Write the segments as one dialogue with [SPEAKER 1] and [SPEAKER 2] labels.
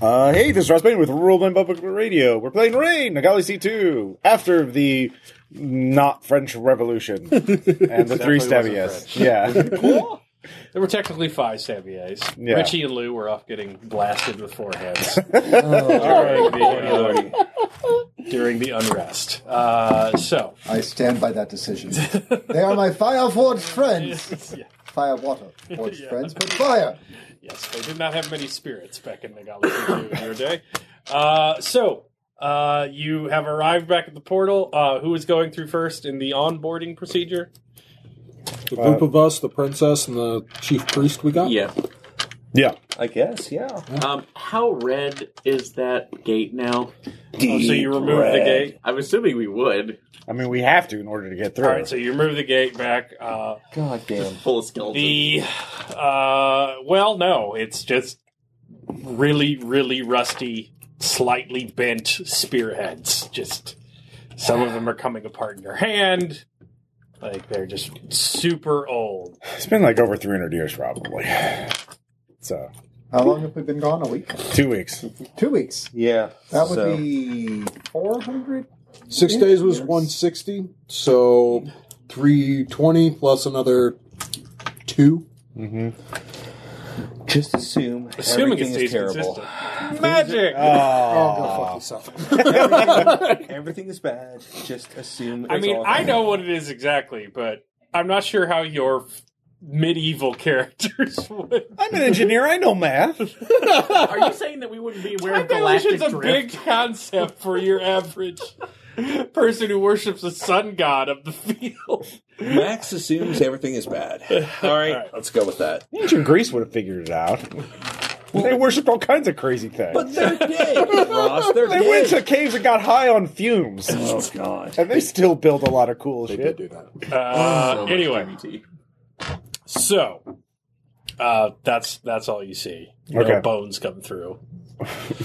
[SPEAKER 1] Uh, hey, this is Ross Bain with Rural Blind Public Radio. We're playing Rain, Nagali C2, after the not French Revolution and the three
[SPEAKER 2] Definitely wasn't
[SPEAKER 1] Stabias. Yeah.
[SPEAKER 3] There were technically five Sabias.
[SPEAKER 1] Yeah.
[SPEAKER 3] Richie and Lou were off getting blasted with foreheads
[SPEAKER 2] All right,
[SPEAKER 3] during, the, uh, during the unrest. Uh, so,
[SPEAKER 4] I stand by that decision. they are my fire forged friends.
[SPEAKER 3] yeah,
[SPEAKER 4] Fire water forged friends, but fire.
[SPEAKER 3] yes, they did not have many spirits back in the Galaxy in your day. Uh, so, uh, you have arrived back at the portal. Uh, who is going through first in the onboarding procedure?
[SPEAKER 5] The group of us, the princess, and the chief priest we got?
[SPEAKER 6] Yeah.
[SPEAKER 1] yeah.
[SPEAKER 2] I guess,
[SPEAKER 3] Oh,
[SPEAKER 2] yeah.
[SPEAKER 6] Um, how red is that gate now?
[SPEAKER 3] Oh, so you remove the gate.
[SPEAKER 6] I'm assuming we would.
[SPEAKER 1] I mean, we have to in order to get through.
[SPEAKER 3] All right, so you remove the gate back. Uh,
[SPEAKER 2] God damn.
[SPEAKER 6] Full of skeletons.
[SPEAKER 3] The uh, well, no, it's just really, really rusty, slightly bent spearheads. Just some of them are coming apart in your hand. Like they're just super old.
[SPEAKER 1] it's been like over 300 years, probably. So,
[SPEAKER 4] How long have we been gone? A week?
[SPEAKER 1] two weeks.
[SPEAKER 4] Two weeks.
[SPEAKER 2] Yeah.
[SPEAKER 4] That would
[SPEAKER 2] so-
[SPEAKER 4] be 400?
[SPEAKER 5] Six
[SPEAKER 4] Yeah,
[SPEAKER 5] days was
[SPEAKER 4] yes.
[SPEAKER 5] 160, so 320 plus another two.
[SPEAKER 2] Just assume
[SPEAKER 3] Assuming it
[SPEAKER 2] everything is
[SPEAKER 3] stays
[SPEAKER 2] terrible.
[SPEAKER 3] consistent. Magic.
[SPEAKER 2] Ah,
[SPEAKER 1] Oh,
[SPEAKER 2] Everything is bad. Just assume.
[SPEAKER 3] I
[SPEAKER 2] it's
[SPEAKER 3] mean,
[SPEAKER 2] all
[SPEAKER 3] I
[SPEAKER 2] bad.
[SPEAKER 3] know what it is exactly, but I'm not sure how your f- medieval characters would.
[SPEAKER 1] I'm an engineer. I know math.
[SPEAKER 6] Are you saying that we wouldn't be aware
[SPEAKER 3] Time
[SPEAKER 6] of galactic
[SPEAKER 3] dilation's a
[SPEAKER 6] drift?
[SPEAKER 3] big concept for your average person who worships the sun god of the field.
[SPEAKER 7] Max assumes everything is bad. All right, let's go with that.
[SPEAKER 1] Ancient Greece would have figured it out. They worshipped all kinds of crazy things.
[SPEAKER 7] But they're dead, Ross. They're
[SPEAKER 1] they
[SPEAKER 7] dead.
[SPEAKER 1] went to caves and got high on fumes,
[SPEAKER 7] oh God.
[SPEAKER 1] and they still built a lot of cool shit.
[SPEAKER 5] do that.
[SPEAKER 1] Oh,
[SPEAKER 3] Uh,
[SPEAKER 6] So much
[SPEAKER 3] anyway,
[SPEAKER 6] TBT.
[SPEAKER 3] so uh, that's that's all you see. No
[SPEAKER 1] Okay.
[SPEAKER 3] bones come through.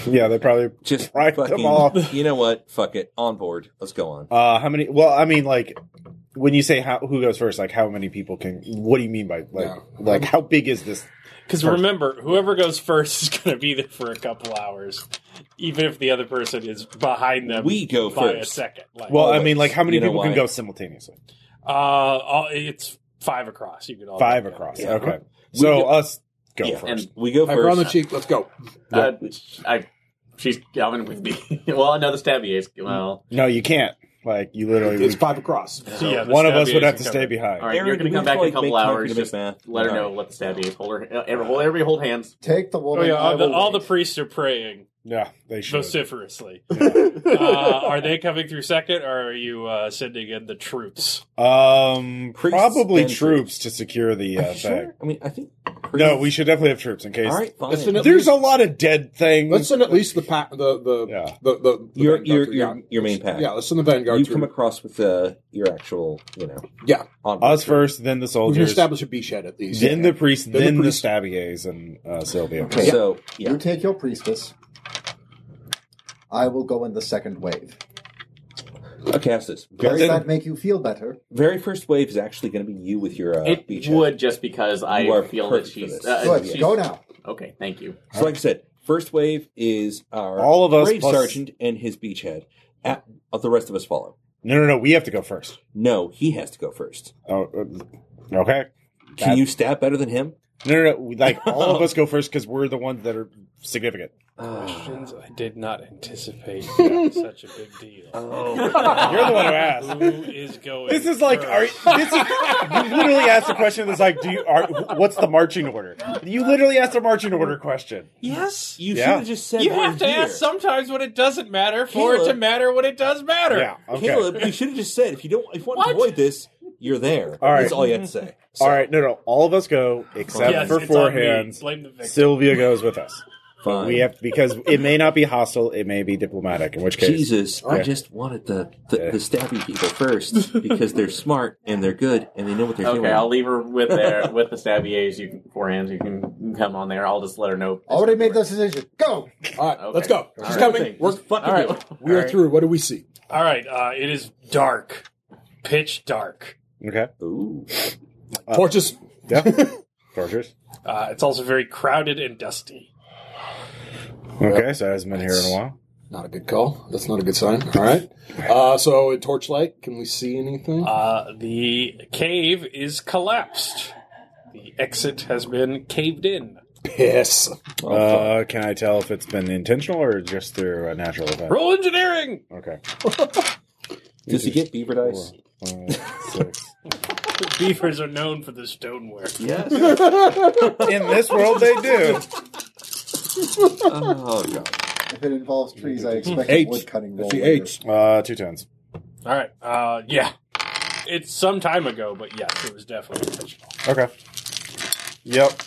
[SPEAKER 1] Yeah, they probably
[SPEAKER 7] Just
[SPEAKER 1] Right, come
[SPEAKER 7] fucking.
[SPEAKER 1] off.
[SPEAKER 7] You know what? Fuck it. On board. Let's go on.
[SPEAKER 1] Uh, how many? Well, I mean, like when you say how who goes first, like how many people can? What do you mean by like
[SPEAKER 5] Yeah.
[SPEAKER 1] like how big is this?
[SPEAKER 3] Because remember, whoever goes first is going to be there for a couple hours, even if the other person is behind them.
[SPEAKER 7] We go
[SPEAKER 3] by a
[SPEAKER 7] first.
[SPEAKER 3] second. Like,
[SPEAKER 1] Well, I
[SPEAKER 7] Always.
[SPEAKER 1] mean, like how many
[SPEAKER 7] You know
[SPEAKER 1] people can
[SPEAKER 7] why?
[SPEAKER 1] go simultaneously?
[SPEAKER 3] uh, all, it's five across. You can all
[SPEAKER 1] Five
[SPEAKER 3] do that.
[SPEAKER 1] across.
[SPEAKER 7] Yeah.
[SPEAKER 1] Okay, so
[SPEAKER 7] go-
[SPEAKER 1] us go
[SPEAKER 7] Yeah,
[SPEAKER 1] first.
[SPEAKER 7] and we go
[SPEAKER 5] I on the
[SPEAKER 7] first.
[SPEAKER 5] cheek. Let's go.
[SPEAKER 6] Uh, I, she's Calvin with me. well, another stabby is. Well,
[SPEAKER 1] no, you can't. Like you literally,
[SPEAKER 5] It's five across.
[SPEAKER 3] So, yeah, the
[SPEAKER 1] one of us
[SPEAKER 3] stabby
[SPEAKER 1] would have
[SPEAKER 3] is
[SPEAKER 1] to
[SPEAKER 3] coming.
[SPEAKER 1] stay behind.
[SPEAKER 6] all right.
[SPEAKER 7] Aaron,
[SPEAKER 6] you're going
[SPEAKER 7] do
[SPEAKER 6] to come
[SPEAKER 7] we
[SPEAKER 6] back
[SPEAKER 7] have
[SPEAKER 6] in
[SPEAKER 7] to,
[SPEAKER 6] a couple
[SPEAKER 7] like, make
[SPEAKER 6] hours.
[SPEAKER 7] concrete
[SPEAKER 6] Just
[SPEAKER 7] math?
[SPEAKER 6] let her
[SPEAKER 7] All
[SPEAKER 6] know.
[SPEAKER 7] right.
[SPEAKER 6] Let the stabby is. Hold her. uh, Every, hold, everybody hold hands.
[SPEAKER 4] Take the
[SPEAKER 3] Oh
[SPEAKER 4] woman.
[SPEAKER 3] yeah,
[SPEAKER 4] I
[SPEAKER 3] all the,
[SPEAKER 4] will
[SPEAKER 3] all the
[SPEAKER 4] wait.
[SPEAKER 3] priests are praying
[SPEAKER 1] Yeah, they should.
[SPEAKER 3] vociferously. uh, are they coming through second, or are you uh, sending in the troops?
[SPEAKER 1] Um,
[SPEAKER 7] Priests
[SPEAKER 1] probably
[SPEAKER 7] and
[SPEAKER 1] troops to secure the
[SPEAKER 7] Are
[SPEAKER 1] uh,
[SPEAKER 7] you
[SPEAKER 1] thing.
[SPEAKER 7] sure? I mean, I think.
[SPEAKER 1] No, we should definitely have troops in case.
[SPEAKER 7] All right, fine.
[SPEAKER 5] That's an-
[SPEAKER 1] There's a lot of dead things.
[SPEAKER 5] Let's send at least the pack, the the
[SPEAKER 1] Yeah.
[SPEAKER 5] the, the, the
[SPEAKER 7] Your-
[SPEAKER 5] vanguard
[SPEAKER 7] your-
[SPEAKER 5] through.
[SPEAKER 7] your- your main pack.
[SPEAKER 5] Yeah, let's send the vanguard.
[SPEAKER 7] you
[SPEAKER 5] through.
[SPEAKER 7] come across with uh, your actual, you know,
[SPEAKER 5] yeah,
[SPEAKER 7] on board.
[SPEAKER 1] us first, then the
[SPEAKER 5] we can
[SPEAKER 1] soldiers,
[SPEAKER 5] establish a beachhead at least.
[SPEAKER 1] then the priests,
[SPEAKER 5] Then the
[SPEAKER 1] then the,
[SPEAKER 5] priest.
[SPEAKER 1] Stabiers and uh, Sylvia.
[SPEAKER 4] Okay.
[SPEAKER 7] So yeah,
[SPEAKER 4] You take your priestess. I will go in the second wave.
[SPEAKER 7] okay. Ask this.
[SPEAKER 4] Does
[SPEAKER 7] Very,
[SPEAKER 4] that make you feel better?
[SPEAKER 7] very first wave is actually going to be you with your uh,
[SPEAKER 6] it
[SPEAKER 7] beachhead.
[SPEAKER 6] would just because
[SPEAKER 7] You
[SPEAKER 6] I
[SPEAKER 7] are
[SPEAKER 6] feel that
[SPEAKER 7] perfect for
[SPEAKER 6] she's.
[SPEAKER 7] this.
[SPEAKER 6] Uh,
[SPEAKER 4] Good.
[SPEAKER 6] she's-
[SPEAKER 4] Go now.
[SPEAKER 6] Okay, thank you.
[SPEAKER 7] So, like I said, first wave is our
[SPEAKER 1] All of us
[SPEAKER 7] brave
[SPEAKER 1] plus-
[SPEAKER 7] sergeant and his beachhead. At, uh, the rest of us follow.
[SPEAKER 1] No, no, no. We have to go first.
[SPEAKER 7] No, he has to go first.
[SPEAKER 1] Oh, uh, okay.
[SPEAKER 7] Can
[SPEAKER 1] That-
[SPEAKER 7] you stab better than him?
[SPEAKER 1] No, no, no. Like all of us go first because we're the ones that are significant.
[SPEAKER 3] Questions I did not anticipate such a big deal.
[SPEAKER 1] You're the one who asked.
[SPEAKER 3] Who is going?
[SPEAKER 1] This is like, are,
[SPEAKER 3] first?
[SPEAKER 1] this is, you literally asked a question that's like, do you are what's the marching order? You literally asked a marching order question.
[SPEAKER 7] Yes, you
[SPEAKER 1] Yeah.
[SPEAKER 7] should have just said.
[SPEAKER 3] you
[SPEAKER 7] we're
[SPEAKER 3] have to
[SPEAKER 7] here.
[SPEAKER 3] ask sometimes when it doesn't matter for it to
[SPEAKER 7] Caleb.
[SPEAKER 3] matter when it does matter.
[SPEAKER 1] Yeah. Okay.
[SPEAKER 7] Caleb, you should have just said if you don't if you want to avoid this, you're there.
[SPEAKER 1] All right.
[SPEAKER 7] That's all you had to say. So,
[SPEAKER 1] All right. No, no. All of us go except
[SPEAKER 3] Yes,
[SPEAKER 1] for
[SPEAKER 3] it's on
[SPEAKER 1] four
[SPEAKER 3] me.
[SPEAKER 1] hands.
[SPEAKER 3] Blame the victim.
[SPEAKER 1] Sylvia goes with us.
[SPEAKER 7] fine.
[SPEAKER 1] We have because it may not be hostile. It may be diplomatic. In which case,
[SPEAKER 7] Jesus, I
[SPEAKER 1] Yeah.
[SPEAKER 7] just wanted the the,
[SPEAKER 1] Yeah.
[SPEAKER 7] the stabby people first because they're smart and they're good and they know what they're
[SPEAKER 6] Okay,
[SPEAKER 7] doing.
[SPEAKER 6] I'll leave her with there with the stabby A's. You can four hands. You can come on there. I'll just let her know.
[SPEAKER 4] Already made this decision. Go!
[SPEAKER 5] All right, let's go.
[SPEAKER 6] All
[SPEAKER 5] She's
[SPEAKER 6] right.
[SPEAKER 5] coming. We're
[SPEAKER 7] fucking
[SPEAKER 6] All right.
[SPEAKER 7] do it.
[SPEAKER 5] we are through. What do we see?
[SPEAKER 3] All right. Uh, it is dark, pitch dark.
[SPEAKER 1] okay.
[SPEAKER 7] Ooh.
[SPEAKER 5] Torches.
[SPEAKER 1] Yeah. Tortures.
[SPEAKER 3] Uh, it's also very crowded and dusty.
[SPEAKER 1] Okay, so it hasn't been here in a while.
[SPEAKER 5] Not a good call. That's not a good sign. All right. Uh, so, in torchlight, can we see anything?
[SPEAKER 3] Uh, the cave is collapsed. The exit has been caved in.
[SPEAKER 5] Piss.
[SPEAKER 1] Uh, can I tell if it's been intentional or just through a natural event?
[SPEAKER 3] Roll engineering.
[SPEAKER 1] Okay.
[SPEAKER 8] Does he get beaver dice?
[SPEAKER 1] Five, six.
[SPEAKER 3] Beavers are known for the stoneware.
[SPEAKER 8] Yes.
[SPEAKER 1] In this world, they do.
[SPEAKER 8] oh god.
[SPEAKER 4] If it involves trees, I expect
[SPEAKER 5] H.
[SPEAKER 4] a wood cutting roll.
[SPEAKER 5] That's the
[SPEAKER 4] later.
[SPEAKER 5] H.
[SPEAKER 1] Uh, two tens.
[SPEAKER 3] All right. Uh, yeah. It's some time ago, but yes, it was definitely intentional.
[SPEAKER 1] Okay. Yep.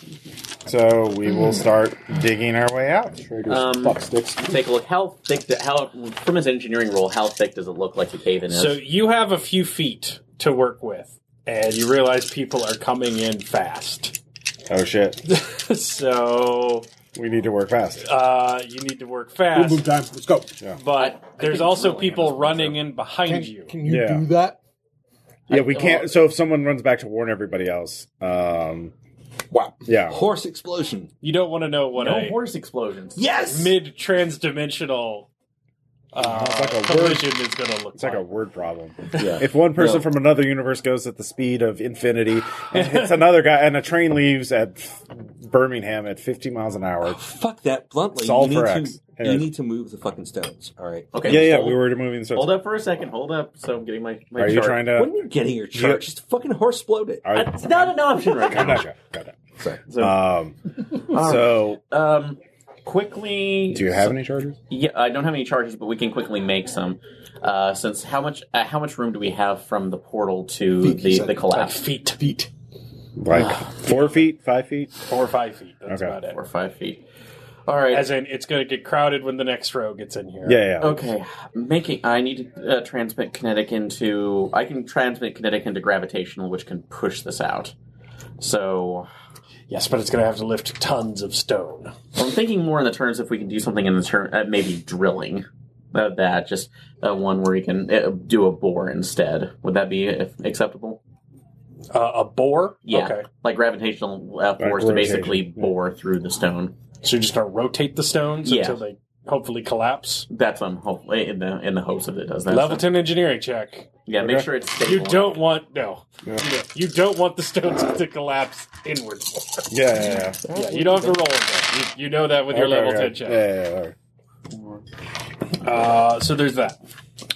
[SPEAKER 1] So we will start digging our way out.
[SPEAKER 6] Um,
[SPEAKER 5] Fuck sticks.
[SPEAKER 6] Take a look. How thick? The, how from his engineering role, how thick does it look like the cave in is?
[SPEAKER 3] So you have a few feet to work with, and you realize people are coming in fast.
[SPEAKER 1] Oh shit!
[SPEAKER 3] so
[SPEAKER 1] We need to work fast.
[SPEAKER 3] uh, you need to work
[SPEAKER 5] Boom, boom,
[SPEAKER 3] fast.
[SPEAKER 5] time. Let's go.
[SPEAKER 3] But there's
[SPEAKER 6] think
[SPEAKER 3] also
[SPEAKER 6] really
[SPEAKER 3] people
[SPEAKER 6] understand
[SPEAKER 3] running in behind you.
[SPEAKER 5] Can you
[SPEAKER 1] Yeah.
[SPEAKER 5] do that?
[SPEAKER 1] Yeah, we can't. So if someone runs back to warn everybody else, um,
[SPEAKER 5] Wow.
[SPEAKER 1] yeah,
[SPEAKER 7] Horse explosion.
[SPEAKER 3] You don't want to know what
[SPEAKER 6] no
[SPEAKER 3] a
[SPEAKER 6] horse explosions.
[SPEAKER 7] Yes.
[SPEAKER 3] mid transdimensional uh,
[SPEAKER 1] It's like a
[SPEAKER 3] collision is going to look
[SPEAKER 1] it's like a
[SPEAKER 3] like.
[SPEAKER 1] word problem.
[SPEAKER 7] Yeah.
[SPEAKER 1] If one person
[SPEAKER 7] No.
[SPEAKER 1] from another universe goes at the speed of infinity and hits another guy, and a train leaves at Birmingham at 50 miles an hour,
[SPEAKER 7] Fuck that bluntly.
[SPEAKER 1] Solve
[SPEAKER 7] you need
[SPEAKER 1] for
[SPEAKER 7] to,
[SPEAKER 1] X.
[SPEAKER 7] You
[SPEAKER 1] Yeah.
[SPEAKER 7] need to move the fucking stones. All right.
[SPEAKER 6] Okay.
[SPEAKER 1] yeah, yeah,
[SPEAKER 6] hold,
[SPEAKER 1] we were moving. So
[SPEAKER 6] Hold up for a second. Hold up. So I'm getting my. my
[SPEAKER 1] are you
[SPEAKER 6] chart.
[SPEAKER 1] trying
[SPEAKER 7] When
[SPEAKER 1] to?
[SPEAKER 7] you're getting your chart,
[SPEAKER 1] Yeah.
[SPEAKER 7] just fucking horse bloat it.
[SPEAKER 1] Are you,
[SPEAKER 6] That's not an option right
[SPEAKER 1] Calm
[SPEAKER 6] now.
[SPEAKER 1] down, calm down.
[SPEAKER 6] So,
[SPEAKER 1] Um, so
[SPEAKER 6] um, quickly.
[SPEAKER 1] do you have any chargers?
[SPEAKER 6] Yeah, I don't have any charges, but we can quickly make some. Uh, since how much uh, how much room do we have from the portal to
[SPEAKER 5] Feet, he
[SPEAKER 6] the,
[SPEAKER 5] said.
[SPEAKER 6] the collapse?
[SPEAKER 3] feet. Feet.
[SPEAKER 1] Like four feet, five feet?
[SPEAKER 3] Four or five feet. That's
[SPEAKER 1] Okay.
[SPEAKER 3] about it.
[SPEAKER 6] Four or five feet. All right.
[SPEAKER 3] As in, it's going to get crowded when the next row gets in here.
[SPEAKER 1] Yeah, yeah.
[SPEAKER 6] okay. Making. I need to uh, transmit kinetic into. I can transmit kinetic into gravitational, which can push this out. So
[SPEAKER 3] Yes, but it's going to have to lift tons of stone.
[SPEAKER 6] I'm thinking more in the terms if we can do something in the term uh, maybe drilling. Uh, that just uh, one where you can uh, do a bore instead. Would that be uh, acceptable?
[SPEAKER 3] Uh, a bore?
[SPEAKER 6] Yeah,
[SPEAKER 3] Okay.
[SPEAKER 6] like gravitational uh, force to
[SPEAKER 1] rotation,
[SPEAKER 6] basically
[SPEAKER 1] yeah.
[SPEAKER 6] bore through the stone.
[SPEAKER 3] So you're just going to rotate the stones
[SPEAKER 6] Yeah.
[SPEAKER 3] until they hopefully collapse.
[SPEAKER 6] That's what I'm hopefully in the in the hopes that it does that.
[SPEAKER 3] Level 10 engineering check.
[SPEAKER 6] yeah, make sure it's stable.
[SPEAKER 3] You don't want, no. No. You don't want the stones to collapse inward.
[SPEAKER 1] Yeah, yeah, yeah.
[SPEAKER 3] Yeah, you don't have to roll them. You, you know that with your
[SPEAKER 1] Okay,
[SPEAKER 3] level
[SPEAKER 1] okay.
[SPEAKER 3] 10 check.
[SPEAKER 1] Yeah, yeah, yeah, okay.
[SPEAKER 3] Uh, so there's that.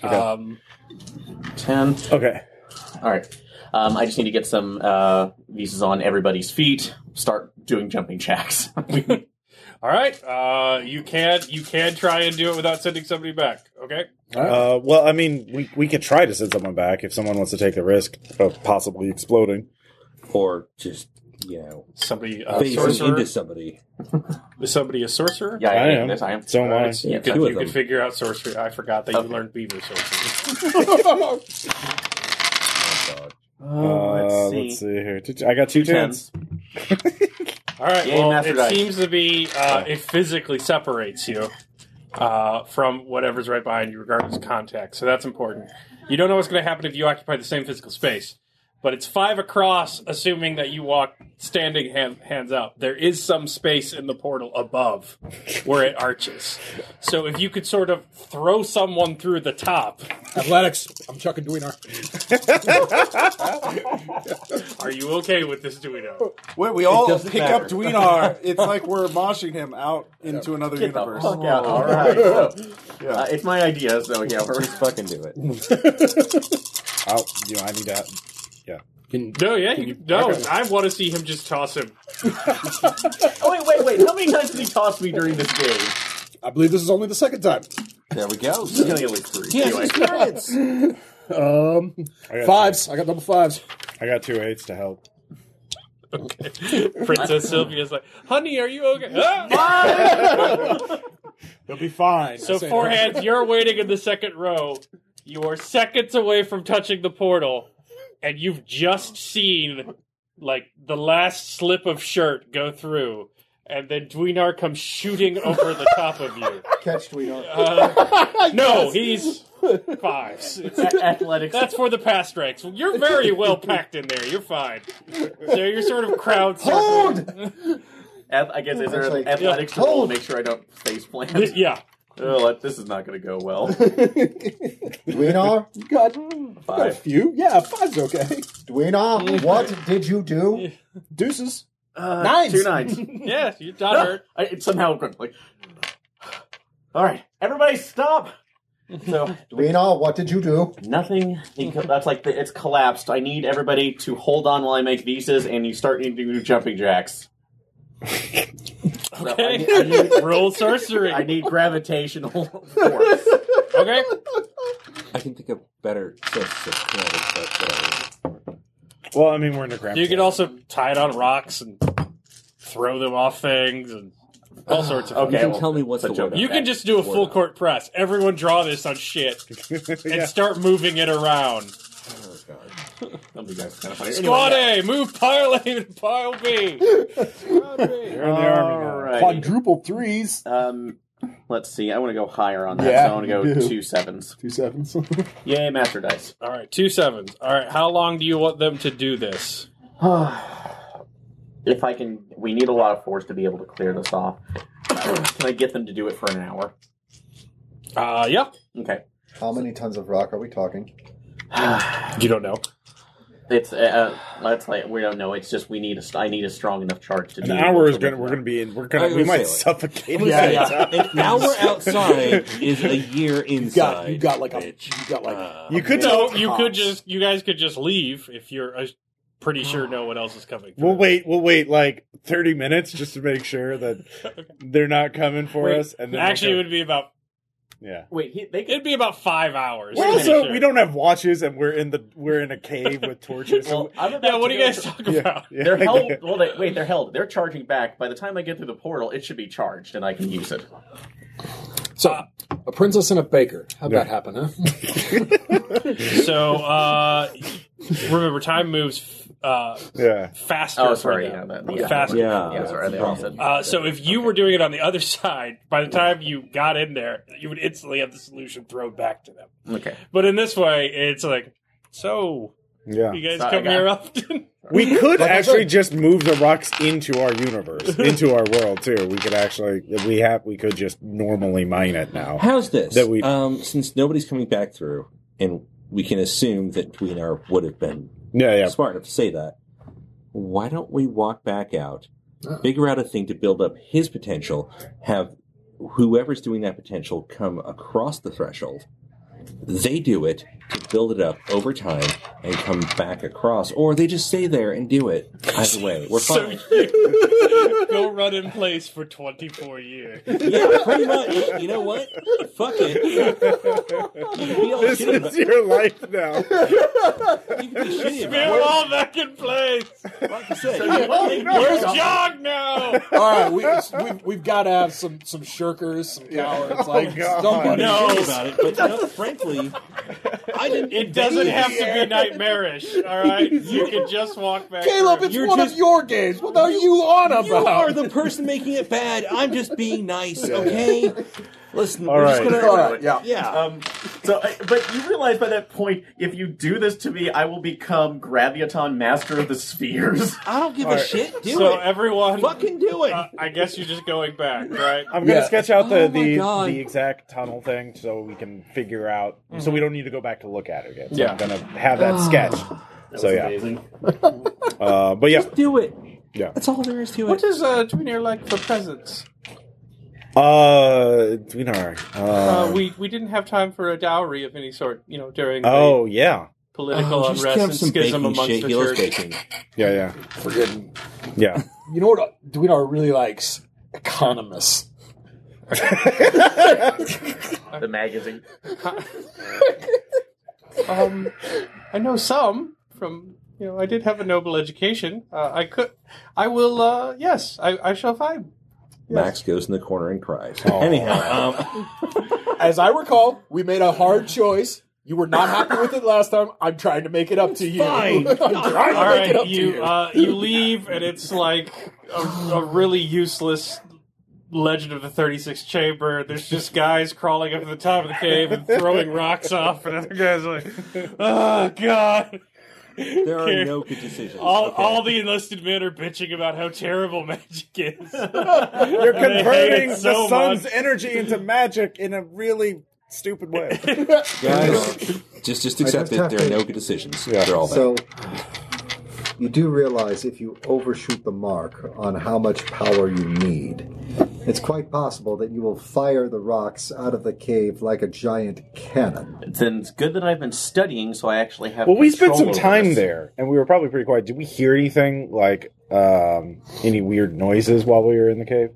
[SPEAKER 3] Um,
[SPEAKER 6] ten.
[SPEAKER 1] Okay.
[SPEAKER 6] All right. Um, I just need to get some uh, visas on everybody's feet. Start doing jumping jacks.
[SPEAKER 3] all right. Uh, you can you can try and do it without sending somebody back. Okay.
[SPEAKER 1] Uh, well, I mean, we, we could try to send someone back if someone wants to take the risk of possibly exploding.
[SPEAKER 7] Or just, you know,
[SPEAKER 3] Somebody uh,
[SPEAKER 7] facing
[SPEAKER 3] sorcerer.
[SPEAKER 7] into somebody.
[SPEAKER 3] Is somebody a sorcerer?
[SPEAKER 6] yeah, I,
[SPEAKER 1] I
[SPEAKER 6] am.
[SPEAKER 1] am.
[SPEAKER 6] This, I am.
[SPEAKER 1] So am I.
[SPEAKER 3] You
[SPEAKER 6] Yeah,
[SPEAKER 3] could,
[SPEAKER 7] two of
[SPEAKER 3] you could
[SPEAKER 7] them.
[SPEAKER 3] figure out sorcery. I forgot that
[SPEAKER 6] Okay.
[SPEAKER 3] you learned beaver sorcery.
[SPEAKER 5] Oh,
[SPEAKER 1] Uh,
[SPEAKER 6] let's see.
[SPEAKER 1] here. Did- I got two tens.
[SPEAKER 3] All right.
[SPEAKER 6] Game
[SPEAKER 3] well,
[SPEAKER 6] master
[SPEAKER 3] it
[SPEAKER 6] dice.
[SPEAKER 3] seems to be uh, it physically separates you uh, from whatever's right behind you, regardless of contact. So that's important. You don't know what's going to happen if you occupy the same physical space. But it's five across, assuming that you walk standing hand, hands up. There is some space in the portal above where it arches. So if you could sort of throw someone through the top,
[SPEAKER 5] Athletics. I'm chucking Dweenar.
[SPEAKER 3] are you okay with this, Duino?
[SPEAKER 1] Wait, we all
[SPEAKER 7] doesn't pick up matter.
[SPEAKER 1] Dweenar. It's like we're moshing him out into another
[SPEAKER 6] Get the fuck out. All right. So, uh, it's my idea, so yeah. We're,
[SPEAKER 7] Just fucking do it.
[SPEAKER 1] Oh, you know, I need to.
[SPEAKER 5] Can,
[SPEAKER 3] No, yeah, you, no. I want to see him just toss him
[SPEAKER 6] oh wait, wait, wait. How many times did he toss me during this game?
[SPEAKER 5] I believe this is only the second time.
[SPEAKER 7] There we go.
[SPEAKER 6] He's gonna get like three. Anyway.
[SPEAKER 7] experience.
[SPEAKER 5] Um,
[SPEAKER 1] I got
[SPEAKER 5] fives. I got double fives.
[SPEAKER 1] I got two eights to help.
[SPEAKER 3] Princess Sylvia's like, honey, are you okay? Ah!
[SPEAKER 5] He'll be fine.
[SPEAKER 3] so foreheads, you're waiting in the second row. You are seconds away from touching the portal, and you've just seen like the last slip of shirt go through, and then Dwinar comes shooting over the top of you.
[SPEAKER 4] Catch Tweedle.
[SPEAKER 3] Uh, no, he's fives. It's-
[SPEAKER 6] A- athletics.
[SPEAKER 3] that's for the past ranks. You're very well packed in there. You're fine. So you're sort of crowd circling.
[SPEAKER 6] Ath- I guess is there an
[SPEAKER 4] Actually-
[SPEAKER 6] athletics
[SPEAKER 3] Yeah.
[SPEAKER 6] roll to make sure I don't face plant?
[SPEAKER 3] Th- yeah.
[SPEAKER 6] Oh, that- this is not going to go well.
[SPEAKER 4] Dweenar,
[SPEAKER 5] You got, you got a
[SPEAKER 6] Five.
[SPEAKER 5] few. Yeah, five's okay.
[SPEAKER 4] Dweenar, what did you do?
[SPEAKER 5] Deuces.
[SPEAKER 6] Uh,
[SPEAKER 5] Nines.
[SPEAKER 6] Two nines.
[SPEAKER 3] Yeah, you got
[SPEAKER 6] Ah,
[SPEAKER 3] hurt.
[SPEAKER 6] I, it somehow gripped, like. All right, everybody, stop. So
[SPEAKER 4] Dweenar, what did you do?
[SPEAKER 6] nothing. He, co- that's like the, it's collapsed. I need everybody to hold on while I make visas, and you start needing to do jumping jacks. So I,
[SPEAKER 3] Okay.
[SPEAKER 6] need, I, need,
[SPEAKER 3] Roll sorcery.
[SPEAKER 6] I need gravitational force.
[SPEAKER 3] okay.
[SPEAKER 7] I can think of better sets of kinetics, but whatever.
[SPEAKER 1] Well, I mean, we're in a crap.
[SPEAKER 3] You
[SPEAKER 1] can
[SPEAKER 3] can also tie it on rocks and throw them off things and all sorts of.
[SPEAKER 6] Okay,
[SPEAKER 7] You can
[SPEAKER 6] well,
[SPEAKER 7] tell me what's the
[SPEAKER 6] that's a
[SPEAKER 7] word.
[SPEAKER 6] joke.
[SPEAKER 3] You can just do a full court press. Everyone draw this on shit and
[SPEAKER 1] yeah.
[SPEAKER 3] start moving it around.
[SPEAKER 6] That'll be guys kind of funny.
[SPEAKER 3] Squad A, move pile A to pile B.
[SPEAKER 1] You're in the army now.
[SPEAKER 5] Quadruple threes.
[SPEAKER 6] Um, let's see. I want to go higher on that,
[SPEAKER 5] Yeah,
[SPEAKER 6] so I want to go
[SPEAKER 5] you do.
[SPEAKER 6] two sevens.
[SPEAKER 5] Two sevens.
[SPEAKER 6] Yay, master dice.
[SPEAKER 3] All right, two sevens. All right, how long do you want them to do this?
[SPEAKER 6] if I can, we need a lot of force to be able to clear this off. can I get them to do it for an hour?
[SPEAKER 3] Uh, yeah.
[SPEAKER 6] Okay.
[SPEAKER 4] How many tons of rock are we talking?
[SPEAKER 3] You don't know.
[SPEAKER 6] It's uh, uh, let's like we don't know. It's just we need a st- I need a strong enough charge to
[SPEAKER 1] An
[SPEAKER 6] do.
[SPEAKER 1] hour is gonna. We're gonna be in. We're
[SPEAKER 7] I
[SPEAKER 1] gonna.
[SPEAKER 7] was
[SPEAKER 1] We
[SPEAKER 7] gonna
[SPEAKER 1] might
[SPEAKER 7] say, like-
[SPEAKER 1] suffocate.
[SPEAKER 7] I'm gonna
[SPEAKER 5] Yeah,
[SPEAKER 7] say,
[SPEAKER 5] yeah.
[SPEAKER 7] An hour outside is a year
[SPEAKER 5] You got,
[SPEAKER 7] inside.
[SPEAKER 5] you got like a, you
[SPEAKER 7] bitch.
[SPEAKER 5] got like
[SPEAKER 7] Uh,
[SPEAKER 1] You could.
[SPEAKER 3] So
[SPEAKER 1] tell-
[SPEAKER 3] you could just, you guys could just leave if you're uh, pretty sure no one else is coming.
[SPEAKER 1] We'll wait. We'll wait like thirty minutes just to make sure that they're not coming for
[SPEAKER 3] Wait,
[SPEAKER 1] us. And then we'll
[SPEAKER 3] Actually, it
[SPEAKER 1] go-
[SPEAKER 3] would be about
[SPEAKER 1] yeah.
[SPEAKER 6] Wait, he, they
[SPEAKER 3] it'd be about five hours.
[SPEAKER 1] We're
[SPEAKER 6] Wait a minute,
[SPEAKER 1] also we don't have watches, and we're in the we're in a cave with torches.
[SPEAKER 6] Well, I'm about
[SPEAKER 3] Yeah,
[SPEAKER 6] to
[SPEAKER 3] what do you
[SPEAKER 6] go
[SPEAKER 3] guys
[SPEAKER 6] tr-
[SPEAKER 3] talk about?
[SPEAKER 1] Yeah.
[SPEAKER 6] They're held. Well, they, wait, they're held. They're charging back. By the time I get through the portal, it should be charged, and I can use it.
[SPEAKER 5] so. A princess and a baker. How'd that
[SPEAKER 1] Yeah.
[SPEAKER 5] happen, huh?
[SPEAKER 3] So uh, remember, time moves uh,
[SPEAKER 1] yeah.
[SPEAKER 3] faster.
[SPEAKER 6] Oh,
[SPEAKER 3] for
[SPEAKER 6] sorry. Yeah,
[SPEAKER 3] them.
[SPEAKER 6] that,
[SPEAKER 3] Okay.
[SPEAKER 6] yeah.
[SPEAKER 3] Faster.
[SPEAKER 1] Ah,
[SPEAKER 7] Yeah.
[SPEAKER 6] Yeah, sorry. They all said.
[SPEAKER 3] Uh, so if you were doing it on the other side, by the time you got in there, you would instantly have the solution thrown back to them.
[SPEAKER 6] okay,
[SPEAKER 3] But in this way, it's like, so
[SPEAKER 1] Yeah.
[SPEAKER 3] you guys
[SPEAKER 6] Sorry,
[SPEAKER 3] come
[SPEAKER 6] guy.
[SPEAKER 3] here often?
[SPEAKER 1] We could
[SPEAKER 4] Like I
[SPEAKER 1] actually
[SPEAKER 4] said-
[SPEAKER 1] just move the rocks into our universe, into our world too. We could actually we have we could just normally mine it now.
[SPEAKER 7] How's this?
[SPEAKER 1] That we-
[SPEAKER 7] um, since nobody's coming back through, and we can assume that Dweenar would have been
[SPEAKER 1] Yeah, yeah.
[SPEAKER 7] smart enough to say that, why don't we walk back out, figure out a thing to build up his potential, have whoever's doing that potential come across the threshold, they do it to build it up over time and come back across, or they just stay there and do it. Either way, we're
[SPEAKER 3] so
[SPEAKER 7] fine.
[SPEAKER 3] you go run in place for 24 years.
[SPEAKER 7] yeah, pretty much. You know what? Fuck it. You can be all
[SPEAKER 1] This
[SPEAKER 7] shitty
[SPEAKER 1] is
[SPEAKER 7] about,
[SPEAKER 1] your life now.
[SPEAKER 7] you can be shitty
[SPEAKER 3] We're
[SPEAKER 7] about it.
[SPEAKER 3] all back in place.
[SPEAKER 7] Like you say,
[SPEAKER 3] Where's Jog now?
[SPEAKER 5] All right, we, we've, we've got to have some some shirkers, some
[SPEAKER 7] Oh,
[SPEAKER 5] cowards. Like
[SPEAKER 1] God.
[SPEAKER 5] somebody.
[SPEAKER 3] No.
[SPEAKER 7] shitty about it, but you know, frankly, I didn't.
[SPEAKER 3] It doesn't have to be nightmarish, all right? You can just walk back.
[SPEAKER 5] Caleb,
[SPEAKER 3] through.
[SPEAKER 5] it's
[SPEAKER 7] You're
[SPEAKER 5] one
[SPEAKER 7] just-
[SPEAKER 5] of your games. What are you on about?
[SPEAKER 7] You are the person making it bad. I'm just being nice, okay? Listen,
[SPEAKER 1] All
[SPEAKER 7] we're
[SPEAKER 1] right.
[SPEAKER 7] just
[SPEAKER 5] All
[SPEAKER 7] gonna.
[SPEAKER 5] right, yeah.
[SPEAKER 7] Yeah.
[SPEAKER 6] Um, so, I- but you realize by that point, if you do this to me, I will become Graviaton Master of the Spheres.
[SPEAKER 7] I don't give a shit. Do
[SPEAKER 3] so
[SPEAKER 7] it.
[SPEAKER 3] everyone,
[SPEAKER 7] Fucking do it.
[SPEAKER 3] uh, I guess you're just going back, right?
[SPEAKER 1] I'm gonna
[SPEAKER 5] Yeah.
[SPEAKER 1] sketch out the
[SPEAKER 7] Oh my
[SPEAKER 1] the,
[SPEAKER 7] God.
[SPEAKER 1] the exact tunnel thing so we can figure out so we don't need to go back to look at it again. So
[SPEAKER 3] Yeah.
[SPEAKER 1] I'm gonna have that sketch. so yeah,
[SPEAKER 6] Amazing.
[SPEAKER 1] uh, but yeah,
[SPEAKER 7] do it.
[SPEAKER 1] yeah.
[SPEAKER 7] That's all there is to it.
[SPEAKER 9] What is uh, Tweener like for presents?
[SPEAKER 1] Uh, Dwinar. Uh,
[SPEAKER 9] Uh, we we didn't have time for a dowry of any sort, you know, during
[SPEAKER 1] oh yeah,
[SPEAKER 9] the political
[SPEAKER 7] Oh, just
[SPEAKER 9] unrest
[SPEAKER 7] give
[SPEAKER 9] and
[SPEAKER 7] some
[SPEAKER 9] schism
[SPEAKER 7] baking
[SPEAKER 9] amongst
[SPEAKER 7] shit.
[SPEAKER 9] the
[SPEAKER 7] He loves
[SPEAKER 9] church.
[SPEAKER 7] baking.
[SPEAKER 1] yeah, yeah,
[SPEAKER 5] Friggin-
[SPEAKER 1] yeah.
[SPEAKER 5] You know what Dwinar really likes? Economists.
[SPEAKER 6] The magazine.
[SPEAKER 9] Um, I know some from you know. I did have a noble education. Uh, I could. I will. Uh, yes, I, I shall find.
[SPEAKER 7] Max goes in the corner and cries. Anyhow, um,
[SPEAKER 5] As I recall, we made a hard choice. You were not happy with it last time. I'm trying to make it up to you.
[SPEAKER 7] Fine.
[SPEAKER 5] I'm trying to
[SPEAKER 3] All
[SPEAKER 5] make
[SPEAKER 3] right,
[SPEAKER 5] it up
[SPEAKER 3] you
[SPEAKER 5] to you.
[SPEAKER 3] Uh, you leave, and it's like a, a really useless Legend of the Thirty Six Chamber. There's just guys crawling up to the top of the cave and throwing rocks off, and other guys are like, "Oh God."
[SPEAKER 7] There are no good decisions.
[SPEAKER 3] All,
[SPEAKER 7] okay?
[SPEAKER 3] all the enlisted men are bitching about how terrible magic is.
[SPEAKER 1] You're
[SPEAKER 3] And they hate
[SPEAKER 1] converting the
[SPEAKER 3] it so
[SPEAKER 1] sun's
[SPEAKER 3] much.
[SPEAKER 1] energy into magic in a really stupid way.
[SPEAKER 7] guys, just just
[SPEAKER 4] just
[SPEAKER 7] accept it.
[SPEAKER 4] have
[SPEAKER 7] There are
[SPEAKER 4] to-
[SPEAKER 7] no good decisions.
[SPEAKER 1] Yeah.
[SPEAKER 7] They're all bad.
[SPEAKER 4] So you do realize if you overshoot the mark on how much power you need, it's quite possible that you will fire the rocks out of the cave like a giant cannon.
[SPEAKER 6] Then it's good that I've been studying, so I actually have.
[SPEAKER 1] Well, we spent some
[SPEAKER 6] control over
[SPEAKER 1] time
[SPEAKER 6] this.
[SPEAKER 1] there, and we were probably pretty quiet. Did we hear anything like um, any weird noises while we were in the cave?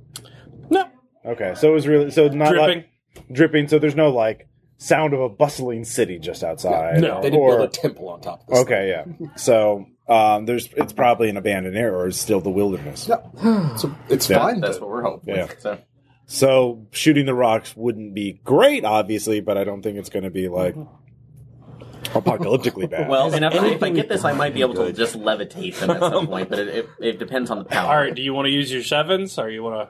[SPEAKER 3] No.
[SPEAKER 1] Okay, so it was really so not
[SPEAKER 3] Dripping.
[SPEAKER 1] like dripping. So there's no like sound of a bustling city just outside.
[SPEAKER 3] No,
[SPEAKER 5] They didn't
[SPEAKER 1] or-
[SPEAKER 5] build a temple on top of this.
[SPEAKER 1] okay, yeah. So um, there's it's probably an abandoned area or it's still the wilderness.
[SPEAKER 5] thing. So it's
[SPEAKER 1] Yeah.
[SPEAKER 5] fine.
[SPEAKER 6] That's
[SPEAKER 5] That's
[SPEAKER 6] what we're hoping.
[SPEAKER 1] Yeah.
[SPEAKER 6] So
[SPEAKER 1] So shooting the rocks wouldn't be great, obviously, but I don't think it's going to be like apocalyptically bad.
[SPEAKER 6] well, and if, if I
[SPEAKER 7] anything
[SPEAKER 6] get this, I might be able to
[SPEAKER 7] good.
[SPEAKER 6] just levitate them at some point. But it, it, it depends on the power.
[SPEAKER 3] All right, do you want to use your sevens or you want to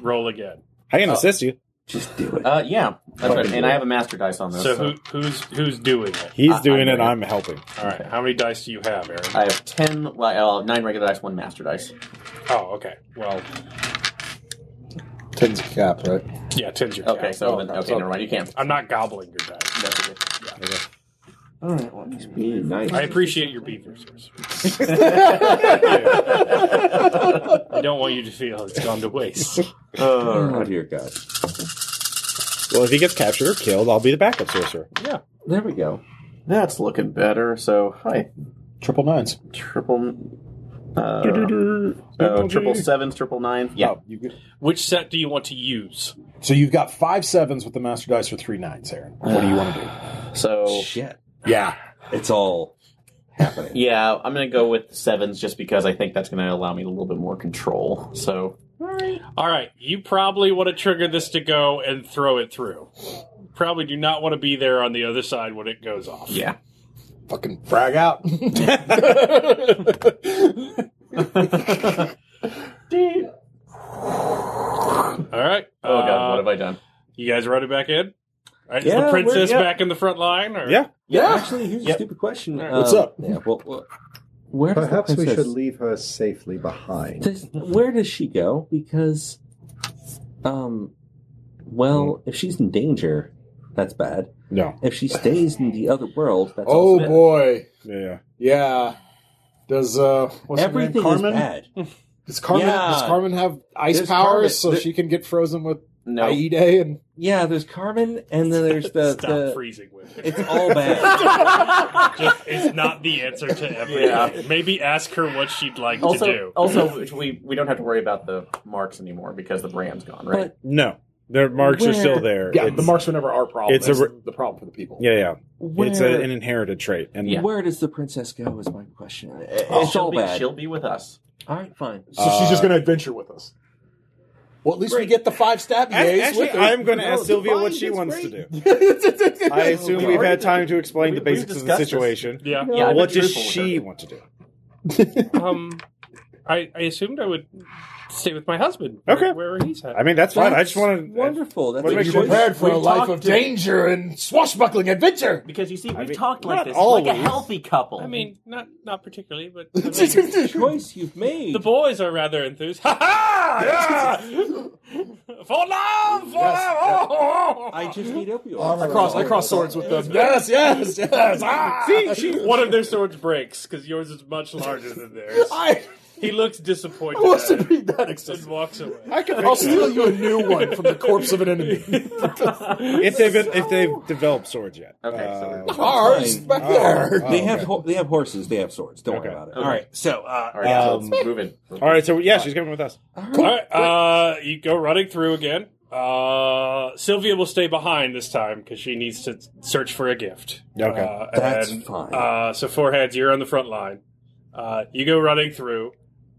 [SPEAKER 3] roll again?
[SPEAKER 1] I can assist you.
[SPEAKER 7] Just do it.
[SPEAKER 6] Uh, yeah, that's right. And I have a master dice on this.
[SPEAKER 3] So who, who's who's doing it?
[SPEAKER 1] He's
[SPEAKER 6] I-
[SPEAKER 1] doing
[SPEAKER 6] I-
[SPEAKER 1] it. I'm helping.
[SPEAKER 3] All right, how many dice do you have, Aaron?
[SPEAKER 6] I have ten, li- uh, nine regular dice, one master dice.
[SPEAKER 3] Oh, okay. Well,
[SPEAKER 5] tens of cap, right?
[SPEAKER 3] yeah, ten's your
[SPEAKER 6] Okay,
[SPEAKER 3] cap.
[SPEAKER 6] so then, okay, never mind. You can't.
[SPEAKER 3] I'm not gobbling your dice.
[SPEAKER 6] That's okay. All right, well, these
[SPEAKER 7] Mm, nice.
[SPEAKER 3] I appreciate your beef resource. I don't want you to feel it's gone to waste.
[SPEAKER 7] oh dear God.
[SPEAKER 1] Well, if he gets captured or killed, I'll be the backup sorcerer.
[SPEAKER 7] There we go.
[SPEAKER 6] That's looking better. So hi,
[SPEAKER 5] Triple nines.
[SPEAKER 6] triple. Uh, so triple sevens, triple nine. Yeah,
[SPEAKER 5] Oh, you get-
[SPEAKER 3] Which set do you want to use?
[SPEAKER 5] so you've got five sevens with the master dice for three nines, Aaron. What do you want to do?
[SPEAKER 3] Oh.
[SPEAKER 6] so
[SPEAKER 7] Shit.
[SPEAKER 5] Yeah.
[SPEAKER 7] It's all happening.
[SPEAKER 6] Yeah, I'm gonna go with sevens just because I think that's gonna allow me a little bit more control. So
[SPEAKER 3] All right, you probably want to trigger this to go and throw it through. Probably do not want to be there on the other side when it goes off.
[SPEAKER 6] yeah,
[SPEAKER 5] Fucking frag out.
[SPEAKER 3] All right.
[SPEAKER 6] Oh god,
[SPEAKER 3] uh,
[SPEAKER 6] what have I done?
[SPEAKER 3] you guys run it back in? All right, is
[SPEAKER 7] Yeah,
[SPEAKER 3] the
[SPEAKER 7] we're-
[SPEAKER 3] princess
[SPEAKER 7] yeah.
[SPEAKER 3] back in the front line? Or?
[SPEAKER 1] Yeah.
[SPEAKER 7] Yeah, actually, here's
[SPEAKER 6] Yep.
[SPEAKER 7] a stupid question. Um,
[SPEAKER 5] What's up?
[SPEAKER 7] Yeah, well, well, where does the
[SPEAKER 4] Perhaps we should
[SPEAKER 7] princess-
[SPEAKER 4] leave her safely behind.
[SPEAKER 7] Does, where does she go? Because, um, well, if she's in danger, that's bad.
[SPEAKER 1] No.
[SPEAKER 7] If she stays in the other world, that's
[SPEAKER 5] oh
[SPEAKER 7] also bad.
[SPEAKER 5] boy.
[SPEAKER 1] Yeah.
[SPEAKER 5] Yeah. Does uh what's her name,
[SPEAKER 7] Everything is
[SPEAKER 5] Carmen?
[SPEAKER 7] bad.
[SPEAKER 5] Does Carmen
[SPEAKER 7] Yeah.
[SPEAKER 5] does Carmen have ice
[SPEAKER 7] There's
[SPEAKER 5] powers
[SPEAKER 7] Carmen.
[SPEAKER 5] so
[SPEAKER 7] There-
[SPEAKER 5] she can get frozen with
[SPEAKER 6] No,
[SPEAKER 5] Aide and
[SPEAKER 7] Yeah, there's Carmen, and then there's the.
[SPEAKER 3] Stop
[SPEAKER 7] the-
[SPEAKER 3] freezing with it.
[SPEAKER 7] it's all bad.
[SPEAKER 3] Just, it's not the answer to everything.
[SPEAKER 6] Yeah.
[SPEAKER 3] Maybe ask her what she'd like to
[SPEAKER 6] also
[SPEAKER 3] do.
[SPEAKER 6] also we we don't have to worry about the marks anymore because the brand's gone, right?
[SPEAKER 7] But-
[SPEAKER 1] No. Their marks are still there.
[SPEAKER 5] yeah, the
[SPEAKER 1] It's-
[SPEAKER 5] marks were never our problem.
[SPEAKER 1] it's
[SPEAKER 5] It's
[SPEAKER 1] a
[SPEAKER 5] That's
[SPEAKER 1] re-
[SPEAKER 5] the problem for the people.
[SPEAKER 1] Yeah, yeah.
[SPEAKER 7] where,
[SPEAKER 1] It's a, an inherited trait. And
[SPEAKER 6] Yeah.
[SPEAKER 7] where does the princess go? Is my question.
[SPEAKER 6] Oh,
[SPEAKER 7] It's
[SPEAKER 6] she'll
[SPEAKER 7] all
[SPEAKER 6] be
[SPEAKER 7] bad.
[SPEAKER 6] she'll be with us.
[SPEAKER 7] All right, fine.
[SPEAKER 5] So she's
[SPEAKER 1] uh,
[SPEAKER 5] just going to adventure with us. Well, at least we get the five stab
[SPEAKER 1] A-
[SPEAKER 5] days
[SPEAKER 1] actually,
[SPEAKER 5] with her.
[SPEAKER 1] I'm going to
[SPEAKER 5] No,
[SPEAKER 1] ask
[SPEAKER 5] it's
[SPEAKER 1] Sylvia
[SPEAKER 5] fine,
[SPEAKER 1] what she
[SPEAKER 5] it's
[SPEAKER 1] wants
[SPEAKER 5] great.
[SPEAKER 1] to do. I assume we've had time to explain
[SPEAKER 6] we-
[SPEAKER 1] the basics of
[SPEAKER 6] we've
[SPEAKER 1] the
[SPEAKER 6] discussed this.
[SPEAKER 1] situation.
[SPEAKER 3] Yeah.
[SPEAKER 6] Yeah, I've
[SPEAKER 1] what
[SPEAKER 6] been
[SPEAKER 1] does
[SPEAKER 6] truthful with
[SPEAKER 1] she
[SPEAKER 6] her.
[SPEAKER 1] want to do?
[SPEAKER 3] Um, I, I assumed I would stay with my husband.
[SPEAKER 1] Okay.
[SPEAKER 3] Where, where he's at.
[SPEAKER 1] I mean, that's fine. I just
[SPEAKER 7] That's
[SPEAKER 1] want to.
[SPEAKER 7] Wonderful. That's
[SPEAKER 1] What
[SPEAKER 7] a
[SPEAKER 1] makes
[SPEAKER 7] good
[SPEAKER 1] you
[SPEAKER 7] choice.
[SPEAKER 1] prepared
[SPEAKER 5] for
[SPEAKER 6] We talked to-
[SPEAKER 5] danger and swashbuckling adventure.
[SPEAKER 6] Because you see, we've
[SPEAKER 1] mean,
[SPEAKER 6] talked
[SPEAKER 1] not
[SPEAKER 6] like this, like
[SPEAKER 1] always.
[SPEAKER 6] a healthy couple.
[SPEAKER 3] I mean, not not particularly, but
[SPEAKER 7] choice you've made.
[SPEAKER 3] the boys are rather enthused. Ha ha! Yeah! For love, for love! Oh,
[SPEAKER 7] I just need opioids.
[SPEAKER 5] I cross, I cross swords with them. Yes, yes, yes. Ah!
[SPEAKER 3] See, one of their swords breaks because yours is much larger than theirs.
[SPEAKER 5] I
[SPEAKER 3] He looks disappointed
[SPEAKER 5] wasn't
[SPEAKER 3] at it
[SPEAKER 5] being that
[SPEAKER 3] and
[SPEAKER 5] excessive.
[SPEAKER 3] walks away.
[SPEAKER 1] I can
[SPEAKER 5] I'll steal you a new one from the corpse of an enemy.
[SPEAKER 1] if they've been, if they've developed swords yet.
[SPEAKER 6] Okay, so
[SPEAKER 1] Uh,
[SPEAKER 6] we're-
[SPEAKER 5] Ours
[SPEAKER 7] Fine.
[SPEAKER 5] back
[SPEAKER 1] Oh.
[SPEAKER 5] there.
[SPEAKER 1] Oh,
[SPEAKER 7] They have
[SPEAKER 1] okay.
[SPEAKER 7] ho- they have horses. They have swords. Don't
[SPEAKER 1] Okay.
[SPEAKER 7] worry about it.
[SPEAKER 6] Okay.
[SPEAKER 7] All right. So, uh,
[SPEAKER 6] all right, yeah,
[SPEAKER 1] um,
[SPEAKER 6] let's move it.
[SPEAKER 1] All right, so yeah, she's coming with us.
[SPEAKER 3] All right, uh, you go running through again. Uh, Sylvia will stay behind this time because she needs to search for a gift.
[SPEAKER 1] Okay.
[SPEAKER 3] uh,
[SPEAKER 7] That's
[SPEAKER 3] and,
[SPEAKER 7] fine.
[SPEAKER 3] Uh, so foreheads, you're on the front line. Uh, you go running through.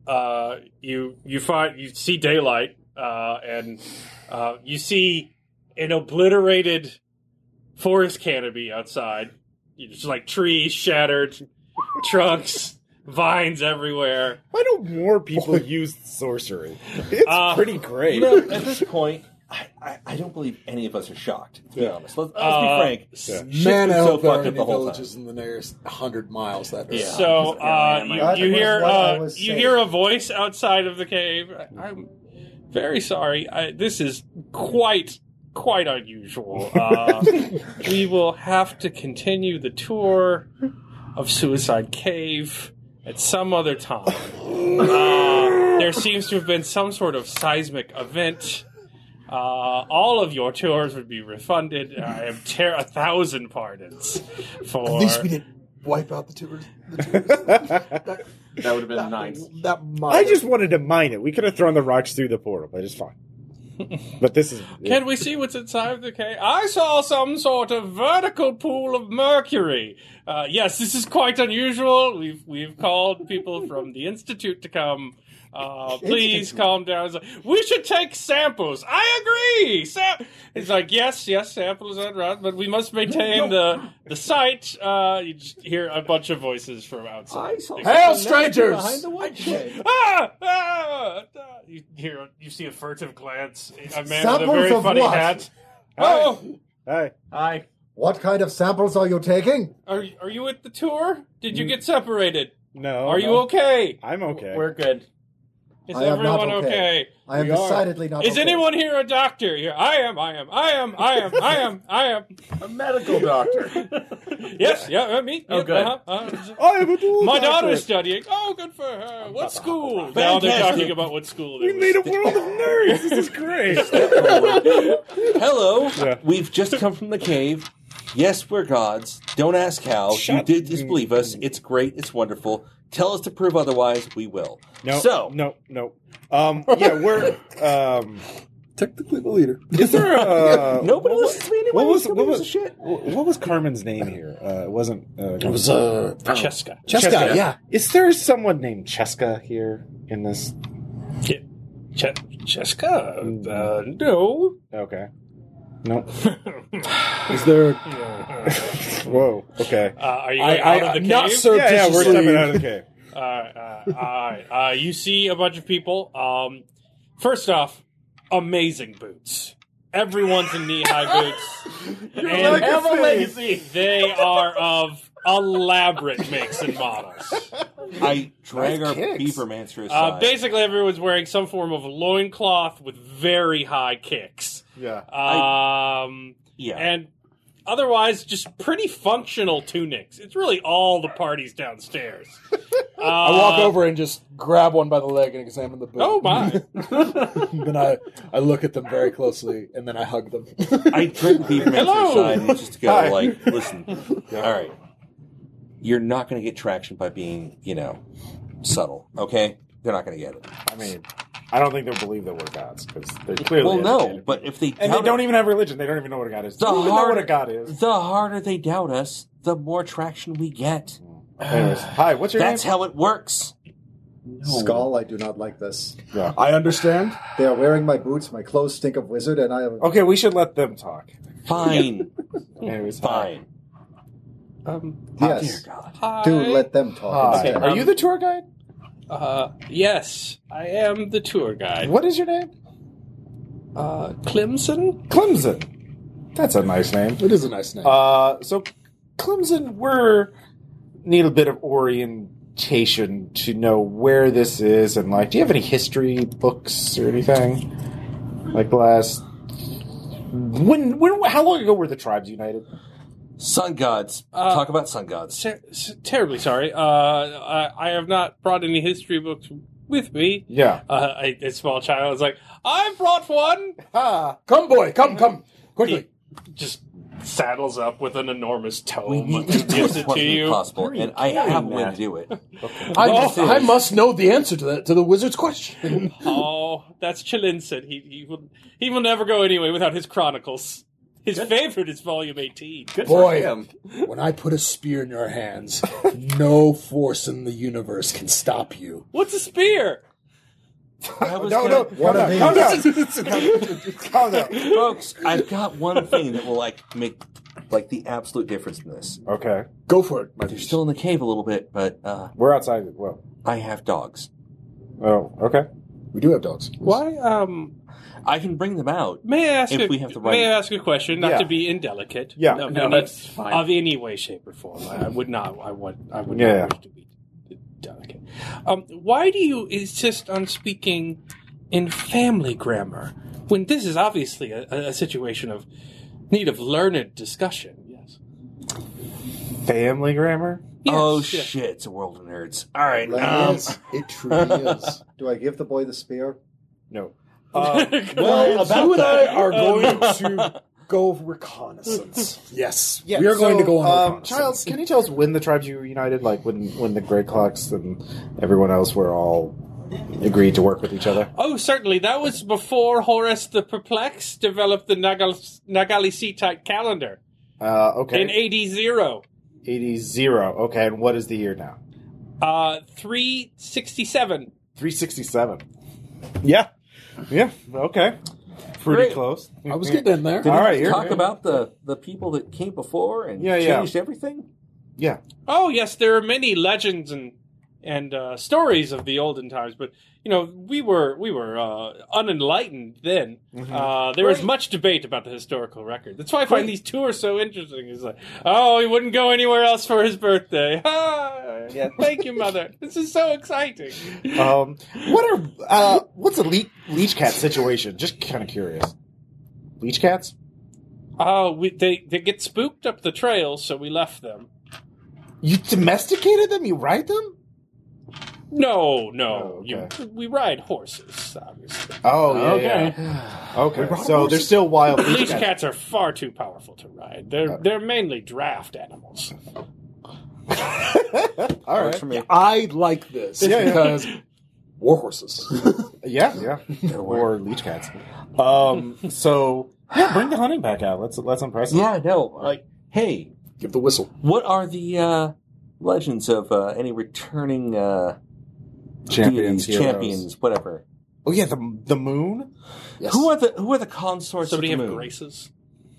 [SPEAKER 3] Uh, you you find you see daylight, uh, and uh, you see an obliterated forest canopy outside. You just like trees shattered, trunks, vines everywhere.
[SPEAKER 1] Why do more people use sorcery? It's
[SPEAKER 3] Uh,
[SPEAKER 1] pretty great.
[SPEAKER 7] you know, at this point, I, I, I don't believe any of us are shocked. To be
[SPEAKER 5] Yeah.
[SPEAKER 7] honest, let's, let's
[SPEAKER 3] Uh,
[SPEAKER 7] be frank.
[SPEAKER 1] yeah.
[SPEAKER 7] Shit's
[SPEAKER 5] Man,
[SPEAKER 7] been
[SPEAKER 5] I
[SPEAKER 7] so
[SPEAKER 5] hope there are
[SPEAKER 7] fucked
[SPEAKER 5] any
[SPEAKER 7] up the whole time.
[SPEAKER 5] villages in the nearest hundred miles that are.
[SPEAKER 7] Yeah.
[SPEAKER 3] So uh,
[SPEAKER 4] That
[SPEAKER 3] you, you
[SPEAKER 4] was
[SPEAKER 3] hear
[SPEAKER 4] what I
[SPEAKER 3] uh,
[SPEAKER 4] was
[SPEAKER 3] you
[SPEAKER 4] saying.
[SPEAKER 3] hear a voice outside of the cave. I- I'm very sorry. I, this is quite quite unusual. Uh, we will have to continue the tour of Suicide Cave at some other time. Uh, there seems to have been some sort of seismic event. Uh, all of your tours would be refunded. I am tear a thousand pardons for
[SPEAKER 5] At least we didn't wipe out the tours. The tours.
[SPEAKER 6] That would have been nice.
[SPEAKER 5] That might
[SPEAKER 1] I just wanted to mine it. We could have thrown the rocks through the portal, but it's fine. But this is
[SPEAKER 3] Can we see what's inside of the cave? I saw some sort of vertical pool of mercury. Uh, yes, this is quite unusual. We've we've called people from the institute to come. Uh, please calm down. It's like, We should take samples. I agree. Sam- it's like yes, yes, samples are right, but we must maintain the the site. Uh, you just hear a bunch of voices from outside.
[SPEAKER 5] Hail, strangers!
[SPEAKER 3] Ah, ah, ah. You hear, you see a furtive glance. A man with a
[SPEAKER 4] Samples
[SPEAKER 3] very
[SPEAKER 4] of
[SPEAKER 3] funny
[SPEAKER 4] what?
[SPEAKER 3] hat. Oh,
[SPEAKER 1] Hey,
[SPEAKER 6] Hi.
[SPEAKER 4] What kind of samples are you taking?
[SPEAKER 3] Are are you at the tour? Did
[SPEAKER 4] Hmm.
[SPEAKER 3] you get separated?
[SPEAKER 1] no.
[SPEAKER 3] are you
[SPEAKER 1] no.
[SPEAKER 3] okay?
[SPEAKER 1] I'm okay.
[SPEAKER 6] We're good.
[SPEAKER 3] Is
[SPEAKER 4] I am not
[SPEAKER 3] everyone okay?
[SPEAKER 4] okay. I am
[SPEAKER 1] We are.
[SPEAKER 4] decidedly not.
[SPEAKER 3] Is
[SPEAKER 4] okay.
[SPEAKER 3] anyone here a doctor? Here, I am. I am. I am. I am. I am. I am.
[SPEAKER 6] A medical doctor.
[SPEAKER 3] Yes. Yeah. uh, Me.
[SPEAKER 6] Oh,
[SPEAKER 3] yeah,
[SPEAKER 6] good.
[SPEAKER 3] uh-huh, uh-huh.
[SPEAKER 1] I am a dual
[SPEAKER 3] My daughter's
[SPEAKER 1] doctorate.
[SPEAKER 3] studying. Oh, good for her. What school? Now they're
[SPEAKER 7] Fantastic.
[SPEAKER 3] talking about what school.
[SPEAKER 1] We
[SPEAKER 3] They
[SPEAKER 1] made a
[SPEAKER 3] were.
[SPEAKER 1] world of nerds. This is great.
[SPEAKER 7] Oh, Hello.
[SPEAKER 1] Yeah.
[SPEAKER 7] We've just come from the cave. Yes, we're gods. Don't ask how.
[SPEAKER 1] Shut-
[SPEAKER 7] you did disbelieve us. It's great. It's wonderful. Tell us to prove otherwise. We will.
[SPEAKER 1] No,
[SPEAKER 7] So-
[SPEAKER 1] no, no. Um, yeah, we're. Um,
[SPEAKER 5] Technically the leader.
[SPEAKER 1] is there a uh,
[SPEAKER 7] Nobody listens to me anyway.
[SPEAKER 1] what was
[SPEAKER 7] Nobody
[SPEAKER 1] what was,
[SPEAKER 7] gives a shit.
[SPEAKER 1] what was Carmen's name here? Uh, it wasn't. Uh,
[SPEAKER 5] It was uh,
[SPEAKER 3] Cheska.
[SPEAKER 5] Cheska.
[SPEAKER 1] Cheska.
[SPEAKER 5] Yeah,
[SPEAKER 1] Is there someone named Cheska here in this?
[SPEAKER 3] Che- Cheska. Uh, no.
[SPEAKER 1] Okay. No.
[SPEAKER 3] Uh,
[SPEAKER 1] is there? Whoa. Okay.
[SPEAKER 3] Uh, are you
[SPEAKER 5] I,
[SPEAKER 3] going
[SPEAKER 5] I,
[SPEAKER 3] out of the
[SPEAKER 5] I'm
[SPEAKER 3] cave?
[SPEAKER 1] Yeah, yeah,
[SPEAKER 5] not
[SPEAKER 1] we're
[SPEAKER 5] surreptitiously.
[SPEAKER 1] stepping out of the cave.
[SPEAKER 3] Alright, alright, alright. Uh, you see a bunch of people. Um, first off, amazing boots. Everyone's in knee high boots. and
[SPEAKER 6] Have a legacy.
[SPEAKER 3] they are of elaborate makes and models.
[SPEAKER 7] I drag
[SPEAKER 5] Nice
[SPEAKER 7] our
[SPEAKER 5] kicks.
[SPEAKER 7] Biebermancer aside.
[SPEAKER 3] Uh, basically, everyone's wearing some form of loincloth with very high kicks.
[SPEAKER 5] yeah.
[SPEAKER 3] Um,
[SPEAKER 7] yeah.
[SPEAKER 3] and otherwise just pretty functional tunics. It's really all the parties downstairs. Uh,
[SPEAKER 5] I walk
[SPEAKER 7] Uh,
[SPEAKER 5] over and just grab one by the leg and examine the boot.
[SPEAKER 3] Oh my!
[SPEAKER 5] then I, I look at them very closely and then I hug them.
[SPEAKER 7] I drag the Biebermancer
[SPEAKER 3] Hello.
[SPEAKER 7] aside and just go
[SPEAKER 5] Hi.
[SPEAKER 7] like, listen, all right. You're not going to get traction by being, you know, subtle. Okay, they're not going to get it.
[SPEAKER 1] I mean, I don't think they'll believe that we're gods because they're clearly.
[SPEAKER 7] Well, no,
[SPEAKER 1] educated.
[SPEAKER 7] but if they
[SPEAKER 1] And
[SPEAKER 7] doubt
[SPEAKER 1] they don't
[SPEAKER 7] it-
[SPEAKER 1] even have religion. They don't even know what a god is. They
[SPEAKER 7] The
[SPEAKER 1] don't even know
[SPEAKER 7] hard-
[SPEAKER 1] what a god is.
[SPEAKER 7] the harder they doubt us, the more traction we get.
[SPEAKER 1] Anyways, hi. What's your
[SPEAKER 7] That's
[SPEAKER 1] name?
[SPEAKER 7] how it works.
[SPEAKER 4] Skull, I do not like this.
[SPEAKER 5] I understand.
[SPEAKER 4] They are wearing my boots. My clothes stink of wizard, and I
[SPEAKER 5] Oh,
[SPEAKER 4] am.
[SPEAKER 1] okay, we should let them talk.
[SPEAKER 7] Fine,
[SPEAKER 1] Anyways, hi.
[SPEAKER 7] fine.
[SPEAKER 3] Um,
[SPEAKER 4] Yes,
[SPEAKER 7] God.
[SPEAKER 4] do
[SPEAKER 3] hi.
[SPEAKER 4] let them talk.
[SPEAKER 1] Hi.
[SPEAKER 4] instead.
[SPEAKER 1] Are you the tour guide?
[SPEAKER 3] Uh, yes, I am the tour guide.
[SPEAKER 1] What is your name?
[SPEAKER 3] Uh, Clemson?
[SPEAKER 1] Clemson. That's a nice name.
[SPEAKER 5] It is a nice name.
[SPEAKER 1] Uh, so Clemson, we're need a bit of orientation to know where this is and like, do you have any history books or anything? Like the last when when how long ago were the tribes united?
[SPEAKER 7] Sun gods.
[SPEAKER 3] Uh,
[SPEAKER 7] Talk about sun gods.
[SPEAKER 3] Ter- s- terribly sorry. Uh, I, I have not brought any history books with me.
[SPEAKER 1] Yeah.
[SPEAKER 3] Uh, I, a small child is like, I brought one!
[SPEAKER 1] Ah,
[SPEAKER 5] come, boy, come, come, quickly.
[SPEAKER 3] Just saddles up with an enormous
[SPEAKER 7] We
[SPEAKER 3] tome
[SPEAKER 7] need
[SPEAKER 3] and
[SPEAKER 7] to do
[SPEAKER 3] gives
[SPEAKER 7] as
[SPEAKER 3] it
[SPEAKER 7] much
[SPEAKER 3] to
[SPEAKER 7] as
[SPEAKER 3] you.
[SPEAKER 7] possible, and I have a way to do it.
[SPEAKER 5] I,
[SPEAKER 7] Oh.
[SPEAKER 5] I must know the answer to that to the wizard's question.
[SPEAKER 3] Oh, that's Chilinson. He, he, will, he will never go anyway without his chronicles. His favorite is volume 18.
[SPEAKER 6] Good for
[SPEAKER 5] Boy.
[SPEAKER 6] him.
[SPEAKER 5] when I put a spear in your hands, no force in the universe can stop you.
[SPEAKER 3] What's a spear?
[SPEAKER 7] I was
[SPEAKER 1] no,
[SPEAKER 7] gonna-
[SPEAKER 1] no,
[SPEAKER 4] What are
[SPEAKER 1] calm down,
[SPEAKER 4] these?
[SPEAKER 7] Oh,
[SPEAKER 1] calm down. Calm down.
[SPEAKER 7] folks, I've got one thing that will like make like the absolute difference in this.
[SPEAKER 1] Okay,
[SPEAKER 5] Go for it. my
[SPEAKER 7] They're
[SPEAKER 5] dude.
[SPEAKER 7] still in the cave a little bit, but uh,
[SPEAKER 1] we're outside. Well,
[SPEAKER 7] I have dogs.
[SPEAKER 1] oh, okay.
[SPEAKER 5] we do have dogs.
[SPEAKER 3] Why, um,
[SPEAKER 7] I can bring them out.
[SPEAKER 3] May I ask?
[SPEAKER 7] If
[SPEAKER 3] a,
[SPEAKER 7] we have the
[SPEAKER 3] may
[SPEAKER 7] right-
[SPEAKER 3] I ask a question? Not
[SPEAKER 1] Yeah.
[SPEAKER 3] to be indelicate.
[SPEAKER 1] Yeah.
[SPEAKER 3] Of,
[SPEAKER 6] No,
[SPEAKER 3] any,
[SPEAKER 6] that's fine.
[SPEAKER 3] of any way, shape, or form. I I would not. I would. I would
[SPEAKER 1] Yeah.
[SPEAKER 3] not wish to be delicate. Um, why do you insist on speaking in family grammar when this is obviously a, a a situation of need of learned discussion? Yes.
[SPEAKER 1] Family grammar?
[SPEAKER 3] Yes,
[SPEAKER 7] oh
[SPEAKER 3] yes.
[SPEAKER 7] shit! It's a world of nerds. All right.
[SPEAKER 4] Like
[SPEAKER 7] Um,
[SPEAKER 4] this?
[SPEAKER 5] It truly is.
[SPEAKER 4] Do I give the boy the spear?
[SPEAKER 1] No.
[SPEAKER 5] Uh,
[SPEAKER 1] Um,
[SPEAKER 5] Well, about you and I are going
[SPEAKER 7] Uh,
[SPEAKER 5] to go reconnaissance. Yes,
[SPEAKER 1] Yeah,
[SPEAKER 5] we are going
[SPEAKER 1] so,
[SPEAKER 5] to go on
[SPEAKER 1] Um,
[SPEAKER 5] reconnaissance.
[SPEAKER 1] Childs, can you tell us when the tribes you were united? Like when when the Grey Clocks and everyone else were all agreed to work with each other?
[SPEAKER 3] Oh, certainly. That was before Horace the Perplex developed the Nagal- Nagali calendar
[SPEAKER 1] Uh, okay,
[SPEAKER 3] in AD zero,
[SPEAKER 1] eighty zero. Okay, and what is the year now?
[SPEAKER 3] uh, three sixty seven.
[SPEAKER 1] Three sixty seven. Yeah, yeah. Okay, pretty
[SPEAKER 7] Great.
[SPEAKER 1] close.
[SPEAKER 5] I was getting um, in there.
[SPEAKER 1] All right, here.
[SPEAKER 7] talk about the the people that came before and
[SPEAKER 1] Yeah, yeah.
[SPEAKER 7] changed everything.
[SPEAKER 1] Yeah,
[SPEAKER 3] Oh yes, there are many legends and and uh, stories of the olden times, but you know we were we were uh, unenlightened then.
[SPEAKER 1] Mm-hmm.
[SPEAKER 3] Uh, there was much debate about the historical record. That's why I find these two are so interesting. It's like, oh, he wouldn't go anywhere else for his birthday. Ah, yeah, thank you, mother. this is so exciting.
[SPEAKER 1] Um, what are uh, what's a le- leech cat situation? Just kind of curious. Leech cats?
[SPEAKER 3] Oh, we, they they get spooked up the trail, so we left them.
[SPEAKER 1] You domesticated them? You ride them?
[SPEAKER 3] No, no,
[SPEAKER 1] Oh,
[SPEAKER 3] you,
[SPEAKER 1] okay.
[SPEAKER 3] we ride horses, obviously.
[SPEAKER 1] Oh, yeah,
[SPEAKER 6] Okay.
[SPEAKER 1] yeah. Okay. So they're still wild
[SPEAKER 3] Leash
[SPEAKER 1] leech cats.
[SPEAKER 3] cats are far too powerful to ride. They're they're mainly draft animals.
[SPEAKER 1] All
[SPEAKER 5] Works
[SPEAKER 1] right.
[SPEAKER 5] for me. I like this
[SPEAKER 1] Yeah, yeah.
[SPEAKER 7] Uh,
[SPEAKER 5] because war horses.
[SPEAKER 1] Yeah, yeah. or leech cats. Um, so yeah, bring the hunting back out. Let's let's impress them.
[SPEAKER 7] Yeah, no. Like, hey,
[SPEAKER 5] Give the whistle.
[SPEAKER 7] what are the uh, legends of uh, any returning uh,
[SPEAKER 1] Champions,
[SPEAKER 7] deities,
[SPEAKER 1] heroes.
[SPEAKER 7] champions, whatever?
[SPEAKER 1] Oh yeah, the the moon.
[SPEAKER 5] Yes.
[SPEAKER 7] Who are the who are the consorts
[SPEAKER 3] Somebody
[SPEAKER 7] of
[SPEAKER 3] have
[SPEAKER 7] the moon?
[SPEAKER 3] graces?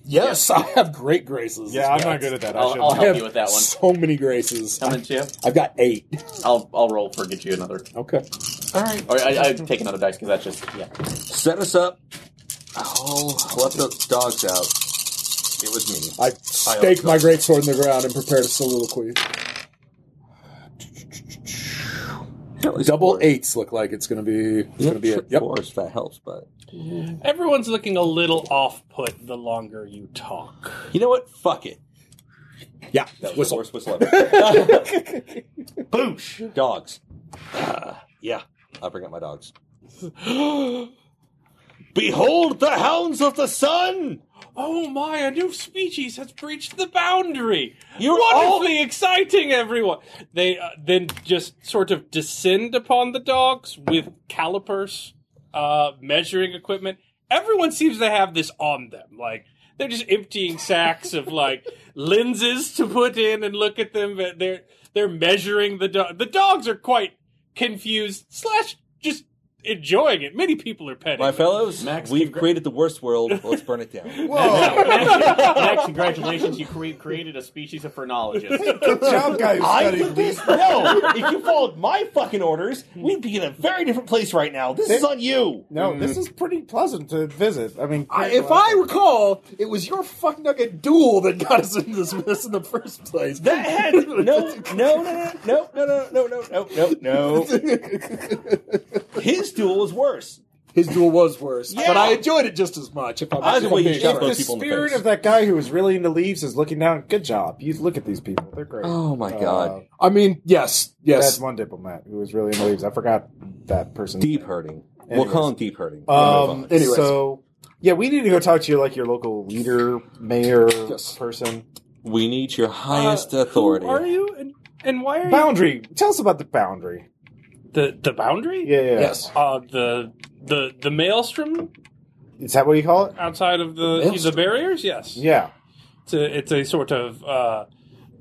[SPEAKER 5] Yes, I have great graces.
[SPEAKER 1] Yeah, I'm not good at that. I
[SPEAKER 6] I'll-
[SPEAKER 1] should.
[SPEAKER 6] I'll
[SPEAKER 5] I
[SPEAKER 6] help
[SPEAKER 5] have
[SPEAKER 6] you with that one.
[SPEAKER 5] So many graces.
[SPEAKER 6] How much you have?
[SPEAKER 5] I've got eight.
[SPEAKER 6] I'll I'll roll for get you another.
[SPEAKER 5] Okay.
[SPEAKER 7] All right,
[SPEAKER 6] Or I, I take another dice because that's just yeah.
[SPEAKER 7] set us up. Oh, I left the dogs out. It was me.
[SPEAKER 5] I stake my great sword in the ground and prepare to soliloquy. Double eights look like it's going to be. It's going to be it. Yep.
[SPEAKER 7] Four, if that helps, but
[SPEAKER 3] Everyone's looking a little off put the longer you talk.
[SPEAKER 7] you know what? Fuck it.
[SPEAKER 5] Yeah.
[SPEAKER 7] That was the
[SPEAKER 5] Whistle.
[SPEAKER 7] worst whistle ever. Boosh. Dogs. Uh, yeah, I'll bring out my dogs.
[SPEAKER 3] Oh
[SPEAKER 7] Behold the hounds of the sun!
[SPEAKER 3] Oh my, a new species has breached the boundary.
[SPEAKER 7] You're
[SPEAKER 3] Wonderfully exciting, everyone. They uh, then just sort of descend upon the dogs with calipers, uh, measuring equipment. Everyone seems to have this on them. Like they're just emptying sacks of like lenses to put in and look at them. but They're they're measuring the dog. The dogs are quite confused slash just enjoying it. Many people are petting.
[SPEAKER 7] My
[SPEAKER 3] them.
[SPEAKER 7] fellows,
[SPEAKER 6] Max,
[SPEAKER 7] we've
[SPEAKER 6] congra-
[SPEAKER 7] created the worst world. Let's burn it down.
[SPEAKER 1] Whoa!
[SPEAKER 6] Max, congratulations! You cre- created a species of phrenologist.
[SPEAKER 1] Good job, guys. studying these.
[SPEAKER 7] no, if you followed my fucking orders, we'd be in a very different place right now. This
[SPEAKER 1] is
[SPEAKER 7] on you.
[SPEAKER 1] No, this is pretty pleasant to visit. Mm. I mean,
[SPEAKER 5] I, if I recall, it was your fuck nugget duel that got us into this mess in the first place.
[SPEAKER 7] That had no, no, no, no, no, no, no, no, no, no, no. His duel was worse.
[SPEAKER 5] His duel was worse,
[SPEAKER 7] Yeah.
[SPEAKER 5] but I enjoyed it just as much. If I'm,
[SPEAKER 7] Either
[SPEAKER 5] if
[SPEAKER 7] way,
[SPEAKER 5] I'm
[SPEAKER 7] you
[SPEAKER 5] being
[SPEAKER 7] shot
[SPEAKER 5] honest.
[SPEAKER 7] those
[SPEAKER 1] the
[SPEAKER 7] people in the
[SPEAKER 1] spirit
[SPEAKER 7] face.
[SPEAKER 1] of that guy who was really into leaves is looking down. Good job. You look at these people; they're great.
[SPEAKER 7] Oh my God.
[SPEAKER 5] I mean, yes,
[SPEAKER 1] That's
[SPEAKER 5] yes.
[SPEAKER 1] one diplomat who was really into leaves. I forgot that person.
[SPEAKER 7] Deep hurting. We'll
[SPEAKER 1] Anyways.
[SPEAKER 7] call him deep hurting.
[SPEAKER 1] Um,
[SPEAKER 5] Anyways.
[SPEAKER 1] so yeah, we need to go talk to your like your local leader, mayor,
[SPEAKER 5] Yes.
[SPEAKER 1] person.
[SPEAKER 7] we need your highest authority.
[SPEAKER 3] Who are you and, and why are you
[SPEAKER 1] Boundary. Tell us about the boundary.
[SPEAKER 3] the the boundary?
[SPEAKER 1] Yeah, yeah.
[SPEAKER 5] Yes.
[SPEAKER 3] Uh, the the the maelstrom
[SPEAKER 1] Is that what you call it?
[SPEAKER 3] outside of the the,
[SPEAKER 5] Maelstrom?
[SPEAKER 3] barriers. Yes,
[SPEAKER 1] Yeah.
[SPEAKER 3] it's a it's a sort of uh,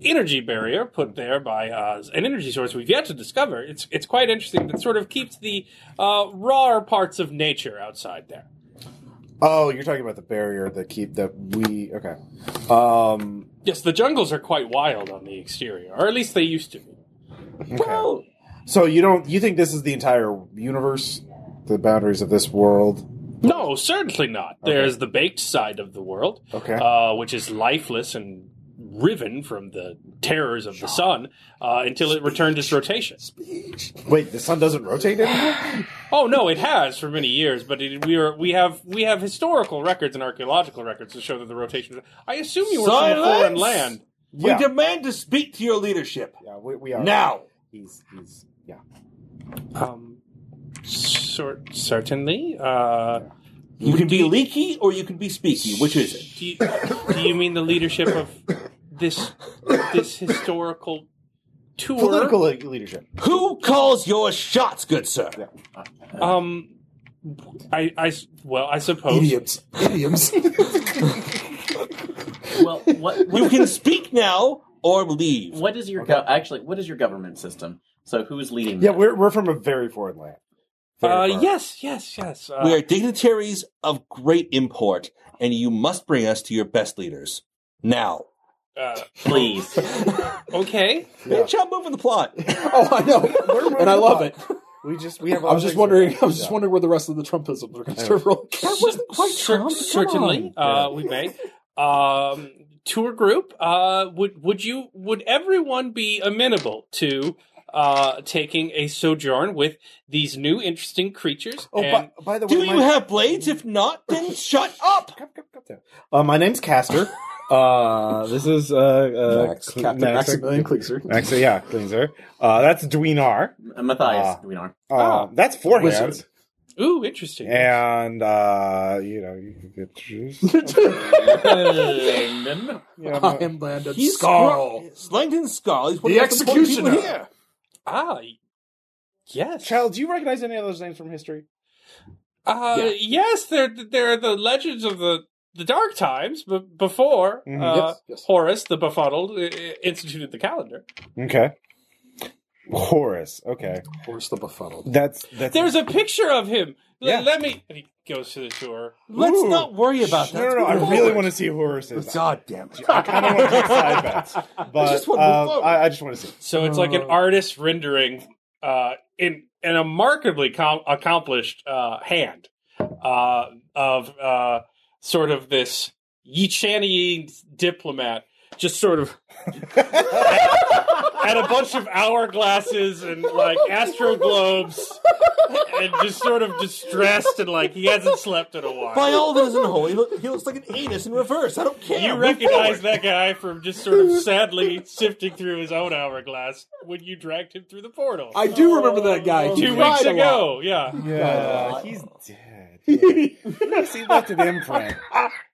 [SPEAKER 3] energy barrier put there by uh, an energy source we've yet to discover. It's it's quite interesting that sort of keeps the uh, rawer parts of nature outside there.
[SPEAKER 1] Oh, you're talking about the barrier that keep that we okay. Um,
[SPEAKER 3] Yes, the jungles are quite wild on the exterior, or at least they used to. be.
[SPEAKER 1] okay. So you don't you think this is the entire universe, the boundaries of this world?
[SPEAKER 3] No, certainly not. There's the baked side of the world,
[SPEAKER 1] Okay.
[SPEAKER 3] uh, which is lifeless and riven from the terrors of the sun uh, until it returned its rotation.
[SPEAKER 1] Wait, the sun doesn't rotate anymore?
[SPEAKER 3] Oh no, it has for many years, but it, we are we have we have historical records and archaeological records to show that the rotation. I assume you were from a foreign
[SPEAKER 7] Silence!
[SPEAKER 3] land.
[SPEAKER 1] Yeah.
[SPEAKER 7] We demand to speak to your leadership
[SPEAKER 1] Yeah, we, we are.
[SPEAKER 7] now.
[SPEAKER 1] He's, he's, yeah.
[SPEAKER 3] Um, sort certainly. Uh,
[SPEAKER 7] You can be leaky or you can be speaky. Which is it?
[SPEAKER 3] do you, do you mean the leadership of this this historical tour?
[SPEAKER 1] Political le- leadership.
[SPEAKER 7] Who calls your shots, good sir?
[SPEAKER 3] Um, I, I s- well, I suppose.
[SPEAKER 5] Idioms. Idioms.
[SPEAKER 6] Well, what,
[SPEAKER 7] You
[SPEAKER 6] what,
[SPEAKER 7] can speak now or leave.
[SPEAKER 6] what is your go- actually? What is your government system? So who is leading?
[SPEAKER 1] Yeah,
[SPEAKER 6] that?
[SPEAKER 1] we're, we're from a very foreign land. Very
[SPEAKER 3] Uh,
[SPEAKER 1] foreign.
[SPEAKER 3] yes, yes, yes. Uh,
[SPEAKER 7] We are dignitaries of great import, and you must bring us to your best leaders. Now.
[SPEAKER 3] uh,
[SPEAKER 6] please.
[SPEAKER 3] okay.
[SPEAKER 7] Bitch, I'm moving the plot.
[SPEAKER 5] oh, I know. and I love it.
[SPEAKER 1] We just, we have
[SPEAKER 5] I was just
[SPEAKER 1] things
[SPEAKER 5] wondering.
[SPEAKER 1] like
[SPEAKER 5] I was just
[SPEAKER 1] that.
[SPEAKER 5] wondering where the rest of the Trumpisms were going to start rolling.
[SPEAKER 7] That wasn't quite
[SPEAKER 3] Cer-
[SPEAKER 7] Trump.
[SPEAKER 3] certainly, uh, we may. Um, tour group. Uh, would would you? Would everyone be amenable to uh taking a sojourn with these new interesting creatures?
[SPEAKER 1] Oh,
[SPEAKER 3] and
[SPEAKER 1] by, by the way,
[SPEAKER 7] Do
[SPEAKER 1] my,
[SPEAKER 7] you have blades? If not, then shut up.
[SPEAKER 1] Come, come, come down. Uh, my name's Caster. Uh, this is uh, uh,
[SPEAKER 5] Max,
[SPEAKER 1] Cl-
[SPEAKER 5] Captain
[SPEAKER 1] Max,
[SPEAKER 5] Max,
[SPEAKER 1] Max,
[SPEAKER 5] Cleaser.
[SPEAKER 1] yeah, Cleanser. Uh, that's Dwinar.
[SPEAKER 6] Matthias,
[SPEAKER 1] Ah.
[SPEAKER 6] we are.
[SPEAKER 1] Uh, that's four
[SPEAKER 5] Wizard.
[SPEAKER 1] hands.
[SPEAKER 3] ooh, interesting.
[SPEAKER 1] And uh, you know, you could get juice.
[SPEAKER 6] Langdon.
[SPEAKER 1] Yeah,
[SPEAKER 5] I
[SPEAKER 1] no.
[SPEAKER 5] am Landon
[SPEAKER 7] He's
[SPEAKER 5] Scarl,
[SPEAKER 7] Scar- Langdon Scarl. He's one
[SPEAKER 5] the
[SPEAKER 7] of the most important people
[SPEAKER 5] executioner.
[SPEAKER 7] here.
[SPEAKER 3] Ah, y- yes.
[SPEAKER 1] Child, do you recognize any of those names from history?
[SPEAKER 3] Uh,
[SPEAKER 7] Yeah.
[SPEAKER 3] yes, there there are the legends of the the dark times, but before
[SPEAKER 1] Mhm.
[SPEAKER 3] uh,
[SPEAKER 5] Yes, yes.
[SPEAKER 3] Horus the befuddled uh, instituted the calendar.
[SPEAKER 1] Okay, Horus. Okay,
[SPEAKER 5] Horse the befuddled.
[SPEAKER 1] that's that's.
[SPEAKER 3] There's a picture of him. L-
[SPEAKER 1] Yeah.
[SPEAKER 3] Let me. And he goes to the tour.
[SPEAKER 7] Let's
[SPEAKER 1] Ooh.
[SPEAKER 7] not worry about that.
[SPEAKER 1] no, no, no. I
[SPEAKER 7] Let's move
[SPEAKER 1] really
[SPEAKER 7] forward.
[SPEAKER 1] want to see who Horus is. I
[SPEAKER 5] God damn it!
[SPEAKER 1] kind of want to take side bets, but
[SPEAKER 5] just wanna move
[SPEAKER 1] uh,
[SPEAKER 5] forward.
[SPEAKER 1] I, I just want to see.
[SPEAKER 3] So it's like an artist rendering uh, in in a markedly com- accomplished uh, hand uh, of uh, sort of this Yichanian diplomat, just sort of and a bunch of hourglasses and like astro globes and just sort of distressed and like he hasn't slept in a
[SPEAKER 7] By
[SPEAKER 3] while.
[SPEAKER 7] all that isn't holy, look, he looks like an anus in reverse. I don't care.
[SPEAKER 3] You
[SPEAKER 7] Move
[SPEAKER 3] recognize
[SPEAKER 7] forward.
[SPEAKER 3] that guy from just sort of sadly sifting through his own hourglass when you dragged him through the portal.
[SPEAKER 5] I do remember that
[SPEAKER 10] Oh,
[SPEAKER 5] guy. He
[SPEAKER 3] two weeks
[SPEAKER 5] cried a lot.
[SPEAKER 3] ago. Yeah.
[SPEAKER 1] Yeah, he's dead. Yeah. he left an imprint.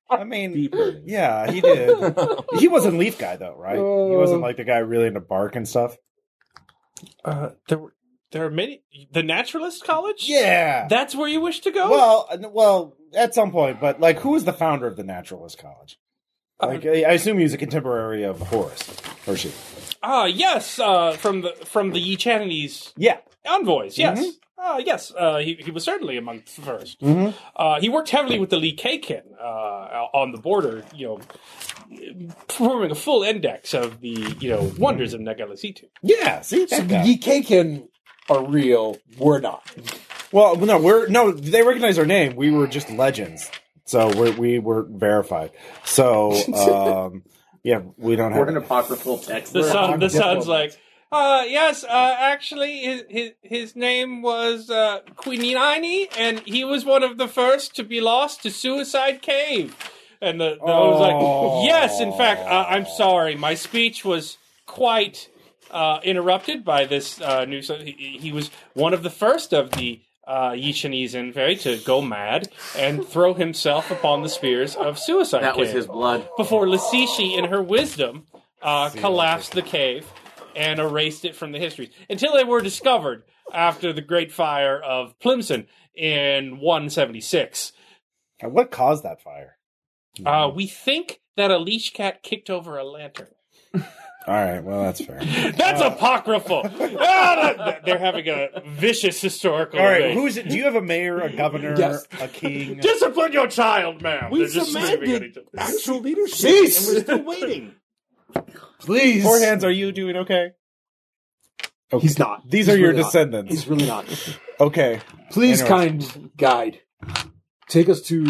[SPEAKER 1] I mean,
[SPEAKER 7] Deep hurting.
[SPEAKER 1] yeah, he did. He wasn't Leaf guy though, right? he wasn't like the guy really into bark and stuff.
[SPEAKER 3] Uh, there, were- there are many. The Naturalist College.
[SPEAKER 1] Yeah.
[SPEAKER 3] That's where you wish to go.
[SPEAKER 1] well, n- well, at some point, but like, who was the founder of the Naturalist College? Like, I I assume he was a contemporary of Horace or she.
[SPEAKER 3] Ah, yes. Uh, from the from the Yichanese
[SPEAKER 1] Yeah.
[SPEAKER 3] envoys. Yes.
[SPEAKER 5] Mm-hmm.
[SPEAKER 3] Ah, yes. Uh, he he was certainly amongst the 1st
[SPEAKER 1] Mhm.
[SPEAKER 5] Mm-hmm.
[SPEAKER 3] Uh, he worked heavily with the Li Kekin uh, on the border. You know, performing a full index of the you know wonders of Nagalasitu.
[SPEAKER 1] Yeah. See,
[SPEAKER 5] So
[SPEAKER 1] that
[SPEAKER 5] the
[SPEAKER 1] guy.
[SPEAKER 5] Yikakin are real. We're not.
[SPEAKER 1] Well, no, we're no. They recognize our name. We were just legends, so we we were verified. So, um, yeah, we don't have.
[SPEAKER 6] We're an apocryphal text.
[SPEAKER 3] The son, the
[SPEAKER 1] I'm different.
[SPEAKER 3] son's like, uh, yes, uh, actually, his, his his name was uh, Quinini, and he was one of the first to be lost to Suicide Cave. And the, the I
[SPEAKER 1] Oh.
[SPEAKER 3] was like, yes, in fact, uh, I'm sorry, my speech was quite uh, interrupted by this uh, new son. He, he- he was one of the first of the. Uh, Yichinese Envy to go mad and throw himself upon the spears of suicide.
[SPEAKER 6] That was
[SPEAKER 3] Cave
[SPEAKER 6] his blood.
[SPEAKER 3] before Lasishi, in her wisdom, uh, collapsed the cave and erased it from the histories until they were discovered after the Great Fire of Plimson in 176.
[SPEAKER 1] And What caused that fire?
[SPEAKER 3] Uh, we think that a leash cat kicked over a lantern.
[SPEAKER 1] All right, well that's fair.
[SPEAKER 3] That's apocryphal. Ah, that- they're having a vicious historical
[SPEAKER 1] All right,
[SPEAKER 3] debate.
[SPEAKER 1] who's it? Do you have a mayor, a governor,
[SPEAKER 5] Yes.
[SPEAKER 1] a king?
[SPEAKER 3] Discipline your child, ma'am.
[SPEAKER 7] We
[SPEAKER 3] They're just screaming at each
[SPEAKER 7] demanded
[SPEAKER 3] other.
[SPEAKER 7] actual leadership,
[SPEAKER 5] Cease!
[SPEAKER 7] and we're still waiting.
[SPEAKER 5] Please.
[SPEAKER 1] Four hands, are you doing okay?
[SPEAKER 5] He's not.
[SPEAKER 1] These
[SPEAKER 5] He's
[SPEAKER 1] are your
[SPEAKER 5] really not.
[SPEAKER 1] descendants.
[SPEAKER 5] He's really not.
[SPEAKER 1] Okay.
[SPEAKER 5] Please,
[SPEAKER 1] Anyway.
[SPEAKER 5] kind guide.
[SPEAKER 10] take us to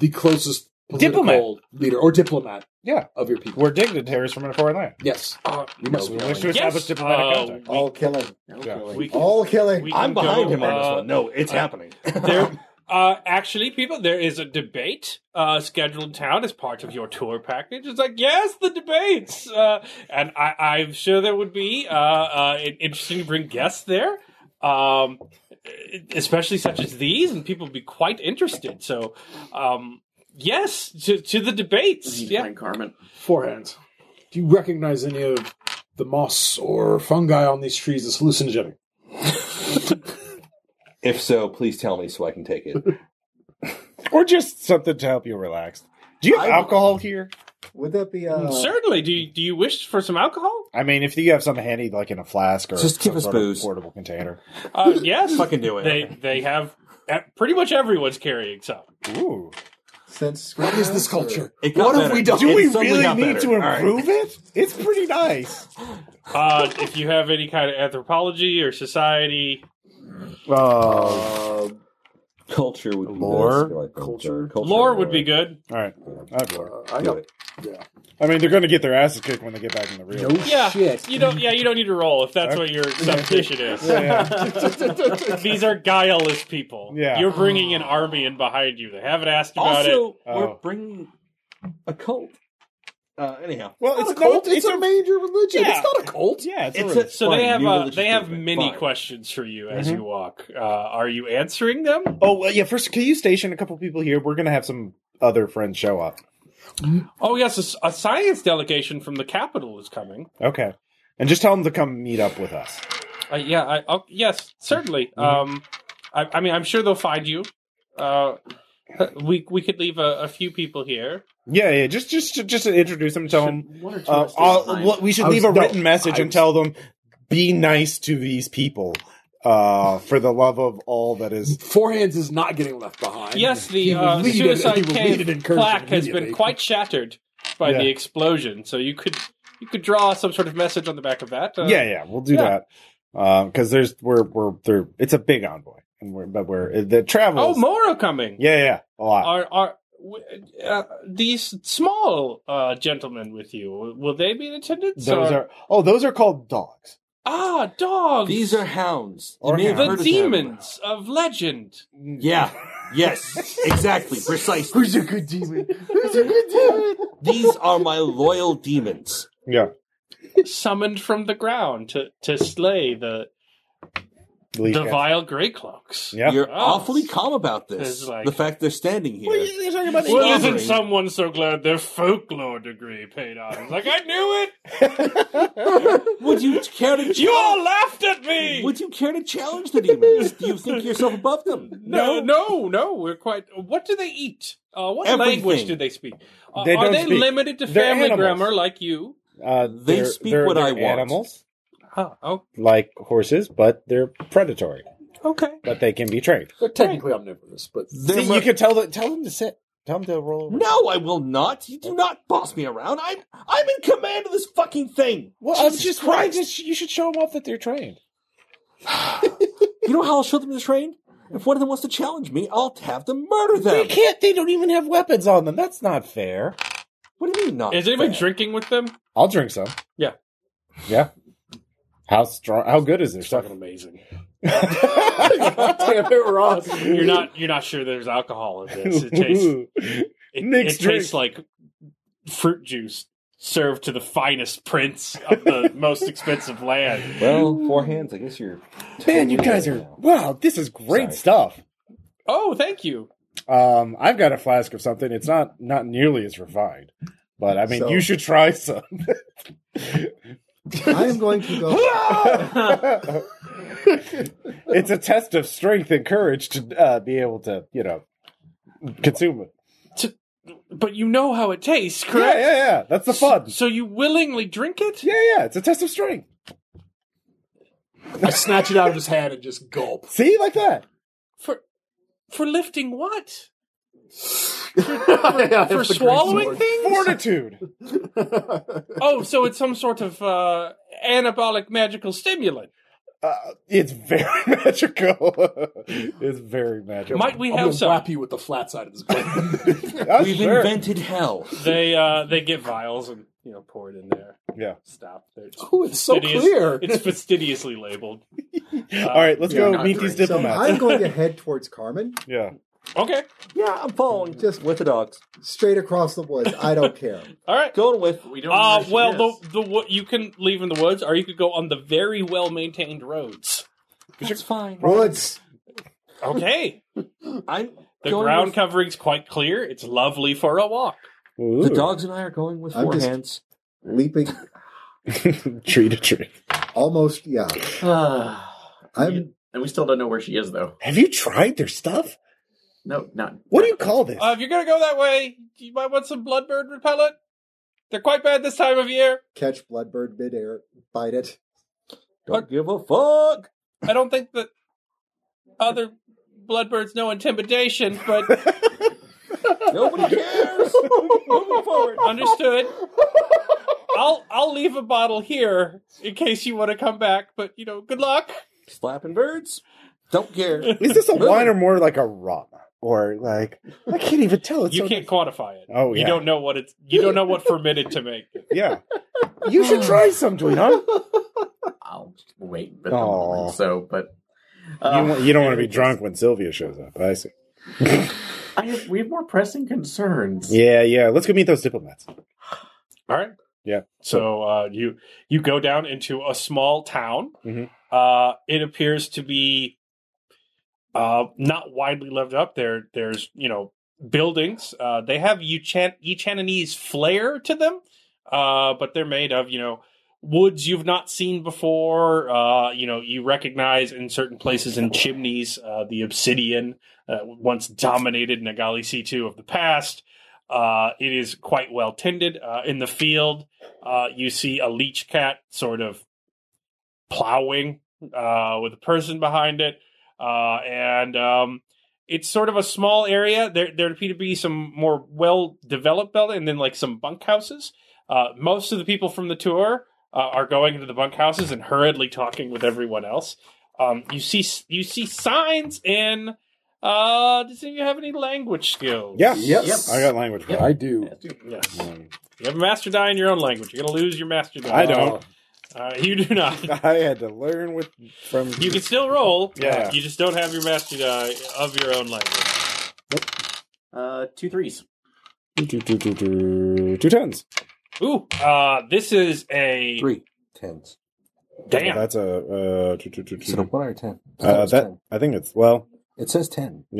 [SPEAKER 10] the closest political
[SPEAKER 1] Diplomat.
[SPEAKER 10] leader or diplomat.
[SPEAKER 1] Yeah.
[SPEAKER 10] of your people.
[SPEAKER 1] We're dignitaries from a foreign land.
[SPEAKER 10] Uh, Yes,
[SPEAKER 1] You must be
[SPEAKER 10] willing.
[SPEAKER 1] to establish diplomatic
[SPEAKER 3] uh,
[SPEAKER 1] contact.
[SPEAKER 3] we-
[SPEAKER 4] All killing.
[SPEAKER 3] we can-
[SPEAKER 4] All killing.
[SPEAKER 3] we
[SPEAKER 1] I'm
[SPEAKER 3] can
[SPEAKER 1] behind
[SPEAKER 3] go,
[SPEAKER 1] him on this
[SPEAKER 3] uh,
[SPEAKER 1] one. No, it's
[SPEAKER 3] uh,
[SPEAKER 1] happening.
[SPEAKER 3] There, uh, actually, people, there is a debate uh, scheduled in town as part of your tour package. It's like, yes, the debates, uh, and I, I'm sure there would be uh, uh, it- interesting to bring guests there, um, especially such as these, and people would be quite interested. So, um, yes, to, to the debates.
[SPEAKER 6] Need to
[SPEAKER 3] Yeah,
[SPEAKER 6] find Carmen.
[SPEAKER 10] forehand. Do you recognize any of the moss or fungi on these trees as hallucinogenic?
[SPEAKER 7] If so, please tell me so I can take it.
[SPEAKER 1] or just something to help you relax. Do you have
[SPEAKER 4] I-
[SPEAKER 1] alcohol here?
[SPEAKER 4] Would that be uh,
[SPEAKER 3] certainly. Do you, do you wish for some alcohol?
[SPEAKER 1] I mean, if you have something handy, like in a flask or
[SPEAKER 7] Just give
[SPEAKER 1] some
[SPEAKER 7] us
[SPEAKER 1] sort of
[SPEAKER 7] booze.
[SPEAKER 1] portable container.
[SPEAKER 3] Uh, yes,
[SPEAKER 7] Fucking do it.
[SPEAKER 3] they they have uh, pretty much everyone's carrying some.
[SPEAKER 1] Ooh,
[SPEAKER 4] since
[SPEAKER 10] What is this culture?
[SPEAKER 7] It got
[SPEAKER 10] What have
[SPEAKER 7] better.
[SPEAKER 10] we done?
[SPEAKER 1] do
[SPEAKER 7] It
[SPEAKER 1] we
[SPEAKER 7] suddenly
[SPEAKER 1] really
[SPEAKER 7] got
[SPEAKER 1] need
[SPEAKER 7] better.
[SPEAKER 1] to
[SPEAKER 7] All right.
[SPEAKER 1] improve it? It's pretty nice.
[SPEAKER 3] Uh, if you have any kind of anthropology or society,
[SPEAKER 1] Oh,
[SPEAKER 4] Uh,
[SPEAKER 7] Culture would be
[SPEAKER 1] Lore?
[SPEAKER 7] best, I think.
[SPEAKER 10] Culture?
[SPEAKER 7] Uh, culture
[SPEAKER 3] lore would be good.
[SPEAKER 1] all right. I'd work.
[SPEAKER 10] I
[SPEAKER 7] Do
[SPEAKER 10] got
[SPEAKER 7] it.
[SPEAKER 1] I mean, they're going to get their asses kicked when they get back in the real.
[SPEAKER 10] no
[SPEAKER 3] Yeah,
[SPEAKER 10] shit.
[SPEAKER 3] you don't. Yeah, you don't need to roll if that's what your supposition is. These are guileless people.
[SPEAKER 1] Yeah.
[SPEAKER 3] you're bringing an army in behind you. They haven't asked about
[SPEAKER 7] Also,
[SPEAKER 1] Oh.
[SPEAKER 7] we're bringing a cult. Uh, anyhow,
[SPEAKER 1] Well,
[SPEAKER 10] It's,
[SPEAKER 1] it's
[SPEAKER 10] a cult.
[SPEAKER 1] not. It's, a,
[SPEAKER 10] major religion.
[SPEAKER 3] Yeah.
[SPEAKER 10] It's not a cult.
[SPEAKER 1] yeah. It's,
[SPEAKER 7] It's
[SPEAKER 1] a,
[SPEAKER 3] it. So they
[SPEAKER 7] Fine,
[SPEAKER 3] have
[SPEAKER 7] new
[SPEAKER 3] uh,
[SPEAKER 7] religious
[SPEAKER 3] they have
[SPEAKER 7] movement,
[SPEAKER 3] many
[SPEAKER 7] fine. Mm-hmm.
[SPEAKER 3] questions for you as you walk. Uh, are you answering them?
[SPEAKER 1] Oh well, yeah. First, can you station a couple people here? We're going to have some other friends show up.
[SPEAKER 3] Oh yes, a s- a, science delegation from the capital is coming.
[SPEAKER 1] Okay, and just tell them to come meet up with us.
[SPEAKER 3] Uh, yeah, I, oh, yes, certainly.
[SPEAKER 7] Mm-hmm.
[SPEAKER 3] Um, I, I mean, I'm sure they'll find you. Uh, we we could leave a, a few people here.
[SPEAKER 1] Yeah, yeah. Just, just, just to introduce them. Tell them.
[SPEAKER 6] Should one or two
[SPEAKER 1] Uh,
[SPEAKER 6] of us do
[SPEAKER 1] I'll-
[SPEAKER 6] design?
[SPEAKER 1] what- we should
[SPEAKER 10] I was-
[SPEAKER 1] leave a
[SPEAKER 10] no,
[SPEAKER 1] written message
[SPEAKER 10] I
[SPEAKER 1] and
[SPEAKER 10] was-
[SPEAKER 1] tell them, be nice to these people, uh, for the love of all that is.
[SPEAKER 10] Forehands is not getting left behind.
[SPEAKER 3] Yes, the
[SPEAKER 10] He will
[SPEAKER 3] uh,
[SPEAKER 10] lead an- he
[SPEAKER 3] suicide
[SPEAKER 10] will lead an
[SPEAKER 3] cave
[SPEAKER 10] incursion
[SPEAKER 3] plaque has been
[SPEAKER 10] immediately.
[SPEAKER 3] quite shattered by
[SPEAKER 1] Yeah.
[SPEAKER 3] the explosion, so you could you could draw some sort of message on the back of that. Uh,
[SPEAKER 1] yeah, yeah, we'll do
[SPEAKER 3] yeah.
[SPEAKER 1] that. Because there's we're we're through. It's a big envoy, and we're but we're uh, the travel.
[SPEAKER 3] Oh,
[SPEAKER 1] is-
[SPEAKER 3] Moro coming.
[SPEAKER 1] yeah, yeah, a lot.
[SPEAKER 3] Are are w- uh, these small uh, gentlemen with you? Will they be in attendance?
[SPEAKER 1] those
[SPEAKER 3] or-
[SPEAKER 1] are oh, those are called dogs.
[SPEAKER 3] ah dogs.
[SPEAKER 7] These are hounds. You
[SPEAKER 1] Or
[SPEAKER 7] may have
[SPEAKER 3] the
[SPEAKER 7] heard of them.
[SPEAKER 3] demons of legend.
[SPEAKER 7] Yeah. Yes. Exactly. Precisely.
[SPEAKER 10] Who's a good demon?
[SPEAKER 7] These are my loyal demons.
[SPEAKER 1] Yeah,
[SPEAKER 3] summoned from the ground to, to slay the
[SPEAKER 1] Leash
[SPEAKER 3] the
[SPEAKER 1] guy.
[SPEAKER 3] vile Grey Cloaks.
[SPEAKER 1] Yeah.
[SPEAKER 7] You're
[SPEAKER 3] Oh.
[SPEAKER 7] awfully calm about this.
[SPEAKER 3] It's like-
[SPEAKER 7] the fact they're standing here.
[SPEAKER 1] You're talking about
[SPEAKER 3] Well,
[SPEAKER 7] Discovery.
[SPEAKER 3] isn't someone so glad their folklore degree paid off? It's like I knew it.
[SPEAKER 7] Would you care to?
[SPEAKER 3] You all laughed at me.
[SPEAKER 7] Would you care to challenge the demons? Do you think yourself above them?
[SPEAKER 3] no, no, no. We're quite. What do they eat? Uh, what
[SPEAKER 7] Everything.
[SPEAKER 3] language do they speak? Uh,
[SPEAKER 1] They
[SPEAKER 3] are
[SPEAKER 1] don't
[SPEAKER 3] they
[SPEAKER 1] speak.
[SPEAKER 3] limited to
[SPEAKER 1] They're
[SPEAKER 3] family
[SPEAKER 1] animals.
[SPEAKER 3] grammar like you?
[SPEAKER 1] uh,
[SPEAKER 7] They
[SPEAKER 1] they're-
[SPEAKER 7] speak
[SPEAKER 1] they're-
[SPEAKER 7] what
[SPEAKER 1] they're
[SPEAKER 7] I want.
[SPEAKER 1] Animals
[SPEAKER 3] Huh, oh,
[SPEAKER 1] like horses, but they're predatory.
[SPEAKER 3] okay.
[SPEAKER 1] But they can be trained.
[SPEAKER 10] They're technically omnivorous, but
[SPEAKER 7] They're
[SPEAKER 1] See,
[SPEAKER 7] my-
[SPEAKER 1] you can tell them tell them to sit. Tell them to roll over.
[SPEAKER 7] No, I will not. You do not boss me around. I'm I'm in command of this fucking thing.
[SPEAKER 1] Well,
[SPEAKER 7] Jesus
[SPEAKER 1] I'm just
[SPEAKER 7] Christ.
[SPEAKER 1] right. You should show them off that they're trained.
[SPEAKER 7] You know how I'll show them the train? If one of them wants to challenge me, I'll have them murder
[SPEAKER 1] They
[SPEAKER 7] them.
[SPEAKER 1] can't. They don't even have weapons on them. That's not fair.
[SPEAKER 7] What do you mean not?
[SPEAKER 3] Is anybody
[SPEAKER 7] fair?
[SPEAKER 3] drinking with them?
[SPEAKER 1] I'll drink some.
[SPEAKER 3] Yeah.
[SPEAKER 1] Yeah. How strong? How good is this?
[SPEAKER 3] Fucking amazing.
[SPEAKER 10] damn it, Ross.
[SPEAKER 3] You're not. You're not sure there's alcohol in this. It tastes It,
[SPEAKER 1] Mixed
[SPEAKER 3] it tastes like fruit juice served to the finest prince of the most expensive land.
[SPEAKER 7] Well, four hands. I guess you're.
[SPEAKER 1] Man, you guys are wow. This is great
[SPEAKER 7] Sorry.
[SPEAKER 1] stuff.
[SPEAKER 3] Oh, thank you.
[SPEAKER 1] Um, I've got a flask of something. It's not not nearly as refined, but I mean,
[SPEAKER 4] So-
[SPEAKER 1] you should try some.
[SPEAKER 4] I am going to go.
[SPEAKER 1] it's a test of strength and courage to uh, be able to, you know, consume it.
[SPEAKER 3] But you know how it tastes,
[SPEAKER 1] Yeah,
[SPEAKER 3] correct?
[SPEAKER 1] yeah, yeah. That's the fun.
[SPEAKER 3] So you willingly drink it?
[SPEAKER 1] Yeah, yeah. It's a test of strength.
[SPEAKER 10] I snatch it out of his hand and just gulp.
[SPEAKER 1] See, like that.
[SPEAKER 3] For for lifting what?
[SPEAKER 10] Yeah,
[SPEAKER 3] For
[SPEAKER 10] it's the
[SPEAKER 3] swallowing
[SPEAKER 10] grease
[SPEAKER 3] things?
[SPEAKER 1] Fortitude.
[SPEAKER 10] sword.
[SPEAKER 3] Oh, so it's some sort of uh, anabolic magical stimulant.
[SPEAKER 1] uh, it's very magical. it's very magical.
[SPEAKER 3] Might we
[SPEAKER 10] I'm gonna
[SPEAKER 3] have some?
[SPEAKER 10] whap you with the flat side of this blade.
[SPEAKER 1] I'm
[SPEAKER 7] We've
[SPEAKER 1] Ah, sure.
[SPEAKER 7] invented hell.
[SPEAKER 3] They uh, they get vials and you know pour it in there.
[SPEAKER 1] Yeah.
[SPEAKER 3] Stop. It's,
[SPEAKER 10] oh, it's so
[SPEAKER 3] it is-
[SPEAKER 10] clear.
[SPEAKER 3] it's fastidiously labeled.
[SPEAKER 1] All right, let's
[SPEAKER 6] Yeah,
[SPEAKER 1] go
[SPEAKER 6] not
[SPEAKER 1] meet these
[SPEAKER 6] great.
[SPEAKER 4] So
[SPEAKER 1] diplomats.
[SPEAKER 4] I'm going to head towards Carmen,
[SPEAKER 1] yeah.
[SPEAKER 3] Okay.
[SPEAKER 7] Yeah, I'm following.
[SPEAKER 4] Just-
[SPEAKER 7] Just with the dogs.
[SPEAKER 4] straight across the woods. I don't care.
[SPEAKER 3] All right.
[SPEAKER 7] Going with.
[SPEAKER 6] We don't. know
[SPEAKER 3] Uh,
[SPEAKER 6] where she
[SPEAKER 3] well,
[SPEAKER 6] is.
[SPEAKER 3] the the wo- you can leave in the woods, or you could go on the very well maintained roads.
[SPEAKER 7] It's fine.
[SPEAKER 4] Woods.
[SPEAKER 3] Okay,
[SPEAKER 7] I'm
[SPEAKER 3] the
[SPEAKER 7] going
[SPEAKER 3] ground
[SPEAKER 7] with-
[SPEAKER 3] covering's quite clear. It's lovely for a walk.
[SPEAKER 7] The dogs and I are going with
[SPEAKER 4] I'm
[SPEAKER 7] four
[SPEAKER 4] just-
[SPEAKER 7] hands.
[SPEAKER 4] Leaping
[SPEAKER 1] tree to tree.
[SPEAKER 4] almost yeah. I'm
[SPEAKER 6] and we still don't know where she is, though.
[SPEAKER 1] Have you tried their stuff?
[SPEAKER 6] No, not.
[SPEAKER 1] What do you call this?
[SPEAKER 3] Uh, if you're gonna go that way, you might want some bloodbird repellent. They're quite bad this time of year.
[SPEAKER 4] catch Bloodbird midair, bite it.
[SPEAKER 7] Don't give a fuck.
[SPEAKER 3] I don't think that other bloodbirds know intimidation, but
[SPEAKER 7] Nobody cares. Moving forward.
[SPEAKER 3] understood. I'll I'll leave a bottle here in case you want to come back. But you know, good luck.
[SPEAKER 7] Slapping birds. Don't care.
[SPEAKER 1] Is this a
[SPEAKER 7] Really?
[SPEAKER 1] wine or more like a rum? Or like I can't even tell. It's
[SPEAKER 3] You
[SPEAKER 1] so-
[SPEAKER 3] can't quantify it.
[SPEAKER 1] Oh yeah.
[SPEAKER 3] You don't know what it's. You don't know what fermented to make.
[SPEAKER 1] Yeah. You should try some, Tweedon.
[SPEAKER 6] I'll wait at the
[SPEAKER 1] Aw.
[SPEAKER 6] moment. So, but
[SPEAKER 1] You,
[SPEAKER 6] uh,
[SPEAKER 1] want- you don't want to be drunk when Sylvia shows up. I see.
[SPEAKER 6] I have, we have more pressing concerns.
[SPEAKER 1] Yeah, yeah. Let's go meet those diplomats.
[SPEAKER 3] All right.
[SPEAKER 1] Yeah.
[SPEAKER 3] So uh, you you go down into a small town.
[SPEAKER 1] Mhm.
[SPEAKER 3] Uh, it appears to be uh, not widely lived up. There, there's you know buildings. Uh, they have Uchan- Uchananese flair to them, uh, but they're made of you know woods you've not seen before. Uh, you know you recognize in certain places in chimneys uh, the obsidian uh, once dominated Nagali C2 of the past. Uh, it is quite well tended. Uh, in the field, uh, you see a leech cat sort of plowing uh, with a person behind it. Uh, and um, it's sort of a small area. There, there appear to be some more well developed building and then like some bunkhouses. Uh, most of the people from the tour uh, are going into the bunkhouses and hurriedly talking with everyone else. Um, you see, you see signs in. Uh, does anyone have any language skills?
[SPEAKER 1] Yeah.
[SPEAKER 10] Yes.
[SPEAKER 1] I got language. for
[SPEAKER 10] I do.
[SPEAKER 3] Yes. You have a master die in your own language. You're gonna lose your master die.
[SPEAKER 1] I don't.
[SPEAKER 3] Uh, you do not.
[SPEAKER 1] Oh. I had to learn with from
[SPEAKER 3] You can still roll.
[SPEAKER 1] Yeah.
[SPEAKER 3] You just don't have your master die of your own language.
[SPEAKER 6] Uh, two threes.
[SPEAKER 1] two, two, two, two, two tons.
[SPEAKER 3] Ooh. Uh, this is a
[SPEAKER 7] Three tens.
[SPEAKER 3] damn.
[SPEAKER 1] That's a uh, two, two, two, two.
[SPEAKER 7] Instead of one or ten. I thought it
[SPEAKER 1] uh,
[SPEAKER 7] was
[SPEAKER 1] that
[SPEAKER 7] 10.
[SPEAKER 1] I think it's well.
[SPEAKER 7] It says ten.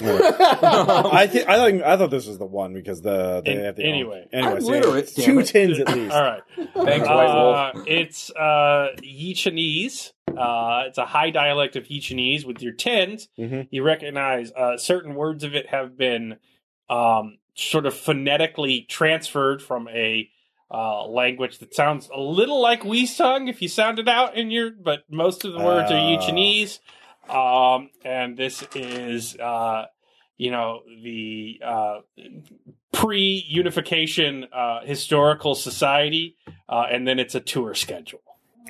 [SPEAKER 1] Yeah. I thi- I think I thought this was the one because the they
[SPEAKER 3] An-
[SPEAKER 1] have the
[SPEAKER 3] anyway.
[SPEAKER 1] anyway
[SPEAKER 7] I'm
[SPEAKER 1] so
[SPEAKER 7] literate, damn
[SPEAKER 1] two
[SPEAKER 7] it.
[SPEAKER 1] tins at least.
[SPEAKER 3] All right.
[SPEAKER 6] Thanks, White Wolf.
[SPEAKER 3] Uh, it's uh, Yichinese. Uh, it's a high dialect of Yichinese. With your tens,
[SPEAKER 1] Mhm.
[SPEAKER 3] you recognize uh, certain words of it have been um, sort of phonetically transferred from a uh, language that sounds a little like Wisung if you sound it out in your, but most of the words are
[SPEAKER 1] Ah.
[SPEAKER 3] Yichinese. Um, and this is, uh, you know, the uh, pre unification uh, historical society, uh, and then it's a tour schedule.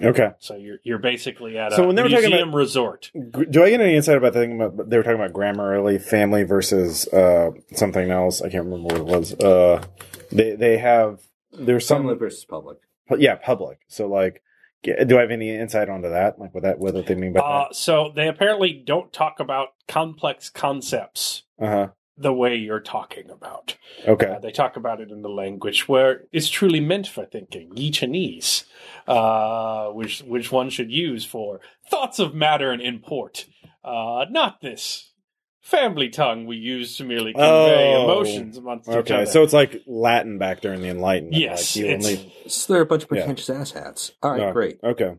[SPEAKER 1] Okay.
[SPEAKER 3] So you're you're basically at
[SPEAKER 1] So
[SPEAKER 3] a
[SPEAKER 1] when they were talking
[SPEAKER 3] museum
[SPEAKER 1] about-
[SPEAKER 3] resort.
[SPEAKER 1] G- Do I get any insight about the thing about they were talking about grammarly family versus uh, something else? I can't remember what it was. Uh, they they have there's some
[SPEAKER 7] Family versus public.
[SPEAKER 1] yeah public. So like, g- do I have any insight onto that? Like what that what they mean by
[SPEAKER 3] Uh, so they apparently don't talk about complex concepts
[SPEAKER 1] that? Uh huh.
[SPEAKER 3] the way you're talking about.
[SPEAKER 1] Okay.
[SPEAKER 3] Uh, they talk about it in the language where it's truly meant for thinking, Yi Chinese, uh, which which one should use for thoughts of matter and import, uh, not this family tongue we use to merely convey
[SPEAKER 1] Oh.
[SPEAKER 3] emotions amongst each
[SPEAKER 1] Okay.
[SPEAKER 3] other.
[SPEAKER 1] So it's like Latin back during the Enlightenment.
[SPEAKER 3] yes,
[SPEAKER 1] Like you
[SPEAKER 3] it's-
[SPEAKER 1] only-
[SPEAKER 7] So they're a bunch of
[SPEAKER 1] Yeah.
[SPEAKER 7] pretentious asshats. All right,
[SPEAKER 1] No.
[SPEAKER 7] great.
[SPEAKER 1] Okay.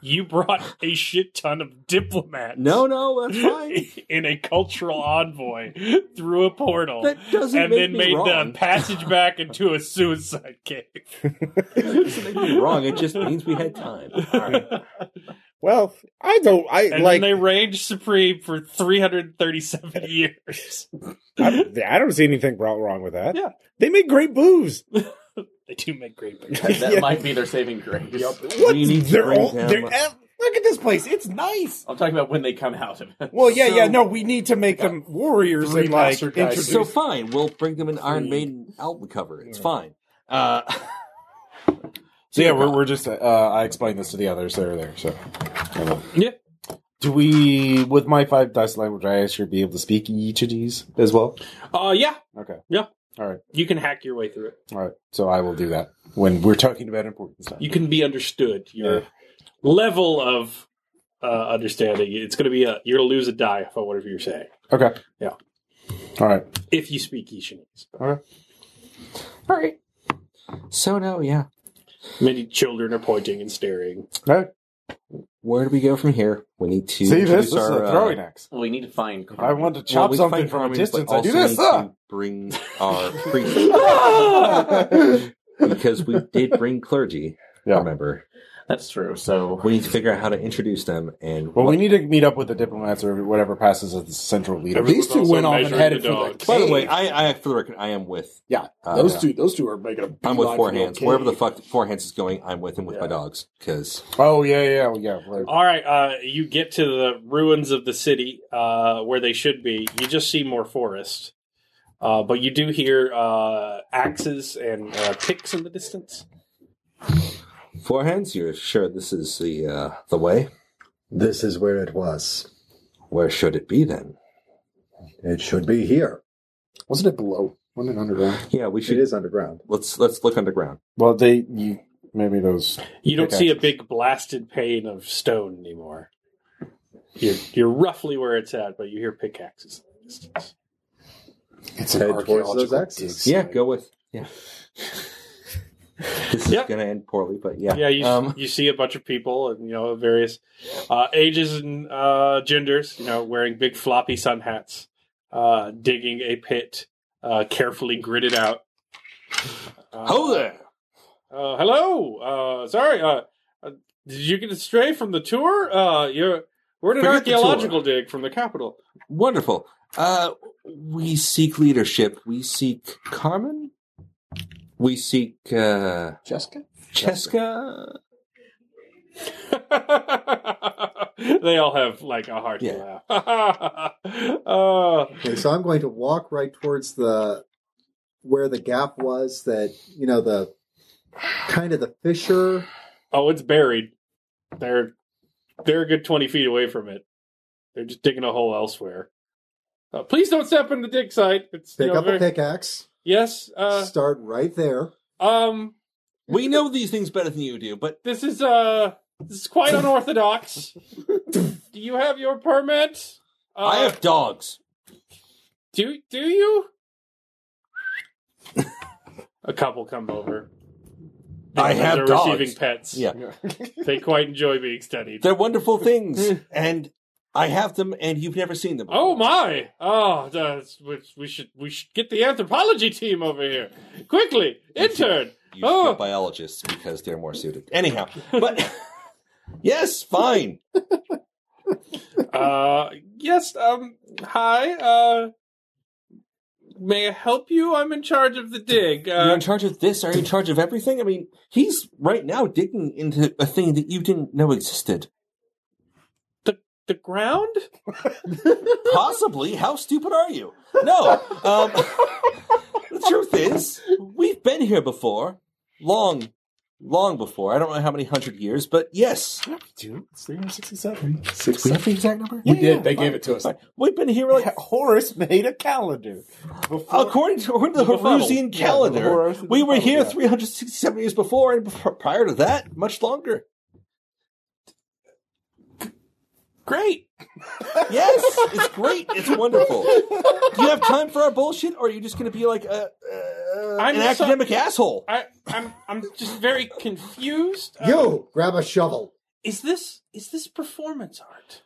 [SPEAKER 3] you brought a shit ton of diplomats.
[SPEAKER 7] No, no, that's fine.
[SPEAKER 3] in a cultural envoy through a portal.
[SPEAKER 7] That doesn't
[SPEAKER 3] and
[SPEAKER 7] make
[SPEAKER 3] then
[SPEAKER 7] me
[SPEAKER 3] made uh,
[SPEAKER 7] wrong.
[SPEAKER 3] the passage back into a suicide cave.
[SPEAKER 7] You're wrong. It just means we had time. All right.
[SPEAKER 1] Well, I don't. I
[SPEAKER 3] And
[SPEAKER 1] like.
[SPEAKER 3] then they reigned supreme for 337 years.
[SPEAKER 1] I, don't, I don't see anything wrong wrong with that.
[SPEAKER 3] Yeah.
[SPEAKER 1] they make great booze.
[SPEAKER 3] They do make great beer.
[SPEAKER 6] That, that
[SPEAKER 1] Yeah.
[SPEAKER 6] might be their saving grace.
[SPEAKER 1] What?
[SPEAKER 7] We need to
[SPEAKER 1] They're
[SPEAKER 7] bring
[SPEAKER 1] all.
[SPEAKER 7] them-
[SPEAKER 1] They're, ev- look at this place. It's nice.
[SPEAKER 6] I'm talking about when they come out of it.
[SPEAKER 2] Well, yeah,
[SPEAKER 1] So-
[SPEAKER 2] yeah. No, we need to make them warriors
[SPEAKER 1] Three
[SPEAKER 2] and like
[SPEAKER 1] bastard guys.
[SPEAKER 2] introduce.
[SPEAKER 7] So fine, we'll bring them an Iron Maiden album cover. It's fine. Uh,
[SPEAKER 10] So yeah, we're, we're just. Uh, I explained this to the others. They're there. So
[SPEAKER 3] Yeah.
[SPEAKER 2] Do we, with my five dice language, I should be able to speak each of these as well?
[SPEAKER 3] Uh, yeah.
[SPEAKER 2] Okay.
[SPEAKER 3] Yeah.
[SPEAKER 2] All right.
[SPEAKER 3] You can hack your way through it.
[SPEAKER 2] All right. So I will do that when we're talking about important stuff.
[SPEAKER 3] You can be understood. Your level of uh, understanding. It's going to be a. You're going to lose a die for whatever you're saying
[SPEAKER 2] Okay.
[SPEAKER 3] Yeah.
[SPEAKER 2] All right.
[SPEAKER 3] if you speak Ishinese.
[SPEAKER 7] all right. So no, yeah.
[SPEAKER 3] Many children are pointing and staring.
[SPEAKER 2] All right.
[SPEAKER 7] Where do we go from here? We need
[SPEAKER 2] See
[SPEAKER 7] to
[SPEAKER 2] this?
[SPEAKER 7] introduce
[SPEAKER 2] This is
[SPEAKER 7] our,
[SPEAKER 2] a
[SPEAKER 7] uh,
[SPEAKER 2] throwing axe.
[SPEAKER 6] Well, we need to find.
[SPEAKER 2] If I
[SPEAKER 6] Carmen.
[SPEAKER 2] want to
[SPEAKER 7] well,
[SPEAKER 2] chop
[SPEAKER 7] we
[SPEAKER 2] something
[SPEAKER 7] fight
[SPEAKER 2] from a
[SPEAKER 7] armies,
[SPEAKER 2] distance,
[SPEAKER 7] but
[SPEAKER 2] I do
[SPEAKER 7] also
[SPEAKER 2] this.
[SPEAKER 7] need
[SPEAKER 2] Ah!
[SPEAKER 7] to Bring our priest because we did bring clergy.
[SPEAKER 2] Yeah.
[SPEAKER 7] Remember,
[SPEAKER 6] That's true. So
[SPEAKER 7] we need to figure out how to introduce them and
[SPEAKER 2] Well,
[SPEAKER 7] what-
[SPEAKER 2] we need to meet up with the diplomats or whatever passes as the central leader.
[SPEAKER 11] Everyone's
[SPEAKER 2] These two
[SPEAKER 11] also
[SPEAKER 2] went off and
[SPEAKER 11] measuring
[SPEAKER 2] headed
[SPEAKER 11] the
[SPEAKER 2] for the
[SPEAKER 11] dogs.
[SPEAKER 7] By the way,
[SPEAKER 2] cave.
[SPEAKER 7] I, I for the record, I am with
[SPEAKER 10] yeah,
[SPEAKER 7] uh,
[SPEAKER 10] those
[SPEAKER 7] yeah.
[SPEAKER 10] two. Those two are making a.
[SPEAKER 7] I'm with
[SPEAKER 10] beeline
[SPEAKER 7] four
[SPEAKER 10] for
[SPEAKER 7] hands.
[SPEAKER 10] cave.
[SPEAKER 7] Wherever the fuck four hands is going, I'm with him with my dogs because
[SPEAKER 2] Oh yeah, yeah, yeah. Well,
[SPEAKER 3] All right, uh, you get to the ruins of the city uh, where they should be. You just see more forest, uh, but you do hear uh, axes and uh, picks in the distance.
[SPEAKER 7] four hands. You're sure this is the uh, the way?
[SPEAKER 4] This is where it was.
[SPEAKER 7] Where should it be then?
[SPEAKER 4] It should be here.
[SPEAKER 10] Wasn't it below? Wasn't it underground?
[SPEAKER 7] Yeah, we
[SPEAKER 4] It
[SPEAKER 7] should.
[SPEAKER 4] is underground.
[SPEAKER 7] Let's let's look underground.
[SPEAKER 2] well, they you maybe those.
[SPEAKER 3] You don't
[SPEAKER 2] Okay.
[SPEAKER 3] see a big blasted pane of stone anymore. You're, you're roughly where it's at, but you hear pickaxes. in the distance.
[SPEAKER 10] It's
[SPEAKER 4] Head towards those axes.
[SPEAKER 7] Yeah, go with yeah. this is
[SPEAKER 3] Yeah.
[SPEAKER 7] gonna end poorly, but yeah,
[SPEAKER 3] Yeah, you
[SPEAKER 7] Um,
[SPEAKER 3] you see a bunch of people and you know various uh, ages and uh, genders, you know, wearing big floppy sun hats, uh, digging a pit, uh, carefully gritted out. Uh,
[SPEAKER 7] Ho there!
[SPEAKER 3] Uh, hello. Uh, sorry. Uh, uh, did you get astray from the tour? Uh, you're we're in an
[SPEAKER 7] Forget the
[SPEAKER 3] archaeological dig from the capital.
[SPEAKER 7] Wonderful. Uh, we seek leadership. We seek Carmen. We seek uh,
[SPEAKER 10] Jessica.
[SPEAKER 7] Cheska.
[SPEAKER 3] they all have like a heart
[SPEAKER 7] Yeah.
[SPEAKER 3] to laugh. uh,
[SPEAKER 4] Okay, so I'm going to walk right towards the where the gap was that you know the kind of the fissure.
[SPEAKER 3] Oh, it's buried. They're they're a good twenty feet away from it. They're just digging a hole elsewhere. Uh, please don't step in the dig site. It's you
[SPEAKER 4] Pick
[SPEAKER 3] know,
[SPEAKER 4] up
[SPEAKER 3] very-
[SPEAKER 4] a pickaxe.
[SPEAKER 3] Yes. Uh,
[SPEAKER 4] start right there.
[SPEAKER 3] um.
[SPEAKER 7] We know these things better than you do, but
[SPEAKER 3] This is uh. This is quite unorthodox. do you have your permit? Uh,
[SPEAKER 7] I have dogs.
[SPEAKER 3] Do do you? a couple come over.
[SPEAKER 7] I
[SPEAKER 3] They're
[SPEAKER 7] have
[SPEAKER 3] receiving
[SPEAKER 7] dogs.
[SPEAKER 3] pets.
[SPEAKER 7] Yeah.
[SPEAKER 3] They quite enjoy being studied.
[SPEAKER 7] They're wonderful things, and I have them, and you've never seen them.
[SPEAKER 3] eh. Oh my! Oh, that's, we, we should we should get the anthropology team over here quickly. Intern.
[SPEAKER 7] You
[SPEAKER 3] Oh.
[SPEAKER 7] should be biologists because they're more suited. Anyhow, but yes, fine.
[SPEAKER 3] Uh, yes. Um. Hi. Uh. May I help you? I'm in charge of the dig.
[SPEAKER 7] You're
[SPEAKER 3] Uh,
[SPEAKER 7] in charge of this. Are you in charge of everything? I mean, he's right now digging into a thing that you didn't know existed.
[SPEAKER 3] the ground.
[SPEAKER 7] Possibly. How stupid are you? No. Um, the truth is, we've been here before, long, long before. I don't know how many hundred years, but yes,
[SPEAKER 2] Two, three hundred sixty-seven.
[SPEAKER 10] Six.
[SPEAKER 2] We have the exact number.
[SPEAKER 10] We did. They gave it to us.
[SPEAKER 7] we've been here like
[SPEAKER 2] Horace made a calendar. Before
[SPEAKER 7] According to according to the
[SPEAKER 2] befuddled.
[SPEAKER 7] Harusian
[SPEAKER 2] Yeah, the
[SPEAKER 7] calendar,
[SPEAKER 2] Horus-
[SPEAKER 7] we were here
[SPEAKER 2] yeah.
[SPEAKER 7] 367 years before, and before, prior to that, much longer.
[SPEAKER 3] Great.
[SPEAKER 7] Yes, it's great. It's wonderful. Do you have time for our bullshit, or are you just going to be like a, uh,
[SPEAKER 3] I'm
[SPEAKER 7] an
[SPEAKER 3] so-
[SPEAKER 7] academic asshole?
[SPEAKER 3] I I'm I'm just very confused. Uh,
[SPEAKER 4] You grab a shovel.
[SPEAKER 3] Is this is this performance art?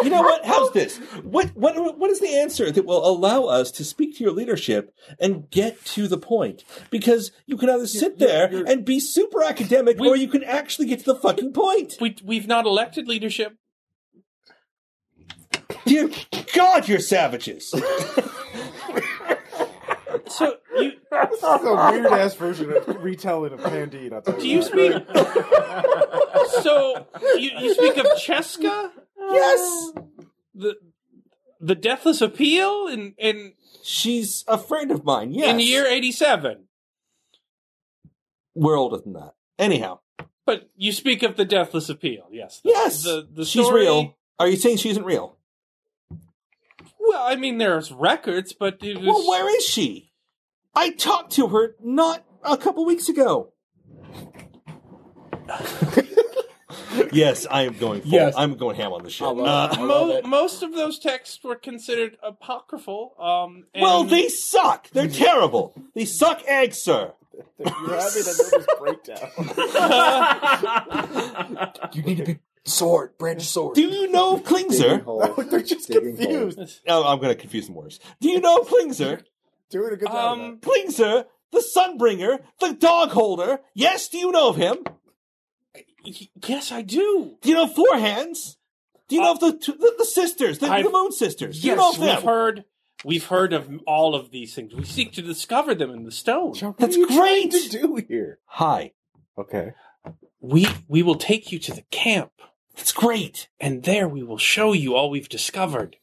[SPEAKER 7] You know what? How's this? What what what is the answer that will allow us to speak to your leadership and get to the point? Because you can either sit there and be super academic,
[SPEAKER 3] We-
[SPEAKER 7] or you can actually get to the fucking point.
[SPEAKER 3] We, we've not elected leadership.
[SPEAKER 7] Dear God, you're savages.
[SPEAKER 3] So you
[SPEAKER 2] This is a weird ass version of retelling of Candide. I'll tell
[SPEAKER 3] do you speak? so you, you speak of Cheska,
[SPEAKER 7] yes,
[SPEAKER 3] the the Deathless Appeal in in
[SPEAKER 7] she's a friend of mine. Yes,
[SPEAKER 3] in year eighty seven.
[SPEAKER 7] we're older than that. Anyhow,
[SPEAKER 3] But you speak of the Deathless Appeal, yes? The,
[SPEAKER 7] yes,
[SPEAKER 3] the, the
[SPEAKER 7] she's
[SPEAKER 3] story-
[SPEAKER 7] real. Are you saying she isn't real?
[SPEAKER 3] Well, I mean, there's records, but it was,
[SPEAKER 7] Well, where is she? I talked to her not a couple weeks ago. yes, I am going. Full.
[SPEAKER 10] Yes.
[SPEAKER 7] I'm going ham on the shit.
[SPEAKER 10] I love it.
[SPEAKER 3] Mo-
[SPEAKER 7] Uh,
[SPEAKER 3] most of those texts were considered apocryphal. Um, and
[SPEAKER 7] well, they suck. They're terrible. They suck eggs, sir.
[SPEAKER 2] You're having a nervous breakdown.
[SPEAKER 10] You need a big sword, branch sword.
[SPEAKER 7] Do you know of
[SPEAKER 4] Digging
[SPEAKER 7] Klingser?
[SPEAKER 4] hole.
[SPEAKER 2] They're just
[SPEAKER 4] Digging hole.
[SPEAKER 2] confused.
[SPEAKER 7] Oh, I'm going to confuse them worse. Do you know of Klingser?
[SPEAKER 2] Doing a good job.
[SPEAKER 3] Um,
[SPEAKER 7] Klingser, the Sunbringer, the Dog Holder. Yes, do you know of him?
[SPEAKER 3] y- yes, I do.
[SPEAKER 7] Do you know of Four Hands? Do you know of the two- the, the sisters, the, the
[SPEAKER 3] I've-
[SPEAKER 7] Moon Sisters? Do you
[SPEAKER 3] Yes,
[SPEAKER 7] know of
[SPEAKER 3] we've
[SPEAKER 7] them?
[SPEAKER 3] heard. We've heard of all of these things. We seek to discover them in the stone.
[SPEAKER 2] Chuck, what
[SPEAKER 7] That's
[SPEAKER 2] are you trying
[SPEAKER 7] great.
[SPEAKER 2] to do here?
[SPEAKER 7] Hi,
[SPEAKER 1] Okay.
[SPEAKER 3] We we will take you to the camp,
[SPEAKER 7] that's great.
[SPEAKER 3] and there we will show you all we've discovered.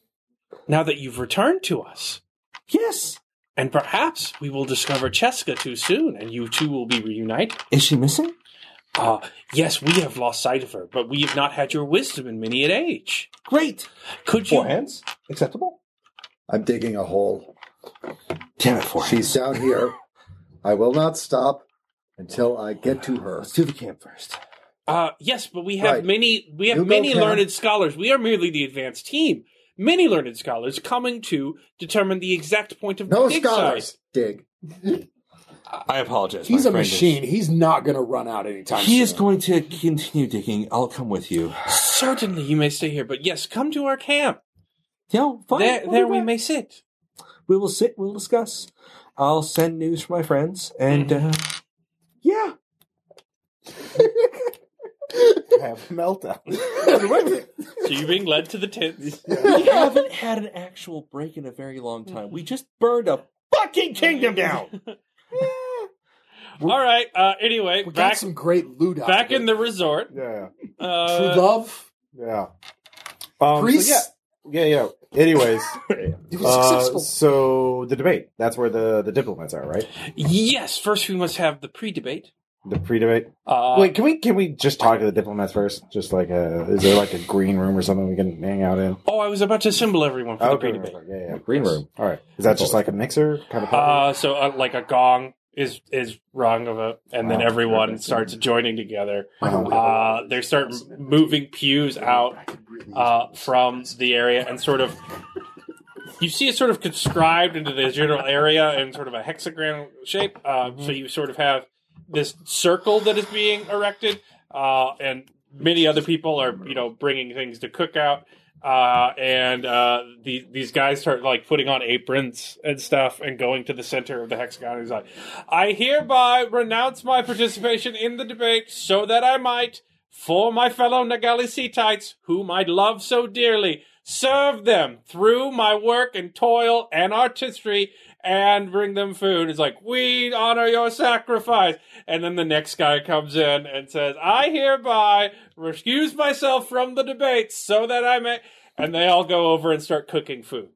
[SPEAKER 3] Now that you've returned to us,
[SPEAKER 7] Yes.
[SPEAKER 3] and perhaps we will discover Cheska too soon, and you two will be reunited.
[SPEAKER 7] Is she missing?
[SPEAKER 3] Ah, yes, we have lost sight of her, but we have not had your wisdom in many an age.
[SPEAKER 7] Great.
[SPEAKER 3] Could you?
[SPEAKER 10] Four hands? Acceptable?
[SPEAKER 4] I'm digging a hole.
[SPEAKER 7] Damn it, Four
[SPEAKER 4] She's down here. I will not stop until I get to her.
[SPEAKER 7] Let's do the camp first.
[SPEAKER 3] Uh, yes, but we have
[SPEAKER 4] Right.
[SPEAKER 3] many we have
[SPEAKER 4] You go,
[SPEAKER 3] many
[SPEAKER 4] Karen.
[SPEAKER 3] learned scholars. We are merely the advanced team. Many learned scholars coming to determine the exact point of
[SPEAKER 4] No
[SPEAKER 3] the dig
[SPEAKER 4] scholars.
[SPEAKER 3] site.
[SPEAKER 4] Dig.
[SPEAKER 7] I apologize.
[SPEAKER 10] He's
[SPEAKER 7] my
[SPEAKER 10] a
[SPEAKER 7] friend is-
[SPEAKER 10] machine. He's not going to run out anytime
[SPEAKER 7] He
[SPEAKER 10] soon.
[SPEAKER 7] is going to continue digging. I'll come with you.
[SPEAKER 3] Certainly, you may stay here, but yes, come to our camp.
[SPEAKER 7] No, fine.
[SPEAKER 3] there,
[SPEAKER 7] we'll
[SPEAKER 3] there
[SPEAKER 7] do
[SPEAKER 3] we
[SPEAKER 7] that.
[SPEAKER 3] may sit.
[SPEAKER 7] We will sit. We'll discuss. I'll send news for my friends, and uh, yeah,
[SPEAKER 2] Have a meltdown.
[SPEAKER 3] So you're being led to the tents.
[SPEAKER 7] we haven't had an actual break in a very long time. We just burned a fucking kingdom down.
[SPEAKER 3] All right. Uh, anyway,
[SPEAKER 10] We
[SPEAKER 3] back
[SPEAKER 10] got some great loot out
[SPEAKER 3] back
[SPEAKER 10] of
[SPEAKER 3] in
[SPEAKER 10] it.
[SPEAKER 3] the resort.
[SPEAKER 2] Yeah.
[SPEAKER 10] True
[SPEAKER 3] Uh,
[SPEAKER 10] love,
[SPEAKER 2] Yeah. Um, so
[SPEAKER 10] priests.
[SPEAKER 2] yeah. Yeah, yeah. Anyways,
[SPEAKER 10] It was
[SPEAKER 2] uh,
[SPEAKER 10] successful.
[SPEAKER 2] so the debate. That's where the, the diplomats are, right?
[SPEAKER 3] yes, first we must have the pre-debate.
[SPEAKER 2] The pre-debate.
[SPEAKER 3] Uh,
[SPEAKER 2] Wait, can we can we just talk to the diplomats first? Just like a, is there like a green room or something we can hang out in?
[SPEAKER 3] Oh, I was about to assemble everyone for the pre-debate.
[SPEAKER 2] right, right, yeah, yeah.
[SPEAKER 7] Green room.
[SPEAKER 2] All right. Is that just like a mixer kind of? party?
[SPEAKER 3] Uh, so uh, like a gong is is rung of a, and then
[SPEAKER 2] Wow.
[SPEAKER 3] everyone starts joining together.
[SPEAKER 2] Uh-huh.
[SPEAKER 3] Uh, they start m- moving pews out uh, from the area and sort of you see it sort of conscribed into the general area in sort of a hexagram shape. Uh, So you sort of have this circle that is being erected, uh, and many other people are you know bringing things to cook out. Uh, and uh, the, these guys start like putting on aprons and stuff and going to the center of the hexagon. He's like, I hereby renounce my participation in the debate so that I might, for my fellow Nagalisites, whom I love so dearly, serve them through my work and toil and artistry and bring them food. It's like, we honor your sacrifice. And then the next guy comes in and says, I hereby recuse myself from the debate so that I may. And they all go over and start cooking food.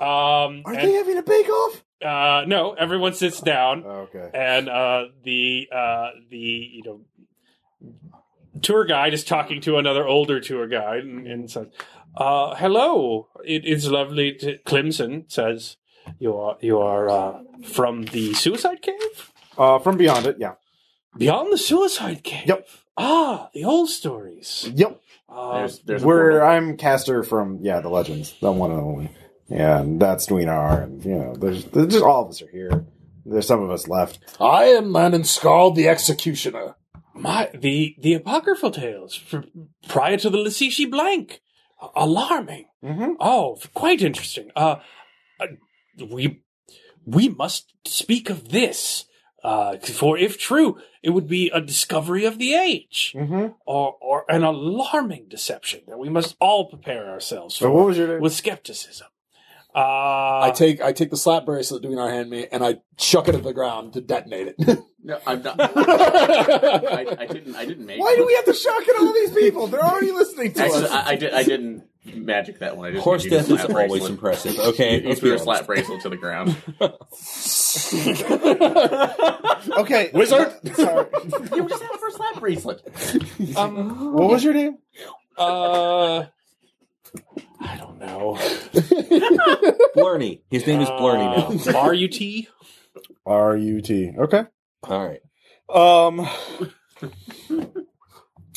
[SPEAKER 3] Um,
[SPEAKER 2] are
[SPEAKER 3] and-
[SPEAKER 2] they having a bake off?
[SPEAKER 3] uh, no, everyone sits down,
[SPEAKER 2] Oh, okay.
[SPEAKER 3] and uh, the uh, the you know tour guide is talking to another older tour guide and, and says, uh, "Hello, it is lovely." To, Clemson says, "You are you are uh, from the suicide cave,
[SPEAKER 2] Uh, from beyond it. Yeah.
[SPEAKER 3] beyond the suicide cave."
[SPEAKER 2] Yep.
[SPEAKER 3] Ah, the old stories.
[SPEAKER 2] Yep.
[SPEAKER 7] Um,
[SPEAKER 3] Uh,
[SPEAKER 6] There's- there's a
[SPEAKER 2] Where
[SPEAKER 6] portal.
[SPEAKER 2] I'm caster from, yeah, the Legends, the one and only. Yeah, and that's Dweenar, and you know, there's, there's just all of us are here. There's some of us left.
[SPEAKER 10] I am Lennon Scarl, the executioner.
[SPEAKER 3] my the the apocryphal tales fr- prior to the Lassishi Blank. alarming.
[SPEAKER 2] Mm-hmm.
[SPEAKER 3] Oh, quite interesting. Uh, uh, we we must speak of this, uh, for if true, it would be a discovery of the age,
[SPEAKER 2] Mm-hmm.
[SPEAKER 3] or or an alarming deception that we must all prepare ourselves
[SPEAKER 1] So
[SPEAKER 3] for
[SPEAKER 1] what was your name?
[SPEAKER 3] with skepticism.
[SPEAKER 10] I
[SPEAKER 3] Uh,
[SPEAKER 10] take I take the slap bracelet doing our hand me and I chuck it at the ground to detonate it.
[SPEAKER 6] No, I'm not. I, I didn't. I didn't make.
[SPEAKER 2] Why do we have to shock at all these people? They're already listening to
[SPEAKER 6] Actually,
[SPEAKER 2] us.
[SPEAKER 6] I, I did. I didn't magic that one. I just
[SPEAKER 7] Horse
[SPEAKER 6] made you
[SPEAKER 7] death
[SPEAKER 6] do
[SPEAKER 7] is
[SPEAKER 6] slap
[SPEAKER 7] always
[SPEAKER 6] bracelet.
[SPEAKER 7] impressive. Okay,
[SPEAKER 6] You
[SPEAKER 7] let's
[SPEAKER 6] threw
[SPEAKER 7] be
[SPEAKER 6] a slap
[SPEAKER 7] honest.
[SPEAKER 6] bracelet to the ground.
[SPEAKER 2] Okay, wizard. Sorry.
[SPEAKER 6] you just have a slap bracelet.
[SPEAKER 2] Um, what was your name?
[SPEAKER 3] uh, I don't know.
[SPEAKER 7] Blurney. His name is Blurney now.
[SPEAKER 3] Uh, R U T.
[SPEAKER 1] R U T. Okay.
[SPEAKER 7] All right.
[SPEAKER 1] Um.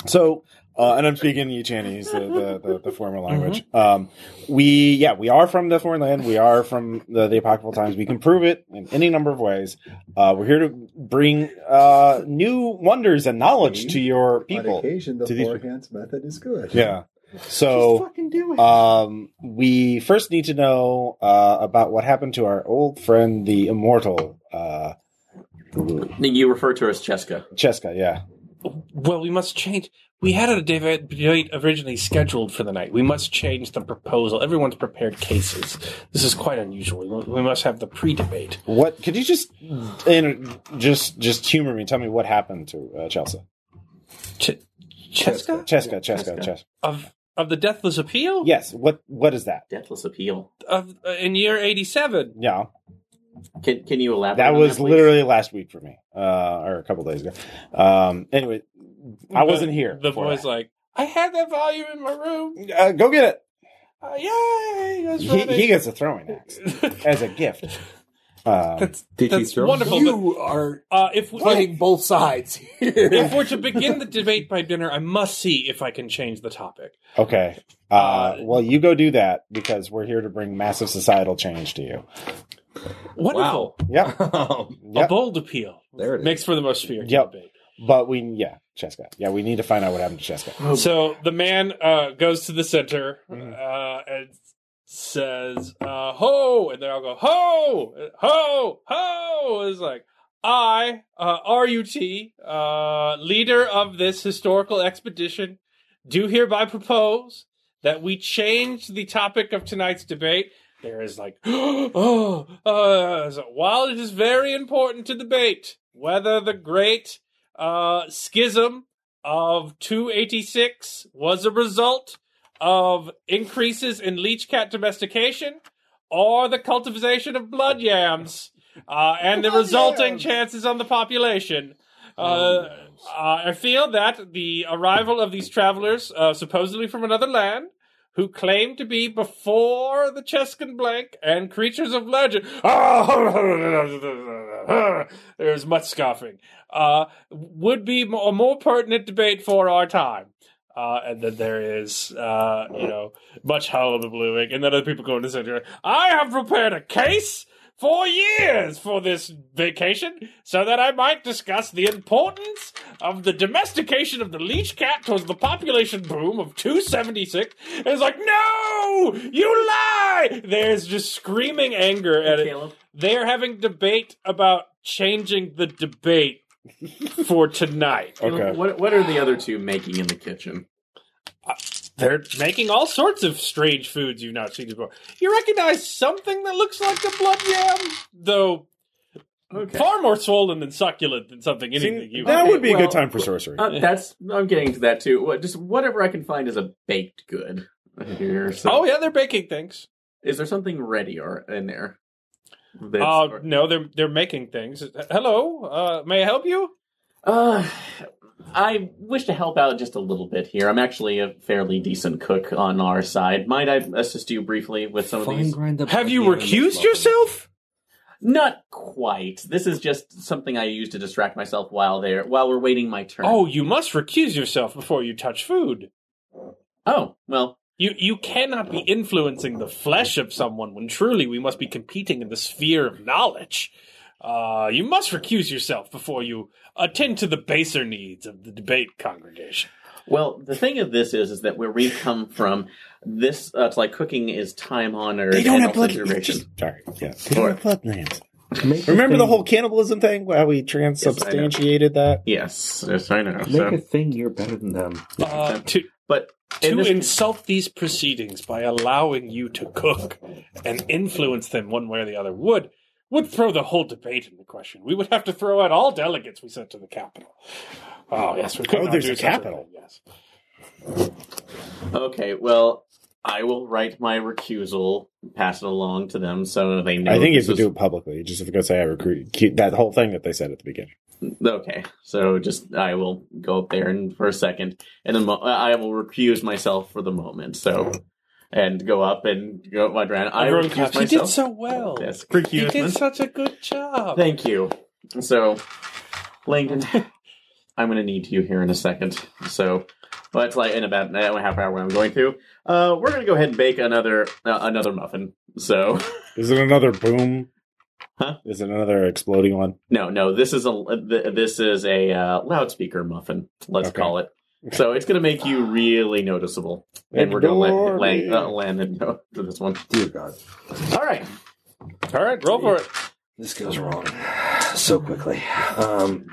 [SPEAKER 1] so, uh, and I'm speaking Yuchanese, the, the, the, the former language. Um, we, yeah, we are from the foreign land. We are from the, the apocryphal times. We can prove it in any number of ways. Uh, we're here to bring uh, new wonders and knowledge to your
[SPEAKER 4] On
[SPEAKER 1] people.
[SPEAKER 4] occasion, the
[SPEAKER 1] to these
[SPEAKER 4] four
[SPEAKER 1] people.
[SPEAKER 4] hands method is good.
[SPEAKER 1] Yeah. So, um, we first need to know uh, about what happened to our old friend, the immortal uh,
[SPEAKER 6] You refer to her as Cheska.
[SPEAKER 1] Cheska. Yeah.
[SPEAKER 3] Well, we must change. We had a debate debate originally scheduled for the night. We must change the proposal. Everyone's prepared cases. This is quite unusual. We- We must have the pre-debate.
[SPEAKER 1] What could you just and just just humor me? Tell me what happened to uh, Chelsea?
[SPEAKER 3] Ch- Cheska
[SPEAKER 1] Cheska, Cheska,
[SPEAKER 6] Cheska.
[SPEAKER 1] Cheska.
[SPEAKER 3] of of the Deathless Appeal.
[SPEAKER 1] Yes. What what is that?
[SPEAKER 6] Deathless appeal.
[SPEAKER 3] Of uh, in year eighty-seven.
[SPEAKER 1] Yeah,
[SPEAKER 6] Can Can you elaborate?
[SPEAKER 1] that
[SPEAKER 6] on
[SPEAKER 1] was
[SPEAKER 6] that, please?
[SPEAKER 1] literally last week for me, uh, or a couple days ago. Um, anyway, I wasn't here.
[SPEAKER 3] The
[SPEAKER 1] for
[SPEAKER 3] boy's
[SPEAKER 1] that.
[SPEAKER 3] like, I had that volume in my room.
[SPEAKER 1] uh, "Go get it."
[SPEAKER 3] Uh, yay! That's
[SPEAKER 1] He,
[SPEAKER 3] right.
[SPEAKER 1] he gets a throwing axe as a gift. Um,
[SPEAKER 3] that's
[SPEAKER 7] Did you
[SPEAKER 3] that's
[SPEAKER 7] throw-
[SPEAKER 3] wonderful.
[SPEAKER 10] you are
[SPEAKER 3] but, uh, if we,
[SPEAKER 10] playing both sides here.
[SPEAKER 3] if we're to begin the debate by dinner, I must see if I can change the topic.
[SPEAKER 1] okay. Uh,
[SPEAKER 3] Uh,
[SPEAKER 1] well, you go do that because we're here to bring massive societal change to you.
[SPEAKER 3] Wonderful.
[SPEAKER 1] Yeah.
[SPEAKER 3] A
[SPEAKER 7] Um,
[SPEAKER 1] Yep.
[SPEAKER 3] bold appeal.
[SPEAKER 7] There it is.
[SPEAKER 3] Makes for the most spirited
[SPEAKER 1] Yep.
[SPEAKER 3] debate.
[SPEAKER 1] But we, yeah, Cheska. Yeah, we need to find out what happened to Cheska.
[SPEAKER 3] So the man uh, goes to the center uh, and says, uh, "Ho!" and they all go, "Ho! Ho! Ho!" It's like I, uh, RUT, uh, leader of this historical expedition, do hereby propose that we change the topic of tonight's debate. There is like, oh, uh, so while it is very important to debate whether the great uh, schism of 286 was a result of increases in leech cat domestication or the cultivation of blood yams uh, and the resulting chances on the population. Uh, uh, I feel that the arrival of these travelers, uh, supposedly from another land, who claim to be before the Cheskin Blank and creatures of legend. Ah, There's much scoffing. Uh, would be mo- a more pertinent debate for our time. Uh, and then there is, uh, you know, much hullabalooing. And then other people go into center. I have prepared a case for years for this vacation so that I might discuss the importance of the domestication of the leech cat towards the population boom of 276. And it's like, no! You lie! There's just screaming anger at it.
[SPEAKER 6] Caleb.
[SPEAKER 3] They are having debate about changing the debate for tonight.
[SPEAKER 1] Okay.
[SPEAKER 6] What What are the other two making in the kitchen?
[SPEAKER 3] They're making all sorts of strange foods you've not seen before. You recognize something that looks like a blood yam, though
[SPEAKER 6] Okay.
[SPEAKER 3] far more swollen and succulent than something anything you.
[SPEAKER 1] that
[SPEAKER 6] Okay,
[SPEAKER 1] would be a
[SPEAKER 6] well-
[SPEAKER 1] good time for sorcery.
[SPEAKER 6] Uh, that's I'm getting to that too. What, just whatever I can find is a baked good. Here, so.
[SPEAKER 3] Oh yeah, they're baking things.
[SPEAKER 6] Is there something ready or in there? That's-
[SPEAKER 3] Uh,
[SPEAKER 6] or-
[SPEAKER 3] no, they're they're making things. Hello, uh, may I help you?
[SPEAKER 6] Uh, I wish to help out just a little bit here. I'm actually a fairly decent cook on our side. Might I assist you briefly with some of
[SPEAKER 7] Fine,
[SPEAKER 6] these?
[SPEAKER 7] grind the
[SPEAKER 3] Have you
[SPEAKER 7] blood yam
[SPEAKER 3] recused
[SPEAKER 7] and
[SPEAKER 3] yourself?
[SPEAKER 6] Not quite. This is just something I use to distract myself while there while we're waiting my turn.
[SPEAKER 3] Oh, you must recuse yourself before you touch food.
[SPEAKER 6] oh, well,
[SPEAKER 3] You you cannot be influencing the flesh of someone when truly we must be competing in the sphere of knowledge. Uh, you must recuse yourself before you attend to the baser needs of the debate congregation.
[SPEAKER 6] Well, the thing of this is, is that where we've come from, this uh, it's like cooking is time honored.
[SPEAKER 1] They don't
[SPEAKER 6] and
[SPEAKER 1] have
[SPEAKER 6] also
[SPEAKER 1] blood.
[SPEAKER 6] duration.
[SPEAKER 1] Just, sorry, yeah. They don't have bloodlands. Remember the whole cannibalism thing? How we transubstantiated that?
[SPEAKER 6] Yes, yes, I know.
[SPEAKER 7] Make a
[SPEAKER 6] So,
[SPEAKER 7] thing you're better than them.
[SPEAKER 3] Uh, to
[SPEAKER 6] but in
[SPEAKER 3] to
[SPEAKER 6] this-
[SPEAKER 3] insult these proceedings by allowing you to cook and influence them one way or the other would would throw the whole debate into question. We would have to throw out all delegates we sent to the Capitol. Oh yes, we could.
[SPEAKER 1] Oh,
[SPEAKER 3] not
[SPEAKER 1] there's
[SPEAKER 3] do
[SPEAKER 1] a
[SPEAKER 3] such
[SPEAKER 1] Capitol.
[SPEAKER 3] thing, yes.
[SPEAKER 6] okay, well, I will write my recusal, pass it along to them, so they know.
[SPEAKER 1] I think you
[SPEAKER 6] this
[SPEAKER 1] have to
[SPEAKER 6] is-
[SPEAKER 1] do it publicly. Just if you go say I recruit cute- that whole thing that they said at the beginning.
[SPEAKER 6] Okay, so just I will go up there and for a second, and then mo- I will recuse myself for the moment. So, and go up and go my round. I
[SPEAKER 3] Everyone
[SPEAKER 6] recuse
[SPEAKER 3] claps,
[SPEAKER 6] myself.
[SPEAKER 3] He did so well.
[SPEAKER 6] Yes,
[SPEAKER 3] He did
[SPEAKER 6] recuse.
[SPEAKER 3] such a good job.
[SPEAKER 6] Thank you. So, Langdon, I'm going to need you here in a second. So, well, it's like in about a half hour when I'm going through. Uh, we're going to go ahead and bake another uh, another muffin. So,
[SPEAKER 1] Is it another boom?
[SPEAKER 6] Huh?
[SPEAKER 1] Is it another exploding one?
[SPEAKER 6] no, no, this is a th- this is a uh, loudspeaker muffin. Let's
[SPEAKER 1] Okay.
[SPEAKER 6] call it. So it's going to make you really noticeable, and we're going to let Lang, uh, Landon go for this one.
[SPEAKER 7] Dear God,
[SPEAKER 6] All right,
[SPEAKER 3] All right, roll for it.
[SPEAKER 7] this goes wrong so quickly. Um,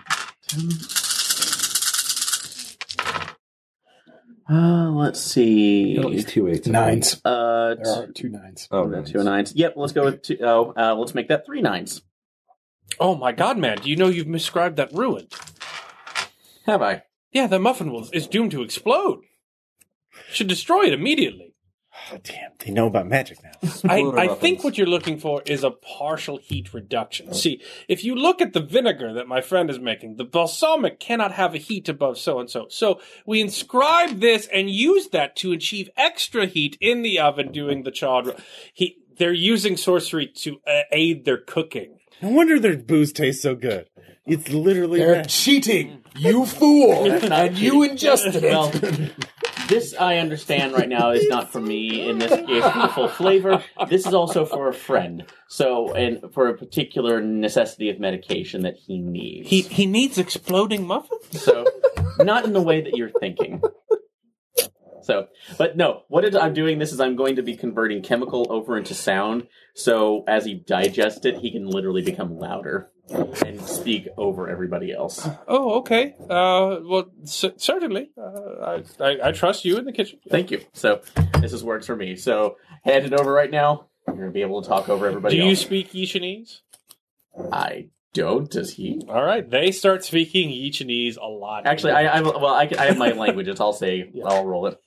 [SPEAKER 6] uh, let's see.
[SPEAKER 7] you don't need two eights.
[SPEAKER 10] Nines.
[SPEAKER 6] Uh,
[SPEAKER 10] There are two nines.
[SPEAKER 7] Oh,
[SPEAKER 6] two
[SPEAKER 7] no.
[SPEAKER 6] nines. Yep, let's go with two. Oh, uh, let's make that three nines.
[SPEAKER 3] Oh my God, man! Do you know you've miscribed that ruin?
[SPEAKER 6] Have I?
[SPEAKER 3] Yeah, the muffin will, is doomed to explode. Should destroy it immediately.
[SPEAKER 1] Oh, damn, they know about magic now.
[SPEAKER 3] I,
[SPEAKER 7] Exploder
[SPEAKER 3] I
[SPEAKER 7] muffins.
[SPEAKER 3] think what you're looking for is a partial heat reduction. See, if you look at the vinegar that my friend is making, the balsamic cannot have a heat above so and so. So we inscribe this and use that to achieve extra heat in the oven doing the charred. ro- He, they're using sorcery to uh, aid their cooking.
[SPEAKER 1] No wonder their booze tastes so good. It's literally
[SPEAKER 10] They're
[SPEAKER 1] magic.
[SPEAKER 10] cheating, you fool, and you ingested
[SPEAKER 6] Well,
[SPEAKER 10] it.
[SPEAKER 6] this I understand right now is not for me in this case for the full flavor. This is also for a friend. So, and for a particular necessity of medication that he needs.
[SPEAKER 3] He he needs exploding muffins.
[SPEAKER 6] so, not in the way that you're thinking. So, but no, what it, I'm doing this is I'm going to be converting chemical over into sound. So, as he digests it, he can literally become louder and speak over everybody else.
[SPEAKER 3] Oh, okay. Uh, well, c- certainly. Uh, I, I I trust you in the kitchen.
[SPEAKER 6] Thank you. So, this is works for me. So, hand it over right now. You're gonna be able to talk over everybody
[SPEAKER 3] Do you
[SPEAKER 6] else.
[SPEAKER 3] speak Yishanese?
[SPEAKER 6] I don't. Does he?
[SPEAKER 3] All right, they start speaking Yichinese a lot.
[SPEAKER 6] Actually, I, I well, I, I have my languages. I'll say, I'll roll it.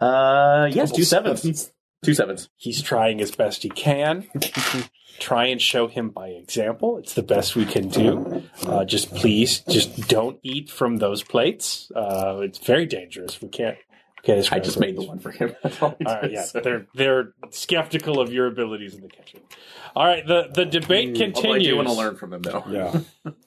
[SPEAKER 6] Uh, yes, two sevens. Two sevens.
[SPEAKER 3] he's trying as best he can. Try and show him by example. It's the best we can do. Uh, just please, just don't eat from those plates. Uh, it's very dangerous. We can't. Okay, this
[SPEAKER 6] I just made the one for him. That's all I
[SPEAKER 3] All right,
[SPEAKER 6] did,
[SPEAKER 3] Uh, yeah,
[SPEAKER 6] so.
[SPEAKER 3] they're they're skeptical of your abilities in the kitchen. All right, the the debate
[SPEAKER 6] Although I
[SPEAKER 3] continues.
[SPEAKER 6] do want to learn from him, though.
[SPEAKER 1] Yeah.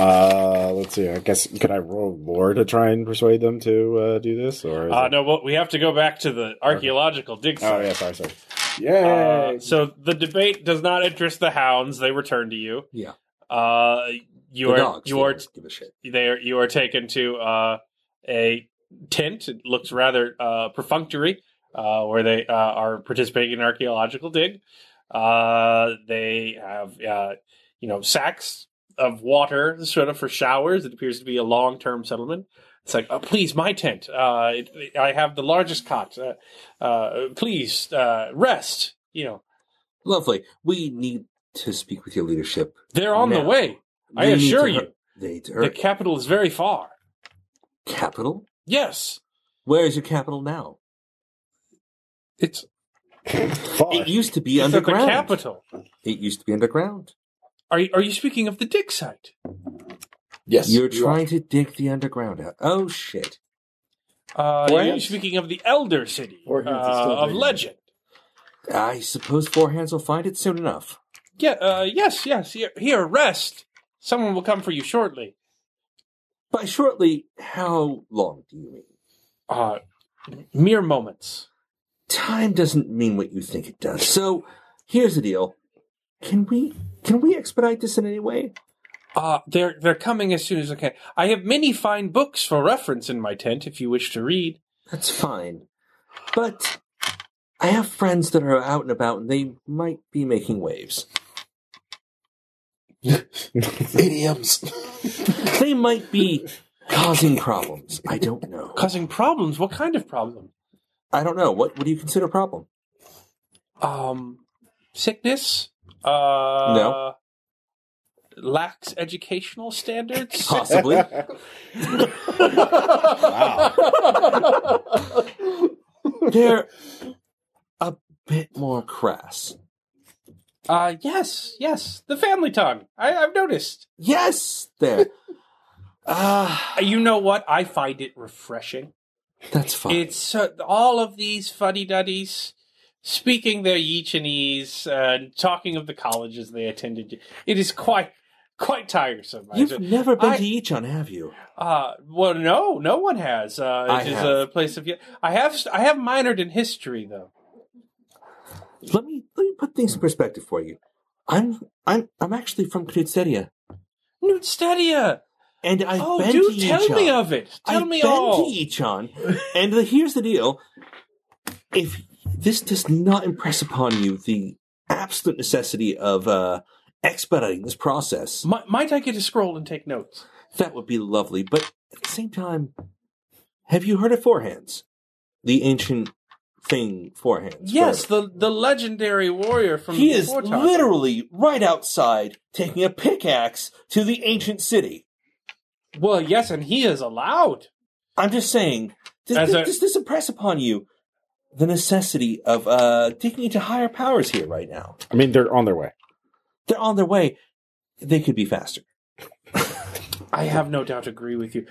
[SPEAKER 1] Uh, let's see. I guess could I roll lore to try and persuade them to uh, do this, or is
[SPEAKER 3] Uh,
[SPEAKER 1] it-
[SPEAKER 3] no, well, we have to go back to the archaeological dig
[SPEAKER 1] Oh
[SPEAKER 3] site.
[SPEAKER 1] yeah, sorry, sorry.
[SPEAKER 3] Uh, so the debate does not interest the hounds. They return to you.
[SPEAKER 7] Yeah.
[SPEAKER 3] Uh, you
[SPEAKER 7] The
[SPEAKER 3] are
[SPEAKER 7] dogs,
[SPEAKER 3] you
[SPEAKER 7] they
[SPEAKER 3] are
[SPEAKER 7] don't give a shit.
[SPEAKER 3] they are, you are taken to uh, a tent. It looks rather uh, perfunctory, uh, where they uh, are participating in an archaeological dig. Uh, they have uh, you know sacks of water, sort of for showers. It appears to be a long term settlement. It's like, oh, please, my tent. Uh, it, I have the largest cot. Uh, uh, please uh, rest. You know
[SPEAKER 7] Lovely. We need to speak with your leadership.
[SPEAKER 3] they're on the
[SPEAKER 7] Now,
[SPEAKER 3] way. I
[SPEAKER 7] They need
[SPEAKER 3] assure
[SPEAKER 7] to
[SPEAKER 3] you,
[SPEAKER 7] hur- They to
[SPEAKER 3] the
[SPEAKER 7] hurry.
[SPEAKER 3] capital is very far.
[SPEAKER 7] capital.
[SPEAKER 3] Yes,
[SPEAKER 7] Where is your capital now?
[SPEAKER 3] it's
[SPEAKER 1] Uh, Oh,
[SPEAKER 7] It used to be
[SPEAKER 3] It's at the
[SPEAKER 7] underground.
[SPEAKER 3] capital.
[SPEAKER 7] It used to be underground.
[SPEAKER 3] Are you, are you speaking of the dig site?
[SPEAKER 10] Yes,
[SPEAKER 7] You're
[SPEAKER 10] you are.
[SPEAKER 7] trying to dig the underground out. Oh shit!
[SPEAKER 3] Uh,
[SPEAKER 10] Where?
[SPEAKER 3] you're speaking of the Elder City
[SPEAKER 4] Or hands
[SPEAKER 3] uh,
[SPEAKER 4] is still
[SPEAKER 3] of
[SPEAKER 4] digging.
[SPEAKER 3] legend.
[SPEAKER 7] I suppose four hands will find it soon enough.
[SPEAKER 3] Yeah. Uh, yes. Yes. Here, here. Rest. Someone will come for you shortly.
[SPEAKER 7] By shortly, how long do you mean?
[SPEAKER 3] Uh, mere moments.
[SPEAKER 7] Time doesn't mean what you think it does. So here's the deal: can we can we expedite this in any way?
[SPEAKER 3] Uh, they're they're coming as soon as I can. I have many fine books for reference in my tent if you wish to read.
[SPEAKER 7] That's fine. But I have friends that are out and about and they might be making waves.
[SPEAKER 10] Idioms.
[SPEAKER 7] They might be causing problems. I don't know.
[SPEAKER 3] Causing problems? What kind of problem?
[SPEAKER 7] I don't know. What what do you consider a problem?
[SPEAKER 3] Um, sickness? Uh,
[SPEAKER 7] No.
[SPEAKER 3] Lacks educational standards?
[SPEAKER 7] Possibly.
[SPEAKER 1] Wow.
[SPEAKER 7] They're a bit more crass.
[SPEAKER 3] Uh, yes, yes. The family tongue. I, I've noticed.
[SPEAKER 7] Yes, there. Ah,
[SPEAKER 3] Uh, You know what? I find it refreshing.
[SPEAKER 7] that's fine.
[SPEAKER 3] It's uh, all of these fuddy duddies speaking their Yeechinese and talking of the colleges they attended. It is quite, quite tiresome. I
[SPEAKER 7] You've
[SPEAKER 3] ju-
[SPEAKER 7] never been
[SPEAKER 3] I-
[SPEAKER 7] to Ichon, have you?
[SPEAKER 3] Uh, well, no, no one has. Uh,
[SPEAKER 7] I
[SPEAKER 3] it is
[SPEAKER 7] have.
[SPEAKER 3] a place of. I have. I have minored in history, though.
[SPEAKER 7] Let me let me put things in perspective for you. I'm I'm I'm actually from Knudseria,
[SPEAKER 3] Nutstedia.
[SPEAKER 7] and I've
[SPEAKER 3] Oh,
[SPEAKER 7] been
[SPEAKER 3] dude,
[SPEAKER 7] to
[SPEAKER 3] tell
[SPEAKER 7] Ichon.
[SPEAKER 3] me of it. Tell
[SPEAKER 7] I've
[SPEAKER 3] me
[SPEAKER 7] been
[SPEAKER 3] all.
[SPEAKER 7] to E Ichon, and the, here's the deal: if this does not impress upon you the absolute necessity of uh, expediting this process,
[SPEAKER 3] Mi- might I get a scroll and take notes?
[SPEAKER 7] that would be lovely. But at the same time, have you heard of four hands? The ancient thing, four hands.
[SPEAKER 3] yes,
[SPEAKER 7] whatever.
[SPEAKER 3] the the legendary warrior from
[SPEAKER 7] He is
[SPEAKER 3] before time.
[SPEAKER 7] literally right outside taking a pickaxe to the ancient city.
[SPEAKER 3] Well, yes, and he is allowed.
[SPEAKER 7] I'm just saying, does,
[SPEAKER 3] As
[SPEAKER 7] does,
[SPEAKER 3] a-
[SPEAKER 7] does this impress upon you the necessity of uh, digging into higher powers here right now?
[SPEAKER 1] I mean, they're on their way.
[SPEAKER 7] They're on their way. They could be faster.
[SPEAKER 3] I have no doubt agree with you.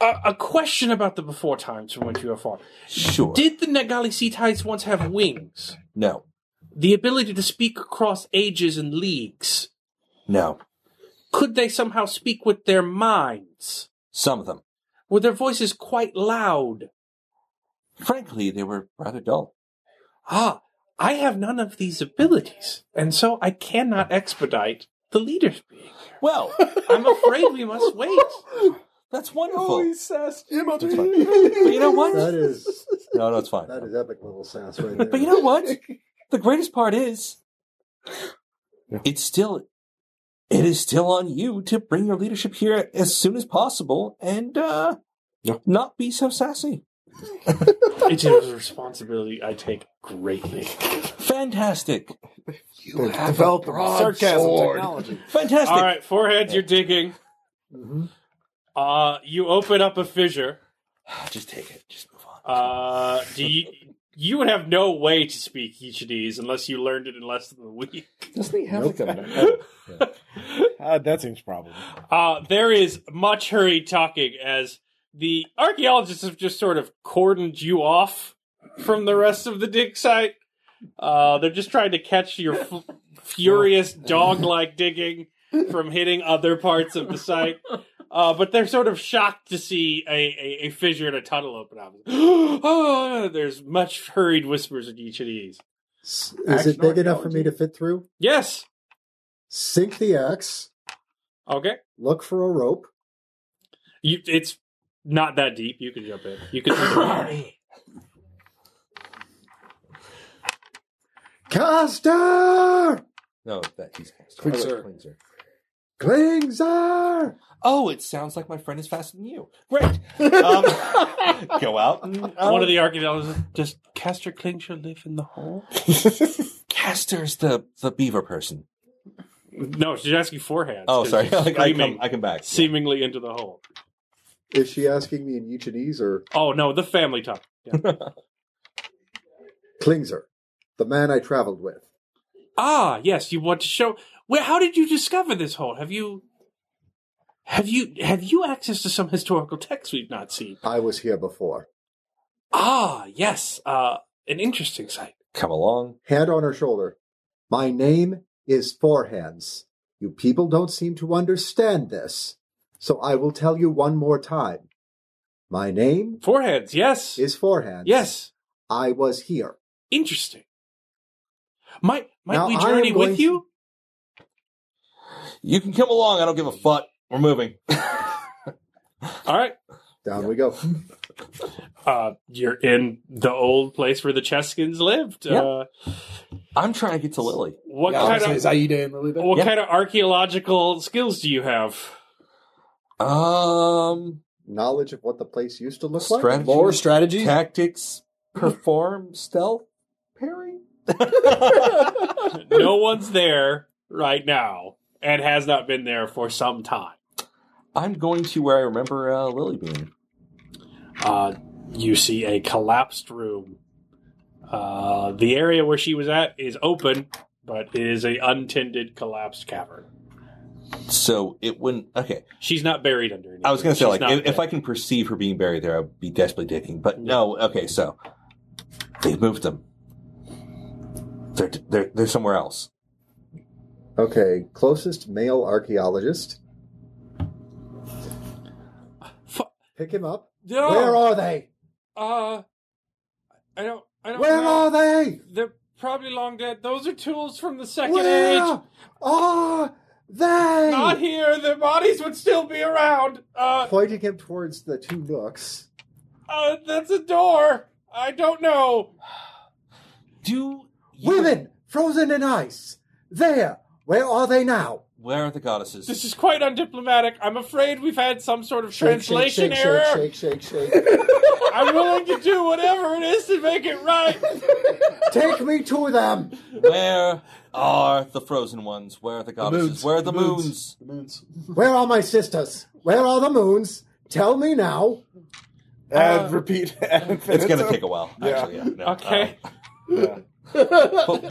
[SPEAKER 3] A, a question about the before times from which you are far.
[SPEAKER 7] Sure.
[SPEAKER 3] Did the Nagali Sea Tides once have wings?
[SPEAKER 7] no.
[SPEAKER 3] The ability to speak across ages and leagues?
[SPEAKER 7] No.
[SPEAKER 3] Could they somehow speak with their minds?
[SPEAKER 7] Some of them.
[SPEAKER 3] Were their voices quite loud?
[SPEAKER 7] Frankly, they were rather dull.
[SPEAKER 3] Ah, I have none of these abilities, and so I cannot expedite the leaders.
[SPEAKER 7] Well,
[SPEAKER 3] I'm afraid we must wait.
[SPEAKER 7] that's wonderful.
[SPEAKER 4] sassed
[SPEAKER 7] That's fine. But you know what?
[SPEAKER 4] That is
[SPEAKER 7] No, no, it's fine.
[SPEAKER 4] that is epic level sass right there.
[SPEAKER 7] But you know what? The greatest part is, it's still, it is still on you to bring your leadership here as soon as possible and uh, not be so sassy.
[SPEAKER 3] It is a responsibility I take greatly.
[SPEAKER 7] Fantastic,
[SPEAKER 2] You developed a sarcasm technology.
[SPEAKER 7] fantastic.
[SPEAKER 3] All right, foreheads, you're digging.
[SPEAKER 4] Mm-hmm.
[SPEAKER 3] Uh, you open up a fissure.
[SPEAKER 7] Just take it. Just move on.
[SPEAKER 3] Uh, do you? You would have no way to speak Ichidese unless you learned it in less than a week.
[SPEAKER 10] Doesn't he have like a
[SPEAKER 1] Uh, that seems probable.
[SPEAKER 3] Uh, there is much hurried talking as the archaeologists have just sort of cordoned you off from the rest of the dig site. Uh, they're just trying to catch your f- furious dog like digging from hitting other parts of the site. Uh, but they're sort of shocked to see a, a, a fissure and a tunnel open up. oh, there's much hurried whispers in each of these.
[SPEAKER 4] is it big enough for me to fit through?
[SPEAKER 3] Yes.
[SPEAKER 4] Sink the axe.
[SPEAKER 3] Okay.
[SPEAKER 4] Look for a rope.
[SPEAKER 3] You, it's not that deep. You can jump in. You can.
[SPEAKER 4] Caster,
[SPEAKER 7] No, that he's
[SPEAKER 10] Quincer.
[SPEAKER 7] Quincer.
[SPEAKER 4] Klingzer.
[SPEAKER 7] Oh, it sounds like my friend is faster than you. Great. Um, go out. And, um,
[SPEAKER 3] One of the archaeologists does Castor Klingsha live in the hole?
[SPEAKER 7] Caster's the the beaver person.
[SPEAKER 3] No, she's asking forehands.
[SPEAKER 7] Oh,
[SPEAKER 3] 'cause
[SPEAKER 7] sorry.
[SPEAKER 3] she's
[SPEAKER 7] I come.
[SPEAKER 3] screaming
[SPEAKER 7] I come back.
[SPEAKER 3] seemingly into the hole.
[SPEAKER 4] Is she asking me in Yuchinese or
[SPEAKER 3] Oh no, the family talk. Yeah.
[SPEAKER 4] Klingzer, the man I traveled with?
[SPEAKER 3] ah, yes, you want to show. Where? How did you discover this hole? Have you? Have you have you access to some historical text we've not seen?
[SPEAKER 4] I was here before.
[SPEAKER 3] Ah, yes, uh, an interesting site.
[SPEAKER 7] Come along.
[SPEAKER 4] Hand on her shoulder. My name is Four Hands. You people don't seem to understand this, so I will tell you one more time. My name
[SPEAKER 3] Foreheads, yes,
[SPEAKER 4] is Four Hands.
[SPEAKER 3] yes,
[SPEAKER 4] I was here.
[SPEAKER 3] interesting. Might might
[SPEAKER 4] Now,
[SPEAKER 3] we
[SPEAKER 4] I am
[SPEAKER 3] journey
[SPEAKER 4] going
[SPEAKER 3] with
[SPEAKER 4] to-
[SPEAKER 3] you?
[SPEAKER 7] You can come along. I don't give a fuck. We're moving.
[SPEAKER 3] All right.
[SPEAKER 4] Down we go.
[SPEAKER 11] Uh,
[SPEAKER 3] You're in the old place where the Cheskins lived.
[SPEAKER 7] Yeah.
[SPEAKER 3] Uh,
[SPEAKER 7] I'm trying to get to Lily.
[SPEAKER 3] what
[SPEAKER 10] Yeah, I was
[SPEAKER 3] kind
[SPEAKER 10] gonna
[SPEAKER 3] of
[SPEAKER 10] say, is Aida and Lily there?
[SPEAKER 3] what
[SPEAKER 7] Yeah.
[SPEAKER 3] kind of archaeological skills do you have?
[SPEAKER 7] Um,
[SPEAKER 4] Knowledge of what the place used to look
[SPEAKER 7] strategy,
[SPEAKER 10] Lore strategy.
[SPEAKER 7] tactics, perform, stealth, parry.
[SPEAKER 3] no one's there right now, and has not been there for some time.
[SPEAKER 7] I'm going to where I remember uh, Lily being.
[SPEAKER 3] Uh, you see a collapsed room. Uh, the area where she was at is open, but it is a untended, collapsed cavern.
[SPEAKER 7] So it wouldn't. Okay,
[SPEAKER 3] She's not buried under.
[SPEAKER 7] I was gonna say
[SPEAKER 3] She's
[SPEAKER 7] like
[SPEAKER 3] not
[SPEAKER 7] if, if
[SPEAKER 3] dead.
[SPEAKER 7] I can perceive her being buried there, I'd be desperately digging. But no, okay, so they moved them. They're they're they're somewhere else.
[SPEAKER 4] like. Okay, closest male archaeologist.
[SPEAKER 3] Fu-
[SPEAKER 4] Pick him up.
[SPEAKER 3] No,
[SPEAKER 4] Where are they?
[SPEAKER 3] uh, I don't. I don't
[SPEAKER 4] Where
[SPEAKER 3] know.
[SPEAKER 4] are they?
[SPEAKER 3] They're probably long dead. Those are tools from the second age.
[SPEAKER 4] Where are they?
[SPEAKER 3] Not here. Their bodies would still be around. Uh,
[SPEAKER 4] Pointing him towards the two nooks.
[SPEAKER 3] uh, that's a door. I don't know.
[SPEAKER 7] Do
[SPEAKER 4] Women frozen in ice. There. Where are they now?
[SPEAKER 7] Where are the goddesses?
[SPEAKER 3] This is quite undiplomatic. I'm afraid we've had some sort of
[SPEAKER 4] Shake,
[SPEAKER 3] translation
[SPEAKER 4] shake, shake,
[SPEAKER 3] error.
[SPEAKER 4] Shake, shake, shake, shake.
[SPEAKER 3] I'm willing to do whatever it is to make it right.
[SPEAKER 4] Take me to them.
[SPEAKER 7] Where are the frozen ones? Where are the goddesses?
[SPEAKER 10] moons.
[SPEAKER 7] Where are the
[SPEAKER 10] The
[SPEAKER 7] moons?
[SPEAKER 10] moons. The moons.
[SPEAKER 4] Where are my sisters? Where are the moons? Tell me now.
[SPEAKER 3] Oh,
[SPEAKER 5] Uh,
[SPEAKER 3] uh,
[SPEAKER 1] And repeat.
[SPEAKER 7] It's gonna take a while. Actually, yeah. no,
[SPEAKER 3] Okay.
[SPEAKER 7] uh, but we're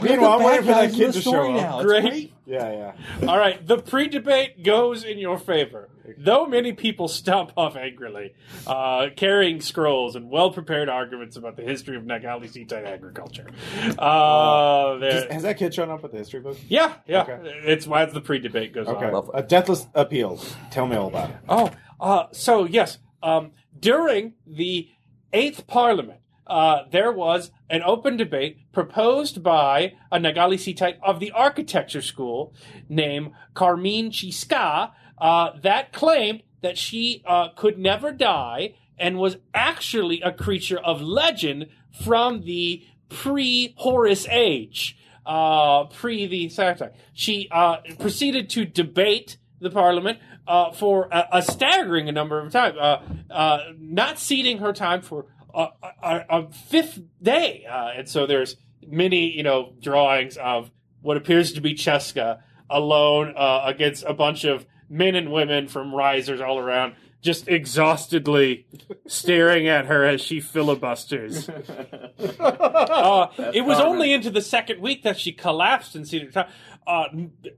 [SPEAKER 1] Meanwhile, Oh, I'm
[SPEAKER 7] the
[SPEAKER 1] waiting for
[SPEAKER 7] bad
[SPEAKER 1] that
[SPEAKER 7] guys in
[SPEAKER 1] kid
[SPEAKER 7] the
[SPEAKER 1] to
[SPEAKER 7] story
[SPEAKER 1] show up.
[SPEAKER 7] now. It's
[SPEAKER 3] Great.
[SPEAKER 1] Yeah, yeah.
[SPEAKER 3] All right. The pre debate goes in your favor. Though many people stomp off angrily, uh, carrying scrolls and well prepared arguments about the history of Nagali Zeta agriculture. Uh,
[SPEAKER 1] Does-
[SPEAKER 3] there-
[SPEAKER 1] has that kid shown up with the history book?
[SPEAKER 3] yeah, yeah.
[SPEAKER 1] Okay.
[SPEAKER 3] It's why the pre debate goes on.
[SPEAKER 1] Okay.
[SPEAKER 7] love it.
[SPEAKER 1] A deathless appeal. Tell me all about it.
[SPEAKER 3] Oh, uh, so yes, um, during the Eighth Parliament, uh, there was an open debate proposed by a Nagali Sitite of the architecture school named Carmine Chiska uh, that claimed that she uh, could never die and was actually a creature of legend from the pre Horus age, uh, pre the satire. She uh, proceeded to debate the parliament uh, for a, a staggering number of times, uh, uh, not ceding her time for a, a, a fifth day. Uh, and so there's many, you know, drawings of what appears to be Cheska alone uh, against a bunch of men and women from risers all around, just exhaustedly staring at her as she filibusters. Uh, it was only into the second week that she collapsed and cedar time. Uh,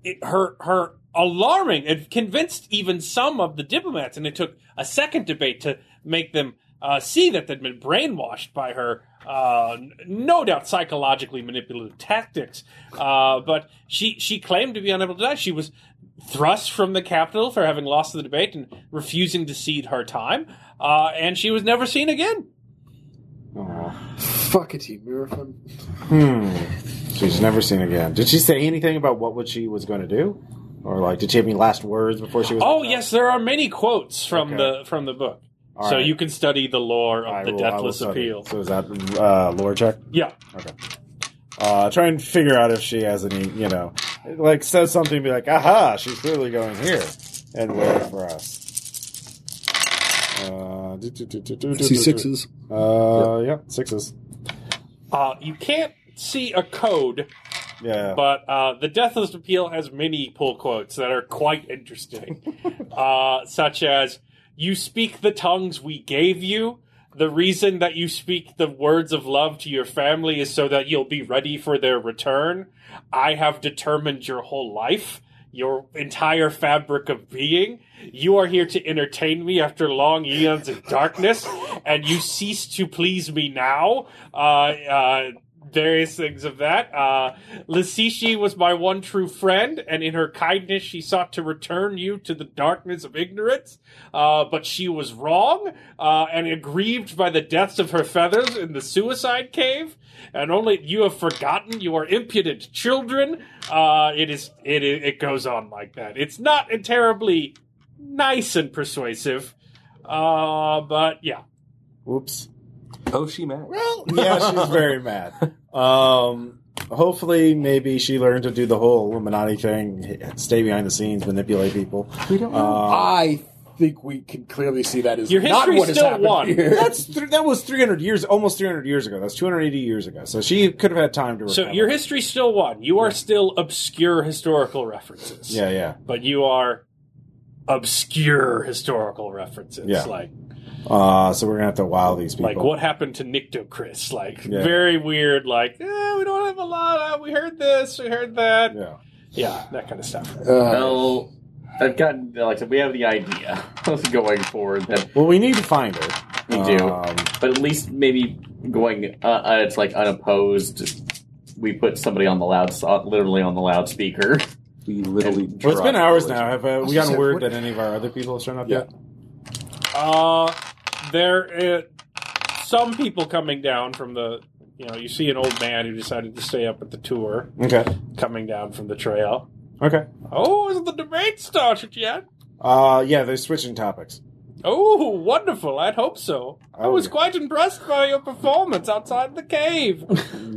[SPEAKER 3] it, her her alarming it convinced even some of the diplomats, and it took a second debate to make them uh, see that they'd been brainwashed by her, uh, n- no doubt psychologically manipulative tactics. Uh, but she she claimed to be unable to die. She was thrust from the capital for having lost the debate and refusing to cede her time, uh, and she was never seen again.
[SPEAKER 10] Fuck it, you Mirafun.
[SPEAKER 1] Hmm. She's never seen again. Did she say anything about what what she was going to do, or like did she have any last words before she was?
[SPEAKER 3] Oh yes, there are many quotes from
[SPEAKER 1] Okay.
[SPEAKER 3] the from the book,
[SPEAKER 1] All
[SPEAKER 3] so
[SPEAKER 1] right.
[SPEAKER 3] you can study the lore of
[SPEAKER 1] I
[SPEAKER 3] the
[SPEAKER 1] will- I will
[SPEAKER 3] Deathless
[SPEAKER 1] study.
[SPEAKER 3] Appeal.
[SPEAKER 1] So is that uh, lore check?
[SPEAKER 3] Yeah,
[SPEAKER 1] Uh, try and figure out if she has any. You know, like says something, be like, aha, she's clearly going here and waiting for us. Uh, do, do, do, do, do, do,
[SPEAKER 10] See
[SPEAKER 1] do.
[SPEAKER 10] sixes.
[SPEAKER 1] Uh, yeah, sixes.
[SPEAKER 3] uh, you can't see a code,
[SPEAKER 1] Yeah.
[SPEAKER 3] but uh, the Deathless Appeal has many pull quotes that are quite interesting, uh, such as "You speak the tongues we gave you." The reason that you speak the words of love to your family is so that you'll be ready for their return. I have determined your whole life, your entire fabric of being. You are here to entertain me after long eons of darkness, and you cease to please me now. Uh, uh, various things of that. Uh, Lasishi was my one true friend, and in her kindness, she sought to return you to the darkness of ignorance. Uh, but she was wrong uh, and aggrieved by the deaths of her feathers in the suicide cave. And only you have forgotten you are impudent children. Uh, it is it it goes on like that. It's not terribly nice and persuasive, uh, but yeah.
[SPEAKER 2] Whoops.
[SPEAKER 7] Oh, she mad.
[SPEAKER 1] Well, yeah, she's very mad. Um, hopefully, maybe she learned to do the whole Illuminati thing, stay behind the scenes, manipulate people.
[SPEAKER 7] We don't.
[SPEAKER 1] Um,
[SPEAKER 10] I think we can clearly see that is
[SPEAKER 3] Your
[SPEAKER 10] not
[SPEAKER 3] history's
[SPEAKER 10] what has
[SPEAKER 3] still
[SPEAKER 10] happened
[SPEAKER 3] one.
[SPEAKER 10] here.
[SPEAKER 1] that's th- that was 300 years, almost 300 years ago. That's 280 years ago. So she could have had time to. Recover.
[SPEAKER 3] So your history's still one. You are still obscure historical references.
[SPEAKER 1] Yeah, yeah.
[SPEAKER 3] But you are obscure historical references.
[SPEAKER 1] Yeah.
[SPEAKER 3] Like
[SPEAKER 1] Uh, so we're gonna have to wow these people.
[SPEAKER 3] like what happened to Nictocris. Like
[SPEAKER 1] Yeah.
[SPEAKER 3] very weird, like, eh, we don't have a lot of, we heard this, we heard that. Yeah,
[SPEAKER 1] Yeah.
[SPEAKER 3] that kind of stuff.
[SPEAKER 5] Uh,
[SPEAKER 6] Well, I've gotten like I said, we have the idea going forward that
[SPEAKER 1] Well, we need to find her.
[SPEAKER 6] we do,
[SPEAKER 3] Uh,
[SPEAKER 1] Um,
[SPEAKER 6] but at least maybe going uh, uh, it's like unopposed. We put somebody on the loud, literally on the loudspeaker.
[SPEAKER 7] We literally.
[SPEAKER 1] well, it's been
[SPEAKER 7] dropped
[SPEAKER 1] hours
[SPEAKER 7] the-
[SPEAKER 1] now. Have uh, we
[SPEAKER 4] just
[SPEAKER 1] gotten
[SPEAKER 4] said,
[SPEAKER 1] word
[SPEAKER 4] what-
[SPEAKER 1] that any of our other people have shown up
[SPEAKER 10] Yeah.
[SPEAKER 1] yet?
[SPEAKER 3] Uh there uh, some people coming down from the you know, you see an old man who decided to stay up at the tour
[SPEAKER 1] Okay.
[SPEAKER 3] coming down from the trail.
[SPEAKER 1] Okay.
[SPEAKER 3] Oh, is the debate started yet?
[SPEAKER 1] Uh, yeah, they're switching topics.
[SPEAKER 3] Oh, wonderful. I'd hope so. I
[SPEAKER 1] Oh,
[SPEAKER 3] was
[SPEAKER 1] yeah.
[SPEAKER 3] quite impressed by your performance outside the cave.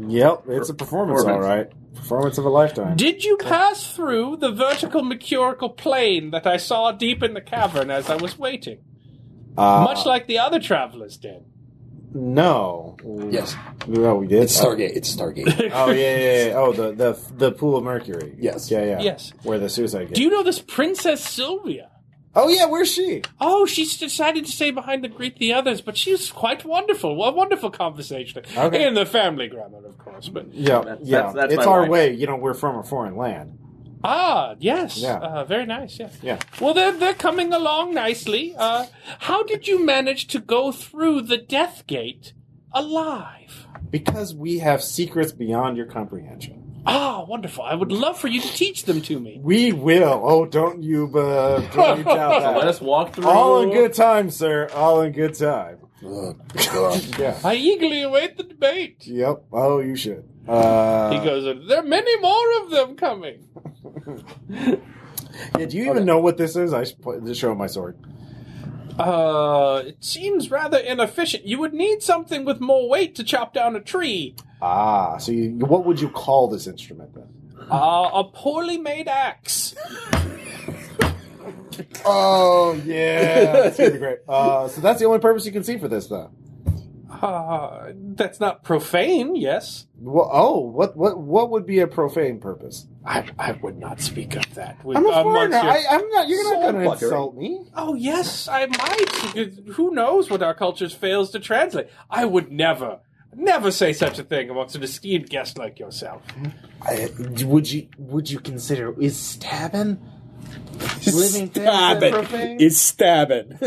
[SPEAKER 1] Yep, it's a performance, all right. Performance of a lifetime.
[SPEAKER 3] Did you pass through the vertical mercurical plane that I saw deep in the cavern as I was waiting?
[SPEAKER 1] Uh,
[SPEAKER 3] Much like the other travelers did.
[SPEAKER 1] no,
[SPEAKER 10] Yes,
[SPEAKER 1] no, we did.
[SPEAKER 10] it's Stargate. It's Stargate.
[SPEAKER 1] Oh yeah, yeah, yeah. Oh, the the the pool of mercury.
[SPEAKER 10] Yes.
[SPEAKER 1] yeah, yeah.
[SPEAKER 3] Yes.
[SPEAKER 1] Where the suicide.
[SPEAKER 3] Do
[SPEAKER 1] Game.
[SPEAKER 3] you know this Princess Sylvia?
[SPEAKER 1] oh yeah, where's she?
[SPEAKER 3] Oh, she's decided to stay behind to greet the others, but she's quite wonderful. What a wonderful conversation.
[SPEAKER 1] Okay.
[SPEAKER 3] In the family grammar, of course. But
[SPEAKER 1] Yeah,
[SPEAKER 6] That's-
[SPEAKER 1] yeah.
[SPEAKER 6] that's- that's
[SPEAKER 1] it's
[SPEAKER 6] my
[SPEAKER 1] our
[SPEAKER 6] wife.
[SPEAKER 1] way. You know, we're from a foreign land.
[SPEAKER 3] Ah, yes.
[SPEAKER 1] Yeah.
[SPEAKER 3] Uh, very nice, yeah.
[SPEAKER 1] Yeah.
[SPEAKER 3] Well, they're, they're coming along nicely. Uh, how did you manage to go through the death gate alive?
[SPEAKER 1] Because we have secrets beyond your comprehension.
[SPEAKER 3] Ah, wonderful. I would love for you to teach them to me.
[SPEAKER 1] We will. Oh, don't you, uh, don't you doubt
[SPEAKER 6] Let
[SPEAKER 1] that.
[SPEAKER 6] us walk through.
[SPEAKER 1] All in good time, sir. All in good time.
[SPEAKER 10] Oh, God.
[SPEAKER 1] Yeah.
[SPEAKER 3] I eagerly await the debate.
[SPEAKER 1] Yep. Oh, you should. Uh,
[SPEAKER 3] He goes, on, there are many more of them coming.
[SPEAKER 1] Yeah, do you even know what this is? I should pl- just show him my sword.
[SPEAKER 3] Uh, it seems rather inefficient. You would need something with more weight to chop down a tree.
[SPEAKER 1] Ah, so you, what would you call this instrument then?
[SPEAKER 3] Uh, a poorly made axe.
[SPEAKER 1] Oh yeah, that's gonna be great. Uh, so that's the only purpose you can see for this, though.
[SPEAKER 3] Uh, that's not profane, yes.
[SPEAKER 1] Well, oh, what what what would be a profane purpose?
[SPEAKER 3] I, I would not speak of that. With,
[SPEAKER 1] I'm a
[SPEAKER 3] amongst
[SPEAKER 1] foreigner.
[SPEAKER 3] your-
[SPEAKER 1] I, I'm not. You're not
[SPEAKER 4] Soul
[SPEAKER 1] going to
[SPEAKER 4] plucker.
[SPEAKER 1] insult me.
[SPEAKER 3] oh yes, I might. Who knows what our cultures fails to translate? I would never, never say such a thing amongst an esteemed guest like yourself.
[SPEAKER 2] I, would you would you consider is stabbing living things
[SPEAKER 5] Ah,
[SPEAKER 10] Stabbing.
[SPEAKER 2] profane?
[SPEAKER 10] It's stabbing.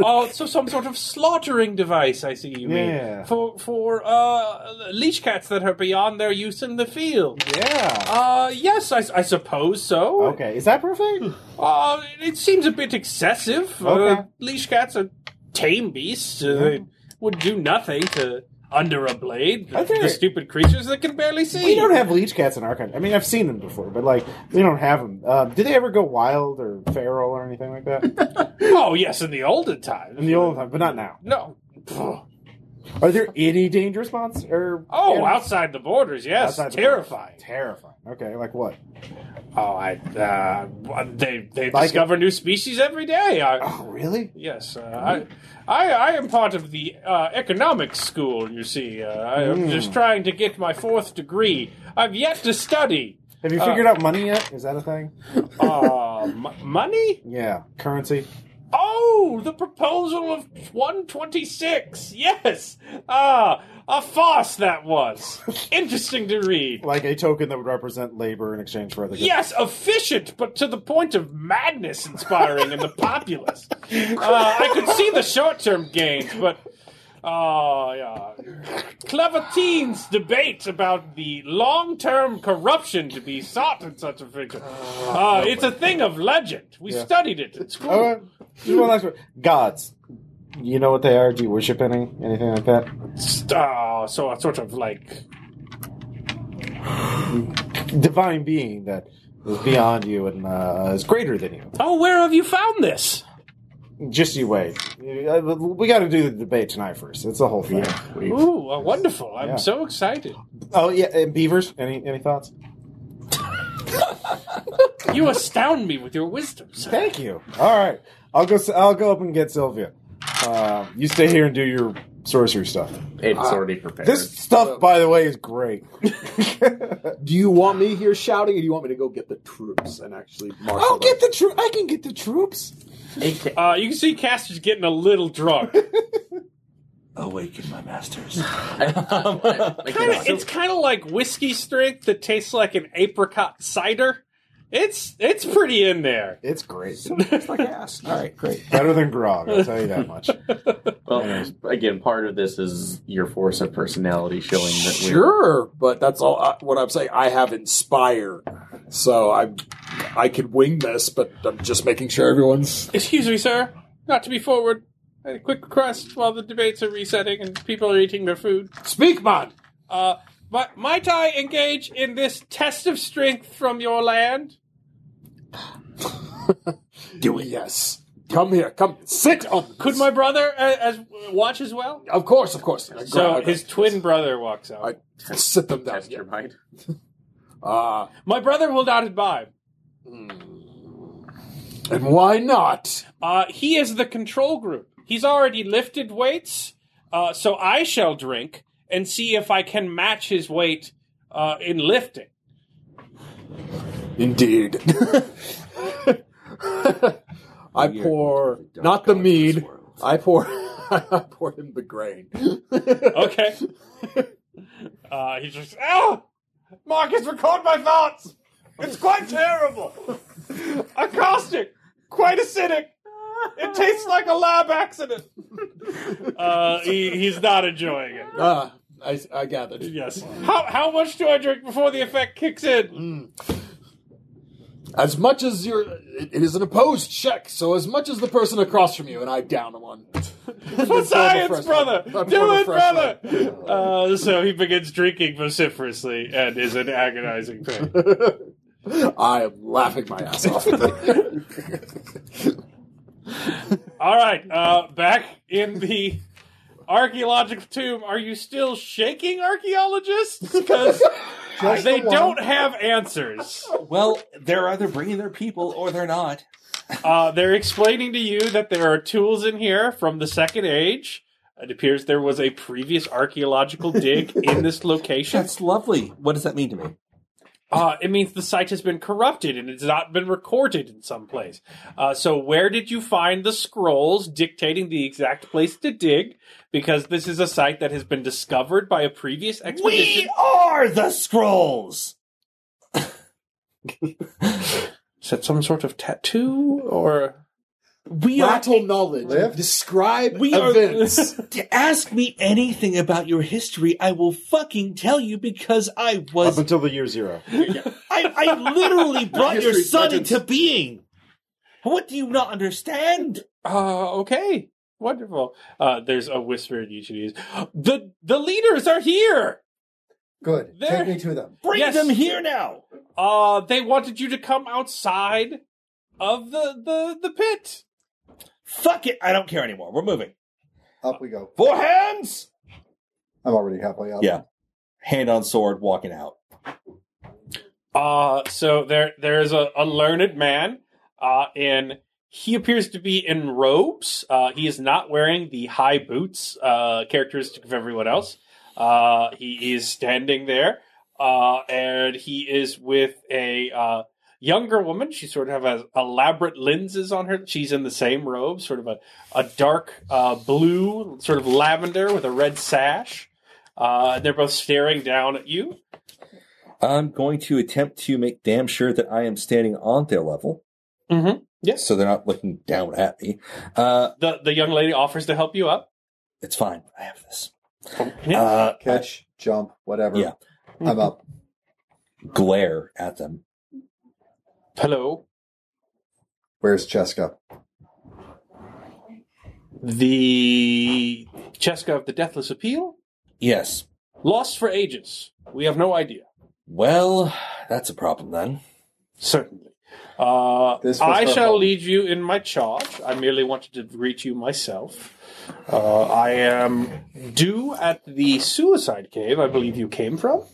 [SPEAKER 3] oh, so some sort of slaughtering device. I see you mean
[SPEAKER 1] Yeah.
[SPEAKER 3] for for uh, leech cats that are beyond their use in the field.
[SPEAKER 1] Yeah.
[SPEAKER 3] Uh, yes, I, I suppose so.
[SPEAKER 1] Okay. Is that profane?
[SPEAKER 3] Uh, it seems a bit excessive.
[SPEAKER 1] Okay. Mm-hmm.
[SPEAKER 3] Uh, leash cats are tame beasts. Uh, They would do nothing to under a blade. The,
[SPEAKER 1] Okay.
[SPEAKER 3] the stupid creatures that can barely see.
[SPEAKER 1] We don't have leech cats in our country. I mean, I've seen them before, but like we don't have them. Uh, did they ever go wild or feral or anything like that
[SPEAKER 3] Oh yes, in the olden times.
[SPEAKER 1] in the old time? But not now.
[SPEAKER 3] No.
[SPEAKER 1] Are there any dangerous monsters? Or
[SPEAKER 3] Oh,
[SPEAKER 1] animals?
[SPEAKER 3] outside the borders, yes,
[SPEAKER 1] Outside the
[SPEAKER 3] terrifying.
[SPEAKER 1] Terrifying. Okay, like what?
[SPEAKER 3] Oh, I uh, they they
[SPEAKER 1] Like
[SPEAKER 3] discover new species every day. I,
[SPEAKER 1] Oh, really?
[SPEAKER 3] yes, uh, I, I I am part of the uh, economics school. You see, uh, I'm just
[SPEAKER 1] Hmm.
[SPEAKER 3] trying to get my fourth degree. I've yet to study.
[SPEAKER 1] Have you
[SPEAKER 3] Uh,
[SPEAKER 1] figured out money yet? Is that a thing?
[SPEAKER 3] uh, m- money?
[SPEAKER 1] Yeah, currency.
[SPEAKER 3] Oh, the proposal of 126. Yes. Ah, a farce that was. Interesting to read.
[SPEAKER 1] Like a token that would represent labor in exchange for other goods.
[SPEAKER 3] Yes, efficient, but to the point of madness inspiring in the populace. Uh, I could see the short term gains, but Oh, yeah. Clever teens debate about the long term corruption to be sought in such a figure. Uh, it's a thing of legend. We studied it at school.
[SPEAKER 1] Oh, just one last one. Gods.
[SPEAKER 2] You know what they are? Do you worship any anything like that?
[SPEAKER 3] St- uh, so, a sort of like
[SPEAKER 2] Divine being that is beyond you and uh, is greater than you.
[SPEAKER 3] Oh, where have you found this?
[SPEAKER 2] Just you wait. Uh, We got to do the debate tonight first. It's the whole thing.
[SPEAKER 3] Ooh, uh, wonderful. I'm
[SPEAKER 2] Yeah.
[SPEAKER 3] so excited.
[SPEAKER 2] Oh yeah, and beavers. Any any thoughts?
[SPEAKER 3] You astound me with your wisdom, sir.
[SPEAKER 2] Thank you. All right, I'll go. s- I'll go up and get Sylvia. Uh, you stay here and do your sorcery stuff.
[SPEAKER 1] uh,
[SPEAKER 6] It's already prepared.
[SPEAKER 2] This stuff, by the way, is great.
[SPEAKER 5] Do you want me here shouting, or do you want me to go get the troops and actually marshal?
[SPEAKER 2] I'll get
[SPEAKER 5] them?
[SPEAKER 2] the troop. I can get the troops.
[SPEAKER 6] It ca-
[SPEAKER 3] Uh, you can see Caster's getting a little drunk.
[SPEAKER 7] Awaken my masters.
[SPEAKER 6] I
[SPEAKER 3] Kinda-
[SPEAKER 6] cannot.
[SPEAKER 3] it's kind of like whiskey strength that tastes like an apricot cider. It's it's pretty in there.
[SPEAKER 2] It's great.
[SPEAKER 5] It's like ass. All right, great.
[SPEAKER 2] Better than grog. I'll tell you that much.
[SPEAKER 6] well, again, part of this is your force of personality showing that we're
[SPEAKER 5] Sure, but that's all I, what I'm saying. I have inspire, so I I could wing this, but I'm just making sure everyone's.
[SPEAKER 3] Excuse me, sir. Not to be forward. A quick request while the debates are resetting and people are eating their food.
[SPEAKER 5] Speak, man.
[SPEAKER 3] Uh, my, might I engage in this test of strength from your land?
[SPEAKER 5] Do it. Yes. Come here. Come sit on.
[SPEAKER 3] Could my brother uh, as watch as well?
[SPEAKER 5] Of course, of course.
[SPEAKER 3] So
[SPEAKER 5] I-
[SPEAKER 3] his twin brother walks out.
[SPEAKER 5] I sit them down.
[SPEAKER 6] test your mind.
[SPEAKER 5] Ah,
[SPEAKER 3] My brother will not imbibe.
[SPEAKER 5] and why not?
[SPEAKER 3] Uh, he is the control group. He's already lifted weights, uh, so I shall drink and see if I can match his weight uh, in lifting.
[SPEAKER 5] Indeed. I pour not the mead. I pour. I pour him the grain.
[SPEAKER 3] Okay. uh, he just, oh, Marcus, record my thoughts. It's quite terrible. A caustic, quite acidic. It tastes like a lab accident. uh, he, he's not enjoying it.
[SPEAKER 5] Ah, I, I gathered.
[SPEAKER 3] Yes. How how much do I drink before the effect kicks in?
[SPEAKER 5] As much as you're, it, it is an opposed check. So as much as the person across from you, and I down one.
[SPEAKER 3] For science,
[SPEAKER 5] fresh
[SPEAKER 3] brother!
[SPEAKER 5] one. I'm
[SPEAKER 3] Do
[SPEAKER 5] for the
[SPEAKER 3] it,
[SPEAKER 5] fresh
[SPEAKER 3] brother! Uh, so he begins drinking vociferously and is in agonizing pain.
[SPEAKER 5] I am laughing my ass off.
[SPEAKER 3] All right, uh, back in the archaeological tomb. Are you still shaking archaeologists? Because they don't have answers.
[SPEAKER 7] well, they're either bringing their people or they're not.
[SPEAKER 3] Uh, they're explaining to you that there are tools in here from the Second Age. It appears there was a previous archaeological dig in this location.
[SPEAKER 7] That's lovely. What does that mean to me?
[SPEAKER 3] Uh, it means the site has been corrupted and it's not been recorded in some place. Uh, so, where did you find the scrolls dictating the exact place to dig? Because this is a site that has been discovered by a previous expedition.
[SPEAKER 7] are the scrolls.
[SPEAKER 3] Is that some sort of tattoo or?
[SPEAKER 7] We
[SPEAKER 5] Rattle knowledge.
[SPEAKER 4] Live.
[SPEAKER 5] Describe
[SPEAKER 7] We are-
[SPEAKER 5] events.
[SPEAKER 7] To ask me anything about your history, I will fucking tell you because I
[SPEAKER 2] Up
[SPEAKER 7] was
[SPEAKER 2] until the year zero.
[SPEAKER 7] I, I literally brought your
[SPEAKER 5] History
[SPEAKER 7] son
[SPEAKER 5] budgets.
[SPEAKER 7] into being. What do you not understand?
[SPEAKER 3] Uh, okay, wonderful. Uh, there's a whisper in each of these. The the leaders are here.
[SPEAKER 4] Good.
[SPEAKER 3] There-
[SPEAKER 4] Take me to them.
[SPEAKER 7] Bring
[SPEAKER 3] Yes.
[SPEAKER 7] them here now.
[SPEAKER 3] Uh, they wanted you to come outside of the the the pit.
[SPEAKER 7] Fuck it. I don't care anymore. We're moving.
[SPEAKER 4] Up we go.
[SPEAKER 7] Four hands.
[SPEAKER 4] I'm already halfway up.
[SPEAKER 7] Yeah. Hand on sword, walking out.
[SPEAKER 3] Uh, so there there is a, a learned man, uh, and he appears to be in robes. Uh, he is not wearing the high boots, uh, characteristic of everyone else. Uh, he is standing there, uh, and he is with a uh, younger woman. She sort of has elaborate lenses on her. She's in the same robe, sort of a, a dark uh, blue, sort of lavender with a red sash. Uh, they're both staring down at you.
[SPEAKER 7] I'm going to attempt to make damn sure that I am standing on their level.
[SPEAKER 3] Mhm.
[SPEAKER 7] So they're not looking down at me. Uh,
[SPEAKER 3] The the young lady offers to help you up.
[SPEAKER 7] It's fine. I have this.
[SPEAKER 3] Yeah.
[SPEAKER 7] Uh,
[SPEAKER 4] Catch, jump, whatever.
[SPEAKER 7] Yeah.
[SPEAKER 4] I'm up.
[SPEAKER 7] glare at them.
[SPEAKER 3] Hello.
[SPEAKER 4] Where's Cheska?
[SPEAKER 3] The Cheska of the Deathless Appeal?
[SPEAKER 7] Yes.
[SPEAKER 3] Lost for ages. We have no idea.
[SPEAKER 7] Well, that's a problem then.
[SPEAKER 3] Certainly. Uh,
[SPEAKER 4] This was
[SPEAKER 3] I
[SPEAKER 4] her
[SPEAKER 3] shall
[SPEAKER 4] fault.
[SPEAKER 3] lead you in my charge. I merely wanted to greet you myself. Uh, I am due at the suicide cave, I believe you came from.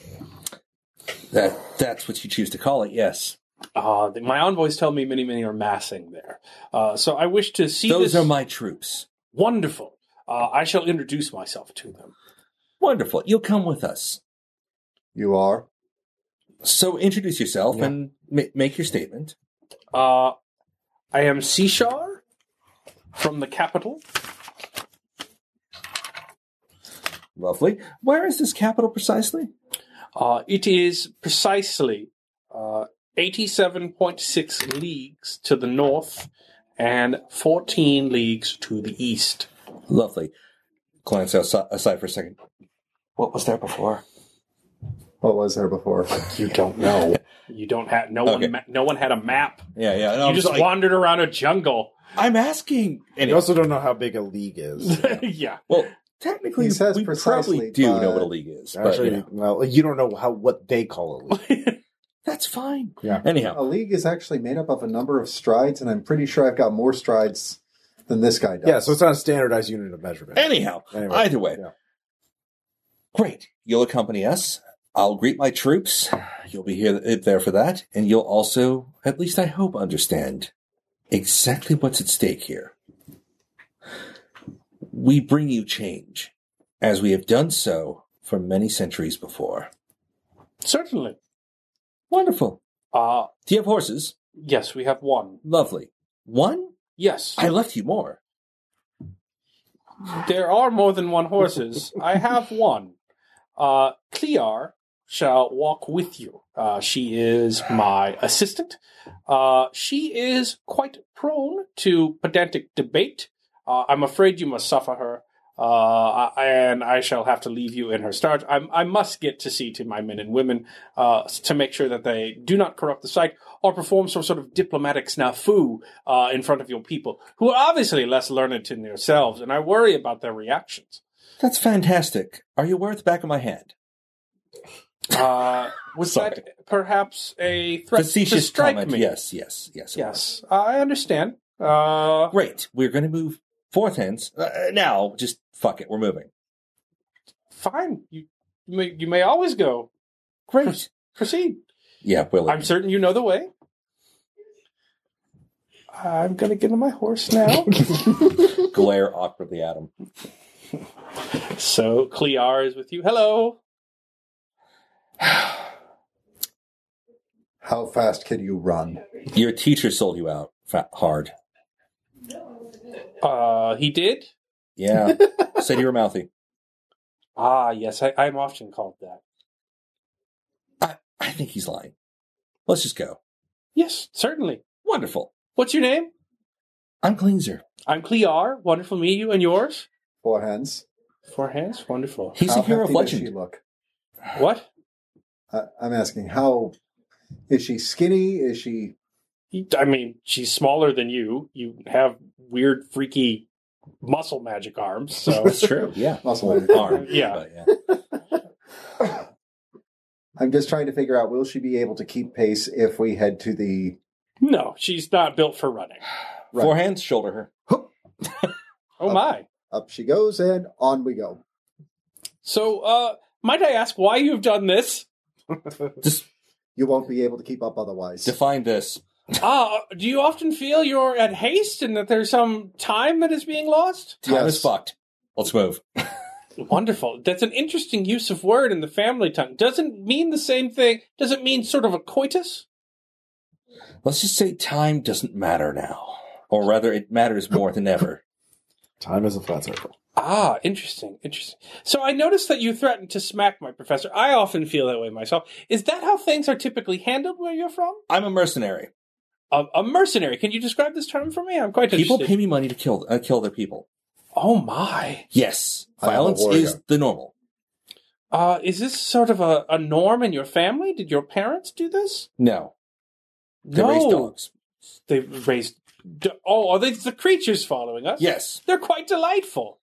[SPEAKER 7] That that's what you choose to call it. Yes.
[SPEAKER 3] Uh, my envoys tell me many, many are massing there. Uh, so I wish to see
[SPEAKER 7] Those
[SPEAKER 3] this.
[SPEAKER 7] are my troops.
[SPEAKER 3] Wonderful. Uh, I shall introduce myself to them.
[SPEAKER 7] Wonderful. You'll come with us.
[SPEAKER 4] You are?
[SPEAKER 7] So introduce yourself and ma- make your statement.
[SPEAKER 3] Uh, I am Sishar from the capital.
[SPEAKER 7] Lovely. Where is this capital precisely?
[SPEAKER 3] Uh, it is precisely uh, 87.6 leagues to the north and 14 leagues to the east.
[SPEAKER 7] Lovely. Glance outside, aside for a second. What was there before?
[SPEAKER 4] What was there before?
[SPEAKER 3] You don't know. You don't have no
[SPEAKER 7] Okay.
[SPEAKER 3] one. Ma- no one had a map.
[SPEAKER 7] Yeah, yeah. no,
[SPEAKER 3] You
[SPEAKER 7] I'm
[SPEAKER 3] just
[SPEAKER 7] like-
[SPEAKER 3] wandered around a jungle.
[SPEAKER 7] I'm asking.
[SPEAKER 1] And you also don't know how big a league is.
[SPEAKER 3] yeah.
[SPEAKER 7] Well, technically,
[SPEAKER 4] He says
[SPEAKER 7] we
[SPEAKER 4] precisely,
[SPEAKER 7] probably do
[SPEAKER 4] but-
[SPEAKER 7] know what a league is. But,
[SPEAKER 1] Actually,
[SPEAKER 7] you know,
[SPEAKER 1] well, you don't know how what they call a league.
[SPEAKER 7] that's fine.
[SPEAKER 1] Yeah.
[SPEAKER 7] Anyhow,
[SPEAKER 4] A league is actually made up of a number of strides, and I'm pretty sure I've got more strides than this guy does.
[SPEAKER 1] Yeah, so it's not a standardized unit of measurement.
[SPEAKER 7] anyhow,
[SPEAKER 1] Anyway,
[SPEAKER 7] either way,
[SPEAKER 1] yeah.
[SPEAKER 7] great. You'll accompany us. I'll greet my troops. You'll be here eh, there for that, and you'll also, at least I hope, understand exactly what's at stake here. We bring you change, as we have done so for many centuries before.
[SPEAKER 3] Certainly.
[SPEAKER 7] Wonderful.
[SPEAKER 3] Uh,
[SPEAKER 7] Do you have horses?
[SPEAKER 3] yes, we have one.
[SPEAKER 7] Lovely. One?
[SPEAKER 3] Yes.
[SPEAKER 7] I left you more.
[SPEAKER 3] There are more than one horses. I have one. Uh, Clear shall walk with you. Uh, she is my assistant. Uh, she is quite prone to pedantic debate. Uh, I'm afraid you must suffer her, uh, and I shall have to leave you in her charge. I, I must get to see to my men and women uh, to make sure that they do not corrupt the site or perform some sort of diplomatic snafu uh, in front of your people, who are obviously less learned than yourselves, and I worry about their reactions.
[SPEAKER 7] That's fantastic. Are you aware of the back of my hand?
[SPEAKER 3] Uh, was
[SPEAKER 7] Sorry.
[SPEAKER 3] that perhaps a threat to
[SPEAKER 7] Facetious
[SPEAKER 3] strike
[SPEAKER 7] comment.
[SPEAKER 3] me?
[SPEAKER 7] Yes, yes, yes. it was.
[SPEAKER 3] Yes, I understand. Uh,
[SPEAKER 7] Great. We're going to move four tenths uh, now. Just fuck it. We're moving.
[SPEAKER 3] fine. You, you may, you may always go.
[SPEAKER 7] Great.
[SPEAKER 3] Proceed.
[SPEAKER 7] yeah, Willie.
[SPEAKER 3] I'm certain you know the way. I'm gonna get on my horse now.
[SPEAKER 7] Glare awkwardly at him.
[SPEAKER 3] so Clear is with you. Hello.
[SPEAKER 4] How fast can you run?
[SPEAKER 7] Your teacher sold you out fa hard.
[SPEAKER 3] Uh, he did.
[SPEAKER 7] Yeah. Said you were mouthy.
[SPEAKER 3] Ah, yes, I, I'm often called that.
[SPEAKER 7] I, I think he's lying. Let's just go.
[SPEAKER 3] Yes, certainly.
[SPEAKER 7] Wonderful.
[SPEAKER 3] What's your name?
[SPEAKER 7] I'm Klingzer.
[SPEAKER 3] I'm Clear. Wonderful to meet you. And yours?
[SPEAKER 4] Four hands.
[SPEAKER 3] Four hands. Wonderful.
[SPEAKER 7] He's
[SPEAKER 4] How
[SPEAKER 7] a hero of
[SPEAKER 4] hefty does she
[SPEAKER 7] legend.
[SPEAKER 4] look?
[SPEAKER 3] What?
[SPEAKER 4] I, I'm asking, how is she skinny? Is she
[SPEAKER 3] I mean, she's smaller than you. You have weird, freaky muscle magic arms. So,
[SPEAKER 7] That's true. Yeah.
[SPEAKER 4] muscle?
[SPEAKER 7] Arm.
[SPEAKER 3] Yeah.
[SPEAKER 7] But yeah.
[SPEAKER 4] I'm just trying to figure out will she be able to keep pace if we head to the
[SPEAKER 3] no, she's not built for running.
[SPEAKER 4] Right.
[SPEAKER 7] Four hands, shoulder her.
[SPEAKER 3] Oh, my.
[SPEAKER 4] up she goes and on we go.
[SPEAKER 3] So, uh, might I ask why you've done this?
[SPEAKER 7] Just
[SPEAKER 4] You won't be able to keep up otherwise.
[SPEAKER 7] define this.
[SPEAKER 3] Ah, do you often feel you're at haste and that there's some time that is being lost?
[SPEAKER 7] Time
[SPEAKER 4] Yes.
[SPEAKER 7] is fucked. Let's move.
[SPEAKER 3] Wonderful. That's an interesting use of word in the family tongue. Doesn't mean the same thing. Doesn't mean sort of a coitus.
[SPEAKER 7] Let's just say time doesn't matter now. Or rather, it matters more than ever.
[SPEAKER 1] Time is a flat circle.
[SPEAKER 3] Ah, interesting, interesting. So I noticed that you threatened to smack my professor. I often feel that way myself. Is that how things are typically handled where you're from?
[SPEAKER 7] I'm a mercenary.
[SPEAKER 3] A, a mercenary. Can you describe this term for me? I'm quite
[SPEAKER 7] People
[SPEAKER 3] interested.
[SPEAKER 7] pay me money to kill uh, kill their people.
[SPEAKER 3] Oh my.
[SPEAKER 7] Yes,
[SPEAKER 4] I am a
[SPEAKER 7] violence
[SPEAKER 4] warrior.
[SPEAKER 7] is the normal.
[SPEAKER 3] Uh, is this sort of a, a norm in your family? Did your parents do this?
[SPEAKER 7] No, they
[SPEAKER 3] no.
[SPEAKER 7] raise dogs.
[SPEAKER 3] They raised. d- Oh, are they the creatures following us?
[SPEAKER 7] Yes,
[SPEAKER 3] They're quite delightful.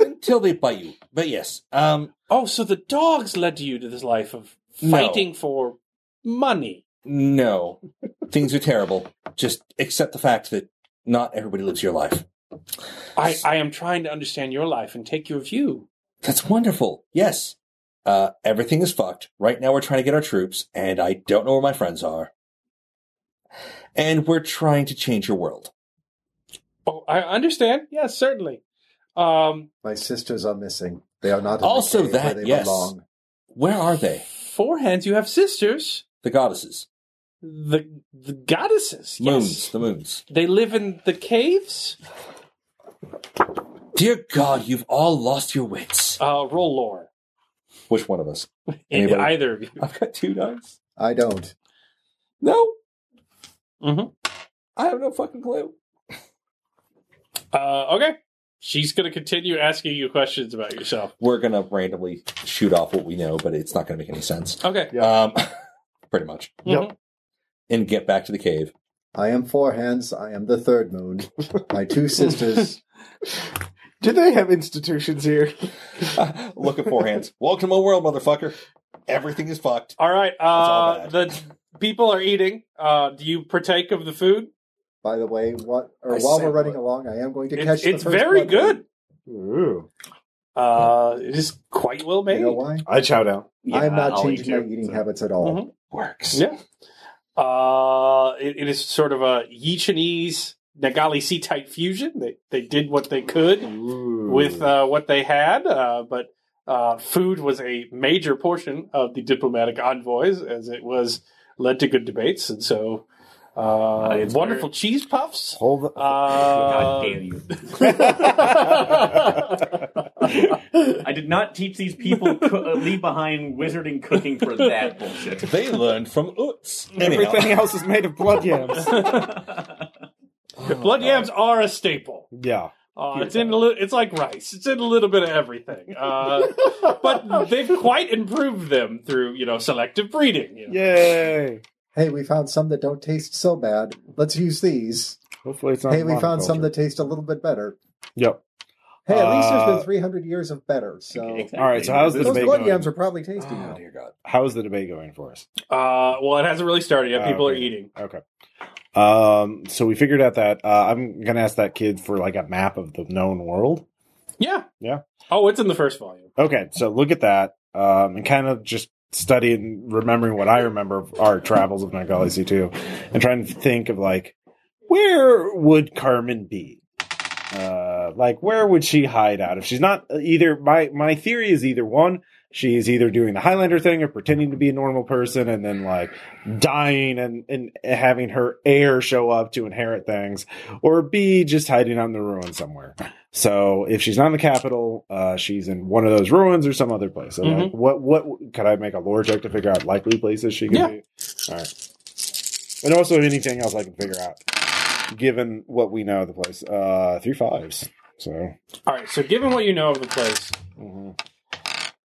[SPEAKER 7] until they bite you. But yes, um,
[SPEAKER 3] Oh, so the dogs led you to this life of
[SPEAKER 7] No.
[SPEAKER 3] fighting for money.
[SPEAKER 7] no, things are terrible. Just accept the fact that not everybody lives your life.
[SPEAKER 3] I, I am trying to understand your life and take your view.
[SPEAKER 7] That's wonderful. Yes. Uh, everything is fucked. Right now we're trying to get our troops, and I don't know where my friends are. And we're trying to change your world.
[SPEAKER 3] Oh, I understand. Yes, certainly. Um,
[SPEAKER 4] My sisters are missing. They are not in
[SPEAKER 7] Also
[SPEAKER 4] the cave where
[SPEAKER 7] that,
[SPEAKER 4] they
[SPEAKER 7] yes.
[SPEAKER 4] belong.
[SPEAKER 7] Where are they?
[SPEAKER 3] four hands. You have sisters.
[SPEAKER 7] The goddesses.
[SPEAKER 3] The the goddesses.
[SPEAKER 7] Moons.
[SPEAKER 3] Yes.
[SPEAKER 7] The moons.
[SPEAKER 3] They live in the caves.
[SPEAKER 7] Dear God, you've all lost your wits.
[SPEAKER 3] Uh, roll lore.
[SPEAKER 7] Which one of us?
[SPEAKER 3] In
[SPEAKER 7] Anybody?
[SPEAKER 3] either of you.
[SPEAKER 7] I've got two dice.
[SPEAKER 4] I don't.
[SPEAKER 7] No.
[SPEAKER 3] Mhm.
[SPEAKER 7] I have no fucking clue.
[SPEAKER 3] Uh, okay. She's going to continue asking you questions about yourself.
[SPEAKER 7] We're gonna randomly shoot off what we know, but it's not gonna make any sense.
[SPEAKER 3] Okay.
[SPEAKER 7] Um, pretty much.
[SPEAKER 3] Yep.
[SPEAKER 7] And get back to the cave.
[SPEAKER 4] I am four hands. I am the third moon. My two sisters.
[SPEAKER 2] Do they have institutions here?
[SPEAKER 7] Look at four hands. Welcome to my world, motherfucker. Everything is fucked.
[SPEAKER 3] All right. Uh,
[SPEAKER 7] all bad.
[SPEAKER 3] the people are eating. Uh, do you partake of the food?
[SPEAKER 4] By the way, what or
[SPEAKER 2] I
[SPEAKER 4] while
[SPEAKER 2] said
[SPEAKER 4] we're running
[SPEAKER 2] what?
[SPEAKER 4] along, I am going to
[SPEAKER 3] It's,
[SPEAKER 4] catch. the
[SPEAKER 3] it's
[SPEAKER 4] first
[SPEAKER 3] very
[SPEAKER 4] blood.
[SPEAKER 3] good.
[SPEAKER 2] Ooh.
[SPEAKER 3] Uh, it is quite well made.
[SPEAKER 4] You know why?
[SPEAKER 1] I chow down.
[SPEAKER 4] I am not
[SPEAKER 6] I'll eat
[SPEAKER 4] changing my eating habits at all.
[SPEAKER 3] Mhm.
[SPEAKER 7] Works.
[SPEAKER 3] Yeah. Uh, it, it is sort of a Yichinese Nagali Sea type fusion. They they did what they could with uh, what they had, uh, but uh, food was a major portion of the diplomatic envoys, as it was led to good debates, and so uh,
[SPEAKER 6] it's
[SPEAKER 3] wonderful cheese puffs.
[SPEAKER 1] Hold the-
[SPEAKER 3] Uh,
[SPEAKER 6] God damn you. I did not teach these people co- uh, leave behind wizarding cooking for that bullshit.
[SPEAKER 7] They learned from Oots.
[SPEAKER 1] Everything
[SPEAKER 7] Anyhow,
[SPEAKER 1] else is made of blood yams.
[SPEAKER 3] blood yams are a staple.
[SPEAKER 1] yeah.
[SPEAKER 3] Uh, it's in a li- it's like rice. It's in a little bit of everything. Uh, but they've quite improved them through you know selective breeding. you know.
[SPEAKER 1] Yay.
[SPEAKER 4] Hey, we found some that don't taste so bad. Let's use these.
[SPEAKER 1] Hopefully it's not.
[SPEAKER 4] Hey, we found some
[SPEAKER 1] monoculture.
[SPEAKER 4] that taste a little bit better.
[SPEAKER 1] Yep.
[SPEAKER 4] Hey, at least there's
[SPEAKER 1] Uh,
[SPEAKER 4] been 300 years of better. So
[SPEAKER 6] Exactly.
[SPEAKER 1] All right, so how's this
[SPEAKER 4] those
[SPEAKER 1] debate
[SPEAKER 4] blood
[SPEAKER 1] going?
[SPEAKER 4] yams are probably tasty
[SPEAKER 7] oh
[SPEAKER 4] now.
[SPEAKER 7] dear God.
[SPEAKER 1] How's the debate going for us?
[SPEAKER 3] Uh, well, it hasn't really started yet.
[SPEAKER 1] Ah,
[SPEAKER 3] People are
[SPEAKER 1] okay.
[SPEAKER 3] eating.
[SPEAKER 1] Okay. Um. So we figured out that uh, I'm gonna ask that kid for like a map of the known world.
[SPEAKER 3] Yeah.
[SPEAKER 1] Yeah.
[SPEAKER 3] Oh, it's in the first volume.
[SPEAKER 1] Okay. So look at that. Um. And kind of just study and remembering what I remember of our travels of Nagali C two, and trying to think of like where would Carmen be. Uh, like where would she hide out if she's not uh, either my my theory is either one she's either doing the Highlander thing or pretending to be a normal person and then like dying and, and having her heir show up to inherit things, or B, just hiding out in the ruins somewhere. So if she's not in the capital, uh, she's in one of those ruins or some other place. So
[SPEAKER 3] Mm-hmm.
[SPEAKER 1] like, what what could I make a lore check to figure out likely places she could
[SPEAKER 3] Yeah.
[SPEAKER 1] be? All right. And also anything else I can figure out, given what we know of the place. Uh, three fives. So
[SPEAKER 3] All right. So, given what you know of the place,
[SPEAKER 1] mhm.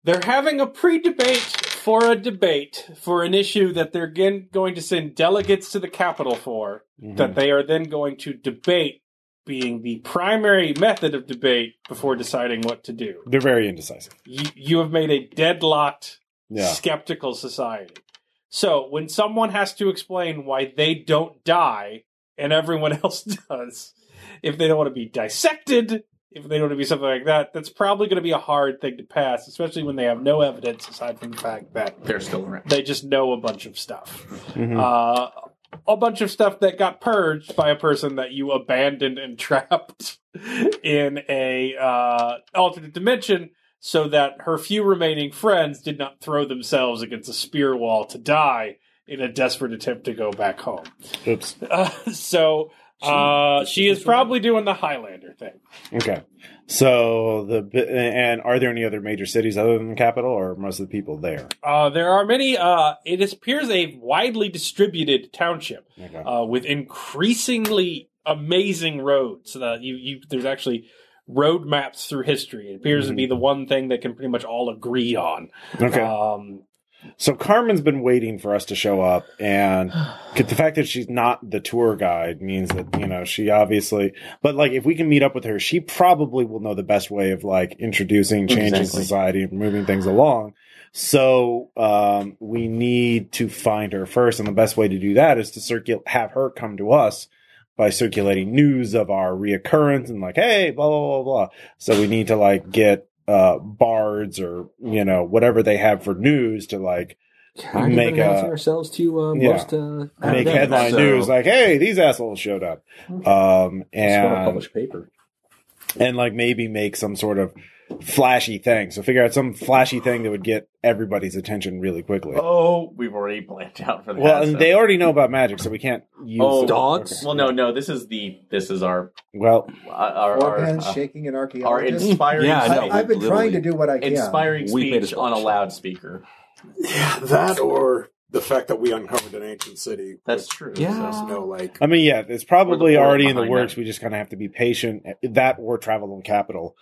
[SPEAKER 3] they're having a pre-debate for a debate for an issue that they're again going to send delegates to the capital for.
[SPEAKER 1] Mm-hmm.
[SPEAKER 3] That they are then going to debate, being the primary method of debate before deciding what to do.
[SPEAKER 1] they're very indecisive.
[SPEAKER 3] you, you have made a deadlocked
[SPEAKER 1] Yeah.
[SPEAKER 3] skeptical society. So when someone has to explain why they don't die and everyone else does, if they don't want to be dissected, if they don't want to be something like that, that's probably going to be a hard thing to pass, especially when they have no evidence aside from the fact that
[SPEAKER 6] They're still around.
[SPEAKER 3] they just know a bunch of stuff.
[SPEAKER 1] Mhm.
[SPEAKER 3] Uh, a bunch of stuff that got purged by a person that you abandoned and trapped in a uh, alternate dimension so that her few remaining friends did not throw themselves against a spear wall to die in a desperate attempt to go back home.
[SPEAKER 1] Oops.
[SPEAKER 3] Uh, so uh, she is probably doing the Highlander thing.
[SPEAKER 1] Okay. So the bi- and are there any other major cities other than the capital, or are most of the people there?
[SPEAKER 3] Uh, there are many, uh, it appears a widely distributed township.
[SPEAKER 1] Okay.
[SPEAKER 3] uh, with increasingly amazing roads. So that you, you there's actually road maps through history. It appears to be the one thing that can pretty much all agree on.
[SPEAKER 1] Okay.
[SPEAKER 3] Um,
[SPEAKER 1] So Carmen's been waiting for us to show up, and 'cause the fact that she's not the tour guide means that you know she obviously. But like, if we can meet up with her, she probably will know the best way of like introducing change in
[SPEAKER 6] Exactly.
[SPEAKER 1] society and moving things along. So um, we need to find her first, and the best way to do that is to circulate, have her come to us by circulating news of our reoccurrence and like, hey, blah blah blah blah. So we need to like get uh bards or you know whatever they have for news to like
[SPEAKER 7] Kind of
[SPEAKER 1] Make
[SPEAKER 7] announcing
[SPEAKER 1] a-
[SPEAKER 7] ourselves to uh,
[SPEAKER 1] Yeah.
[SPEAKER 7] most. Uh,
[SPEAKER 1] make
[SPEAKER 7] academics.
[SPEAKER 1] headline
[SPEAKER 7] So,
[SPEAKER 1] news like hey these assholes showed up um
[SPEAKER 7] Just want to
[SPEAKER 1] and
[SPEAKER 7] publish paper.
[SPEAKER 1] and like maybe make some sort of flashy thing so figure out some flashy thing that would get everybody's attention really quickly
[SPEAKER 6] Oh, we've already planned out for that.
[SPEAKER 1] well and
[SPEAKER 6] so-
[SPEAKER 1] they already know about magic so we can't use
[SPEAKER 6] Oh,
[SPEAKER 7] dogs?
[SPEAKER 1] Okay.
[SPEAKER 6] Well, no, no. This is the this is our
[SPEAKER 1] well
[SPEAKER 6] our
[SPEAKER 4] Four
[SPEAKER 6] our,
[SPEAKER 4] hands
[SPEAKER 6] uh,
[SPEAKER 4] shaking an
[SPEAKER 6] our
[SPEAKER 4] archaeologist.
[SPEAKER 6] inspiring
[SPEAKER 7] Yeah, I know.
[SPEAKER 4] I, have been trying
[SPEAKER 7] Literally.
[SPEAKER 4] to do what I can.
[SPEAKER 6] inspiring
[SPEAKER 7] We made a
[SPEAKER 6] speech on a
[SPEAKER 7] selection.
[SPEAKER 6] loudspeaker.
[SPEAKER 5] Yeah, that or the fact that we uncovered an ancient city.
[SPEAKER 6] That's true.
[SPEAKER 7] Yeah.
[SPEAKER 5] There's no like.
[SPEAKER 1] i mean yeah it's probably
[SPEAKER 6] world
[SPEAKER 1] already in the
[SPEAKER 6] behind
[SPEAKER 1] works
[SPEAKER 6] that.
[SPEAKER 1] we just kind of have to be patient that or travel and capital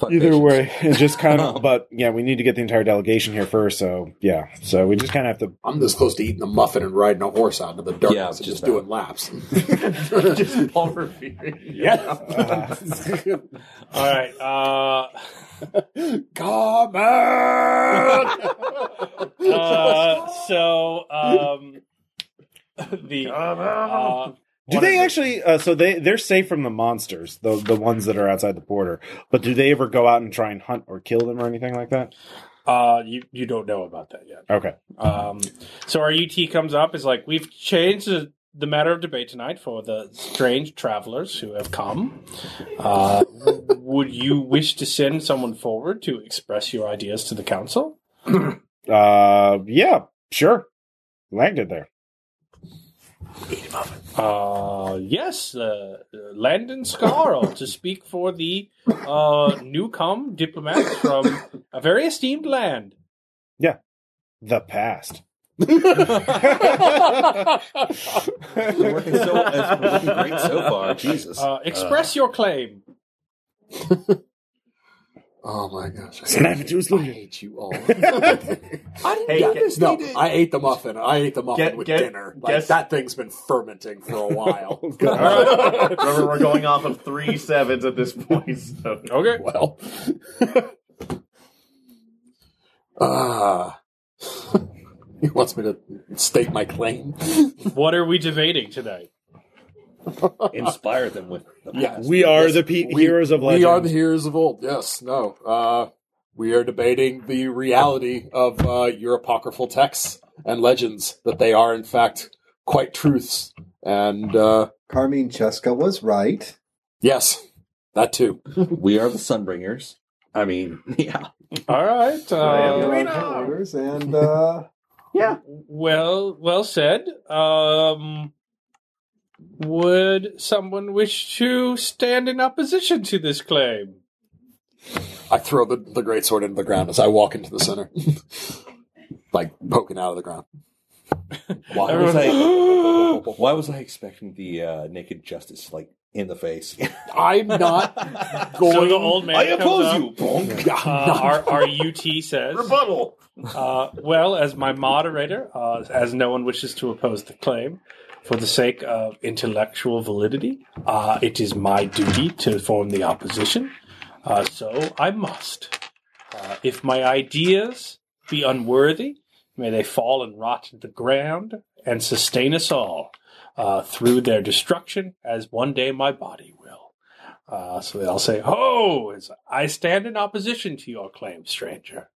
[SPEAKER 7] Fuck
[SPEAKER 1] Either
[SPEAKER 7] patience.
[SPEAKER 1] way, it's just kind of.
[SPEAKER 7] Oh.
[SPEAKER 1] But yeah, we need to get the entire delegation here first. So yeah, so we just kind of have to.
[SPEAKER 5] I'm this close to eating a muffin and riding a horse out into the darkness
[SPEAKER 7] Yeah,
[SPEAKER 5] and
[SPEAKER 7] just
[SPEAKER 5] just doing laps.
[SPEAKER 6] Just Paul Revere.
[SPEAKER 5] yeah.
[SPEAKER 3] all right. Uh,
[SPEAKER 5] Come
[SPEAKER 3] uh, so um, the uh,
[SPEAKER 1] Do
[SPEAKER 3] what
[SPEAKER 1] they
[SPEAKER 3] is it?
[SPEAKER 1] actually? Uh, so they they're safe from the monsters, the the ones that are outside the border. But do they ever go out and try and hunt or kill them or anything like that?
[SPEAKER 3] Uh, you you don't know about that yet.
[SPEAKER 1] Okay.
[SPEAKER 3] Um, so our UT comes up is like we've changed the, the matter of debate tonight for the strange travelers who have come. Uh, would you wish to send someone forward to express your ideas to the council?
[SPEAKER 1] Uh, yeah, sure. Landed there.
[SPEAKER 3] Uh, yes, uh, Landon Scarl to speak for the uh, newcome diplomats from a very esteemed land.
[SPEAKER 1] The past.
[SPEAKER 7] It's working so, it's working great so far. Jesus.
[SPEAKER 3] Uh, express your claim.
[SPEAKER 5] Oh my gosh.
[SPEAKER 1] Slam it to his
[SPEAKER 5] I
[SPEAKER 1] lawyer.
[SPEAKER 5] hate you all.
[SPEAKER 6] Hey, get,
[SPEAKER 5] no, I ate the muffin. I ate the muffin
[SPEAKER 6] Get-
[SPEAKER 5] with
[SPEAKER 6] get-
[SPEAKER 5] dinner. Like,
[SPEAKER 6] guess-
[SPEAKER 5] that thing's been fermenting for a while.
[SPEAKER 7] Oh,
[SPEAKER 6] remember we're going off of three sevens at this point. So.
[SPEAKER 3] Okay.
[SPEAKER 5] well. Ah. he wants me to state my claim.
[SPEAKER 3] What are we debating tonight?
[SPEAKER 7] Inspire them with them.
[SPEAKER 5] Yes.
[SPEAKER 1] We are the pe-
[SPEAKER 5] We-
[SPEAKER 1] heroes of legend.
[SPEAKER 5] We are the heroes of old. Yes. No. Uh, we are debating the reality of uh, your apocryphal texts and legends that they are in fact quite truths. And uh,
[SPEAKER 4] Carmine Cheska was right.
[SPEAKER 5] yes, that too.
[SPEAKER 7] We are the Sunbringers. I mean, yeah.
[SPEAKER 3] All right.
[SPEAKER 4] We
[SPEAKER 3] Uh,
[SPEAKER 4] are warriors and uh,
[SPEAKER 3] Well, well said. Um, would someone wish to stand in opposition to this claim?
[SPEAKER 5] I throw the, the great sword into the ground as I walk into the center, like poking out of the ground.
[SPEAKER 7] Why was I? why was I expecting the uh, naked justice like in the face?
[SPEAKER 5] I'm not going.
[SPEAKER 3] So the old man.
[SPEAKER 7] I
[SPEAKER 3] comes
[SPEAKER 7] oppose
[SPEAKER 3] up.
[SPEAKER 7] you. Bonk.
[SPEAKER 5] Yeah,
[SPEAKER 3] Uh,
[SPEAKER 5] no.
[SPEAKER 3] our, our UT says,
[SPEAKER 6] Rebuttal.
[SPEAKER 3] uh, well, as my moderator, uh, as no one wishes to oppose the claim, for the sake of intellectual validity, uh, it is my duty to form the opposition. Uh, so I must. Uh, if my ideas be unworthy, may they fall and rot to the ground and sustain us all uh, through their destruction, as one day my body will. Uh, so they all say, Ho! As I stand in opposition to your claim, stranger.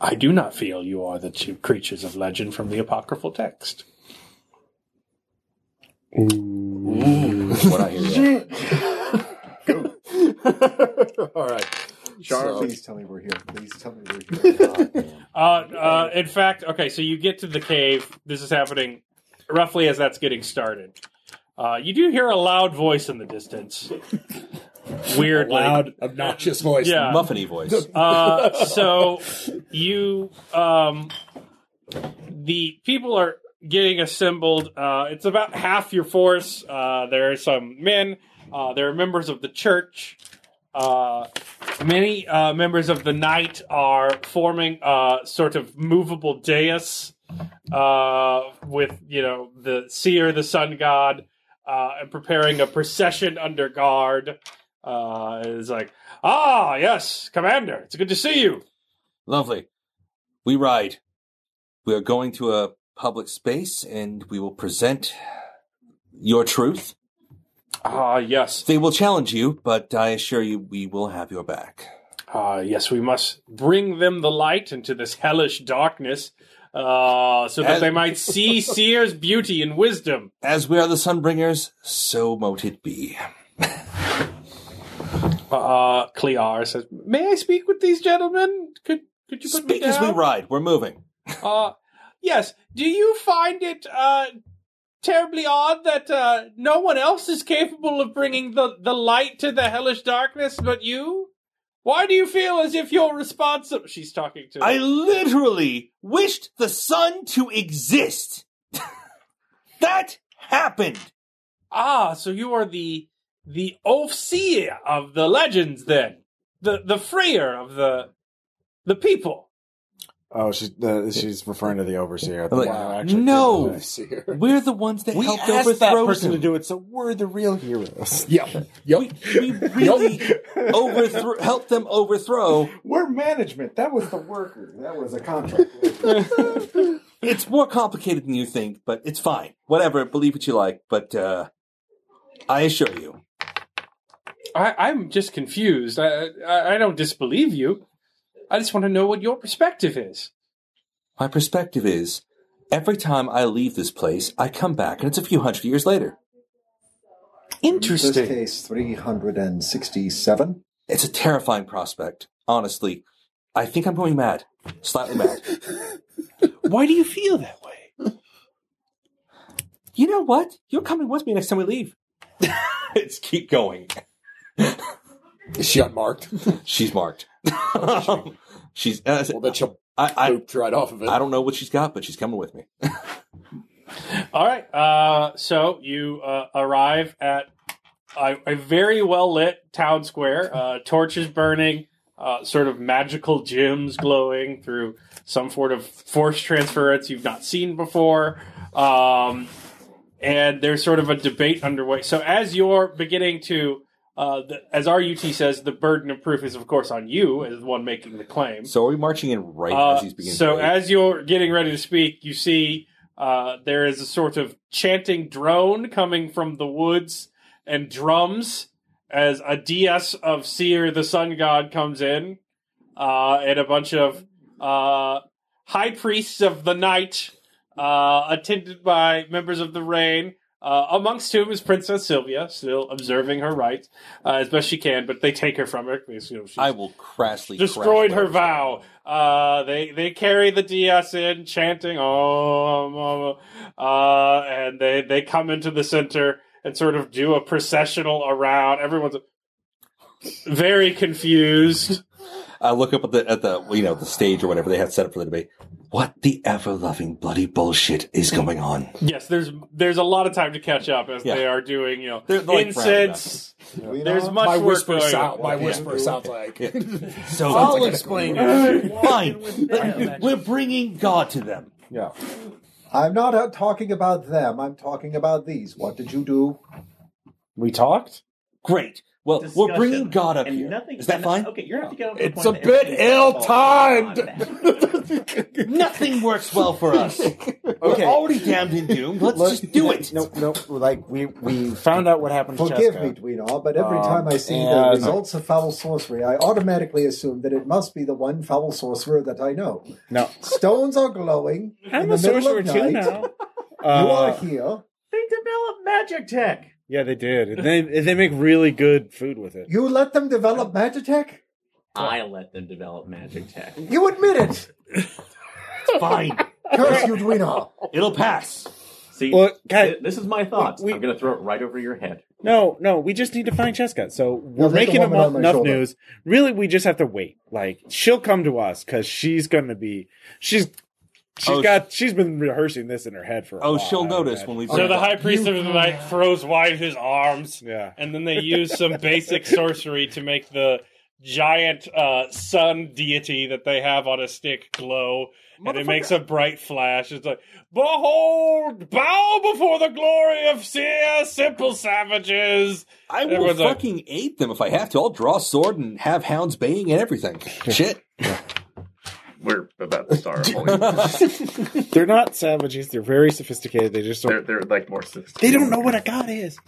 [SPEAKER 3] I do not feel you are the two creatures of legend from the apocryphal text.
[SPEAKER 7] What I hear.
[SPEAKER 5] All right.
[SPEAKER 4] Char,
[SPEAKER 5] So-
[SPEAKER 4] please tell me we're here. Please tell me we're here.
[SPEAKER 3] Uh, uh, in fact, okay, so you get to the cave. This is happening roughly as that's getting started. Uh, you do hear a loud voice in the distance. Weird, like,
[SPEAKER 5] loud, obnoxious voice.
[SPEAKER 3] yeah.
[SPEAKER 7] Muffiny voice.
[SPEAKER 3] Uh, so you um the people are getting assembled uh it's about half your force uh there are some men Uh, there are members of the church. Uh, many uh, members of the knight are forming a sort of movable dais uh, with, you know, the seer, the sun god, uh, and preparing a procession under guard. Uh, it's like, ah, yes, commander, it's good to see you.
[SPEAKER 7] Lovely. We ride. We are going to a public space and we will present your truth.
[SPEAKER 3] Ah, yes.
[SPEAKER 7] They will challenge you, but I assure you we will have your back.
[SPEAKER 3] Ah, yes, we must bring them the light into this hellish darkness, uh, so that
[SPEAKER 7] And-
[SPEAKER 3] they might see Seer's beauty and wisdom.
[SPEAKER 7] As we are the Sunbringers, so mote it be.
[SPEAKER 3] Uh, Clear says, "May I speak with these gentlemen? Could could you put
[SPEAKER 7] Speak
[SPEAKER 3] me
[SPEAKER 7] as
[SPEAKER 3] down?"
[SPEAKER 7] we ride. We're moving.
[SPEAKER 3] Uh, yes. Do you find it uh, terribly odd that uh, no one else is capable of bringing the, the light to the hellish darkness but you? Why do you feel as if you're responsible? She's talking to.
[SPEAKER 7] I literally wished the sun to exist. that happened.
[SPEAKER 3] ah, so you are the the overseer of the legends, then the the freer of the the people.
[SPEAKER 1] Oh, she's uh, she's referring to the overseer. The
[SPEAKER 7] Like,
[SPEAKER 1] one who actually
[SPEAKER 7] no.
[SPEAKER 1] did
[SPEAKER 5] See her.
[SPEAKER 7] We're the ones that
[SPEAKER 1] the- We
[SPEAKER 7] helped
[SPEAKER 1] asked that
[SPEAKER 7] overthrow
[SPEAKER 1] person to
[SPEAKER 7] him.
[SPEAKER 1] do it, so we're the real heroes.
[SPEAKER 5] Yep. Yep.
[SPEAKER 7] we, we really overthrew, helped them overthrow.
[SPEAKER 4] We're management. That was the worker. That was a contract.
[SPEAKER 7] It's more complicated than you think, but it's fine. Whatever, believe what you like. But uh, I assure you,
[SPEAKER 3] I, I'm just confused. I, I I don't disbelieve you. I just want to know what your perspective is.
[SPEAKER 7] my perspective is every time I leave this place, I come back, and it's a few hundred years later.
[SPEAKER 4] In this
[SPEAKER 3] Interesting.
[SPEAKER 4] case, 367.
[SPEAKER 7] It's a terrifying prospect, honestly. I think I'm going mad, slightly mad.
[SPEAKER 3] Why do you feel that way?
[SPEAKER 7] you know what? You're coming with me next time we leave. it's keep going.
[SPEAKER 5] Is she unmarked?
[SPEAKER 7] She's marked. she's. I,
[SPEAKER 5] Well, then she'll
[SPEAKER 7] I,
[SPEAKER 5] boop right off of it.
[SPEAKER 7] I don't know what she's got, but she's coming with me.
[SPEAKER 3] All right. Uh, so you uh, arrive at a, a very well lit town square. Uh, torches burning, uh, sort of magical gems glowing through some sort of force transference you've not seen before. Um, and there's sort of a debate underway. So as you're beginning to, uh, the, as RUT says, the burden of proof is of course on you as the one making the claim.
[SPEAKER 7] So are we marching in right
[SPEAKER 3] Uh,
[SPEAKER 7] as he's beginning?
[SPEAKER 3] so
[SPEAKER 7] to leave?
[SPEAKER 3] as you're getting ready to speak, you see uh, there is a sort of chanting drone coming from the woods and drums as a DS of Seer, the sun god, comes in, uh, and a bunch of uh, high priests of the night, uh, attended by members of the rain. Uh, amongst whom is Princess Sylvia, still observing her rights uh, as best she can, but they take her from her. because, You know, she's
[SPEAKER 7] I will crashly
[SPEAKER 3] destroyed
[SPEAKER 7] crash
[SPEAKER 3] her
[SPEAKER 7] those.
[SPEAKER 3] vow. Uh, they they carry the DS in, chanting "Oh, "Om," Om," um." uh, and they they come into the center and sort of do a processional around. Everyone's very confused.
[SPEAKER 7] I look up at the at the you know the stage or whatever they had set up for the debate. What the ever loving bloody bullshit is going on?
[SPEAKER 3] yes, there's there's a lot of time to catch up as
[SPEAKER 7] Yeah.
[SPEAKER 3] they are doing you know
[SPEAKER 7] They're, they're, like,
[SPEAKER 3] incense.
[SPEAKER 4] We
[SPEAKER 3] There's
[SPEAKER 4] know.
[SPEAKER 3] much
[SPEAKER 5] my
[SPEAKER 3] work
[SPEAKER 5] whisper
[SPEAKER 3] going
[SPEAKER 5] sound.
[SPEAKER 3] on.
[SPEAKER 5] My whisper sounds like.
[SPEAKER 7] So
[SPEAKER 5] I'll explain it.
[SPEAKER 7] Fine, we're bringing God to them.
[SPEAKER 4] Yeah. I'm not out talking about them. I'm talking about these. What did you do?
[SPEAKER 1] We talked.
[SPEAKER 7] Great. Well, we're
[SPEAKER 6] Discussion.
[SPEAKER 7] bringing God up
[SPEAKER 6] and
[SPEAKER 7] here.
[SPEAKER 6] nothing,
[SPEAKER 7] Is that
[SPEAKER 6] and-
[SPEAKER 7] fine?
[SPEAKER 6] Okay, you're gonna have to get over the
[SPEAKER 5] It's a
[SPEAKER 6] point that
[SPEAKER 5] bit
[SPEAKER 6] everything's
[SPEAKER 5] ill
[SPEAKER 6] falling
[SPEAKER 5] timed.
[SPEAKER 6] on that.
[SPEAKER 7] Nothing works well for us. We're already damned and doomed. Let's
[SPEAKER 1] Look-
[SPEAKER 7] just do it.
[SPEAKER 1] Nope, nope. Like we we found out what happened. to
[SPEAKER 4] Forgive
[SPEAKER 1] Jessica.
[SPEAKER 4] me, Dweenaw, but every
[SPEAKER 1] Um,
[SPEAKER 4] time I see the
[SPEAKER 1] and-
[SPEAKER 4] results of foul sorcery, I automatically assume that it must be the one foul sorcerer that I know.
[SPEAKER 1] No.
[SPEAKER 4] Stones are glowing. in the middle of night. You are
[SPEAKER 1] Uh,
[SPEAKER 4] here.
[SPEAKER 6] They develop magic tech.
[SPEAKER 1] yeah, they did. And They they make really good food with it.
[SPEAKER 4] You let them develop Magitech?
[SPEAKER 6] I let them develop magic tech.
[SPEAKER 4] You admit it!
[SPEAKER 7] It's fine.
[SPEAKER 4] Curse you, Dweenaw!
[SPEAKER 7] It'll pass.
[SPEAKER 6] See,
[SPEAKER 1] Well, guys-
[SPEAKER 6] thi- this is my thoughts.
[SPEAKER 1] We-
[SPEAKER 6] I'm gonna throw it right over your head.
[SPEAKER 1] No, no, we just need to find Jessica. So we're
[SPEAKER 4] You'll take
[SPEAKER 1] making
[SPEAKER 4] the
[SPEAKER 1] em-
[SPEAKER 4] woman on my
[SPEAKER 1] enough
[SPEAKER 4] shoulder.
[SPEAKER 1] news. Really, we just have to wait. Like she'll come to us because she's going to be she's She's
[SPEAKER 7] Oh,
[SPEAKER 1] got. She's been rehearsing this in her head for. a
[SPEAKER 7] Oh,
[SPEAKER 1] while, I
[SPEAKER 7] she'll
[SPEAKER 1] would
[SPEAKER 7] notice
[SPEAKER 1] imagine.
[SPEAKER 7] when we.
[SPEAKER 3] So the high priest of the night throws wide his arms,
[SPEAKER 1] Yeah.
[SPEAKER 3] and then they use some basic sorcery to make the giant uh, sun deity that they have on a stick glow, and it makes a bright flash. It's like, behold, bow before the glory of seer, simple savages.
[SPEAKER 7] I will
[SPEAKER 3] Everyone's like-
[SPEAKER 7] fucking aid them if I have to. I'll draw a sword and have hounds baying and everything. Shit.
[SPEAKER 12] We're about to start.
[SPEAKER 1] They're not savages. They're very sophisticated. They just
[SPEAKER 12] they're
[SPEAKER 1] don't.
[SPEAKER 12] they're like more
[SPEAKER 1] They
[SPEAKER 12] sophisticated.
[SPEAKER 1] don't know what a god is.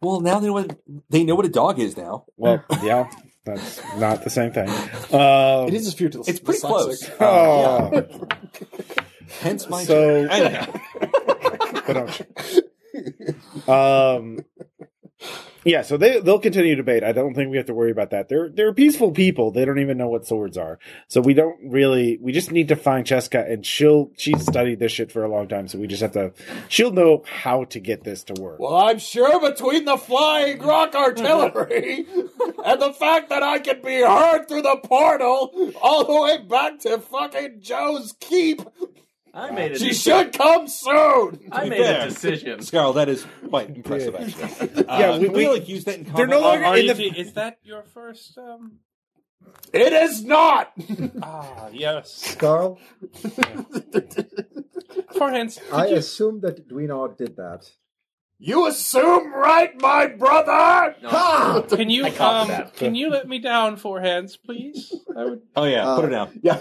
[SPEAKER 7] Well, now they know what they know what a dog is. Now
[SPEAKER 1] Well, yeah, that's not the same thing. Uh,
[SPEAKER 5] It is a futile.
[SPEAKER 7] it's pretty close.
[SPEAKER 1] oh,
[SPEAKER 7] Hence my
[SPEAKER 1] so
[SPEAKER 7] Anyway.
[SPEAKER 1] um yeah so they they'll continue to debate i don't think we have to worry about that they're they're peaceful people they don't even know what swords are so we don't really we just need to find cheska and she'll she's studied this shit for a long time so we just have to she'll know how to get this to work
[SPEAKER 5] Well, I'm sure between the flying rock artillery and the fact that I can be heard through the portal all the way back to fucking Joe's keep,
[SPEAKER 6] I made a
[SPEAKER 5] she should come soon.
[SPEAKER 6] I
[SPEAKER 7] be
[SPEAKER 6] made
[SPEAKER 7] fair.
[SPEAKER 6] a decision.
[SPEAKER 7] Scarl, that is quite impressive, actually. Uh,
[SPEAKER 1] Yeah, we-
[SPEAKER 7] can we,
[SPEAKER 1] we-
[SPEAKER 7] like use that in
[SPEAKER 1] they're
[SPEAKER 7] combat?
[SPEAKER 1] no longer in the
[SPEAKER 3] is that your first? Um...
[SPEAKER 5] It is not.
[SPEAKER 3] Ah, yes.
[SPEAKER 4] Carl,
[SPEAKER 3] For instance,
[SPEAKER 4] I assume that Dweenar did that.
[SPEAKER 5] You assume right, my brother.
[SPEAKER 6] No.
[SPEAKER 5] Ha!
[SPEAKER 3] can you
[SPEAKER 6] I caught
[SPEAKER 3] um,
[SPEAKER 6] that.
[SPEAKER 3] can you let me down, four hands, please? I would
[SPEAKER 7] Oh yeah,
[SPEAKER 4] Uh,
[SPEAKER 7] put her down.
[SPEAKER 5] Yeah.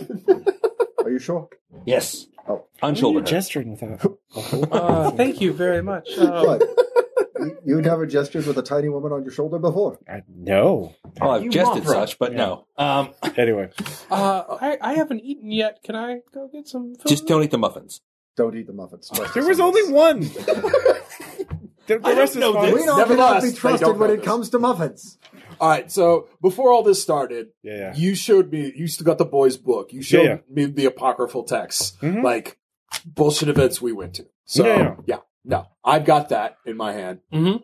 [SPEAKER 4] Are you sure?
[SPEAKER 7] Yes.
[SPEAKER 4] Oh.
[SPEAKER 7] On shoulder. her.
[SPEAKER 1] gesturing without
[SPEAKER 3] Uh, thank you very much. Uh,
[SPEAKER 10] Oh.
[SPEAKER 4] What? You- you never gestured with a tiny woman on your shoulder before.
[SPEAKER 1] I, no
[SPEAKER 7] Oh, I've
[SPEAKER 6] You
[SPEAKER 7] jested
[SPEAKER 6] want her.
[SPEAKER 7] such, but no. Um,
[SPEAKER 1] anyway
[SPEAKER 3] uh, I, I haven't eaten yet. Can I go get some food?
[SPEAKER 7] just don't eat the muffins.
[SPEAKER 4] Don't eat the muffins. Trust
[SPEAKER 1] there
[SPEAKER 4] us
[SPEAKER 1] was
[SPEAKER 4] on
[SPEAKER 1] only
[SPEAKER 4] this.
[SPEAKER 1] one the, the rest is
[SPEAKER 5] know
[SPEAKER 1] fine.
[SPEAKER 5] this.
[SPEAKER 4] We don't
[SPEAKER 5] Nevertheless,
[SPEAKER 4] cannot be
[SPEAKER 5] they don't
[SPEAKER 4] trusted
[SPEAKER 5] know
[SPEAKER 4] when it
[SPEAKER 5] this.
[SPEAKER 4] comes to muffins.
[SPEAKER 5] All right. So before all this started,
[SPEAKER 1] yeah, yeah.
[SPEAKER 5] you showed me. You still got the boys' book. You showed
[SPEAKER 1] Yeah,
[SPEAKER 5] me the apocryphal texts,
[SPEAKER 1] Mhm.
[SPEAKER 5] like bullshit events we went to. So
[SPEAKER 1] Yeah,
[SPEAKER 5] yeah,
[SPEAKER 1] yeah.
[SPEAKER 5] no, I've got that in my hand,
[SPEAKER 3] Mhm.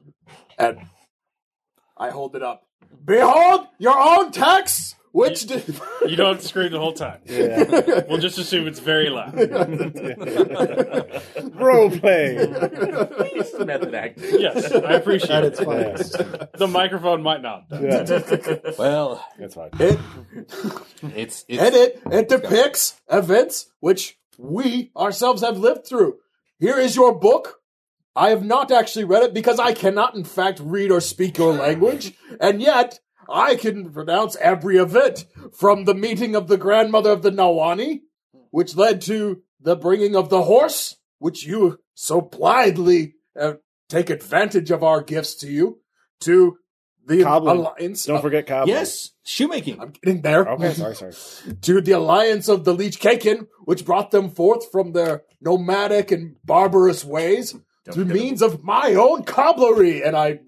[SPEAKER 5] and I hold it up. Behold your own texts, which did.
[SPEAKER 3] You don't have to scream the whole time. We'll just assume it's very loud.
[SPEAKER 1] role play
[SPEAKER 6] It's method acting.
[SPEAKER 3] Yes, I appreciate
[SPEAKER 4] At
[SPEAKER 3] it.
[SPEAKER 4] its finest.
[SPEAKER 3] The microphone might not.
[SPEAKER 1] yeah,
[SPEAKER 7] Well,
[SPEAKER 1] that's fine
[SPEAKER 5] it
[SPEAKER 7] it's
[SPEAKER 5] and it
[SPEAKER 7] it's
[SPEAKER 5] it depicts events which we ourselves have lived through. Here is your book. I have not actually read it because I cannot, in fact, read or speak your language, and yet I can pronounce every event from the meeting of the grandmother of the Nawani, which led to the bringing of the horse, which you so blindly uh, take advantage of our gifts to you, to the
[SPEAKER 1] Cobbling.
[SPEAKER 5] alliance.
[SPEAKER 1] don't forget Cobb.
[SPEAKER 7] yes, shoemaking.
[SPEAKER 5] I'm getting there
[SPEAKER 1] okay sorry sorry
[SPEAKER 5] to the alliance of the Leech Kakin, which brought them forth from their nomadic and barbarous ways through means of my own cobblery. And I,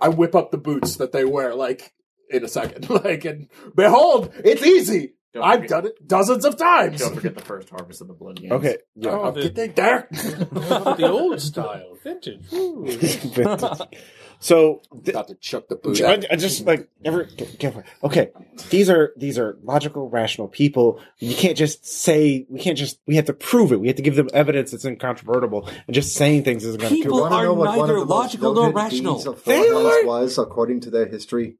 [SPEAKER 5] I whip up the boots that they wear, like in a second, like and behold, it's easy.
[SPEAKER 6] Don't
[SPEAKER 5] I've
[SPEAKER 6] forget-
[SPEAKER 5] done it dozens of times.
[SPEAKER 6] Don't forget the first harvest of the blood games.
[SPEAKER 1] okay yeah.
[SPEAKER 5] I'm getting there.
[SPEAKER 3] the old style, vintage.
[SPEAKER 1] so th-
[SPEAKER 5] Got to chuck the boot.
[SPEAKER 1] I, I just like never get, get away. okay these are these are logical rational people you can't just say we can't just we have to prove it we have to give them evidence that's incontrovertible and just saying things isn't going to
[SPEAKER 4] You
[SPEAKER 1] do
[SPEAKER 7] People-
[SPEAKER 1] it
[SPEAKER 4] wanna
[SPEAKER 7] are
[SPEAKER 4] know what one
[SPEAKER 7] neither
[SPEAKER 4] of the most
[SPEAKER 7] logical nor
[SPEAKER 4] noted
[SPEAKER 7] rational.
[SPEAKER 4] deeds Of
[SPEAKER 1] They
[SPEAKER 4] they
[SPEAKER 1] are-
[SPEAKER 4] was according to their history.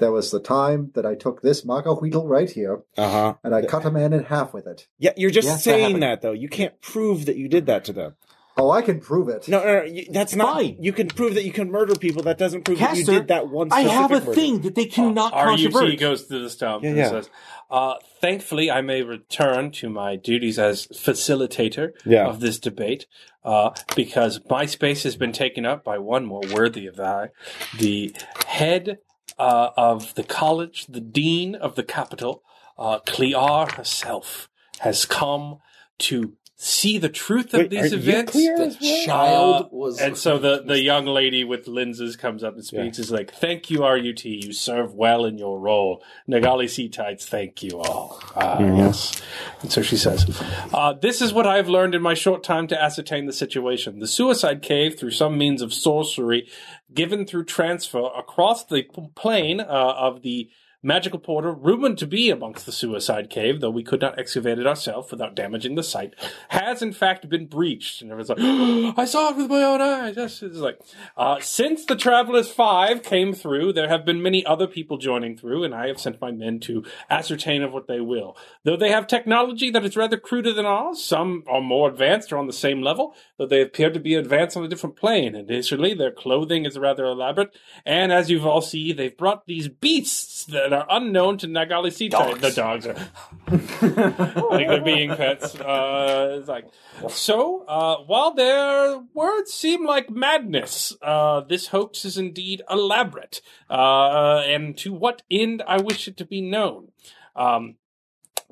[SPEAKER 4] There was the time that I took this maga wheedle right here
[SPEAKER 1] uh-huh
[SPEAKER 4] and I cut a man in half with it.
[SPEAKER 1] yeah you're just
[SPEAKER 7] Yes, that
[SPEAKER 1] saying
[SPEAKER 7] happened.
[SPEAKER 1] that though you can't prove that you did that to them
[SPEAKER 4] Oh, I can prove it.
[SPEAKER 1] no no, no you, that's not
[SPEAKER 7] Fine.
[SPEAKER 1] you can prove that you can murder people that doesn't prove that you
[SPEAKER 7] Caster,
[SPEAKER 1] did that one
[SPEAKER 7] I
[SPEAKER 1] specific
[SPEAKER 7] have a
[SPEAKER 1] murder.
[SPEAKER 7] thing that they cannot
[SPEAKER 3] RUT
[SPEAKER 7] controvert.
[SPEAKER 3] goes to the stump
[SPEAKER 1] Yeah,
[SPEAKER 3] and
[SPEAKER 1] yeah.
[SPEAKER 3] says, uh, Thankfully, I may return to my duties as facilitator
[SPEAKER 1] Yeah.
[SPEAKER 3] of this debate uh, because my space has been taken up by one more worthy of I, the head uh, of the college, the dean of the capital, uh, Clear herself, has come to see the truth of
[SPEAKER 1] Wait,
[SPEAKER 3] these
[SPEAKER 1] are you
[SPEAKER 3] events.
[SPEAKER 1] clear
[SPEAKER 5] The
[SPEAKER 1] as well?
[SPEAKER 5] child
[SPEAKER 3] Uh,
[SPEAKER 5] was.
[SPEAKER 3] And so the, the young lady with lenses comes up and speaks. Is like, "Thank you, RUT. You serve well in your role. Nagali Sea Tides, thank you all." Ah, Yes. And so she says, uh, "This is what I have learned in my short time to ascertain the situation. The suicide cave, through some means of sorcery, given through transfer across the p- plane uh, of the." magical portal, rumored to be amongst the suicide cave, though we could not excavate it ourselves without damaging the site, has in fact been breached. And everyone's like, I saw it with my own eyes. That's it's like, uh, since the Travelers Five came through, there have been many other people joining through, and I have sent my men to ascertain of what they will. Though they have technology that is rather cruder than ours, some are more advanced or on the same level, though they appear to be advanced on a different plane. Additionally, their clothing is rather elaborate, and as you've all seen, they've brought these beasts that are unknown to Nagali Sea Titan. The dogs are like they're being pets. Uh, it's like so. Uh, while their words seem like madness, uh, this hoax is indeed elaborate, uh, and to what end I wish it to be known. Um,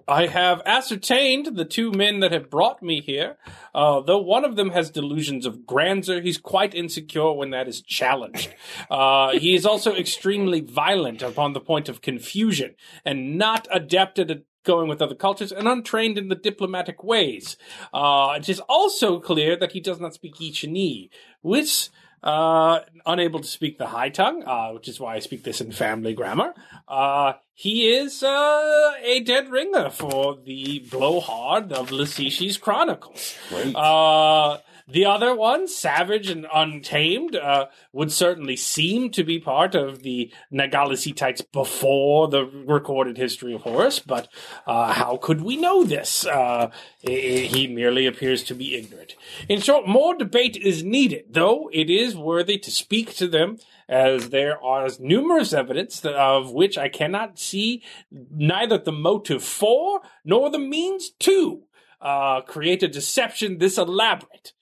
[SPEAKER 3] I have ascertained the two men that have brought me here. Uh, though one of them has delusions of grandeur, he's quite insecure when that is challenged. Uh, he is also extremely violent upon the point of confusion and not adept at going with other cultures and untrained in the diplomatic ways. Uh, it is also clear that he does not speak Ichinese, which uh, unable to speak the high tongue, uh, which is why I speak this in family grammar. Uh, he is uh, a dead ringer for the blowhard of Lysishi's Chronicles. Uh, the other one, savage and untamed, uh, would certainly seem to be part of the Nagalisites before the recorded history of Horus, but uh, how could we know this? Uh, i- i- he merely appears to be ignorant. In short, more debate is needed, though it is worthy to speak to them, as there are numerous evidence that- of which I cannot see neither the motive for nor the means to. Uh, create a deception this elaborate.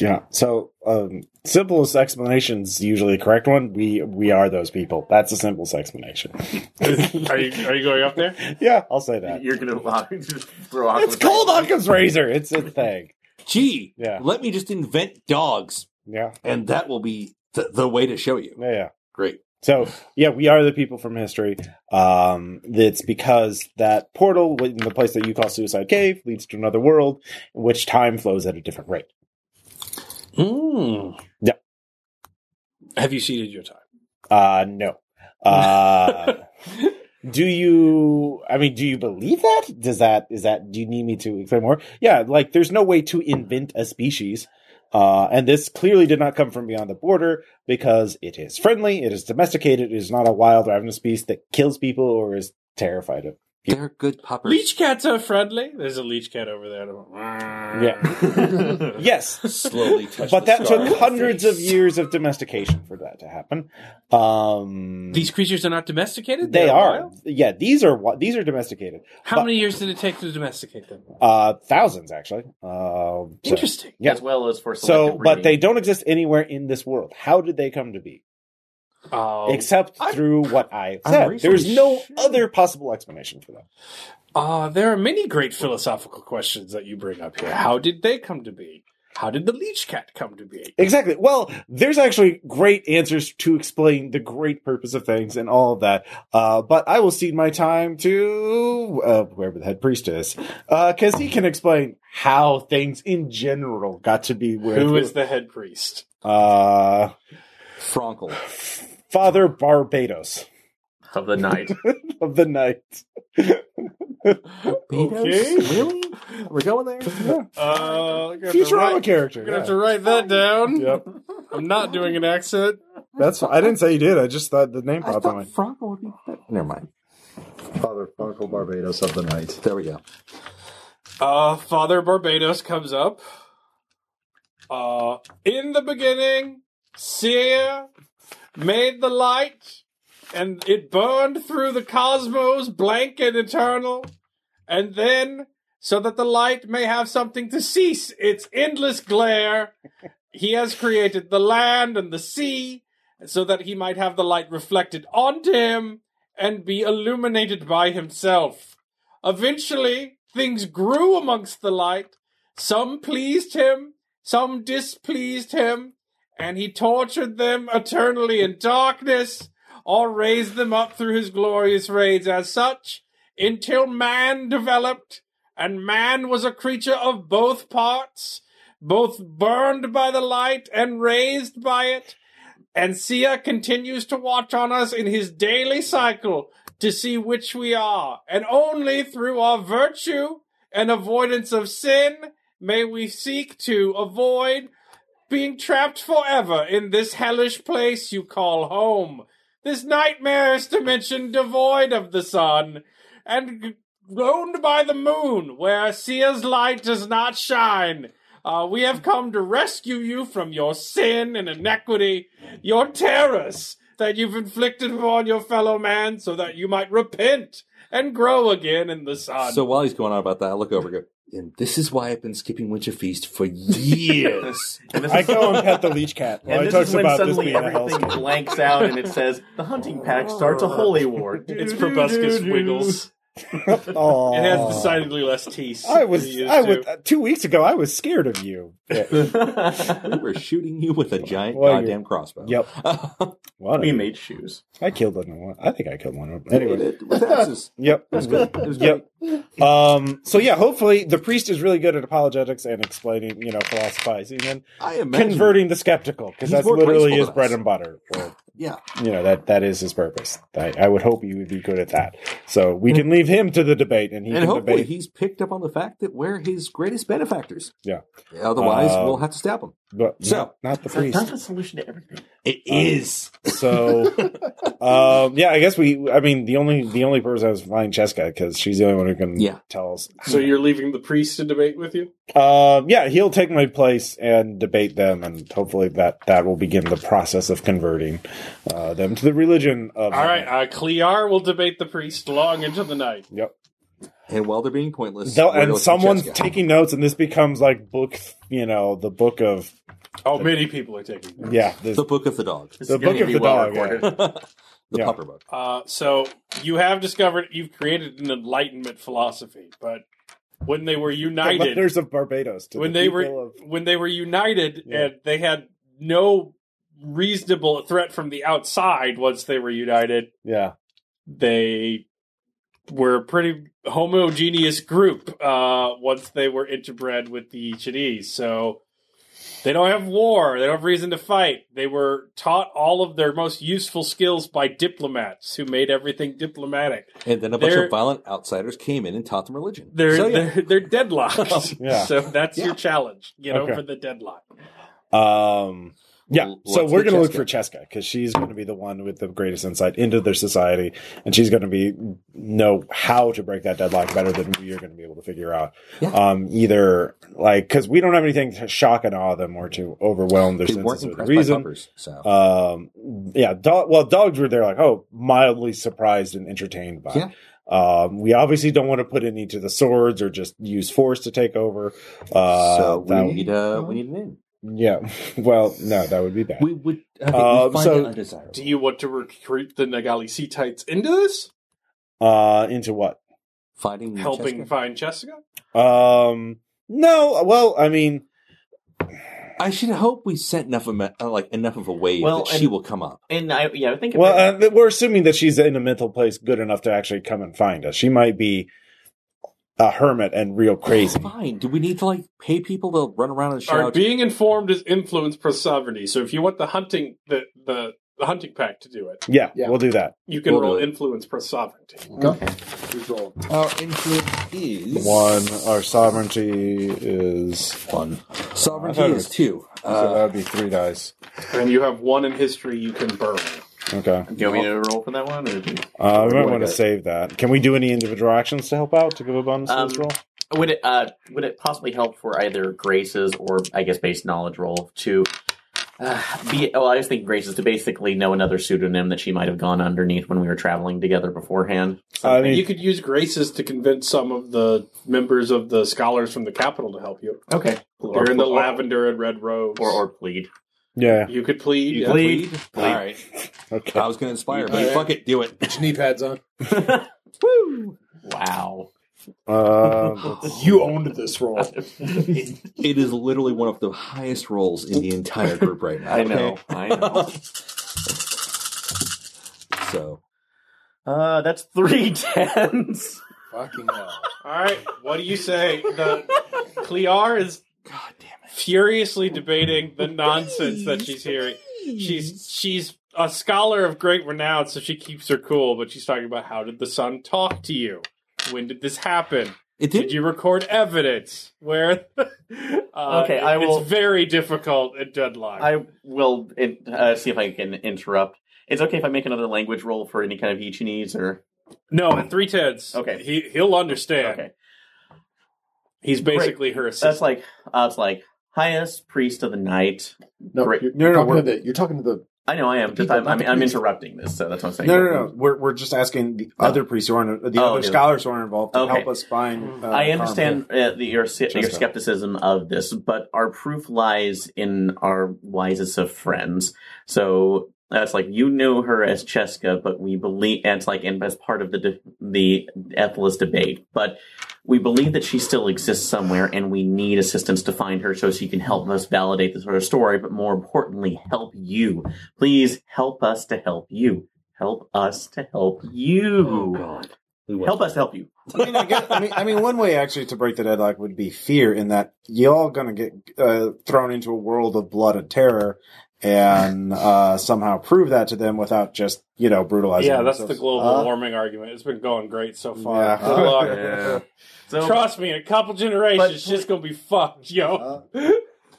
[SPEAKER 1] Yeah. So, um, simplest explanation's usually the correct one. We we are those people. That's the simplest explanation.
[SPEAKER 3] Are you, are you going up there?
[SPEAKER 1] yeah, I'll say that.
[SPEAKER 12] You're gonna lock, just throw off.
[SPEAKER 1] It's called Occam's razor. It's a thing.
[SPEAKER 7] Gee,
[SPEAKER 1] Yeah.
[SPEAKER 7] let me just invent dogs,
[SPEAKER 1] Yeah.
[SPEAKER 7] and that will be th- the way to show you.
[SPEAKER 1] Yeah. yeah.
[SPEAKER 7] Great.
[SPEAKER 1] So yeah, we are the people from history. Um, it's because that portal, in the place that you call Suicide Cave, leads to another world, in which time flows at a different rate.
[SPEAKER 3] Mm.
[SPEAKER 1] Yeah.
[SPEAKER 3] Have you ceded your time?
[SPEAKER 1] Uh, no. Uh, do you? I mean, do you believe that? Does that is that? Do you need me to explain more? Yeah, like there's no way to invent a species. Uh, and this clearly did not come from beyond the border because it is friendly, it is domesticated, it is not a wild ravenous beast that kills people or is terrified of
[SPEAKER 7] They're good puppers.
[SPEAKER 3] Leech cats are friendly. There's a leech cat over there.
[SPEAKER 1] Yeah. Yes.
[SPEAKER 7] Slowly touch
[SPEAKER 1] But
[SPEAKER 7] the
[SPEAKER 1] that
[SPEAKER 7] star.
[SPEAKER 1] took hundreds of years of domestication for that to happen. Um,
[SPEAKER 3] These creatures are not domesticated.
[SPEAKER 1] they
[SPEAKER 3] They're
[SPEAKER 1] are,
[SPEAKER 3] wild?
[SPEAKER 1] yeah. These are wi- these are domesticated.
[SPEAKER 3] How
[SPEAKER 1] But-
[SPEAKER 3] many years did it take to domesticate them?
[SPEAKER 1] Uh, thousands actually. Uh, so,
[SPEAKER 3] Interesting.
[SPEAKER 1] yeah.
[SPEAKER 6] as well as for
[SPEAKER 1] so
[SPEAKER 6] selective
[SPEAKER 1] but they
[SPEAKER 6] breeding.
[SPEAKER 1] don't exist anywhere in this world. How did they come to be?
[SPEAKER 3] Oh,
[SPEAKER 1] Except
[SPEAKER 7] I'm-
[SPEAKER 1] through what I
[SPEAKER 7] I'm
[SPEAKER 1] said.
[SPEAKER 7] reasonably
[SPEAKER 1] There's no
[SPEAKER 7] sure.
[SPEAKER 1] other possible explanation for that.
[SPEAKER 3] uh, there are many great philosophical questions that you bring up here. How did they come to be? How did the leech cat come to be?
[SPEAKER 1] Exactly. Well, there's actually great answers to explain the great purpose of things and all of that. Uh, but I will cede my time to uh, whoever the head priest is, because he can explain how things in general got to be where.
[SPEAKER 3] Who is the head priest?
[SPEAKER 1] uh,
[SPEAKER 7] Fronkle.
[SPEAKER 1] Father Barbados
[SPEAKER 6] of the night.
[SPEAKER 1] of the night?
[SPEAKER 7] Beatles?
[SPEAKER 3] Okay.
[SPEAKER 7] Really? We're going there?
[SPEAKER 3] Uh, I'm gonna have to
[SPEAKER 1] Futurama
[SPEAKER 3] write-
[SPEAKER 1] character.
[SPEAKER 3] I'm gonna have
[SPEAKER 1] yeah.
[SPEAKER 3] to write that down.
[SPEAKER 1] Yep,
[SPEAKER 3] I'm not doing an accent.
[SPEAKER 1] that's. I didn't say you did. I just thought the name
[SPEAKER 7] I
[SPEAKER 1] popped in my.
[SPEAKER 7] thought Fronkle would be better. Never mind.
[SPEAKER 4] Father Uncle Barbados of the night.
[SPEAKER 7] There we go.
[SPEAKER 3] Uh, Father Barbados comes up. Uh, in the beginning, Seer made the light, and it burned through the cosmos, blank and eternal. And then, so that the light may have something to cease its endless glare, he has created the land and the sea, so that he might have the light reflected onto him and be illuminated by himself. Eventually, things grew amongst the light. Some pleased him, some displeased him, and he tortured them eternally in darkness, or raised them up through his glorious raids as such, until man developed, and man was a creature of both parts, both burned by the light and raised by it. and Sia continues to watch on us in his daily cycle to see which we are, and only through our virtue and avoidance of sin may we seek to avoid being trapped forever in this hellish place you call home. This nightmarish dimension devoid of the sun and g- owned by the moon, where Sia's light does not shine. Uh, we have come to rescue you from your sin and iniquity, your terrors that you've inflicted upon your fellow man, so that you might repent and grow again in the sun.
[SPEAKER 7] So while he's going on about that, I look over and go, and this is why I've been skipping Winter Feast for years.
[SPEAKER 6] And this
[SPEAKER 1] I
[SPEAKER 6] is-
[SPEAKER 1] go and pet the leech cat while
[SPEAKER 6] and
[SPEAKER 1] he
[SPEAKER 6] this
[SPEAKER 1] talks
[SPEAKER 6] is when
[SPEAKER 1] about this
[SPEAKER 6] suddenly
[SPEAKER 1] being a
[SPEAKER 6] everything
[SPEAKER 1] hellscape.
[SPEAKER 6] blanks out and it says, the hunting pack starts a holy war.
[SPEAKER 11] It's proboscis wiggles.
[SPEAKER 1] Aw.
[SPEAKER 3] It has decidedly less teeth.
[SPEAKER 1] I
[SPEAKER 3] than
[SPEAKER 1] was,
[SPEAKER 3] it used
[SPEAKER 1] I
[SPEAKER 3] to.
[SPEAKER 1] was uh, two weeks ago. I was scared of you.
[SPEAKER 7] we were shooting you with a giant
[SPEAKER 1] Well, you-
[SPEAKER 7] goddamn crossbow.
[SPEAKER 1] Yep. What?
[SPEAKER 6] we made shoes.
[SPEAKER 1] I killed one. I think I killed one. of them. Anyway.
[SPEAKER 7] with axes.
[SPEAKER 1] Yep.
[SPEAKER 7] It was good. It was
[SPEAKER 1] Yep. Um, so yeah, hopefully the priest is really good at apologetics and explaining, you know, philosophizing and
[SPEAKER 7] I imagine.
[SPEAKER 1] converting the skeptical because
[SPEAKER 7] He's
[SPEAKER 1] that's
[SPEAKER 7] more
[SPEAKER 1] literally
[SPEAKER 7] graceful
[SPEAKER 1] his
[SPEAKER 7] than
[SPEAKER 1] bread
[SPEAKER 7] us.
[SPEAKER 1] and butter. Or,
[SPEAKER 7] Yeah.
[SPEAKER 1] you know that that is his purpose. I, I would hope he would be good at that. So we can leave him to the debate, and he
[SPEAKER 7] And
[SPEAKER 1] can
[SPEAKER 7] hopefully
[SPEAKER 1] debate.
[SPEAKER 7] he's picked up on the fact that we're his greatest benefactors.
[SPEAKER 1] Yeah.
[SPEAKER 7] Otherwise,
[SPEAKER 1] Um,
[SPEAKER 7] we'll have to stab him.
[SPEAKER 1] but
[SPEAKER 7] so-
[SPEAKER 1] not, not the
[SPEAKER 6] So
[SPEAKER 1] priest.
[SPEAKER 6] that's the solution to everything.
[SPEAKER 7] It
[SPEAKER 1] is. So, um, yeah, I guess we. I mean, the only the only person I was flying Cheska because she's the only one who can
[SPEAKER 7] Yeah.
[SPEAKER 1] tell us.
[SPEAKER 11] So you're leaving the priest to debate with you?
[SPEAKER 1] Um, yeah, he'll take my place and debate them, and hopefully that that will begin the process of converting uh, them to the religion of.
[SPEAKER 11] All right, uh, Clear will debate the priest long into the night.
[SPEAKER 1] Yep.
[SPEAKER 7] And while they're being pointless,
[SPEAKER 1] They'll-
[SPEAKER 7] we're gonna
[SPEAKER 1] and
[SPEAKER 7] look at
[SPEAKER 1] someone's
[SPEAKER 7] Jessica.
[SPEAKER 1] taking notes, and this becomes like book, you know, the book of
[SPEAKER 11] Oh, many people are taking. notes.
[SPEAKER 1] yeah, this,
[SPEAKER 7] the book of the dog,
[SPEAKER 6] This
[SPEAKER 1] The
[SPEAKER 6] is gonna
[SPEAKER 1] book of
[SPEAKER 6] be
[SPEAKER 1] the
[SPEAKER 6] well
[SPEAKER 1] dog, yeah.
[SPEAKER 6] recorded.
[SPEAKER 7] the
[SPEAKER 1] Yeah.
[SPEAKER 7] pupper book.
[SPEAKER 11] Uh, so you have discovered you've created an enlightenment philosophy, but when they were
[SPEAKER 1] the
[SPEAKER 11] united,
[SPEAKER 1] letters of Barbados. To
[SPEAKER 11] when
[SPEAKER 1] the
[SPEAKER 11] they
[SPEAKER 1] people
[SPEAKER 11] were
[SPEAKER 1] of-
[SPEAKER 11] when they were united
[SPEAKER 1] Yeah.
[SPEAKER 11] and they had no reasonable threat from the outside once they were united
[SPEAKER 1] yeah,
[SPEAKER 11] they were a pretty homogeneous group uh, once they were interbred with the chinese so they don't have war they don't have reason to fight they were taught all of their most useful skills by diplomats who made everything diplomatic
[SPEAKER 7] And then a bunch
[SPEAKER 11] They're-
[SPEAKER 7] of violent outsiders came in and taught them religion.
[SPEAKER 11] they're
[SPEAKER 7] So, yeah.
[SPEAKER 11] they're, they're deadlocked
[SPEAKER 1] Oh, Yeah.
[SPEAKER 11] so that's your challenge get
[SPEAKER 1] Okay.
[SPEAKER 11] over the deadlock
[SPEAKER 1] um, yeah.
[SPEAKER 7] Well,
[SPEAKER 1] so
[SPEAKER 7] let's
[SPEAKER 1] we're
[SPEAKER 7] get
[SPEAKER 1] going to look
[SPEAKER 7] Cheska.
[SPEAKER 1] for Cheska because she's going to be the one with the greatest insight into their society, and she's going to be know how to break that deadlock better than we are going to be able to figure out.
[SPEAKER 7] Yeah.
[SPEAKER 1] Um, either like because we don't have anything to shock and awe them or to overwhelm their
[SPEAKER 7] they
[SPEAKER 1] senses
[SPEAKER 7] weren't
[SPEAKER 1] with
[SPEAKER 7] impressed by
[SPEAKER 1] reason.
[SPEAKER 7] puppers. So
[SPEAKER 1] um yeah dog, well dogs were there like oh mildly surprised and entertained by
[SPEAKER 7] Yeah.
[SPEAKER 1] um we obviously don't want to put any to the swords or just use force to take over uh
[SPEAKER 7] so we
[SPEAKER 1] that-
[SPEAKER 7] need a we need an in.
[SPEAKER 1] yeah well no that would be bad
[SPEAKER 7] We would okay,
[SPEAKER 1] Um,
[SPEAKER 7] we find
[SPEAKER 1] so-
[SPEAKER 7] it undesirable.
[SPEAKER 11] do you want to recruit the nagali sea tights into this
[SPEAKER 1] uh into what
[SPEAKER 7] Finding
[SPEAKER 1] Mm,
[SPEAKER 7] Jessica?
[SPEAKER 11] helping find jessica
[SPEAKER 1] um no well i mean
[SPEAKER 7] I should hope we sent enough of a, uh, like enough of a wave
[SPEAKER 6] Well,
[SPEAKER 7] that she
[SPEAKER 6] and-
[SPEAKER 7] will come up.
[SPEAKER 6] And I, yeah, I think if I-
[SPEAKER 1] well uh, we're assuming that she's in a mental place good enough to actually come and find us she might be a hermit and real crazy
[SPEAKER 7] Fine. Do we need to like pay people to run around and
[SPEAKER 11] Are
[SPEAKER 7] shout?
[SPEAKER 11] being informed is influenced per sovereignty. So if you want the hunting the the, the hunting pack to do it,
[SPEAKER 1] yeah,
[SPEAKER 5] Yeah.
[SPEAKER 1] we'll do that
[SPEAKER 11] you can
[SPEAKER 7] We'll do
[SPEAKER 11] roll
[SPEAKER 7] it.
[SPEAKER 11] influence per sovereignty.
[SPEAKER 5] Who's rolling?
[SPEAKER 7] Our influence is
[SPEAKER 1] one our sovereignty is
[SPEAKER 7] One.
[SPEAKER 1] I thought
[SPEAKER 7] Sovereignty
[SPEAKER 1] it
[SPEAKER 7] is
[SPEAKER 1] was-
[SPEAKER 7] two.
[SPEAKER 1] so
[SPEAKER 7] Uh,
[SPEAKER 1] that would be three dice.
[SPEAKER 11] And you have one in history you can burn.
[SPEAKER 1] Okay.
[SPEAKER 6] do you want me to roll for that one? Or do you-
[SPEAKER 1] Uh, we
[SPEAKER 7] do I
[SPEAKER 1] might want to
[SPEAKER 7] get?
[SPEAKER 1] save that. Can we do any individual actions to help out to give a bonus to this
[SPEAKER 6] Um,
[SPEAKER 1] roll?
[SPEAKER 6] Would it uh, would it possibly help for either graces or I guess base knowledge roll to uh, be? Well, I was thinking graces to basically know another pseudonym that she might have gone underneath when we were traveling together beforehand.
[SPEAKER 1] I mean,
[SPEAKER 11] You could use graces to convince some of the members of the scholars from the capital to help you.
[SPEAKER 6] Okay, or,
[SPEAKER 11] They're in the
[SPEAKER 6] or-
[SPEAKER 11] lavender and red robes.
[SPEAKER 6] or, or plead.
[SPEAKER 1] yeah.
[SPEAKER 11] you could plead.
[SPEAKER 6] You
[SPEAKER 11] yeah.
[SPEAKER 6] plead.
[SPEAKER 7] All right.
[SPEAKER 1] Okay.
[SPEAKER 7] I was going to inspire,
[SPEAKER 5] Yeah.
[SPEAKER 7] but fuck it, do it.
[SPEAKER 5] Knee pads on.
[SPEAKER 6] Wow.
[SPEAKER 1] Um,
[SPEAKER 5] You owned this roll.
[SPEAKER 7] It is literally one of the highest rolls in the entire group right now.
[SPEAKER 6] I know.
[SPEAKER 7] okay?
[SPEAKER 6] I know.
[SPEAKER 7] So
[SPEAKER 6] Uh, that's three tens.
[SPEAKER 5] Fucking hell.
[SPEAKER 11] All right. What do you say? The Clear is
[SPEAKER 7] God damn
[SPEAKER 11] furiously debating the nonsense that she's hearing.
[SPEAKER 3] she's she's a scholar of great renown, so she keeps her cool. But she's talking about how did the sun talk to you? When did this happen?
[SPEAKER 7] It
[SPEAKER 3] Did
[SPEAKER 7] did.
[SPEAKER 3] you record evidence? Where? uh,
[SPEAKER 6] Okay, I will-
[SPEAKER 3] It's very difficult at deadline.
[SPEAKER 6] I will in, uh, see if I can interrupt. It's okay if I make another language roll for any kind of Ichinese or
[SPEAKER 3] no, at three tens.
[SPEAKER 6] Okay.
[SPEAKER 3] he he'll understand.
[SPEAKER 6] okay.
[SPEAKER 3] He's basically her
[SPEAKER 6] That's
[SPEAKER 3] assistant.
[SPEAKER 6] like I was like highest priest of the night.
[SPEAKER 10] No,
[SPEAKER 6] Great.
[SPEAKER 10] you're,
[SPEAKER 1] No, no,
[SPEAKER 10] you're talking
[SPEAKER 1] we're-
[SPEAKER 10] to the, you're talking to the.
[SPEAKER 6] I know I am. Just,
[SPEAKER 10] people,
[SPEAKER 6] I'm,
[SPEAKER 10] not
[SPEAKER 6] I'm,
[SPEAKER 10] the
[SPEAKER 6] I'm
[SPEAKER 10] priest.
[SPEAKER 6] interrupting this, so that's what I'm saying.
[SPEAKER 2] No, no, no. We're, we're just asking the other priests who aren't, the
[SPEAKER 6] Oh,
[SPEAKER 2] other
[SPEAKER 6] okay.
[SPEAKER 2] scholars who aren't involved to
[SPEAKER 6] Okay.
[SPEAKER 2] help us find. Uh,
[SPEAKER 6] I understand uh, the, your se- your
[SPEAKER 2] Just a-
[SPEAKER 6] skepticism of this, but our proof lies in our wisest of friends. So that's like you know her as Cheska, but we believe and it's like and as part of the de- the ethless debate, but we believe that she still exists somewhere, and we need assistance to find her so she can help us validate this sort of story, but more importantly, help you. Please help us to help you. Help us to help you.
[SPEAKER 7] God. We went-
[SPEAKER 6] help us help you.
[SPEAKER 2] I mean, I, guess, I, mean, I mean, one way actually to break the deadlock would be fear, in that y'all gonna get uh, thrown into a world of blood and terror, and uh, somehow prove that to them without just you know brutalizing.
[SPEAKER 3] yeah, that's the
[SPEAKER 2] themselves.
[SPEAKER 3] global
[SPEAKER 4] Uh,
[SPEAKER 3] warming argument. It's been going great so far.
[SPEAKER 2] Yeah.
[SPEAKER 3] Good luck.
[SPEAKER 6] Yeah. So,
[SPEAKER 3] Trust me, in a couple generations,
[SPEAKER 6] But-
[SPEAKER 3] shit's gonna be fucked, yo.
[SPEAKER 4] Uh,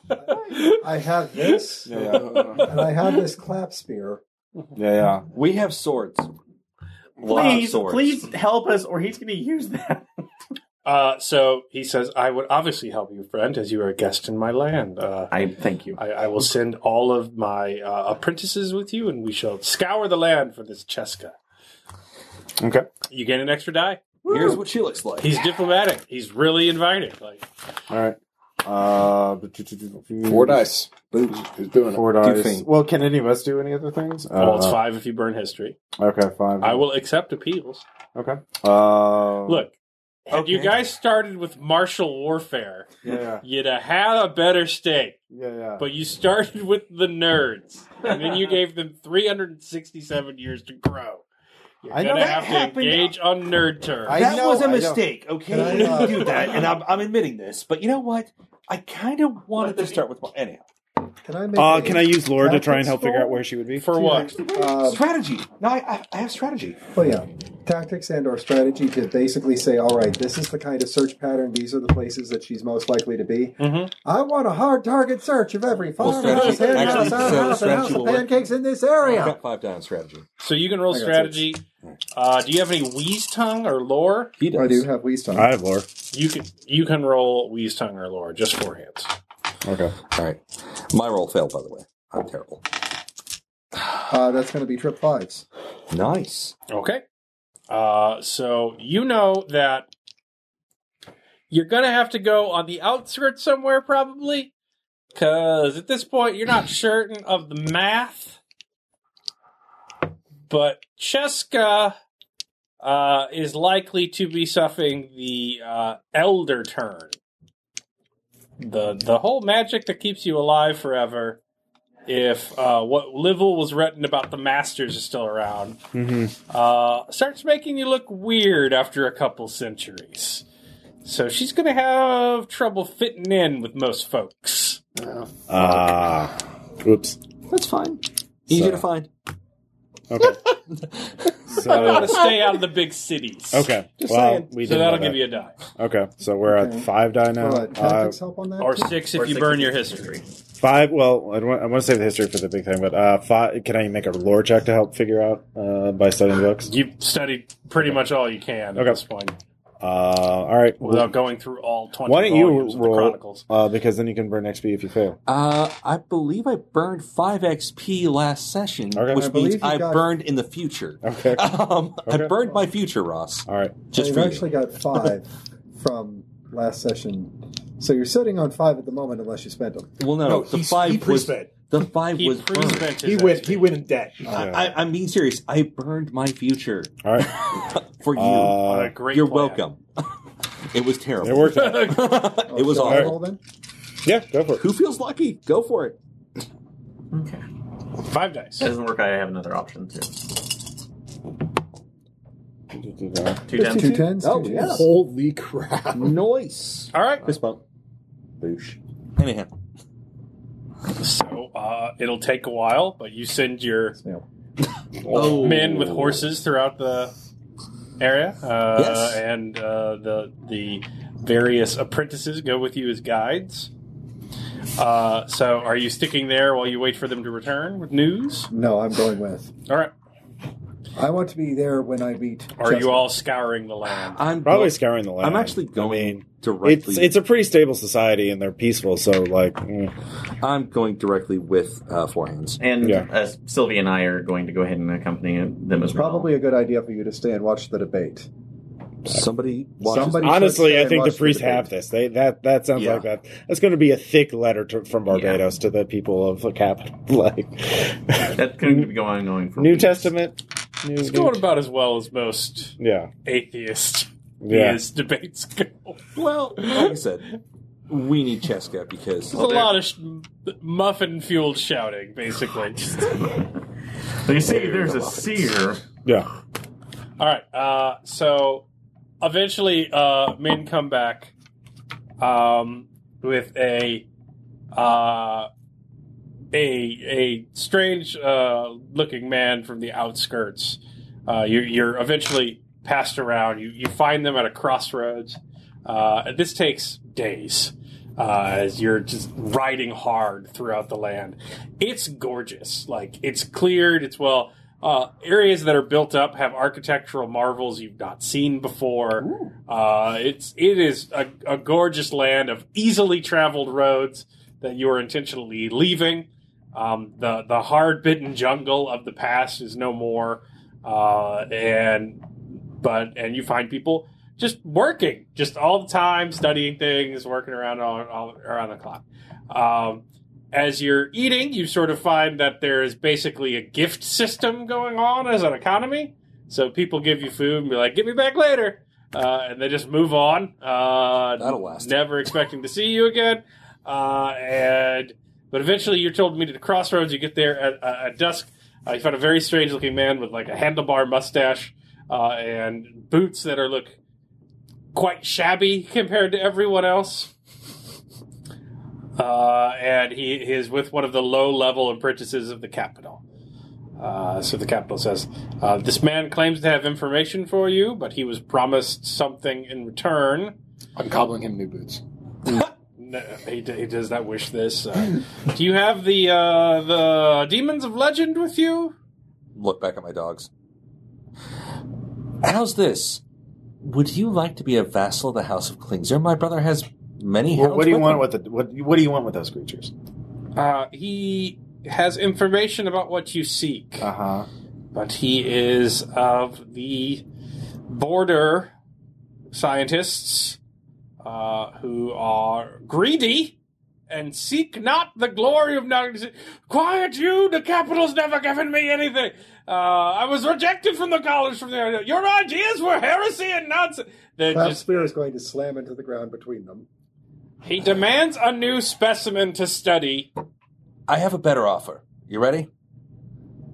[SPEAKER 7] Uh,
[SPEAKER 4] I have this, and I have this clap spear.
[SPEAKER 2] Yeah, yeah.
[SPEAKER 7] We have swords. Lots of
[SPEAKER 6] please,
[SPEAKER 7] swords.
[SPEAKER 6] please help us, or he's going to use that.
[SPEAKER 3] Uh, so he says, I would obviously help you, friend, as you are a guest in my land. Uh,
[SPEAKER 6] I thank you.
[SPEAKER 3] I, I will send all of my uh, apprentices with you, and we shall scour the land for this Cheska.
[SPEAKER 2] Okay.
[SPEAKER 3] You get an extra die.
[SPEAKER 7] Here's what she looks like.
[SPEAKER 3] He's diplomatic. He's really inviting. Like,
[SPEAKER 2] All right. Uh,
[SPEAKER 10] Four dice. Boom. Who's doing
[SPEAKER 2] Four
[SPEAKER 10] Do
[SPEAKER 2] dice.
[SPEAKER 10] thing.
[SPEAKER 2] Well, can any of us do any other things? Uh,
[SPEAKER 3] well, it's
[SPEAKER 1] Uh-huh.
[SPEAKER 3] five if you burn history.
[SPEAKER 2] Okay, five.
[SPEAKER 3] I will accept appeals.
[SPEAKER 2] Okay. Uh,
[SPEAKER 3] Look, had you
[SPEAKER 7] Okay.
[SPEAKER 3] guys started with martial warfare,
[SPEAKER 2] Yeah, yeah,
[SPEAKER 3] you'd have had a better stake.
[SPEAKER 2] yeah, yeah.
[SPEAKER 3] But you started with the nerds, and then you gave them 367 years to grow. You're
[SPEAKER 2] I know
[SPEAKER 3] gonna
[SPEAKER 2] that
[SPEAKER 3] have to
[SPEAKER 2] happened.
[SPEAKER 3] engage on nerd terms.
[SPEAKER 2] I
[SPEAKER 7] that
[SPEAKER 2] know,
[SPEAKER 7] was
[SPEAKER 2] I
[SPEAKER 7] a
[SPEAKER 2] know.
[SPEAKER 7] mistake, okay?
[SPEAKER 4] I,
[SPEAKER 7] I didn't
[SPEAKER 4] uh,
[SPEAKER 7] do that, and I'm, I'm admitting this. But you know what? I kind of wanted to start with anyhow
[SPEAKER 4] Can I make?
[SPEAKER 1] Uh,
[SPEAKER 4] a-
[SPEAKER 1] can I use lore to
[SPEAKER 4] Tactics
[SPEAKER 1] try and help figure out
[SPEAKER 4] roll?
[SPEAKER 1] where she would be?
[SPEAKER 3] For what?
[SPEAKER 4] Uh,
[SPEAKER 7] strategy. No, I, I- I have strategy.
[SPEAKER 4] oh yeah, tactics and or strategy to basically say, all right, this is the kind of search pattern. These are the places that she's most likely to be.
[SPEAKER 3] Mhm.
[SPEAKER 4] I want a hard target search of every
[SPEAKER 7] Well,
[SPEAKER 4] farmhouse,
[SPEAKER 7] strategy-
[SPEAKER 4] henhouse,
[SPEAKER 7] actually,
[SPEAKER 4] outhouse,
[SPEAKER 7] so
[SPEAKER 4] and house
[SPEAKER 7] strategy
[SPEAKER 4] of
[SPEAKER 7] will work.
[SPEAKER 4] pancakes in this
[SPEAKER 7] I've
[SPEAKER 4] area.
[SPEAKER 7] got five down strategy.
[SPEAKER 3] So you can roll
[SPEAKER 4] I got
[SPEAKER 3] strategy. Uh, do you have any wheeze tongue or lore?
[SPEAKER 7] He does.
[SPEAKER 4] I do have Weaston.
[SPEAKER 1] I have lore.
[SPEAKER 3] You can you can roll wheeze tongue or lore just four hands.
[SPEAKER 1] Okay.
[SPEAKER 7] All right. My roll failed, by the way. I'm terrible.
[SPEAKER 4] Uh, that's going to be trip fives.
[SPEAKER 7] Nice.
[SPEAKER 3] Okay. Uh, so you know that you're gonna have to go on the outskirts somewhere, probably, because at this point you're not certain of the math. But Cheska uh, is likely to be suffering the uh, Elder Turn. The the whole magic that keeps you alive forever. If uh, what Livel was written about the Masters is still around,
[SPEAKER 1] Mm-hmm.
[SPEAKER 3] uh, starts making you look weird after a couple centuries. So she's going to have trouble fitting in with most folks.
[SPEAKER 1] Uh, oops.
[SPEAKER 7] That's fine. Easy
[SPEAKER 1] So-
[SPEAKER 7] to find.
[SPEAKER 1] Okay.
[SPEAKER 3] I want to
[SPEAKER 1] so,
[SPEAKER 3] stay out of the big cities.
[SPEAKER 1] okay.
[SPEAKER 7] Just
[SPEAKER 1] well,
[SPEAKER 7] saying.
[SPEAKER 1] we
[SPEAKER 3] So
[SPEAKER 1] did
[SPEAKER 3] that'll
[SPEAKER 1] know
[SPEAKER 3] give
[SPEAKER 1] that.
[SPEAKER 3] you a die.
[SPEAKER 1] Okay, so we're
[SPEAKER 4] Okay.
[SPEAKER 1] at five die now.
[SPEAKER 4] Uh,
[SPEAKER 1] Uh,
[SPEAKER 4] tactics help on that.
[SPEAKER 3] Or
[SPEAKER 4] too?
[SPEAKER 3] six if you burn your history.
[SPEAKER 1] five. Well, I want, I want to save the history for the big thing, but uh, five. Can I make a lore check to help figure out uh, by studying books?
[SPEAKER 3] You've studied pretty much all you can at
[SPEAKER 1] Okay.
[SPEAKER 3] this point
[SPEAKER 1] Uh, all right.
[SPEAKER 3] without going through all 20
[SPEAKER 1] Why don't you
[SPEAKER 3] volumes of the
[SPEAKER 1] roll?
[SPEAKER 3] Chronicles.
[SPEAKER 1] Uh, because then you can burn XP if you fail.
[SPEAKER 7] Uh, I believe I burned 5 XP last session,
[SPEAKER 1] Okay.
[SPEAKER 7] which
[SPEAKER 1] I
[SPEAKER 4] believe
[SPEAKER 7] means
[SPEAKER 4] you
[SPEAKER 7] I
[SPEAKER 4] got-
[SPEAKER 7] burned in the future.
[SPEAKER 1] Okay.
[SPEAKER 7] Um, I
[SPEAKER 1] Okay.
[SPEAKER 7] burned my future, Ross.
[SPEAKER 1] All right.
[SPEAKER 7] Just
[SPEAKER 4] You've
[SPEAKER 7] for
[SPEAKER 4] actually
[SPEAKER 7] you.
[SPEAKER 4] got five from last session. So you're sitting on five at the moment, unless you spent them.
[SPEAKER 7] Well, no,
[SPEAKER 10] No,
[SPEAKER 7] the
[SPEAKER 10] he's-
[SPEAKER 7] five
[SPEAKER 10] he
[SPEAKER 7] was
[SPEAKER 10] pre-spent.
[SPEAKER 7] the five
[SPEAKER 3] He
[SPEAKER 7] was burned.
[SPEAKER 3] pre-spent
[SPEAKER 10] He
[SPEAKER 3] his
[SPEAKER 10] went.
[SPEAKER 3] XP.
[SPEAKER 10] He went in debt.
[SPEAKER 7] I, I, I'm being serious. I burned my future
[SPEAKER 1] All right.
[SPEAKER 7] for
[SPEAKER 3] What
[SPEAKER 7] you.
[SPEAKER 3] a
[SPEAKER 1] Uh,
[SPEAKER 3] great
[SPEAKER 7] You're
[SPEAKER 3] plan.
[SPEAKER 7] welcome. it was terrible.
[SPEAKER 1] it worked. Out.
[SPEAKER 7] it was
[SPEAKER 4] Shall I
[SPEAKER 7] awful.
[SPEAKER 4] roll then?
[SPEAKER 1] Yeah, go for it.
[SPEAKER 7] Who feels lucky? Go for it.
[SPEAKER 6] Okay.
[SPEAKER 3] Five dice.
[SPEAKER 6] That doesn't work. I have another option too. Two
[SPEAKER 4] There's
[SPEAKER 6] down.
[SPEAKER 4] two tens.
[SPEAKER 7] Oh,
[SPEAKER 4] two
[SPEAKER 7] yeah.
[SPEAKER 4] tens.
[SPEAKER 10] Holy crap!
[SPEAKER 7] Noise.
[SPEAKER 3] All right.
[SPEAKER 7] Fist bump. Boosh. Anyhow.
[SPEAKER 3] So uh, it'll take a while, but you send your
[SPEAKER 6] Oh.
[SPEAKER 3] men with horses throughout the area, uh,
[SPEAKER 2] Yes.
[SPEAKER 3] and uh, the the various apprentices go with you as guides. Uh, so, are you sticking there while you wait for them to return with news?
[SPEAKER 4] No, I'm going with.
[SPEAKER 3] All right.
[SPEAKER 4] I want to be there when I beat.
[SPEAKER 3] Are you
[SPEAKER 4] Chester.
[SPEAKER 3] all scouring the land?
[SPEAKER 2] I'm
[SPEAKER 1] Probably
[SPEAKER 2] well,
[SPEAKER 1] scouring the land.
[SPEAKER 2] I'm actually going
[SPEAKER 1] I mean,
[SPEAKER 2] directly.
[SPEAKER 1] it's it's a pretty stable society and they're peaceful. So like, mm.
[SPEAKER 2] I'm going directly with uh, four hands.
[SPEAKER 6] And
[SPEAKER 1] Yeah.
[SPEAKER 6] uh, Sylvie and I are going to go ahead and accompany them as well.
[SPEAKER 4] Probably a good idea for you to stay and watch the debate.
[SPEAKER 2] Somebody watches.
[SPEAKER 4] Somebody- But he should
[SPEAKER 1] honestly,
[SPEAKER 4] stay
[SPEAKER 1] I
[SPEAKER 4] and
[SPEAKER 1] think the
[SPEAKER 4] watch the
[SPEAKER 1] priests
[SPEAKER 4] debate.
[SPEAKER 1] have this. They that that sounds
[SPEAKER 2] Yeah.
[SPEAKER 1] like that. That's going to be a thick letter to, from Barbados to the people of the capital. Like
[SPEAKER 6] That's going to be going on for
[SPEAKER 1] New
[SPEAKER 6] weeks.
[SPEAKER 1] Testament. New,
[SPEAKER 3] It's
[SPEAKER 1] New-
[SPEAKER 3] going about as well as most
[SPEAKER 1] yeah,
[SPEAKER 3] atheist
[SPEAKER 1] yeah.
[SPEAKER 3] is debates go.
[SPEAKER 2] Well, like I said, we need Cheska because
[SPEAKER 3] It's a lot of sh- muffin fueled shouting, basically.
[SPEAKER 6] They say there's a seer.
[SPEAKER 1] Yeah.
[SPEAKER 3] All right. Uh, so eventually, uh, men come back um, with a uh, a a strange uh, looking man from the outskirts. Uh, you, you're eventually passed around. You you find them at a crossroads. Uh, this takes days. Uh, as you're just riding hard throughout the land, it's gorgeous. Like it's cleared. It's well uh, areas that are built up have architectural marvels you've not seen before. Uh, it's it is a, a gorgeous land of easily traveled roads that you are intentionally leaving. Um, the the hard bitten jungle of the past is no more, uh, and but and you find people just working, just all the time, studying things, working around all, all around the clock. Um, as you're eating, you sort of find that there is basically a gift system going on as an economy. So people give you food and be like, "Get me back later," uh, and they just move on. Uh,
[SPEAKER 2] That'll last.
[SPEAKER 3] Never expecting to see you again. Uh, and but eventually, you're told to meet at the crossroads. You get there at, uh, at dusk. Uh, you find a very strange-looking man with like a handlebar mustache uh, and boots that are look quite shabby compared to everyone else. Uh, and he is with one of the low level apprentices of the capital. Uh, so the capital says, uh, This man claims to have information for you, but he was promised something in return.
[SPEAKER 5] I'm cobbling him new boots.
[SPEAKER 3] No, he, d- he does not wish this. Uh, do you have the uh, the demons of legend with you?
[SPEAKER 2] look back at my dogs. How's this? Would you like to be a vassal of the House of Klingzer? My brother has many.
[SPEAKER 7] What,
[SPEAKER 2] hounds
[SPEAKER 7] what do you
[SPEAKER 2] with
[SPEAKER 7] want
[SPEAKER 2] him.
[SPEAKER 7] with the what? What do you want with those creatures?
[SPEAKER 3] Uh, he has information about what you seek.
[SPEAKER 1] Ah.
[SPEAKER 7] Uh huh.
[SPEAKER 3] but he is of the border scientists uh, who are greedy and seek not the glory of knowledge. Quiet you! The capital's never given me anything. Uh, I was rejected from the college. From there, your ideas were heresy and nonsense. They're
[SPEAKER 4] That
[SPEAKER 3] just-
[SPEAKER 4] spear is going to slam into the ground between them.
[SPEAKER 3] he demands a new specimen to study.
[SPEAKER 2] I have a better offer. You ready?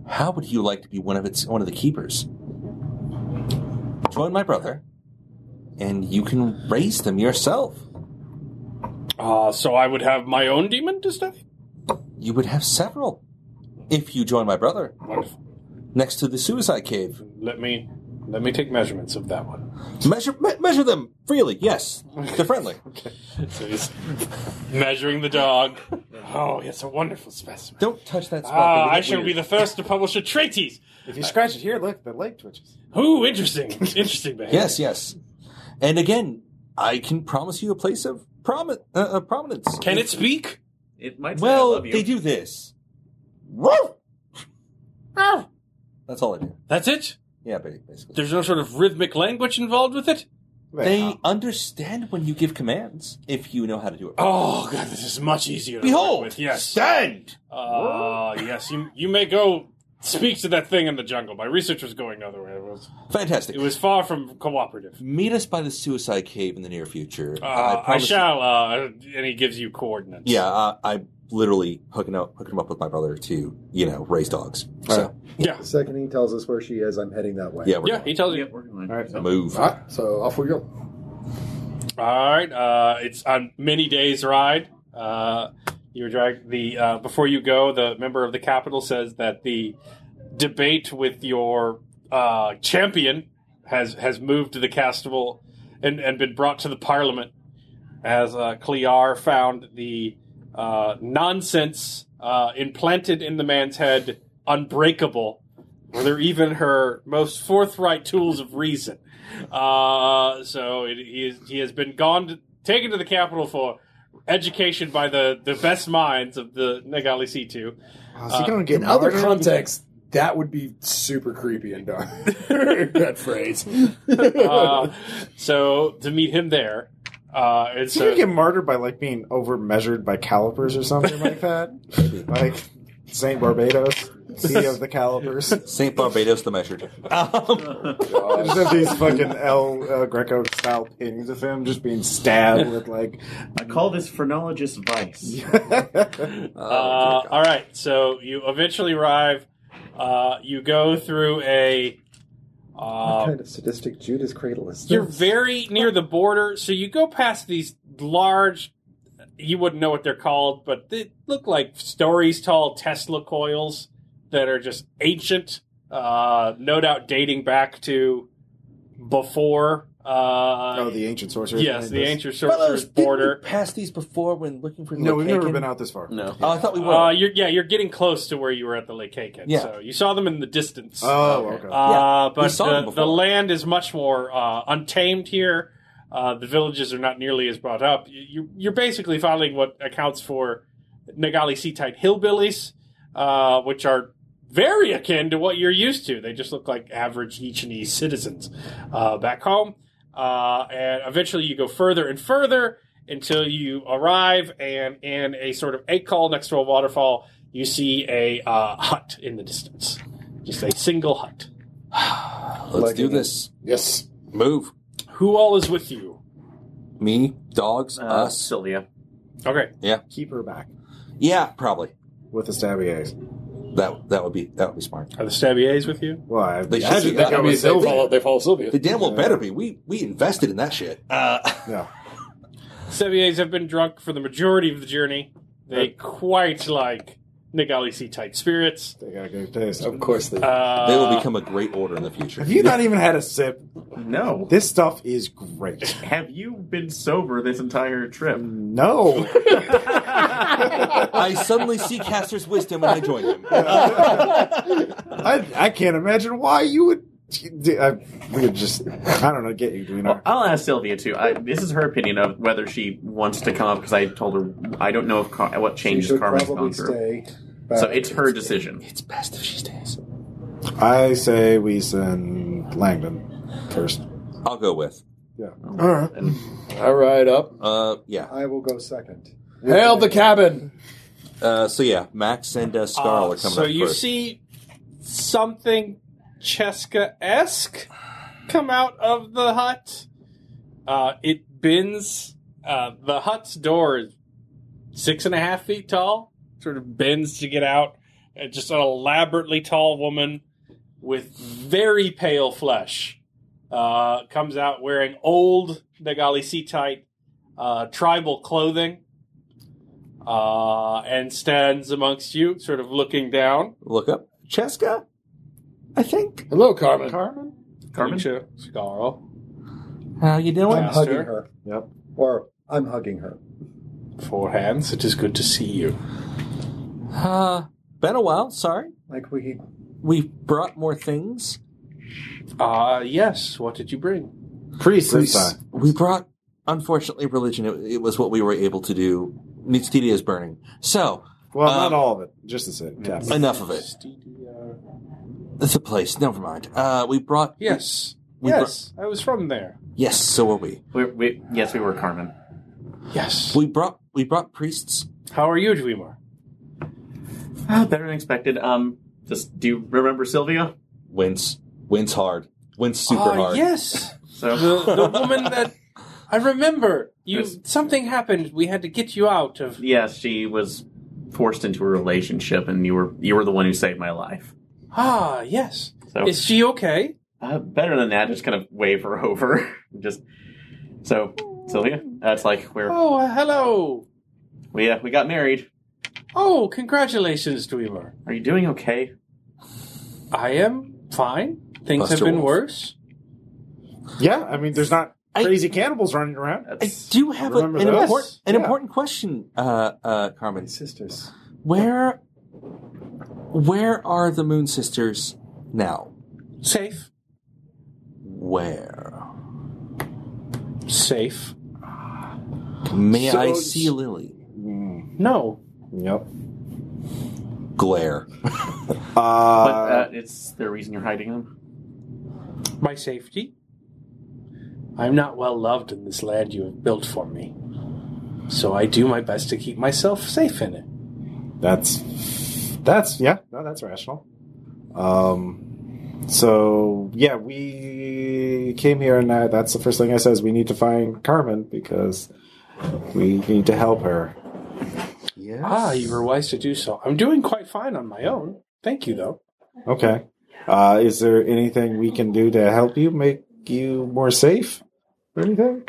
[SPEAKER 2] How would you like to be one of its one of the keepers? Join my brother, and you can raise them yourself.
[SPEAKER 3] Uh, so I would have my own demon to study.
[SPEAKER 2] You would have several if you join my brother
[SPEAKER 3] Wonderful.
[SPEAKER 2] next to the suicide cave.
[SPEAKER 3] Let me let me take measurements of that one.
[SPEAKER 2] Measure me- measure them freely. Yes, they're friendly.
[SPEAKER 3] So he's measuring the dog. Oh, it's a wonderful specimen.
[SPEAKER 2] Don't touch that spot.
[SPEAKER 3] Ah,
[SPEAKER 2] they
[SPEAKER 3] I
[SPEAKER 2] get
[SPEAKER 3] shall be
[SPEAKER 2] weird.
[SPEAKER 3] the first to publish a treatise.
[SPEAKER 7] If you scratch it here, look, the leg twitches.
[SPEAKER 3] Ooh, interesting. Interesting behavior.
[SPEAKER 2] Yes, yes. And again, I can promise you a place of promi- uh, uh, prominence.
[SPEAKER 3] Can it speak?
[SPEAKER 6] It might say I
[SPEAKER 2] Well,
[SPEAKER 6] love you.
[SPEAKER 2] Oh, they do this. Woof! Woof! That's all I do.
[SPEAKER 3] That's it?
[SPEAKER 2] Yeah, ba- basically.
[SPEAKER 3] There's no sort of rhythmic language involved with it?
[SPEAKER 2] They understand when you give commands if you know how to do it.
[SPEAKER 3] Oh, God, this is much easier to work
[SPEAKER 2] Behold!
[SPEAKER 3] with. Yes.
[SPEAKER 2] Stand!
[SPEAKER 3] Ah, yes. You, you may go speak to that thing in the jungle. My research was going the other way. It was,
[SPEAKER 2] Fantastic.
[SPEAKER 3] it was far from cooperative.
[SPEAKER 2] Meet us by the suicide cave in the near future.
[SPEAKER 3] Uh, I,
[SPEAKER 2] promise-
[SPEAKER 3] shall, uh, and he gives you coordinates.
[SPEAKER 2] Yeah, uh, I'm literally hooking up, hooking him up with my brother to, you know, raise dogs. So,
[SPEAKER 3] Yeah.
[SPEAKER 4] The second he tells us where she is, I'm heading that way.
[SPEAKER 2] yeah, we're
[SPEAKER 3] Yeah, he tells you.
[SPEAKER 6] Yep, we're going.
[SPEAKER 5] All right.
[SPEAKER 6] So-
[SPEAKER 2] gonna move.
[SPEAKER 5] All right, so off we go.
[SPEAKER 3] All right. Uh, it's on many days ride. Uh, You were dragged. The uh, before you go, the member of the capital says that the debate with your uh, champion has has moved to the castable and, and been brought to the parliament as uh, Clear found the uh, nonsense uh, implanted in the man's head unbreakable. Whether even her most forthright tools of reason, uh, so it, he, is, he has been gone, to, taken to the capital for education by the, the best minds of the Nagali C2.
[SPEAKER 13] Is he
[SPEAKER 3] Uh,
[SPEAKER 13] gonna get
[SPEAKER 5] In other
[SPEAKER 13] martyred?
[SPEAKER 5] contexts, that would be super creepy and dark. that phrase.
[SPEAKER 3] Uh, so to meet him there, uh, and
[SPEAKER 1] Did you
[SPEAKER 3] so
[SPEAKER 1] get martyred by like being over measured by calipers or something like that? like Saint Barbados, he of the calipers.
[SPEAKER 7] St. Barbados the Measured. Uh,
[SPEAKER 1] I just have these fucking El uh, Greco style pings of him just being stabbed with like.
[SPEAKER 6] I call this phrenologist vice.
[SPEAKER 3] uh, all right, so you eventually arrive. Uh, you go through a.
[SPEAKER 4] What
[SPEAKER 3] Uh,
[SPEAKER 4] kind of sadistic Judas Cradle is this?
[SPEAKER 3] you're very near the border, so you go past these large. You wouldn't know what they're called, but they look like stories tall Tesla coils that are just ancient, uh, no doubt dating back to before. Uh,
[SPEAKER 1] Oh, the ancient sorcerer.
[SPEAKER 3] Yes, the ancient
[SPEAKER 7] Fellows,
[SPEAKER 3] sorcerer's border.
[SPEAKER 7] passed these before when looking for the
[SPEAKER 1] No, we've never
[SPEAKER 7] Lycacan?
[SPEAKER 1] been out this far.
[SPEAKER 2] No.
[SPEAKER 7] Oh, I thought we were.
[SPEAKER 3] Uh, you're, yeah, you're getting close to where you were at the Lake Haken.
[SPEAKER 7] Yeah.
[SPEAKER 3] So you saw them in the distance.
[SPEAKER 1] Oh, okay.
[SPEAKER 3] Uh,
[SPEAKER 7] we
[SPEAKER 3] but
[SPEAKER 7] saw them
[SPEAKER 3] the,
[SPEAKER 7] before.
[SPEAKER 3] the land is much more uh, untamed here. Uh, the villages are not nearly as brought up. You, you- you're basically following what accounts for Nagali Seatite hillbillies, uh, which are very akin to what you're used to. They just look like average Ichinese citizens uh, back home. Uh, and eventually you go further and further until you arrive and in a sort of eight call next to a waterfall, you see a uh, hut in the distance. Just a single hut.
[SPEAKER 7] Let's do this.
[SPEAKER 5] Yes.
[SPEAKER 7] Move.
[SPEAKER 3] Who all is with you?
[SPEAKER 7] Me, dogs,
[SPEAKER 6] Uh,
[SPEAKER 1] Uh-huh.
[SPEAKER 7] us.
[SPEAKER 6] Sylvia.
[SPEAKER 3] Okay.
[SPEAKER 1] Keep her back
[SPEAKER 7] Yeah, probably.
[SPEAKER 1] with the stabby A's.
[SPEAKER 7] That that would be that would be smart.
[SPEAKER 3] Are the Stabiers with you?
[SPEAKER 1] Well, I,
[SPEAKER 7] They should
[SPEAKER 1] I
[SPEAKER 7] see
[SPEAKER 1] think I
[SPEAKER 7] that. I
[SPEAKER 5] I
[SPEAKER 7] mean,
[SPEAKER 5] mean,
[SPEAKER 1] was
[SPEAKER 5] they
[SPEAKER 1] safe.
[SPEAKER 5] follow, they follow Sylvia.
[SPEAKER 7] They damn well better be. We we invested in that shit. Uh,
[SPEAKER 1] No.
[SPEAKER 3] Stabiers have been drunk for the majority of the journey. They quite like Nagali Sea type spirits.
[SPEAKER 1] They got a good taste.
[SPEAKER 5] Of course they do.
[SPEAKER 3] Uh,
[SPEAKER 7] they will become a great order in the future.
[SPEAKER 1] Have you not even had a sip?
[SPEAKER 6] No.
[SPEAKER 1] This stuff is great.
[SPEAKER 6] Have you been sober this entire trip?
[SPEAKER 1] No.
[SPEAKER 7] I suddenly see Caster's wisdom and I join him.
[SPEAKER 1] I, I can't imagine why you would. I, we could just, I don't know, get you, you know.
[SPEAKER 6] I'll ask Sylvia too. I, this is her opinion of whether she wants to come up because I told her I don't know if car, what
[SPEAKER 4] You
[SPEAKER 6] changes
[SPEAKER 4] should
[SPEAKER 6] Carmen's
[SPEAKER 4] probably
[SPEAKER 6] gone through.
[SPEAKER 4] stay.
[SPEAKER 6] So
[SPEAKER 4] back.
[SPEAKER 6] it's her decision.
[SPEAKER 7] It's best if she stays.
[SPEAKER 1] I say we send Langdon first.
[SPEAKER 7] I'll go with.
[SPEAKER 1] All right.
[SPEAKER 6] And
[SPEAKER 5] All right, up.
[SPEAKER 7] Uh, yeah.
[SPEAKER 4] I will go second.
[SPEAKER 5] Hail the cabin.
[SPEAKER 7] Uh, so yeah, Max and uh, Scarl are coming
[SPEAKER 3] so
[SPEAKER 7] up
[SPEAKER 3] you
[SPEAKER 7] first.
[SPEAKER 3] see something Cheska esque come out of the hut. Uh, it bends. Uh, the hut's door is six and a half feet tall. Sort of bends to get out. Uh, just an elaborately tall woman with very pale flesh uh, comes out wearing old Nagali Seatite uh, tribal clothing uh, and stands amongst you, sort of looking down.
[SPEAKER 7] Look up Cheska. I think.
[SPEAKER 5] Hello, Carmen.
[SPEAKER 6] Carmen,
[SPEAKER 3] Lucia, Scarl.
[SPEAKER 7] How you doing?
[SPEAKER 4] I'm
[SPEAKER 3] Master.
[SPEAKER 4] hugging her.
[SPEAKER 1] Yep.
[SPEAKER 4] Or I'm hugging her.
[SPEAKER 3] Four hands. It is good to see you.
[SPEAKER 7] Uh, been a while. Sorry.
[SPEAKER 4] Like we
[SPEAKER 7] We've brought more things.
[SPEAKER 3] Ah, yes. What did you bring?
[SPEAKER 1] Priest this
[SPEAKER 7] We s-
[SPEAKER 1] time.
[SPEAKER 7] We brought, unfortunately, religion. It, it was what we were able to do. Nitstidia is burning. So,
[SPEAKER 1] Well,
[SPEAKER 7] Um,
[SPEAKER 1] not all of it, just the city. Yeah.
[SPEAKER 7] enough of it. The place, never mind. Uh, we brought.
[SPEAKER 3] Yes.
[SPEAKER 7] We
[SPEAKER 3] yes. I was from there.
[SPEAKER 7] Yes, so are we.
[SPEAKER 6] we, we, yes, we were Carmen.
[SPEAKER 3] Yes.
[SPEAKER 7] We brought we brought priests.
[SPEAKER 3] How are you, Dwemer?
[SPEAKER 6] Ah, better than expected. Um, just do you remember Sylvia?
[SPEAKER 7] Wins. Wins hard. Wins super
[SPEAKER 3] Ah,
[SPEAKER 7] hard.
[SPEAKER 3] Yes.
[SPEAKER 6] So
[SPEAKER 3] The, the woman that I remember. You.
[SPEAKER 6] Yes.
[SPEAKER 3] Something happened. We had to get you out of.
[SPEAKER 6] yes, she was forced into a relationship, and you were you were the one who saved my life.
[SPEAKER 3] Ah, yes.
[SPEAKER 6] So
[SPEAKER 3] Is she okay?
[SPEAKER 6] Uh, better than that, just kind of wave her over. just so Sylvia, that's like where
[SPEAKER 3] Oh, hello.
[SPEAKER 6] we uh, we got married.
[SPEAKER 3] Oh, congratulations, Dweeber.
[SPEAKER 6] Are you doing okay?
[SPEAKER 3] I am fine. Things have been worse.
[SPEAKER 1] Yeah, I mean, there's not
[SPEAKER 7] I-
[SPEAKER 1] crazy cannibals running around.
[SPEAKER 7] I
[SPEAKER 6] That's
[SPEAKER 7] do have a, an,
[SPEAKER 1] Remember those?
[SPEAKER 7] important, an
[SPEAKER 1] Yeah.
[SPEAKER 7] important question, uh, uh, Carmen.
[SPEAKER 14] sisters.
[SPEAKER 7] Where, where are the Moon Sisters now?
[SPEAKER 3] Safe.
[SPEAKER 7] Where?
[SPEAKER 3] Safe.
[SPEAKER 7] May
[SPEAKER 15] So
[SPEAKER 7] I
[SPEAKER 15] it's-
[SPEAKER 7] see Lily?
[SPEAKER 3] No.
[SPEAKER 1] Mm, Yep.
[SPEAKER 7] Glare.
[SPEAKER 6] but
[SPEAKER 1] Uh,
[SPEAKER 6] uh, it's the reason you're hiding them.
[SPEAKER 3] My safety. I'm not well loved in this land you have built for me. So I do my best to keep myself safe in it.
[SPEAKER 1] that's that's yeah, no, that's rational. Um, so yeah, we came here, and I, that's the first thing I said is we need to find Carmen because we need to help her.
[SPEAKER 7] Yes.
[SPEAKER 3] Ah, you were wise to do so. I'm doing quite fine on my own. Thank you, though.
[SPEAKER 1] Okay. Uh, is there anything we can do to help you make you more safe? Or anything?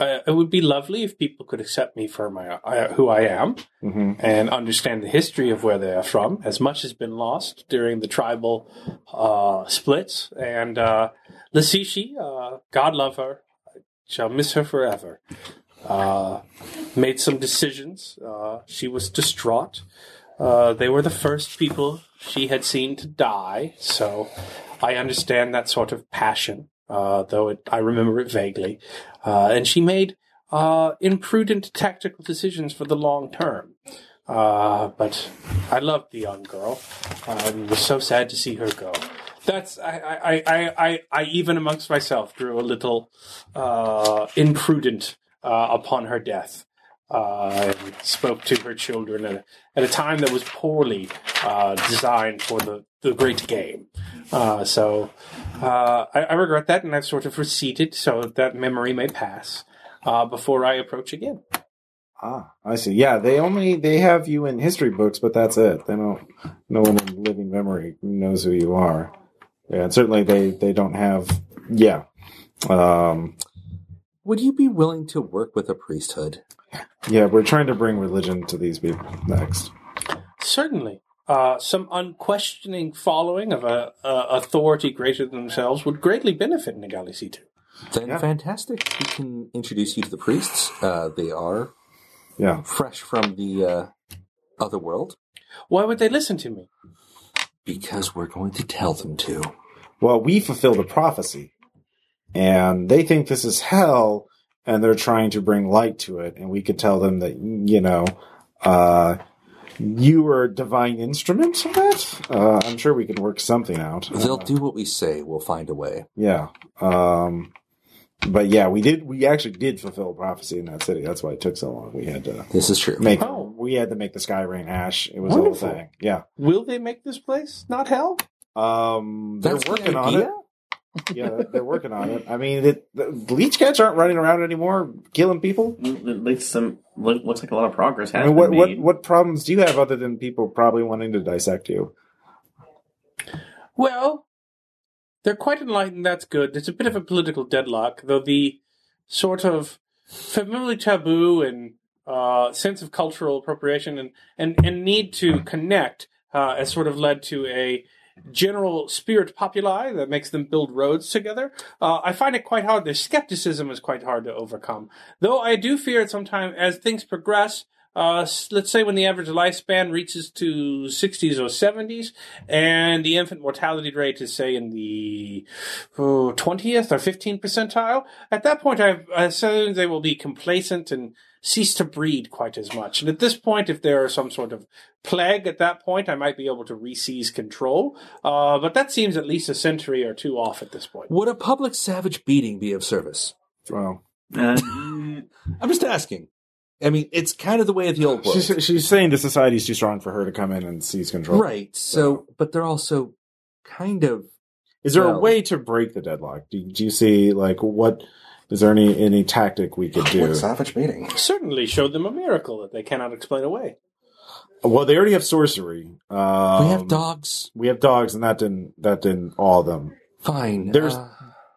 [SPEAKER 3] Uh, it would be lovely if people could accept me for my uh, who I am
[SPEAKER 1] Mm-hmm.
[SPEAKER 3] and understand the history of where they are from. As much has been lost during the tribal uh, splits, and uh, Lasishi, uh, God love her, shall miss her forever. Uh, made some decisions. Uh, she was distraught. Uh, they were the first people she had seen to die, so I understand that sort of passion, uh, though it, I remember it vaguely. Uh, and she made uh, imprudent tactical decisions for the long term. Uh, but I loved the young girl. Uh, it was so sad to see her go. That's I I, I, I, I I even amongst myself grew a little uh, imprudent uh, upon her death. Uh, and spoke to her children at a, at a time that was poorly uh, designed for the, the great game. Uh, so uh, I, I regret that, and I've sort of receded so that memory may pass uh, before I approach again.
[SPEAKER 1] Ah, I see. Yeah, they only they have you in history books, but that's it. They don't. No one in living memory knows who you are. Yeah, and certainly they they don't have. Yeah. Um.
[SPEAKER 7] Would you be willing to work with a priesthood?
[SPEAKER 1] Yeah, we're trying to bring religion to these people next.
[SPEAKER 3] Certainly. Uh, some unquestioning following of a, a authority greater than themselves would greatly benefit Nagali Situ.
[SPEAKER 7] Then
[SPEAKER 1] Yeah.
[SPEAKER 7] fantastic. We can introduce you to the priests. Uh, they are
[SPEAKER 1] Yeah.
[SPEAKER 7] fresh from the uh, other world
[SPEAKER 3] Why would they listen to me?
[SPEAKER 7] because we're going to tell them to.
[SPEAKER 1] Well, we fulfill the prophecy, and they think this is hell, and they're trying to bring light to it, and we could tell them that you know. uh you were a divine instrument of that? Uh, I'm sure we can work something out.
[SPEAKER 7] They'll do what we say. We'll find a way.
[SPEAKER 1] Yeah. Um but yeah, we did we actually did fulfill a prophecy in that city. That's why it took so long. We had to
[SPEAKER 7] This is true.
[SPEAKER 1] make
[SPEAKER 3] Oh.
[SPEAKER 1] we had to make the sky rain ash. It was
[SPEAKER 3] Wonderful.
[SPEAKER 1] a whole thing. Yeah.
[SPEAKER 3] Will they make this place not hell?
[SPEAKER 1] Um they're
[SPEAKER 7] That's the
[SPEAKER 1] working on
[SPEAKER 7] idea?
[SPEAKER 1] it. Yeah, they're working on it. I mean, it, the leech cats aren't running around anymore killing people.
[SPEAKER 6] Mm, It looks some look- looks like a lot of progress has
[SPEAKER 1] I mean, what
[SPEAKER 6] been
[SPEAKER 1] what
[SPEAKER 6] made.
[SPEAKER 1] what problems do you have other than people probably wanting to dissect you?
[SPEAKER 3] Well, they're quite enlightened. That's good. It's a bit of a political deadlock, though the sort of family taboo and uh, sense of cultural appropriation and, and, and need to connect uh, has sort of led to a general spirit populi that makes them build roads together. Uh, I find it quite hard. Their skepticism is quite hard to overcome. Though I do fear it sometimes as things progress. Uh, s- let's say when the average lifespan reaches to 60s or 70s, and the infant mortality rate is, say, in the oh, 20th or 15th percentile, at that point I I assume they will be complacent and cease to breed quite as much. And at this point, if there are some sort of plague at that point, I might be able to re-seize control. Uh, but that seems at least a century or two off at this point.
[SPEAKER 7] Would a public savage beating be of service?
[SPEAKER 1] Well,
[SPEAKER 6] Uh,
[SPEAKER 7] I'm just asking. I mean, it's kind of the way of the old world.
[SPEAKER 1] she's, she's saying the society's too strong for her to come in and seize control.
[SPEAKER 7] Right. So, but they're also kind of
[SPEAKER 1] Is there a
[SPEAKER 7] No.
[SPEAKER 1] way to break the deadlock? Do, do you see like what? Is there any any tactic we could do?
[SPEAKER 14] What savage meeting.
[SPEAKER 3] Certainly showed them a miracle that they cannot explain away.
[SPEAKER 1] Well, they already have sorcery. Um,
[SPEAKER 7] we have dogs.
[SPEAKER 1] We have dogs, and that didn't that didn't all of them.
[SPEAKER 7] Fine.
[SPEAKER 1] There's-
[SPEAKER 7] uh,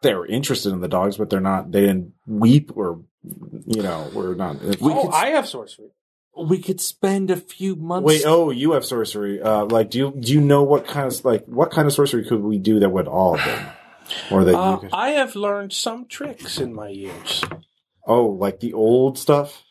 [SPEAKER 1] They're interested in the dogs, but they're not. They didn't weep or you know, we're not.
[SPEAKER 7] We
[SPEAKER 3] oh,
[SPEAKER 7] could-
[SPEAKER 3] I have sorcery.
[SPEAKER 7] we could spend a few months.
[SPEAKER 1] Wait, oh, you have sorcery. Uh, like, do you do you know what kind of like what kind of sorcery could we do that would all of them, or that
[SPEAKER 3] Uh,
[SPEAKER 1] you could?
[SPEAKER 3] I have learned some tricks in my years.
[SPEAKER 1] Oh, like the old stuff.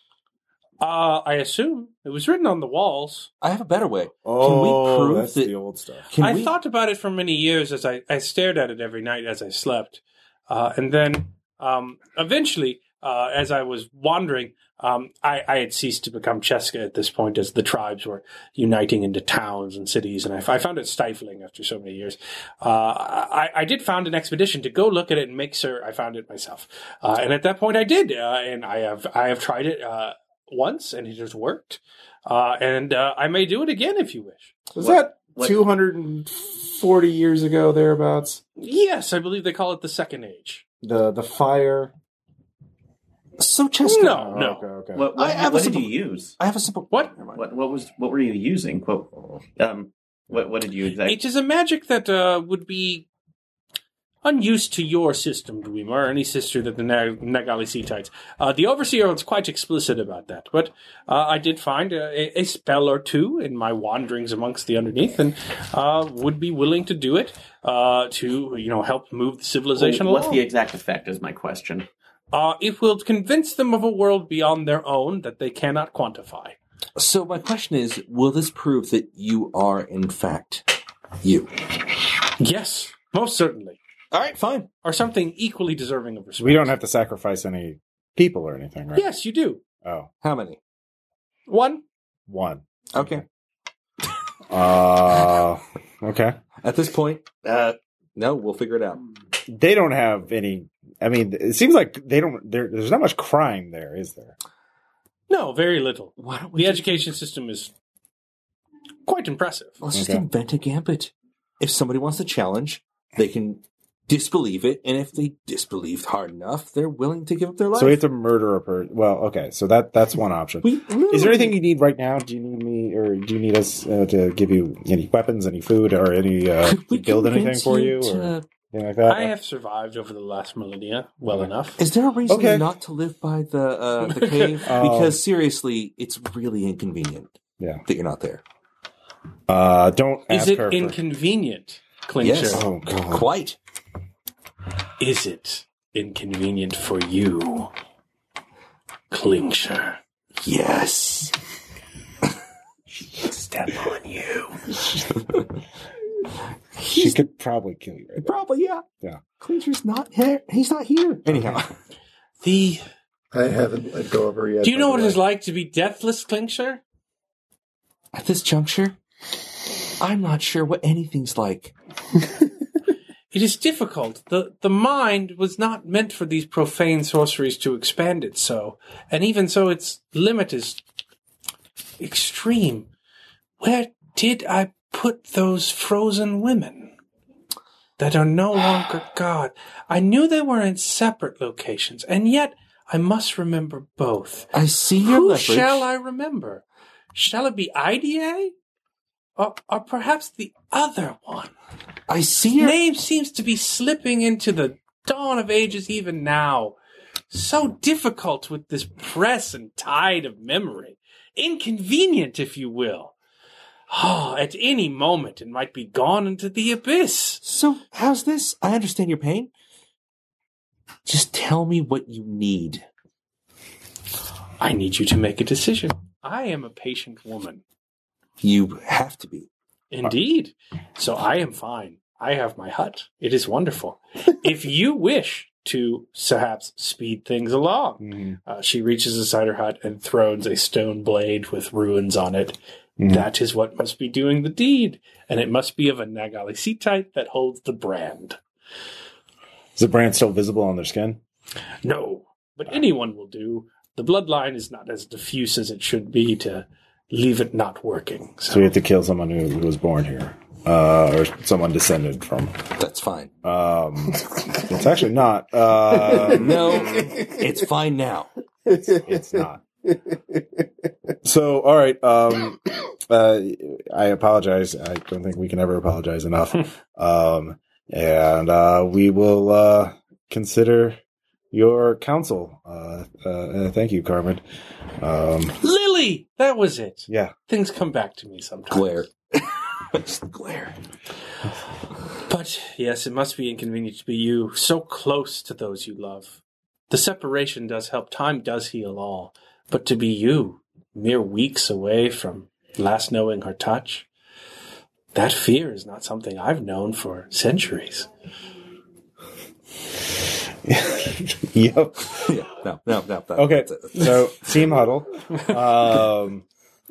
[SPEAKER 3] Uh, I assume it was written on the walls.
[SPEAKER 7] I have a better way.
[SPEAKER 1] Oh,
[SPEAKER 7] prove
[SPEAKER 1] that's
[SPEAKER 7] that-
[SPEAKER 1] the old stuff.
[SPEAKER 7] Can
[SPEAKER 3] I
[SPEAKER 7] we?
[SPEAKER 3] thought about it for many years as I, I stared at it every night as I slept. Uh, and then um, eventually, uh, as I was wandering, um, I, I had ceased to become Cheska at this point as the tribes were uniting into towns and cities. And I, f- I found it stifling after so many years. Uh, I, I did found an expedition to go look at it and make sure I found it myself. Uh, and at that point, I did. Uh, and I have, I have tried it uh, once and it has worked. Uh, and uh, I may do it again if you wish.
[SPEAKER 2] Was
[SPEAKER 12] what-
[SPEAKER 2] that 240 years ago, thereabouts?
[SPEAKER 3] Yes, I believe they call it the second age.
[SPEAKER 2] The the fire.
[SPEAKER 7] so, Cheska,
[SPEAKER 3] No, no.
[SPEAKER 1] Oh, Okay, okay.
[SPEAKER 12] What,
[SPEAKER 7] I
[SPEAKER 12] what,
[SPEAKER 7] have a
[SPEAKER 12] what did
[SPEAKER 7] simple-
[SPEAKER 12] you use?
[SPEAKER 7] I have a simple.
[SPEAKER 3] What?
[SPEAKER 7] Never mind.
[SPEAKER 12] What what was what were you using? What um what what did you exactly?
[SPEAKER 3] It is a magic that uh, would be unused to your system, Dwemer, or any sister that the Nag- Nagali Seatites. Uh, the Overseer was quite explicit about that, but uh, I did find a, a spell or two in my wanderings amongst the underneath, and uh, would be willing to do it uh, to you know help move the civilization
[SPEAKER 12] What's
[SPEAKER 3] along.
[SPEAKER 12] the exact effect? Is my question.
[SPEAKER 3] uh, it will convince them of a world beyond their own that they cannot quantify.
[SPEAKER 7] So, my question is: Will this prove that you are, in fact, you?
[SPEAKER 3] Yes, most certainly,
[SPEAKER 7] All right, fine.
[SPEAKER 3] or something equally deserving of respect.
[SPEAKER 1] We don't have to sacrifice any people or anything, right?
[SPEAKER 3] Yes, you do.
[SPEAKER 1] Oh,
[SPEAKER 7] How many?
[SPEAKER 3] One.
[SPEAKER 1] one.
[SPEAKER 7] Okay.
[SPEAKER 1] Uh, okay.
[SPEAKER 7] At this point, uh, no, we'll figure it out.
[SPEAKER 1] They don't have any. I mean, it seems like they don't. There, there's not much crime there, is there?
[SPEAKER 3] No, very little.
[SPEAKER 7] Why don't we?
[SPEAKER 3] The
[SPEAKER 7] just-
[SPEAKER 3] education system is quite impressive.
[SPEAKER 7] Let's just
[SPEAKER 1] Okay.
[SPEAKER 7] invent a gambit. If somebody wants to challenge, they can disbelieve it, and if they disbelieve hard enough, they're willing to give up their life.
[SPEAKER 1] So we have to murder a person. Well, okay. So that that's one option.
[SPEAKER 7] We
[SPEAKER 1] Is there anything you need right now? Do you need me, or do you need us uh, to give you any weapons, any food, or any uh,
[SPEAKER 7] Could we uh,
[SPEAKER 1] build anything
[SPEAKER 7] convince
[SPEAKER 1] for you,
[SPEAKER 7] to-
[SPEAKER 1] or anything like that?
[SPEAKER 3] I have survived over the last millennia well enough.
[SPEAKER 7] Is there a reason
[SPEAKER 1] Okay.
[SPEAKER 7] not to live by the uh, the cave?
[SPEAKER 1] Oh.
[SPEAKER 7] because seriously, it's really inconvenient.
[SPEAKER 1] Yeah.
[SPEAKER 7] that you're not there.
[SPEAKER 1] uh, don't ask
[SPEAKER 3] Is it
[SPEAKER 1] her. for-
[SPEAKER 3] inconvenient, Clincher?
[SPEAKER 7] Yes.
[SPEAKER 1] oh God.
[SPEAKER 7] Quite.
[SPEAKER 3] Is it inconvenient for you, Clincher?
[SPEAKER 7] Yes.
[SPEAKER 3] Step on you.
[SPEAKER 1] She could probably kill you. Right
[SPEAKER 7] Probably. Yeah.
[SPEAKER 1] Yeah.
[SPEAKER 7] Clincher's not here. He's not here. Anyhow.
[SPEAKER 3] The
[SPEAKER 4] I haven't let go of her yet.
[SPEAKER 3] Do you know
[SPEAKER 4] by
[SPEAKER 3] what
[SPEAKER 4] the
[SPEAKER 3] it is
[SPEAKER 4] way.
[SPEAKER 3] like to be deathless, Clincher?
[SPEAKER 7] At this juncture, I'm not sure what anything's like.
[SPEAKER 3] It is difficult. The the mind was not meant for these profane sorceries to expand it so, and even so its limit is extreme. Where did I put those frozen women that are no longer God? I knew they were in separate locations, and yet I must remember both.
[SPEAKER 7] I see your
[SPEAKER 3] Who
[SPEAKER 7] leverage.
[SPEAKER 3] shall I remember? Shall it be IDA? Or, or perhaps the other one?
[SPEAKER 7] I see
[SPEAKER 3] Your
[SPEAKER 7] your
[SPEAKER 3] name seems to be slipping into the dawn of ages even now. So difficult with this press and tide of memory. Inconvenient, if you will. Oh, at any moment it might be gone into the abyss.
[SPEAKER 7] So, how's this? I understand your pain. Just tell me what you need.
[SPEAKER 3] I need you to make a decision. I am a patient woman.
[SPEAKER 7] You have to be.
[SPEAKER 3] Indeed. So I am fine. I have my hut. It is wonderful. if you wish to perhaps speed things along,
[SPEAKER 1] Mhm.
[SPEAKER 3] Uh, she reaches inside her hut and throws a stone blade with ruins on it.
[SPEAKER 1] Mhm.
[SPEAKER 3] That is what must be doing the deed, and it must be of a Nagali Seatite that holds the brand.
[SPEAKER 1] Is the brand still visible on their skin?
[SPEAKER 3] No, but anyone will do. The bloodline is not as diffuse as it should be to leave it not working.
[SPEAKER 1] So we have to kill someone who, who was born here, uh, or someone descended from.
[SPEAKER 7] That's fine.
[SPEAKER 1] Um, it's actually not. Um,
[SPEAKER 7] No, it's fine now.
[SPEAKER 1] it's not. So, all right. Um, uh, I apologize. I don't think we can ever apologize enough. Um, and uh, we will uh, consider your counsel. Uh, uh, uh, thank you, Carmen. Um,
[SPEAKER 3] Lily, that was it.
[SPEAKER 1] yeah,
[SPEAKER 3] Things come back to me sometimes.
[SPEAKER 7] Glare. It's the glare.
[SPEAKER 3] But yes, it must be inconvenient to be you so close to those you love. The separation does help, time does heal all. But to be you, mere weeks away from last knowing her touch, that fear is not something I've known for centuries.
[SPEAKER 1] yep.
[SPEAKER 7] Yeah. No, no, no. no
[SPEAKER 1] Okay,
[SPEAKER 7] that's it.
[SPEAKER 1] so team huddle. Um,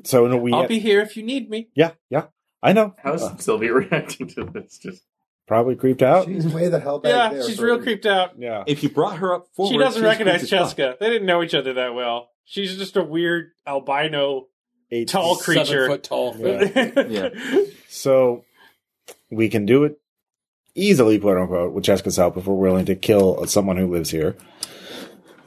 [SPEAKER 1] so no, we
[SPEAKER 3] I'll be here if you need me.
[SPEAKER 1] yeah yeah I know
[SPEAKER 12] How's
[SPEAKER 1] Uh,
[SPEAKER 12] Sylvia reacting to this? Just
[SPEAKER 1] probably creeped out.
[SPEAKER 4] She's way the hell back there. Brody.
[SPEAKER 3] out.
[SPEAKER 1] Yeah.
[SPEAKER 7] If you brought her up forward,
[SPEAKER 3] she doesn't
[SPEAKER 7] she's
[SPEAKER 3] recognize
[SPEAKER 7] creeped as fuck.
[SPEAKER 3] Jessica. They didn't know each other that well. She's just a weird albino
[SPEAKER 1] Eight-
[SPEAKER 3] tall creature.
[SPEAKER 5] Seven foot tall.
[SPEAKER 1] Yeah.
[SPEAKER 7] Yeah.
[SPEAKER 1] So we can do it easily, quote unquote, with Jessica's help if we're willing to kill someone who lives here.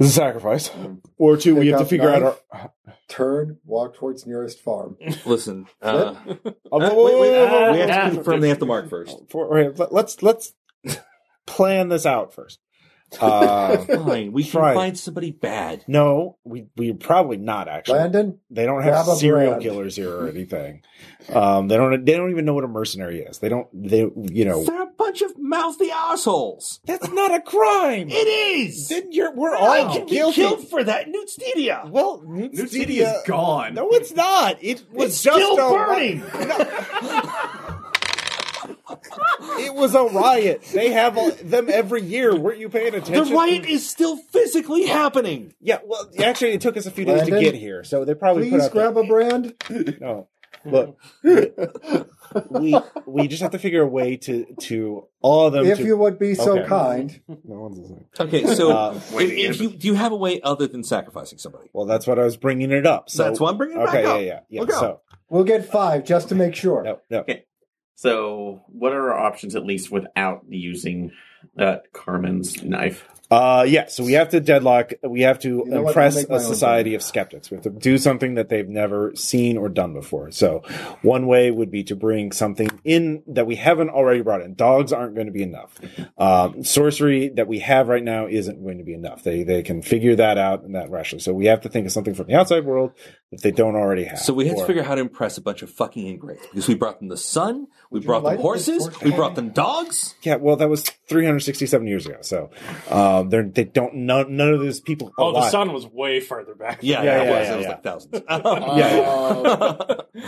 [SPEAKER 1] It's a sacrifice. Or two, we
[SPEAKER 4] Pick
[SPEAKER 1] have to
[SPEAKER 4] up
[SPEAKER 1] figure out our.
[SPEAKER 4] Turn, walk towards nearest farm.
[SPEAKER 7] Listen. Uh,
[SPEAKER 1] Oh,
[SPEAKER 7] uh,
[SPEAKER 1] whoa, whoa, whoa, whoa, whoa.
[SPEAKER 7] we have
[SPEAKER 12] ah.
[SPEAKER 7] to confirm they have to mark first.
[SPEAKER 1] For- okay, let- let's let's plan this out first. Uh,
[SPEAKER 7] Fine. We can
[SPEAKER 1] Right.
[SPEAKER 7] find somebody bad.
[SPEAKER 1] no, we we probably not actually.
[SPEAKER 4] Landon,
[SPEAKER 1] They don't have
[SPEAKER 4] Grab a
[SPEAKER 1] serial
[SPEAKER 4] brand.
[SPEAKER 1] killers here or anything. Um, they don't. They don't even know what a mercenary is. They don't. They you know
[SPEAKER 7] They're a bunch of mouthy assholes.
[SPEAKER 1] that's not a crime.
[SPEAKER 7] It is.
[SPEAKER 1] Then you're we're
[SPEAKER 7] I
[SPEAKER 1] all
[SPEAKER 7] can be
[SPEAKER 1] guilty.
[SPEAKER 7] killed for that. Newt Stadia.
[SPEAKER 1] Well, Newt
[SPEAKER 12] New City is gone.
[SPEAKER 1] No, it's not. It was
[SPEAKER 7] It's
[SPEAKER 1] just
[SPEAKER 7] still
[SPEAKER 1] a ri-
[SPEAKER 7] burning.
[SPEAKER 1] it was a riot. They have a, them every year. Weren't you paying
[SPEAKER 7] The
[SPEAKER 1] attention?
[SPEAKER 7] riot is still physically happening.
[SPEAKER 1] Yeah. Well, actually, it took us a few days
[SPEAKER 4] Brandon,
[SPEAKER 1] to get here, so they probably put
[SPEAKER 4] please
[SPEAKER 1] out
[SPEAKER 4] grab a brand.
[SPEAKER 1] that- no. Look, we we just have to figure a way to to all of them.
[SPEAKER 4] If
[SPEAKER 1] to,
[SPEAKER 4] you would be so
[SPEAKER 1] Okay.
[SPEAKER 4] kind.
[SPEAKER 1] no one's listening.
[SPEAKER 7] Okay, so
[SPEAKER 1] Uh,
[SPEAKER 7] if, if you do you have a way other than sacrificing somebody?
[SPEAKER 1] Well, that's what I was bringing it up. So
[SPEAKER 7] That's why I'm bringing it
[SPEAKER 1] Okay. Yeah.
[SPEAKER 7] back up.
[SPEAKER 1] Yeah. Yeah.
[SPEAKER 7] Look out.
[SPEAKER 1] so
[SPEAKER 4] We'll get five just to make sure.
[SPEAKER 1] no. No.
[SPEAKER 12] So, what are our options at least without using uh, Carmen's knife?
[SPEAKER 1] Uh, yeah, so we have to deadlock. We have to
[SPEAKER 4] know what? I'll
[SPEAKER 1] impress
[SPEAKER 4] make my
[SPEAKER 1] a
[SPEAKER 4] own
[SPEAKER 1] society of skeptics. We have to do something that they've never seen or done before. So, one way would be to bring something in that we haven't already brought in. Dogs aren't going to be enough. Um, sorcery that we have right now isn't going to be enough. They they can figure that out and that rationally. So we have to think of something from the outside world that they don't already have.
[SPEAKER 7] So we have
[SPEAKER 1] Or-
[SPEAKER 7] to figure out how to impress a bunch of fucking ingrates because we brought them the sun, we brought
[SPEAKER 4] like
[SPEAKER 7] them
[SPEAKER 4] this
[SPEAKER 7] horses,
[SPEAKER 4] torch?
[SPEAKER 7] we brought them dogs.
[SPEAKER 1] Yeah, well, that was 367 years ago. So, um, they're, they don't none, none of those people.
[SPEAKER 11] Oh, the
[SPEAKER 1] alive-
[SPEAKER 11] sun was way further back.
[SPEAKER 7] Yeah,
[SPEAKER 1] Yeah,
[SPEAKER 7] yeah,
[SPEAKER 1] yeah,
[SPEAKER 7] it was.
[SPEAKER 1] yeah,
[SPEAKER 7] it was
[SPEAKER 1] yeah.
[SPEAKER 7] like thousands.
[SPEAKER 5] Uh,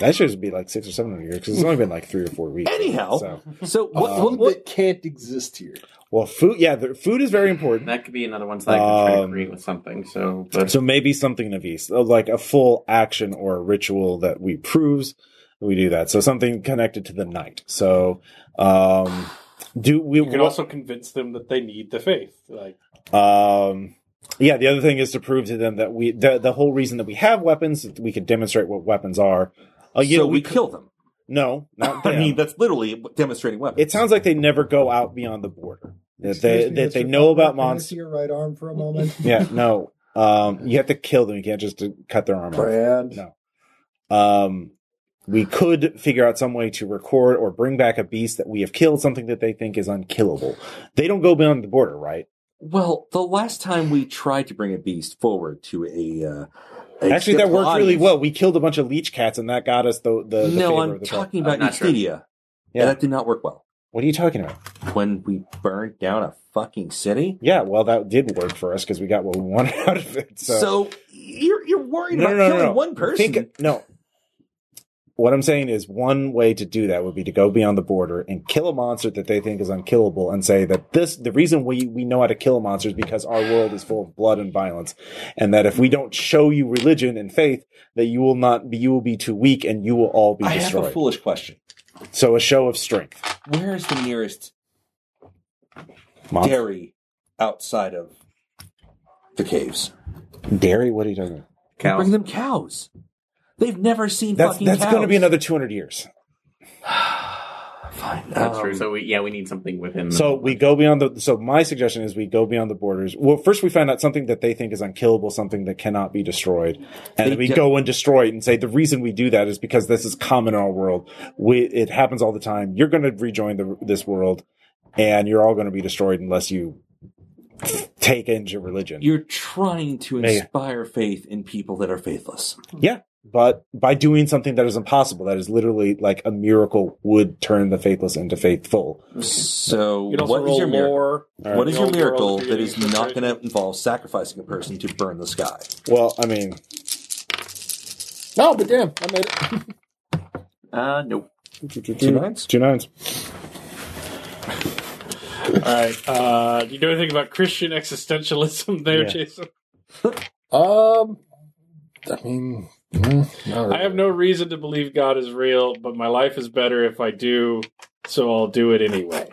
[SPEAKER 1] That should be like six or seven years because it's only been like three or four weeks.
[SPEAKER 7] Anyhow.
[SPEAKER 1] So-
[SPEAKER 7] so what?
[SPEAKER 1] Um,
[SPEAKER 7] what, what
[SPEAKER 5] That can't exist here.
[SPEAKER 1] Well, food, yeah, the, food is very important.
[SPEAKER 12] That could be another one that I could try to
[SPEAKER 1] Um,
[SPEAKER 12] create with something. So, but
[SPEAKER 1] So maybe something of these, like a full action or a ritual that we proves we do that. So something connected to the night. So, um, do we?
[SPEAKER 11] You can also convince them that they need the faith. Like
[SPEAKER 1] um, yeah, the other thing is to prove to them that we the, the whole reason that we have weapons is that we can demonstrate what weapons are. Uh, you
[SPEAKER 7] so
[SPEAKER 1] know,
[SPEAKER 7] we,
[SPEAKER 1] we, could-
[SPEAKER 7] kill them.
[SPEAKER 1] no, not
[SPEAKER 7] I
[SPEAKER 1] them.
[SPEAKER 7] mean, that's literally demonstrating weapons.
[SPEAKER 1] it sounds like they never go out beyond the border. That they
[SPEAKER 4] Excuse me,
[SPEAKER 1] that they
[SPEAKER 4] Mr.
[SPEAKER 1] know
[SPEAKER 4] Butler,
[SPEAKER 1] about
[SPEAKER 4] can I
[SPEAKER 1] monsters.
[SPEAKER 4] see your right arm for a moment.
[SPEAKER 1] Yeah, no. Um, you have to kill them. You can't just uh, cut their arm off.
[SPEAKER 4] brand.
[SPEAKER 1] No. Um, we could figure out some way to record or bring back a beast that we have killed, something that they think is unkillable. They don't go beyond the border, right?
[SPEAKER 7] Well, the last time we tried to bring a beast forward to a, uh,
[SPEAKER 1] Actually,
[SPEAKER 7] a
[SPEAKER 1] that
[SPEAKER 7] skeptical
[SPEAKER 1] worked really
[SPEAKER 7] audience-
[SPEAKER 1] well. We killed a bunch of leech cats, and that got us the the, the
[SPEAKER 7] no,
[SPEAKER 1] favor
[SPEAKER 7] I'm
[SPEAKER 1] of the
[SPEAKER 7] talking
[SPEAKER 12] I'm
[SPEAKER 7] about
[SPEAKER 12] not sure.
[SPEAKER 7] Eustadia.
[SPEAKER 1] Yeah.
[SPEAKER 7] Yeah, that did not work well.
[SPEAKER 1] Pro- what are you talking about?
[SPEAKER 7] When we burned down a fucking city.
[SPEAKER 1] Yeah, well, that did work for us because we got what we wanted out of it.
[SPEAKER 7] So, you're you're worried
[SPEAKER 1] no, no,
[SPEAKER 7] about
[SPEAKER 1] no, no,
[SPEAKER 7] killing
[SPEAKER 1] no.
[SPEAKER 7] one person.
[SPEAKER 1] Think- no. What I'm saying is, one way to do that would be to go beyond the border and kill a monster that they think is unkillable, and say that this the reason we we know how to kill a monster is because our world is full of blood and violence, and that if we don't show you religion and faith, that you will not be you will be too weak and you will all be
[SPEAKER 7] I
[SPEAKER 1] destroyed.
[SPEAKER 7] have a foolish question.
[SPEAKER 1] so a show of strength.
[SPEAKER 7] Where is the nearest
[SPEAKER 1] Monster.
[SPEAKER 7] dairy outside of the caves?
[SPEAKER 1] Dairy? What are you talking about?
[SPEAKER 7] We
[SPEAKER 12] cows.
[SPEAKER 7] Bring them cows. They've never seen
[SPEAKER 1] That's
[SPEAKER 7] fucking
[SPEAKER 1] that's
[SPEAKER 7] cows.
[SPEAKER 1] going to be another 200 years.
[SPEAKER 7] Fine.
[SPEAKER 12] That's
[SPEAKER 7] um,
[SPEAKER 12] true. So, we, yeah, we need something within.
[SPEAKER 7] Mm-hmm.
[SPEAKER 1] So we go beyond the. So my suggestion is we go beyond the borders. Well, first we find out something that they think is unkillable, something that cannot be destroyed, and
[SPEAKER 7] They
[SPEAKER 1] we
[SPEAKER 7] do-
[SPEAKER 1] go and destroy it and say the reason we do that is because this is common in our world. We it happens all the time. You're going to rejoin the, this world, and you're all going to be destroyed unless you take into religion.
[SPEAKER 7] You're trying to
[SPEAKER 1] Yeah, yeah.
[SPEAKER 7] inspire faith in people that are faithless.
[SPEAKER 1] yeah, but by doing something that is impossible, that is literally like a miracle, would turn the faithless into faithful.
[SPEAKER 7] So,
[SPEAKER 11] You can also
[SPEAKER 7] what is
[SPEAKER 11] roll
[SPEAKER 7] your miracle?
[SPEAKER 11] lore.
[SPEAKER 1] All right.
[SPEAKER 7] What is your
[SPEAKER 11] Roll
[SPEAKER 7] miracle
[SPEAKER 11] for
[SPEAKER 7] that is
[SPEAKER 11] creating
[SPEAKER 7] not going to involve sacrificing a person to burn the sky?
[SPEAKER 1] Well, I mean,
[SPEAKER 5] No, but damn, I made it.
[SPEAKER 12] Uh, nope.
[SPEAKER 1] two
[SPEAKER 7] nines?
[SPEAKER 1] Two nines.
[SPEAKER 11] All right. Uh, do you know anything about Christian existentialism there,
[SPEAKER 1] Yeah.
[SPEAKER 11] Jason?
[SPEAKER 5] Um, I mean, mm, not
[SPEAKER 11] I have no reason to believe God is real, but my life is better if I do, so I'll do it anyway.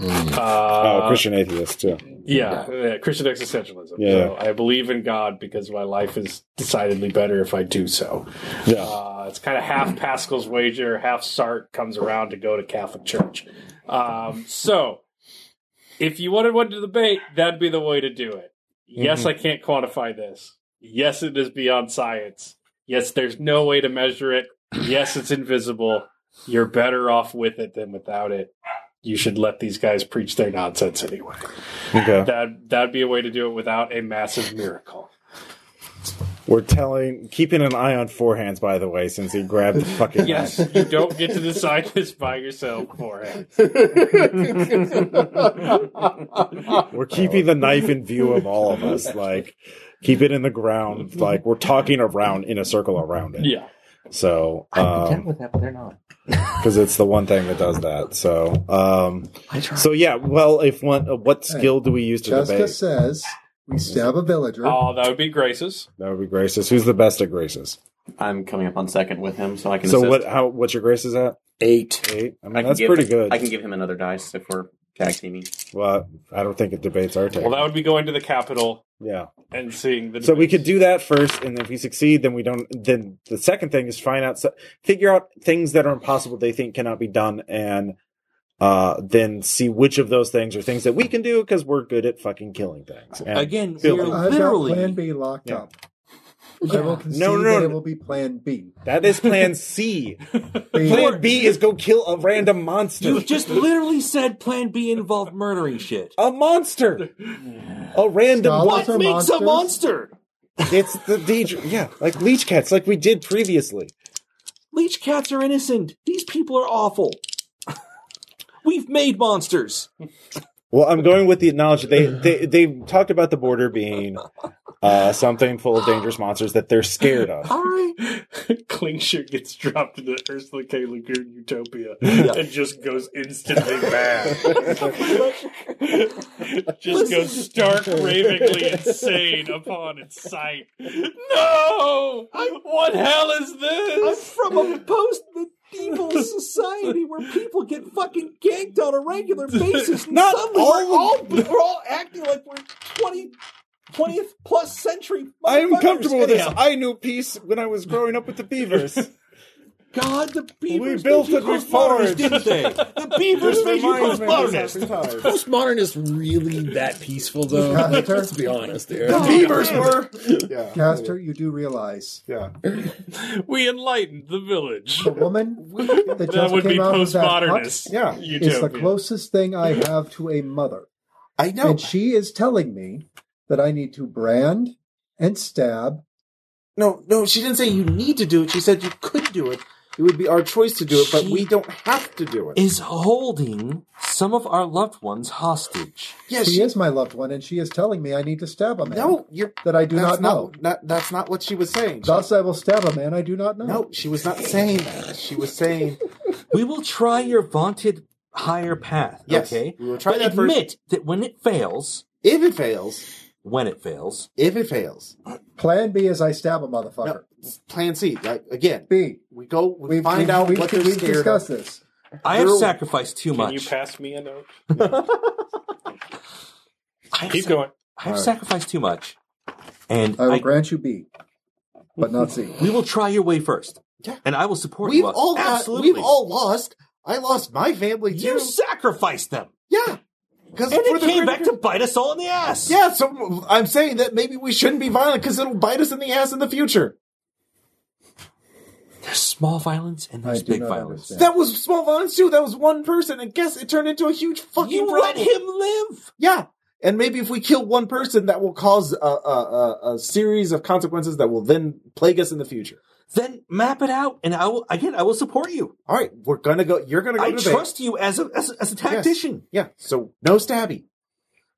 [SPEAKER 1] Oh,
[SPEAKER 11] Uh,
[SPEAKER 1] Christian atheist too.
[SPEAKER 11] Yeah, yeah, Christian existentialism.
[SPEAKER 1] Yeah.
[SPEAKER 11] So I believe in God because my life is decidedly better if I do so.
[SPEAKER 1] Yeah.
[SPEAKER 11] Uh, it's kind of half Pascal's wager, half Sartre comes around to go to Catholic Church. Um, so, if you wanted one to debate, that'd be the way to do it. Yes, I can't quantify this. Yes, it is beyond science. Yes, there's no way to measure it. Yes, it's invisible. You're better off with it than without it. You should let these guys preach their nonsense anyway
[SPEAKER 1] Okay.
[SPEAKER 11] that that'd be a way to do it without a massive miracle.
[SPEAKER 1] We're telling, keeping an eye on forehands, by the way, since he grabbed the fucking.
[SPEAKER 11] Yes, you don't get to decide this by yourself beforehand.
[SPEAKER 1] We're keeping the knife in view of all of us. Like, keep it in the ground. Like, we're talking around in a circle around it.
[SPEAKER 11] Mm-hmm. Yeah,
[SPEAKER 1] So, um,
[SPEAKER 6] with that, but they're not.
[SPEAKER 1] because it's the one thing that does that. So, um, so yeah. Well, if one, uh, what skill do we use to
[SPEAKER 4] Jessica
[SPEAKER 1] debate?
[SPEAKER 4] says we stab a villager.
[SPEAKER 11] oh, that would be Grace's.
[SPEAKER 1] That would be graces. Who's the best at graces?
[SPEAKER 12] I'm coming up on second with him, so I can.
[SPEAKER 1] So
[SPEAKER 12] assist.
[SPEAKER 1] what? How? What's your graces at?
[SPEAKER 12] Eight.
[SPEAKER 1] Eight. I mean,
[SPEAKER 12] I can
[SPEAKER 1] that's
[SPEAKER 12] give-
[SPEAKER 1] pretty good.
[SPEAKER 12] I can give him another dice if we're tag teaming.
[SPEAKER 1] Well, I don't think it debates our take.
[SPEAKER 11] Well, that would be going to the Capitol
[SPEAKER 1] yeah.
[SPEAKER 11] and seeing the.
[SPEAKER 1] So we could
[SPEAKER 11] debates.
[SPEAKER 1] do that first, and if we succeed, then we don't. Then the second thing is find out, figure out things that are impossible they think cannot be done, and uh, then see which of those things are things that we can do because we're good at fucking killing things. And-
[SPEAKER 7] Again,
[SPEAKER 1] Bill-
[SPEAKER 7] you're
[SPEAKER 4] I've got Plan
[SPEAKER 7] literally.
[SPEAKER 4] B locked
[SPEAKER 1] Yeah.
[SPEAKER 4] up. I will concede
[SPEAKER 1] No, no,
[SPEAKER 4] that
[SPEAKER 1] no.
[SPEAKER 4] it will be Plan B.
[SPEAKER 1] that is Plan C.
[SPEAKER 4] B-
[SPEAKER 1] plan B is go kill a random monster.
[SPEAKER 7] You just literally said Plan B involved murdering shit.
[SPEAKER 1] a monster, a random.
[SPEAKER 4] Scholars
[SPEAKER 1] What?
[SPEAKER 4] are
[SPEAKER 7] Makes a
[SPEAKER 4] monsters.
[SPEAKER 7] monster.
[SPEAKER 1] It's the DJ. Yeah, like leech cats, like we did previously.
[SPEAKER 7] Leech cats are innocent. These people are awful. We've made monsters.
[SPEAKER 1] Well, I'm going with the knowledge that they they they talked about the border being uh, something full of dangerous monsters that they're scared of.
[SPEAKER 7] All right.
[SPEAKER 11] Klingsher gets dropped into Ursula K. Le Guin utopia
[SPEAKER 7] Yeah.
[SPEAKER 11] and just goes instantly mad. just goes stark ravingly insane upon its sight. No! what hell is
[SPEAKER 7] I'm
[SPEAKER 11] this?
[SPEAKER 7] from a post medieval society where people get fucking ganked on a regular basis. And
[SPEAKER 1] Not
[SPEAKER 7] suddenly
[SPEAKER 1] all of-
[SPEAKER 7] we're, all, we're all acting like we're 20, 20th plus century.
[SPEAKER 1] I am
[SPEAKER 7] motherfuckers.
[SPEAKER 1] comfortable with this.
[SPEAKER 7] Anyhow,
[SPEAKER 1] I knew peace when I was growing up with the beavers.
[SPEAKER 7] God, the beavers
[SPEAKER 1] built
[SPEAKER 7] made
[SPEAKER 1] it
[SPEAKER 7] you
[SPEAKER 1] with
[SPEAKER 7] postmodernist,
[SPEAKER 1] forage.
[SPEAKER 7] didn't they? The beavers made you postmodernist.
[SPEAKER 10] Postmodern is really that peaceful, though.
[SPEAKER 4] Caster,
[SPEAKER 10] Let's be honest here.
[SPEAKER 7] beavers
[SPEAKER 10] were.
[SPEAKER 4] Caster, you do realize
[SPEAKER 1] yeah.
[SPEAKER 11] We enlightened the village.
[SPEAKER 4] the woman that
[SPEAKER 11] That
[SPEAKER 4] just
[SPEAKER 11] would
[SPEAKER 4] came
[SPEAKER 11] be
[SPEAKER 4] out of that
[SPEAKER 11] postmodernist.
[SPEAKER 4] hut
[SPEAKER 1] Yeah.
[SPEAKER 4] is the
[SPEAKER 11] Utopia.
[SPEAKER 4] closest thing I have to a mother,
[SPEAKER 2] I know.
[SPEAKER 4] and she is telling me that I need to brand and stab.
[SPEAKER 2] No, no, she didn't say you need to do it. She said you could do it. It would be our choice to do it, but
[SPEAKER 7] She-
[SPEAKER 2] we don't have to do it.
[SPEAKER 7] Is holding some of our loved ones hostage.
[SPEAKER 2] Yes,
[SPEAKER 4] she
[SPEAKER 2] she-
[SPEAKER 4] is my loved one, and she is telling me I need to stab a man
[SPEAKER 2] No, you're.
[SPEAKER 4] that I do
[SPEAKER 2] that's
[SPEAKER 4] not know.
[SPEAKER 2] Not, that's not what she was saying. She-
[SPEAKER 4] Thus, I will stab a man I do not know.
[SPEAKER 2] no, she was not saying that. She was saying
[SPEAKER 7] We will try your vaunted higher path.
[SPEAKER 2] Yes,
[SPEAKER 7] okay.
[SPEAKER 2] we will try
[SPEAKER 7] but
[SPEAKER 2] that first.
[SPEAKER 7] admit that when it fails,
[SPEAKER 2] if it fails,
[SPEAKER 7] when it fails,
[SPEAKER 2] if it fails,
[SPEAKER 4] Plan B is I stab a motherfucker.
[SPEAKER 2] no, Plan C. Like, again,
[SPEAKER 4] B.
[SPEAKER 2] we go. We
[SPEAKER 4] We've,
[SPEAKER 2] find
[SPEAKER 4] we've-
[SPEAKER 2] out
[SPEAKER 4] we've,
[SPEAKER 2] what they're
[SPEAKER 4] we've
[SPEAKER 2] scared
[SPEAKER 4] discussed
[SPEAKER 2] of.
[SPEAKER 4] this.
[SPEAKER 7] I have
[SPEAKER 2] Girl-
[SPEAKER 7] sacrificed too
[SPEAKER 11] Can you
[SPEAKER 7] much.
[SPEAKER 11] pass me a note?
[SPEAKER 7] I have,
[SPEAKER 11] Keep
[SPEAKER 7] sac-
[SPEAKER 11] going.
[SPEAKER 7] I have
[SPEAKER 4] All right.
[SPEAKER 7] sacrificed too much, and
[SPEAKER 2] Oh,
[SPEAKER 4] I will
[SPEAKER 7] I-
[SPEAKER 4] grant you B, but not C.
[SPEAKER 7] we will try your way first.
[SPEAKER 2] Yeah.
[SPEAKER 7] And I will support
[SPEAKER 2] We've
[SPEAKER 7] you. up-
[SPEAKER 2] all got,
[SPEAKER 7] absolutely.
[SPEAKER 2] We've all lost. I lost my family too.
[SPEAKER 7] you sacrificed them,
[SPEAKER 2] yeah, because
[SPEAKER 7] and it came back to bite us all in the ass.
[SPEAKER 2] Yeah, so I'm saying that maybe we shouldn't be violent because it'll bite us in the ass in the future.
[SPEAKER 7] There's small violence and
[SPEAKER 4] I
[SPEAKER 7] there's
[SPEAKER 4] do
[SPEAKER 7] big
[SPEAKER 4] not
[SPEAKER 7] violence.
[SPEAKER 4] understand.
[SPEAKER 2] That was small violence too. That was one person, and guess it turned into a huge fucking
[SPEAKER 7] You let
[SPEAKER 2] problem.
[SPEAKER 7] him live.
[SPEAKER 2] Yeah,
[SPEAKER 1] And maybe if we kill one person, that will cause a, a, a, a series of consequences that will then plague us in the future.
[SPEAKER 7] Then map it out, and I will again. I will support you.
[SPEAKER 1] All right, we're gonna go. You're gonna go
[SPEAKER 7] I
[SPEAKER 1] to debate.
[SPEAKER 7] trust you as a as, a- as a tactician.
[SPEAKER 1] Yeah. So no stabby.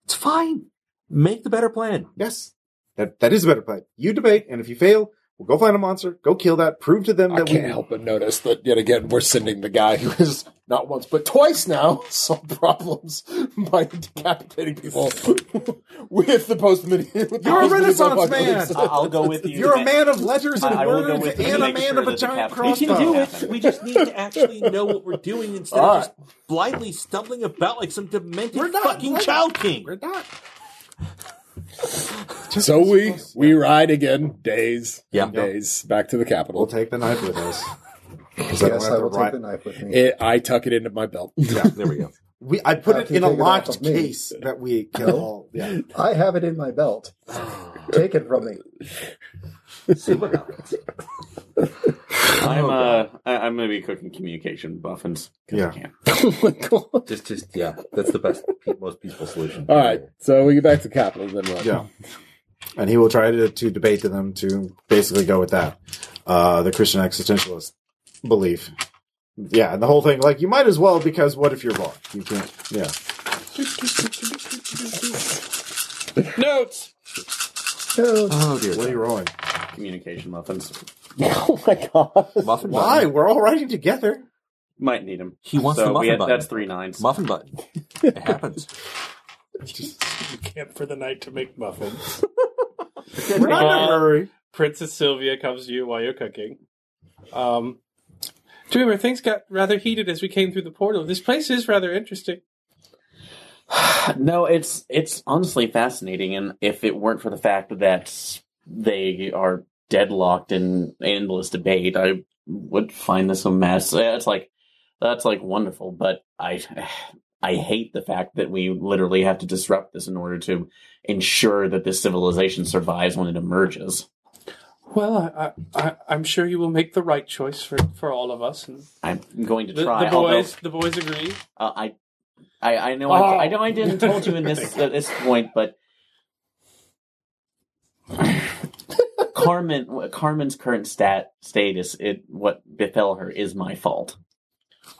[SPEAKER 7] It's fine. Make the better plan.
[SPEAKER 1] Yes. That that is a better plan. You debate, and if you fail, we'll go find a monster, go kill that, prove to them
[SPEAKER 5] I
[SPEAKER 1] that we
[SPEAKER 5] can't help but notice that yet again we're sending the guy who has not once but twice now solved problems by decapitating people with the post with the
[SPEAKER 1] You're a
[SPEAKER 5] post-medieval
[SPEAKER 1] Renaissance
[SPEAKER 5] apocalypse.
[SPEAKER 1] man.
[SPEAKER 6] I- I'll go with you.
[SPEAKER 1] You're a man of letters and
[SPEAKER 6] I- I will go
[SPEAKER 1] words,
[SPEAKER 6] with
[SPEAKER 1] and
[SPEAKER 6] you to
[SPEAKER 1] a
[SPEAKER 6] make
[SPEAKER 1] man
[SPEAKER 6] sure
[SPEAKER 1] of a
[SPEAKER 6] that
[SPEAKER 1] giant
[SPEAKER 6] the capitation-
[SPEAKER 1] crossbow.
[SPEAKER 6] We can do
[SPEAKER 7] We just need to actually know what we're doing instead
[SPEAKER 5] All
[SPEAKER 7] of just blindly stumbling about like some demented
[SPEAKER 1] We're not
[SPEAKER 7] fucking
[SPEAKER 1] like-
[SPEAKER 7] child king.
[SPEAKER 1] We're not.
[SPEAKER 5] So we we ride again days and
[SPEAKER 7] Yeah.
[SPEAKER 5] days back to the
[SPEAKER 1] We'll
[SPEAKER 5] capital.
[SPEAKER 1] take the knife with us. 'Cause I don't
[SPEAKER 4] Yes,
[SPEAKER 1] have
[SPEAKER 4] I
[SPEAKER 1] to
[SPEAKER 4] will
[SPEAKER 1] ri-
[SPEAKER 4] take the knife with me.
[SPEAKER 5] It, I tuck it into my belt.
[SPEAKER 7] There we go.
[SPEAKER 1] We, I put
[SPEAKER 4] Uh,
[SPEAKER 1] it
[SPEAKER 4] can you
[SPEAKER 1] in a
[SPEAKER 4] take it off
[SPEAKER 1] locked
[SPEAKER 4] of me?
[SPEAKER 1] case that we kill all. Yeah.
[SPEAKER 4] I have it in my belt. Take it from me.
[SPEAKER 7] Oh,
[SPEAKER 6] I'm uh, I- I'm gonna be cooking communication muffins. 'cause
[SPEAKER 1] Yeah.
[SPEAKER 6] I can.
[SPEAKER 5] All
[SPEAKER 7] Just, just yeah. That's the best, most peaceful solution.
[SPEAKER 5] right, so we get back to capital then. Right?
[SPEAKER 1] Yeah. And he will try to, to debate to them to basically go with that. Uh, the Christian existentialist belief. Yeah, and the whole thing, like, you might as well because what if you're wrong? You can't, yeah.
[SPEAKER 16] Notes.
[SPEAKER 4] No,
[SPEAKER 7] Oh dear.
[SPEAKER 1] What are you rolling?
[SPEAKER 6] Communication muffins.
[SPEAKER 5] Oh my god.
[SPEAKER 7] Muffin
[SPEAKER 1] Why?
[SPEAKER 7] button.
[SPEAKER 1] We're all writing together.
[SPEAKER 6] Might need them.
[SPEAKER 7] He wants the
[SPEAKER 6] So we
[SPEAKER 7] muffin
[SPEAKER 6] had,
[SPEAKER 7] button.
[SPEAKER 6] that's three nines.
[SPEAKER 7] Muffin button. It happens.
[SPEAKER 11] camp for the night to make muffins.
[SPEAKER 1] We're not in a
[SPEAKER 11] Uh,
[SPEAKER 1] hurry.
[SPEAKER 11] Princess Sylvia comes to you while you're cooking. Um, Dreamer, things got rather heated as we came through the portal. This place is rather interesting.
[SPEAKER 6] No, it's it's honestly fascinating, and if it weren't for the fact that they are deadlocked in endless debate, I would find this a mess. Yeah, It's like that's like wonderful, but I I hate the fact that we literally have to disrupt this in order to ensure that this civilization survives when it emerges.
[SPEAKER 11] Well, I, I, I, I'm sure you will make the right choice for, for all of us. And
[SPEAKER 6] I'm going to
[SPEAKER 11] the,
[SPEAKER 6] try.
[SPEAKER 11] the
[SPEAKER 6] although-
[SPEAKER 11] boys, the boys agree.
[SPEAKER 6] Uh, I, I, I know,
[SPEAKER 11] Oh.
[SPEAKER 6] I, I know, I didn't told you in this at this point, but Carmen, Carmen's current stat status, it what befell her is my fault.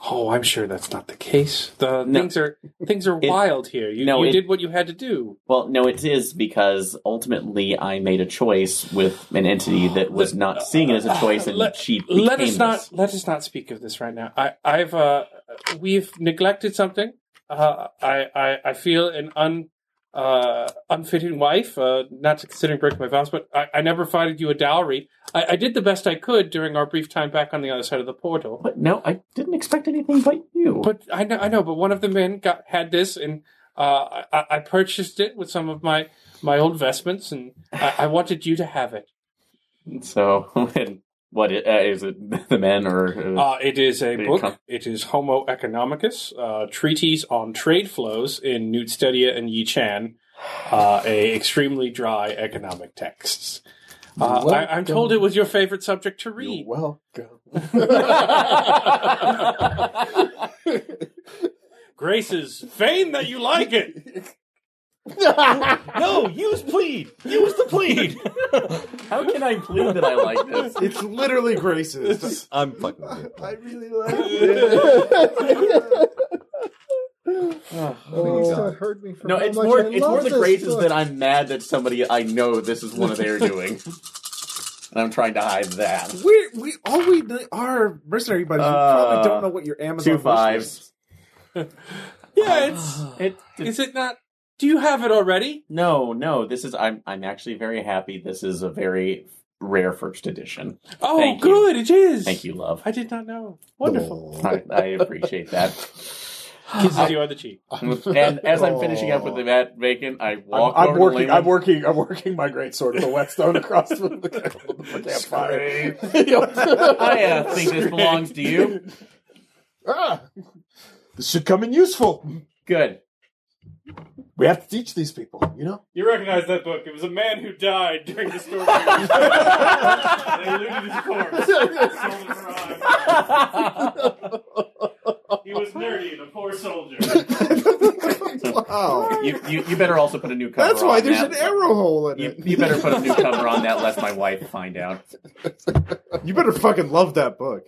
[SPEAKER 11] Oh, I'm sure that's not the case. The
[SPEAKER 6] No.
[SPEAKER 11] things are things are
[SPEAKER 6] It-
[SPEAKER 11] wild here. You,
[SPEAKER 6] no,
[SPEAKER 11] you
[SPEAKER 6] it-
[SPEAKER 11] did what you had to do.
[SPEAKER 6] Well, no, it is because ultimately I made a choice with an entity that was not seeing it as a choice, and
[SPEAKER 11] uh, Let-
[SPEAKER 6] she became
[SPEAKER 11] Let us not
[SPEAKER 6] this.
[SPEAKER 11] let us not speak of this right now. I, I've uh, we've neglected something. Uh, I, I I feel an un uh, unfitting wife. Uh, not considering breaking my vows, but I, I never provided you a dowry. I, I did the best I could during our brief time back on the other side of the portal.
[SPEAKER 6] But no, I didn't expect anything but you.
[SPEAKER 11] But I know, I know. But one of the men got had this, and uh, I, I purchased it with some of my my old vestments, and I, I wanted you to have it.
[SPEAKER 6] so, what i- uh, is it? The men or
[SPEAKER 11] Uh, it is a
[SPEAKER 6] There you
[SPEAKER 11] book.
[SPEAKER 6] come.
[SPEAKER 11] It is Homo Economicus, uh, treatise on trade flows in Newt Stedia and Yi Chan, uh, a extremely dry economic texts. Uh, I, I'm told it was your favorite subject to read.
[SPEAKER 5] Welcome.
[SPEAKER 11] Grace's fame that you like it.
[SPEAKER 7] No, use plead. Use the plead.
[SPEAKER 6] how can I plead that I like this?
[SPEAKER 1] It's literally Grace's.
[SPEAKER 7] I'm fucking. with you.
[SPEAKER 4] I really like it. Oh, Please don't hurt me for
[SPEAKER 6] No,
[SPEAKER 4] how
[SPEAKER 6] it's
[SPEAKER 4] much
[SPEAKER 6] more
[SPEAKER 4] I
[SPEAKER 6] it's
[SPEAKER 4] love
[SPEAKER 6] more the
[SPEAKER 4] this
[SPEAKER 6] graces
[SPEAKER 4] book.
[SPEAKER 6] that I'm mad that somebody I know this is one of their doing. And I'm trying to hide that.
[SPEAKER 1] We're, we all we are mercenary buddies. You
[SPEAKER 6] Uh,
[SPEAKER 1] probably don't know what your Amazon
[SPEAKER 6] two
[SPEAKER 1] wish
[SPEAKER 6] fives.
[SPEAKER 1] list-
[SPEAKER 11] Yeah, it's.
[SPEAKER 6] It,
[SPEAKER 11] Is it not? Do you have it already?
[SPEAKER 6] no, no, this is I'm I'm actually very happy this is a very rare first edition.
[SPEAKER 11] Oh,
[SPEAKER 6] Thank you.
[SPEAKER 11] good. It is.
[SPEAKER 6] Thank you, love.
[SPEAKER 11] I did not know. Wonderful.
[SPEAKER 4] Oh.
[SPEAKER 6] I, I appreciate that.
[SPEAKER 11] Kisses you on the cheek.
[SPEAKER 6] And as I'm finishing up with the Matt Bacon, I walk
[SPEAKER 5] I'm
[SPEAKER 6] over
[SPEAKER 5] working.
[SPEAKER 6] to Lehman.
[SPEAKER 5] I'm working. I'm working my great sword of the whetstone across the, the, campfire.
[SPEAKER 6] I uh, think this belongs to you.
[SPEAKER 5] ah, this should come in useful.
[SPEAKER 6] Good.
[SPEAKER 5] We have to teach these people, you know.
[SPEAKER 11] You recognize that book. It was a man who died during the storm. they looted his corpse. Sold it alive. He was nerdy and a poor soldier.
[SPEAKER 17] Wow.
[SPEAKER 6] You, you, you better also put a new cover
[SPEAKER 17] That's
[SPEAKER 6] on
[SPEAKER 17] why there's
[SPEAKER 6] that.
[SPEAKER 17] an arrow hole in
[SPEAKER 6] You,
[SPEAKER 17] it.
[SPEAKER 6] you better put a new cover on that, lest my wife find out.
[SPEAKER 17] You better fucking love that book.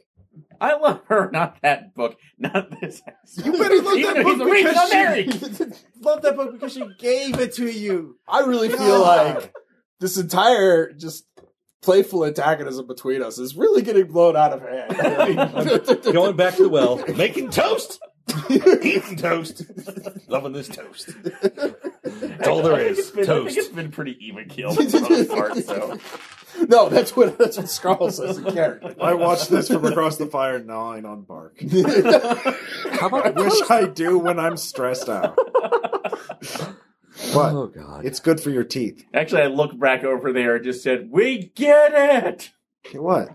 [SPEAKER 6] I love her, not that book, not this.
[SPEAKER 17] You better love
[SPEAKER 6] Even
[SPEAKER 17] that
[SPEAKER 6] though he's
[SPEAKER 17] book
[SPEAKER 6] the reason I'm
[SPEAKER 17] because
[SPEAKER 6] married.
[SPEAKER 4] Love that book because she gave it to you.
[SPEAKER 5] I really feel like this entire just playful antagonism between us is really getting blown out of hand.
[SPEAKER 7] Going back to the well, making toast, eating toast, loving this toast. That's all there is.
[SPEAKER 6] I think
[SPEAKER 7] Toast.
[SPEAKER 6] it's been pretty even keel for the most part. So
[SPEAKER 5] no, that's what that's what Scarl says in character.
[SPEAKER 4] I watched this from across the fire nine on Bark.
[SPEAKER 7] How
[SPEAKER 4] I
[SPEAKER 7] about
[SPEAKER 4] wish I do when I'm stressed out. But
[SPEAKER 7] Oh God!
[SPEAKER 4] it's good for your teeth.
[SPEAKER 6] actually, I looked back over there and just said, "We get it."
[SPEAKER 4] What?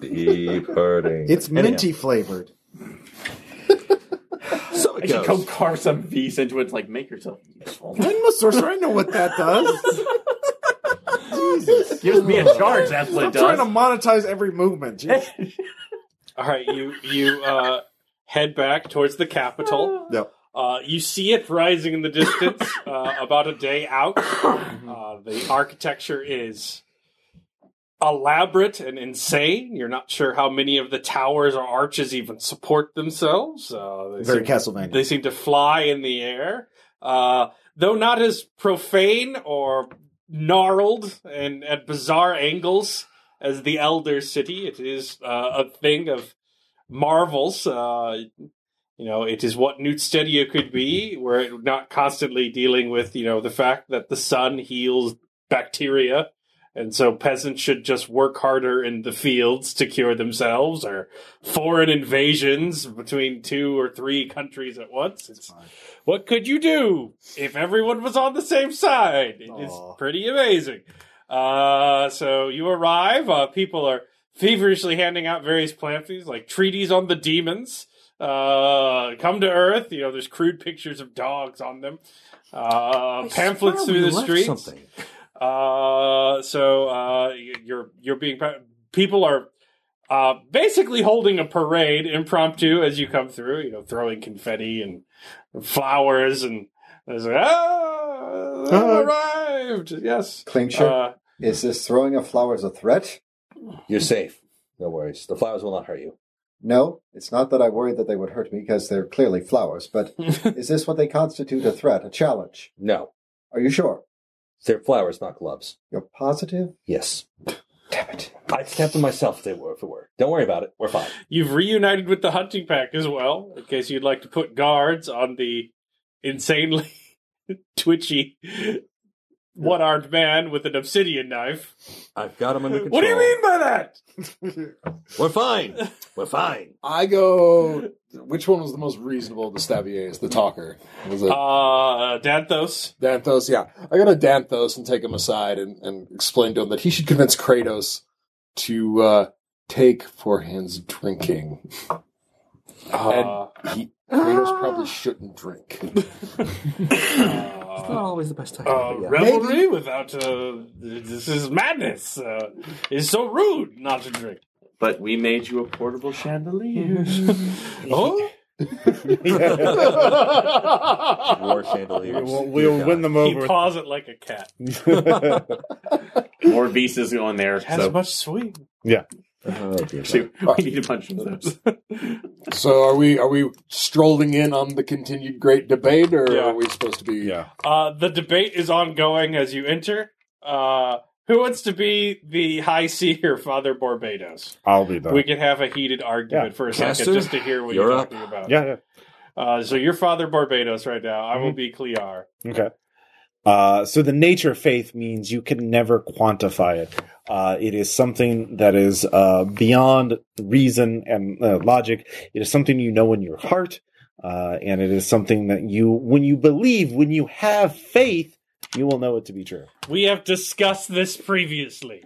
[SPEAKER 7] deep hurting.
[SPEAKER 4] It's minty flavored.
[SPEAKER 7] so
[SPEAKER 6] I should
[SPEAKER 7] it goes.
[SPEAKER 6] come carve some V's into it. Like, make yourself useful.
[SPEAKER 4] I'm a sorcerer. I know what that does. Jesus.
[SPEAKER 6] Gives me a charge. That's what it
[SPEAKER 4] I'm trying
[SPEAKER 6] does.
[SPEAKER 4] to monetize every movement. Jeez.
[SPEAKER 11] All right, you you uh, head back towards the capital.
[SPEAKER 4] Yep.
[SPEAKER 11] Uh, you see it rising in the distance, uh, about a day out. Uh, the architecture is elaborate and insane. You're not sure how many of the towers or arches even support themselves. Uh, they,
[SPEAKER 4] Very
[SPEAKER 11] seem,
[SPEAKER 4] Castlevania.
[SPEAKER 11] they seem to fly in the air, uh, though not as profane or gnarled and at bizarre angles as the Elder City. It is uh, a thing of marvels. Uh, you know, it is what Newt Stadia could be, were it not constantly dealing with, you know, the fact that the sun heals bacteria. And so peasants should just work harder in the fields to cure themselves or foreign invasions between two or three countries at once. It's, what could you do if everyone was on the same side? It is
[SPEAKER 4] Aw.
[SPEAKER 11] pretty amazing. Uh, so you arrive. Uh, people are feverishly handing out various pamphlets, like treaties on the demons. Uh, come to Earth. You know, there's crude pictures of dogs on them. Uh, pamphlets through the streets. Uh, so uh, y- you're you're being people are uh, basically holding a parade impromptu as you come through. You know, throwing confetti and flowers and there's like, ah,
[SPEAKER 4] Ah.
[SPEAKER 11] I've arrived. Yes.
[SPEAKER 18] Clink shirt.
[SPEAKER 11] Uh,
[SPEAKER 18] Is this throwing a flower as a threat?
[SPEAKER 7] You're safe. No worries. The flowers will not hurt you.
[SPEAKER 18] No, it's not that I worry that they would hurt me because they're clearly flowers, but is this what they constitute a threat, a challenge?
[SPEAKER 7] No,
[SPEAKER 18] Are you sure?
[SPEAKER 7] they're flowers, not gloves.
[SPEAKER 18] You're positive?
[SPEAKER 7] Yes. Damn it! I'd snap them myself if they were. If it were, don't worry about it. We're fine.
[SPEAKER 11] You've reunited with the hunting pack as well, in case you'd like to put guards on the insanely twitchy one armed man with an obsidian knife.
[SPEAKER 7] I've got them under control.
[SPEAKER 11] What do you mean by that?
[SPEAKER 7] We're fine. We're fine.
[SPEAKER 5] I go. Which one was the most reasonable of the Staviers? The talker. Was it
[SPEAKER 11] Uh, Danthos.
[SPEAKER 5] Danthos? Yeah, I go to Danthos and take him aside and, and explain to him that he should convince Kratos to uh, take for his drinking.
[SPEAKER 11] Uh,
[SPEAKER 5] He, Kratos probably shouldn't drink.
[SPEAKER 7] It's not always the best time.
[SPEAKER 11] uh,
[SPEAKER 7] but yeah.
[SPEAKER 11] revelry without uh, this is madness. Uh, it's so rude not to drink.
[SPEAKER 6] But we made you a portable chandelier.
[SPEAKER 11] Oh,
[SPEAKER 7] War chandeliers.
[SPEAKER 1] We'll, we'll win them
[SPEAKER 11] he
[SPEAKER 1] over.
[SPEAKER 11] paws it like a cat.
[SPEAKER 6] More V's going there.
[SPEAKER 11] Has
[SPEAKER 6] So
[SPEAKER 11] much sweet.
[SPEAKER 7] Oh, dear God.
[SPEAKER 6] Shoot, we need a bunch of those.
[SPEAKER 5] So are we? Are we strolling in on the continued great debate, or
[SPEAKER 11] Yeah.
[SPEAKER 5] are we supposed to be?
[SPEAKER 1] yeah.
[SPEAKER 11] Uh, the debate is ongoing as you enter. Uh, who wants to be the high seer, Father Barbados?
[SPEAKER 1] I'll be there.
[SPEAKER 11] We can have a heated argument for a
[SPEAKER 7] Caster,
[SPEAKER 11] second just to hear what
[SPEAKER 7] you're
[SPEAKER 11] you're,
[SPEAKER 7] up.
[SPEAKER 11] talking about.
[SPEAKER 1] yeah,
[SPEAKER 11] Uh, so you're Father Barbados right now. I will
[SPEAKER 1] Mm-hmm.
[SPEAKER 11] be Clear.
[SPEAKER 1] yeah. Okay. Uh, so the nature of faith means you can never quantify it. Uh, it is something that is uh, beyond reason and uh, logic. It is something you know in your heart, uh, and it is something that you, when you believe, when you have faith, you will know it to be true.
[SPEAKER 11] We have discussed this previously.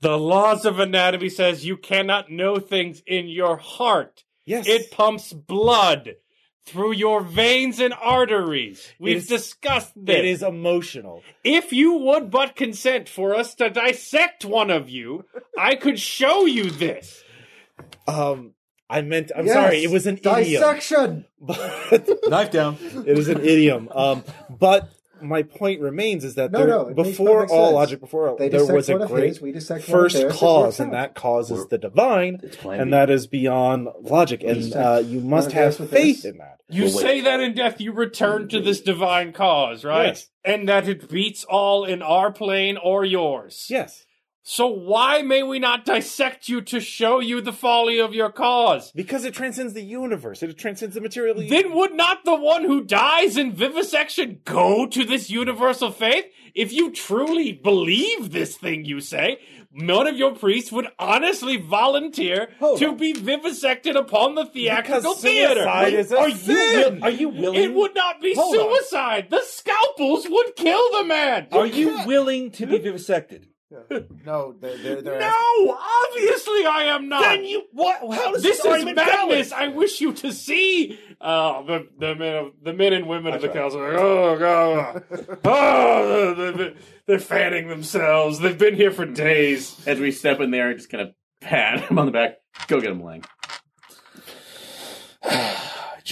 [SPEAKER 11] The laws of anatomy says you cannot know things in your heart.
[SPEAKER 1] Yes,
[SPEAKER 11] It pumps blood through your veins and arteries. We've
[SPEAKER 1] is-
[SPEAKER 11] discussed this.
[SPEAKER 1] it is emotional.
[SPEAKER 11] If you would but consent for us to dissect one of you, I could show you this.
[SPEAKER 1] Um, I meant. I'm
[SPEAKER 4] Yes,
[SPEAKER 1] sorry. It was an idiom.
[SPEAKER 4] Dissection.
[SPEAKER 1] But
[SPEAKER 2] Knife down.
[SPEAKER 1] it is an idiom. Um, but my point remains is that
[SPEAKER 4] No,
[SPEAKER 1] there,
[SPEAKER 4] no, it makes
[SPEAKER 1] before
[SPEAKER 4] perfect
[SPEAKER 1] all
[SPEAKER 4] sense.
[SPEAKER 1] logic, before all,
[SPEAKER 4] They
[SPEAKER 1] there
[SPEAKER 4] dissect
[SPEAKER 1] was a
[SPEAKER 4] one of
[SPEAKER 1] great
[SPEAKER 4] his, we dissect one of
[SPEAKER 1] first
[SPEAKER 4] theirs, it works
[SPEAKER 1] cause, and
[SPEAKER 4] out.
[SPEAKER 1] that cause is the divine, and that is beyond logic, and
[SPEAKER 4] dissect
[SPEAKER 1] uh, you must
[SPEAKER 4] one of
[SPEAKER 1] have
[SPEAKER 4] theirs with theirs.
[SPEAKER 1] faith in that.
[SPEAKER 11] You say that in death you return to this divine cause, right?
[SPEAKER 1] Yes.
[SPEAKER 11] And that it beats all in our plane or yours.
[SPEAKER 1] Yes,
[SPEAKER 11] So why may we not dissect you to show you the folly of your cause?
[SPEAKER 1] because it transcends the universe. It transcends the material.
[SPEAKER 11] Then would not the one who dies in vivisection go to this universal faith? If you truly believe this thing you say, none of your priests would honestly volunteer
[SPEAKER 1] Hold
[SPEAKER 11] to
[SPEAKER 1] on.
[SPEAKER 11] be vivisected upon the theatrical
[SPEAKER 1] because
[SPEAKER 11] theater.
[SPEAKER 1] suicide is a
[SPEAKER 11] Are you
[SPEAKER 1] sin.
[SPEAKER 11] will-
[SPEAKER 7] Are you willing?
[SPEAKER 11] It would not be
[SPEAKER 7] Hold on.
[SPEAKER 11] suicide. The scalpels would kill the man.
[SPEAKER 7] Are you willing to be vivisected?
[SPEAKER 2] No, they're, they're, they're
[SPEAKER 11] No, obviously I am not.
[SPEAKER 7] what? How does
[SPEAKER 11] this is
[SPEAKER 7] argument
[SPEAKER 11] madness. I wish you to see. Oh, the the men of the men and women of the council. Are like, oh god, oh, they're, they're, they're fanning themselves. They've been here for days.
[SPEAKER 6] As we step in there, just kind of pat him on the back. Go get him, Lang.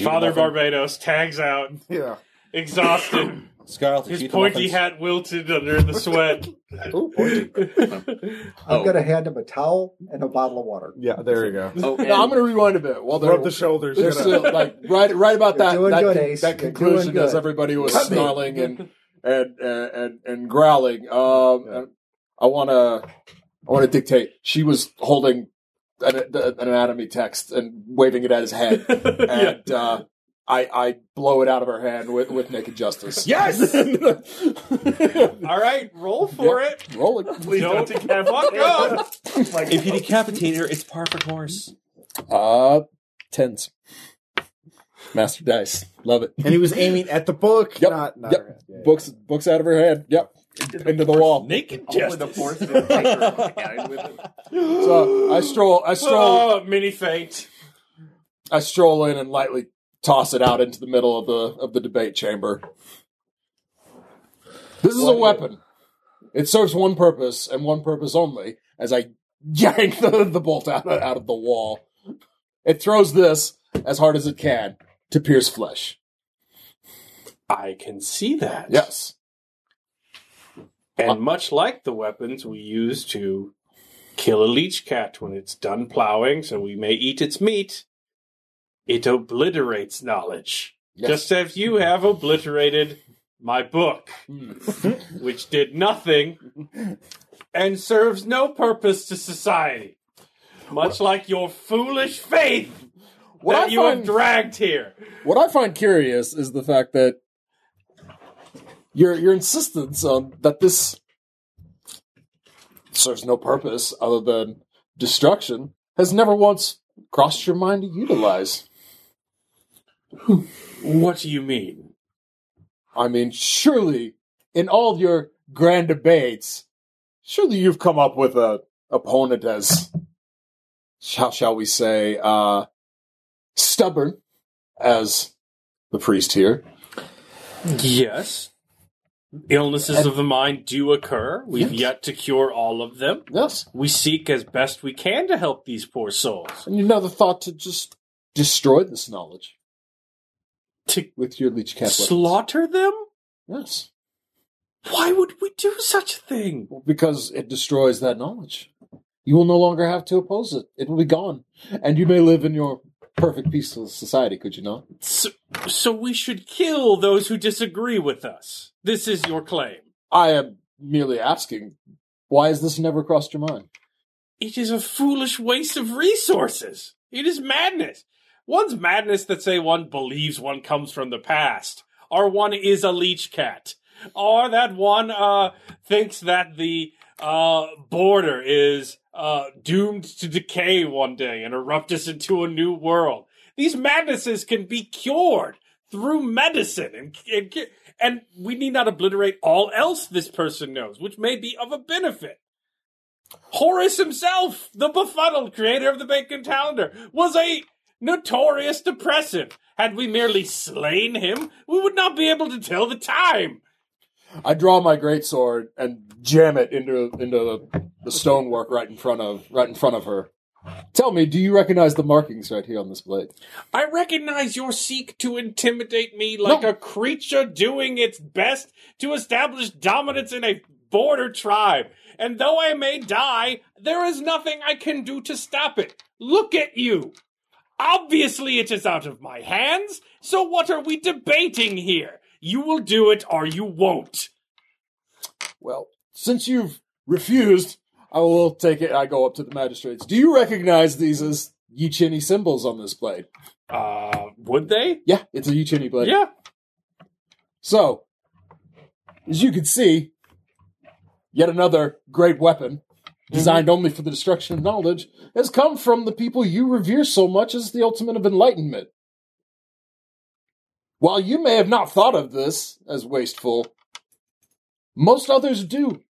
[SPEAKER 11] Father Barbados tags out,
[SPEAKER 2] Yeah.
[SPEAKER 11] exhausted.
[SPEAKER 7] Scarlet, did
[SPEAKER 11] His
[SPEAKER 7] you eat the
[SPEAKER 11] pointy
[SPEAKER 7] muffins?
[SPEAKER 11] hat wilted under the sweat.
[SPEAKER 2] Ooh, pointy.
[SPEAKER 4] I'm going to hand him a towel and a bottle of water.
[SPEAKER 1] Yeah, there you go.
[SPEAKER 6] Oh,
[SPEAKER 5] No, I'm going to rewind a bit. Well, they're,
[SPEAKER 1] Rub the shoulders.
[SPEAKER 5] they're still, like right, right about
[SPEAKER 4] You're doing
[SPEAKER 5] that that,
[SPEAKER 4] good,
[SPEAKER 5] con-
[SPEAKER 4] Ace.
[SPEAKER 5] that
[SPEAKER 4] You're doing
[SPEAKER 5] conclusion
[SPEAKER 4] good.
[SPEAKER 5] as everybody was
[SPEAKER 2] Cut me.
[SPEAKER 5] snarling and and and and, and growling. Um,
[SPEAKER 2] Yeah.
[SPEAKER 5] I want to I want to dictate. She was holding an, an anatomy text and waving it at his head, and uh, I I blow it out of her hand with with naked justice.
[SPEAKER 1] Yes.
[SPEAKER 11] All right, roll for it.
[SPEAKER 5] Roll it.
[SPEAKER 11] Please don't fuck up.
[SPEAKER 7] If you decapitate her, it's par for course.
[SPEAKER 5] Uh, tens. Master dice, love it.
[SPEAKER 2] And he was aiming at the book,
[SPEAKER 5] Yep.
[SPEAKER 2] not, not
[SPEAKER 5] Yep.
[SPEAKER 2] her hand. Yeah, yeah.
[SPEAKER 5] Books, books out of her hand. Yep, into the wall.
[SPEAKER 7] Naked
[SPEAKER 6] Only the force will take her down with it.
[SPEAKER 5] So I stroll, I stroll,
[SPEAKER 11] Oh, mini fate.
[SPEAKER 5] I stroll in and lightly toss it out into the middle of the of the debate chamber. This is a weapon. It serves one purpose and one purpose only. As I yank the, the bolt out of, out of the wall, it throws this as hard as it can to pierce flesh.
[SPEAKER 3] I can see that.
[SPEAKER 5] Yes,
[SPEAKER 3] And much like the weapons we use to kill a leech cat when it's done plowing, so we may eat its meat, it obliterates knowledge.
[SPEAKER 5] Yes.
[SPEAKER 3] Just as you have obliterated my book, which did nothing and serves no purpose to society. Much like your foolish faith
[SPEAKER 5] What
[SPEAKER 3] that
[SPEAKER 5] I
[SPEAKER 3] you have
[SPEAKER 5] find-
[SPEAKER 3] dragged here.
[SPEAKER 5] What I find curious is the fact that your your insistence on that this serves no purpose other than destruction has never once crossed your mind to utilize.
[SPEAKER 3] What do you mean?
[SPEAKER 5] I mean, surely in all your grand debates, surely you've come up with a opponent as how shall we say uh stubborn as the priest here.
[SPEAKER 3] Yes. Illnesses of the mind do occur. We've yet to cure all of them.
[SPEAKER 5] Yes.
[SPEAKER 3] We seek as best we can to help these poor souls.
[SPEAKER 5] And you never thought to just destroy this knowledge
[SPEAKER 3] To
[SPEAKER 5] with your leech cat weapons.
[SPEAKER 3] slaughter them?
[SPEAKER 5] Yes.
[SPEAKER 3] Why would we do such a thing?
[SPEAKER 5] Well, because it destroys that knowledge. You will no longer have to oppose it. It will be gone. And you may live in your perfect peaceful society, could you not?
[SPEAKER 3] So, so we should kill those who disagree with us. This is your claim.
[SPEAKER 5] I am merely asking, why has this never crossed your mind?
[SPEAKER 3] It is a foolish waste of resources. It is madness. One's madness that say one believes one comes from the past, or one is a leech cat, or that one uh, thinks that the uh, border is uh, doomed to decay one day and erupt us into a new world. These madnesses can be cured through medicine, and and, cu- and we need not obliterate all else this person knows, which may be of a benefit. Horace himself, the befuddled creator of the Bacon Calendar, was a notorious depressive. Had we merely slain him, we would not be able to tell the time.
[SPEAKER 5] I draw my greatsword and jam it into into the, the stonework right in front of right in front of her. Tell me, do you recognize the markings right here on this blade?
[SPEAKER 11] I recognize your seek to intimidate me like a creature doing its best to establish dominance in a border tribe. And though I may die, there is nothing I can do to stop it. Look at you. Obviously, it is out of my hands, so what are we debating here? You will do it or you won't.
[SPEAKER 5] Well, since you've refused, I will take it. I go up to the magistrates. Do you recognize these as Yichini symbols on this blade?
[SPEAKER 11] Uh, would they?
[SPEAKER 5] Yeah, it's a Yichini blade.
[SPEAKER 11] Yeah.
[SPEAKER 5] So, as you can see, yet another great weapon designed
[SPEAKER 11] Mm-hmm.
[SPEAKER 5] only for the destruction of knowledge has come from the people you revere so much as the ultimate of enlightenment. While you may have not thought of this as wasteful, most others do.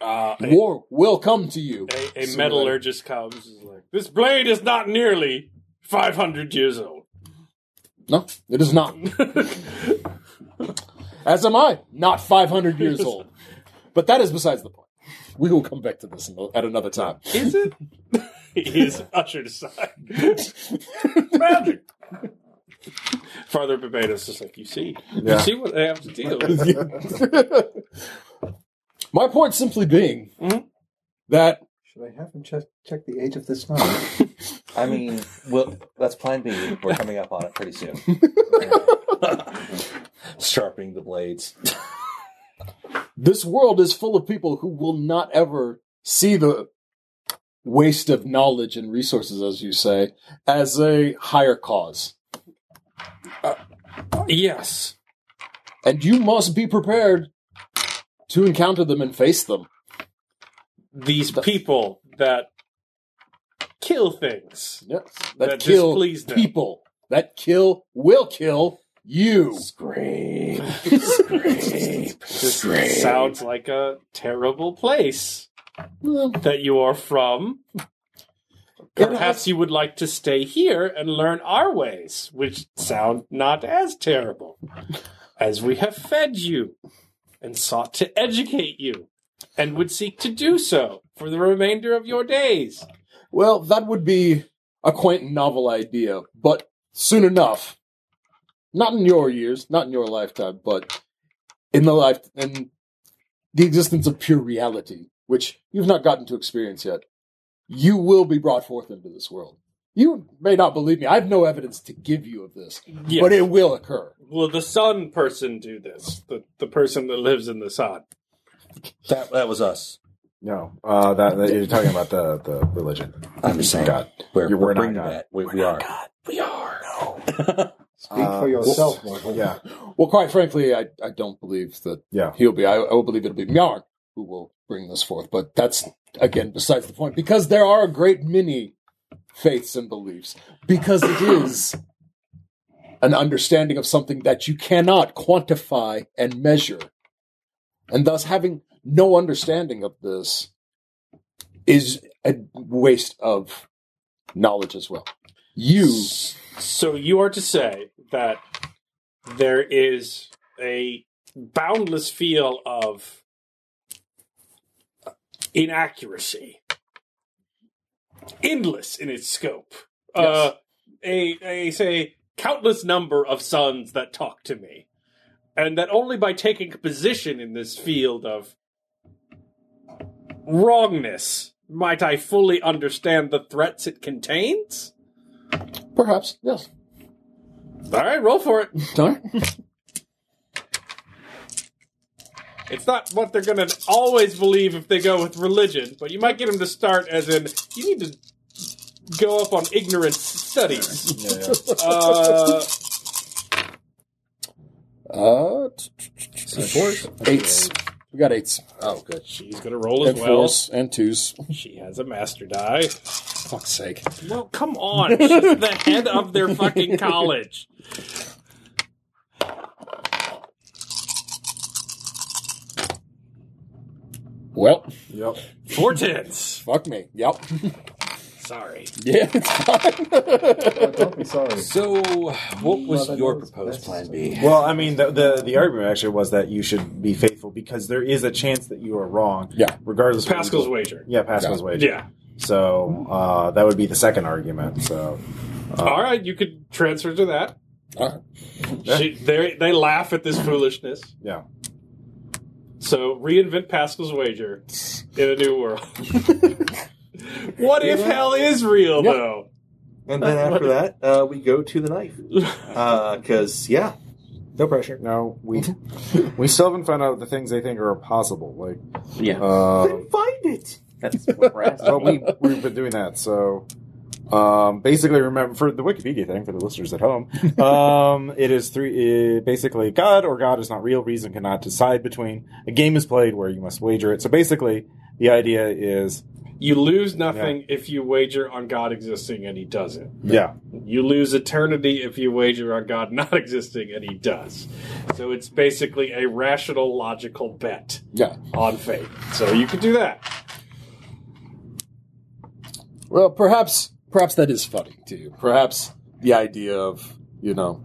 [SPEAKER 11] Uh, a,
[SPEAKER 5] War will come to you.
[SPEAKER 11] a, a metallurgist comes is like, this blade is not nearly 500 years old.
[SPEAKER 5] No, it is not. As am I, not 500 years old. But that is besides the point. We will come back to this at another time.
[SPEAKER 11] Is it? he is ushered aside.
[SPEAKER 19] Magic.
[SPEAKER 11] Father Barbados is like, you see,
[SPEAKER 5] Yeah.
[SPEAKER 11] you see what they have to deal with.
[SPEAKER 5] My point simply being that
[SPEAKER 4] Should I have him check, check the age of this knife?
[SPEAKER 20] I mean, well, that's Plan B. We're coming up on it pretty soon.
[SPEAKER 7] sharpening the blades.
[SPEAKER 5] this world is full of people who will not ever see the waste of knowledge and resources, as you say, as a higher cause. Uh,
[SPEAKER 11] yes.
[SPEAKER 5] And you must be prepared to encounter them and face them.
[SPEAKER 11] These people that kill things.
[SPEAKER 5] Yes. That,
[SPEAKER 11] That
[SPEAKER 5] kill
[SPEAKER 11] displeased them.
[SPEAKER 5] people. That kill will kill you.
[SPEAKER 11] This sounds like a terrible place that you are from. Perhaps you would like to stay here and learn our ways, which sound not as terrible, as we have fed you and sought to educate you, and would seek to do so for the remainder of your days.
[SPEAKER 5] Well, that would be a quaint and novel idea, but soon enough, not in your years, not in your lifetime, but in the life in the existence of pure reality, which you've not gotten to experience yet, you will be brought forth into this world. You may not believe me. I have no evidence to give you of this,
[SPEAKER 11] Yes.
[SPEAKER 5] but it will occur.
[SPEAKER 11] Will the sun person do this? The, the person that lives in the sun.
[SPEAKER 7] That that was us.
[SPEAKER 3] No, uh, that, that you're talking about the, the religion.
[SPEAKER 7] I'm just saying.
[SPEAKER 3] God.
[SPEAKER 7] We're,
[SPEAKER 3] You're-
[SPEAKER 7] we're,
[SPEAKER 3] we're not
[SPEAKER 7] bringing
[SPEAKER 3] God.
[SPEAKER 7] that. We, we are.
[SPEAKER 4] Speak
[SPEAKER 2] Uh,
[SPEAKER 4] for yourself, Morgan.
[SPEAKER 3] Yeah,
[SPEAKER 5] Well, quite frankly, I, I don't believe that
[SPEAKER 3] yeah.
[SPEAKER 5] he'll be. I, I will believe it'll be Mjorn who will bring this forth. But that's again besides the point because there are a great many faiths and beliefs because it is an understanding of something that you cannot quantify and measure, and thus having no understanding of this is a waste of knowledge as well. You
[SPEAKER 11] So you are to say that there is a boundless feel of inaccuracy, endless in its scope. Uh, a a say countless number of sons that talk to me, and that only by taking a position in this field of wrongness might I fully understand the threats it contains.
[SPEAKER 5] perhaps yes.
[SPEAKER 11] All right, roll for it.
[SPEAKER 5] All right.
[SPEAKER 11] It's not what they're gonna always believe if they go with religion, but you might get them to start as in you need to go up on ignorance studies. Uh,
[SPEAKER 5] Uh, eights. We got eights.
[SPEAKER 11] oh, good. She's gonna roll as
[SPEAKER 5] And
[SPEAKER 11] well.
[SPEAKER 5] fours and twos.
[SPEAKER 11] She has a master die.
[SPEAKER 5] Fuck's sake.
[SPEAKER 11] Well, come on. She's the head of their fucking college.
[SPEAKER 5] Well,
[SPEAKER 3] Yep.
[SPEAKER 11] Four tens.
[SPEAKER 5] fuck me. Yep.
[SPEAKER 11] Sorry.
[SPEAKER 5] Yeah, it's fine.
[SPEAKER 4] Don't be sorry.
[SPEAKER 7] So, what was
[SPEAKER 4] Mother
[SPEAKER 7] your
[SPEAKER 4] knows
[SPEAKER 7] proposed
[SPEAKER 4] best.
[SPEAKER 7] plan B?
[SPEAKER 3] Well, I mean, the, the the argument actually was that you should be faithful because there is a chance that you are wrong.
[SPEAKER 5] Yeah.
[SPEAKER 3] Regardless. of what you
[SPEAKER 11] Pascal's
[SPEAKER 3] do.
[SPEAKER 11] wager.
[SPEAKER 3] Yeah, Pascal's wager.
[SPEAKER 11] Yeah.
[SPEAKER 3] So uh, that would be the second argument. So
[SPEAKER 11] All right, you could transfer to that.
[SPEAKER 7] uh,
[SPEAKER 3] All
[SPEAKER 11] She, they they laugh at this foolishness.
[SPEAKER 3] Yeah.
[SPEAKER 11] So reinvent Pascal's wager in a new world. what if hell is real though?
[SPEAKER 2] And then after that, uh, we go to the knife.
[SPEAKER 7] Uh,
[SPEAKER 2] Because, yeah, no pressure.
[SPEAKER 3] no, we we still haven't found out the things they think are impossible. Like
[SPEAKER 6] Yeah,
[SPEAKER 3] uh,
[SPEAKER 2] Then find it!
[SPEAKER 6] that's what we're asking.
[SPEAKER 3] but we we've been doing that. So um, basically, remember for the Wikipedia thing for the listeners at home, um, it is three. It, basically, God or God is not real. Reason cannot decide between. A game is played where you must wager it. So basically, the idea is
[SPEAKER 11] You lose nothing if you wager on God existing and he doesn't.
[SPEAKER 3] yeah,
[SPEAKER 11] You lose eternity if you wager on God not existing and he does. So it's basically a rational logical bet
[SPEAKER 5] Yeah.
[SPEAKER 11] on fate. So you could do that.
[SPEAKER 5] Well, perhaps perhaps that is funny to you. Perhaps the idea of you know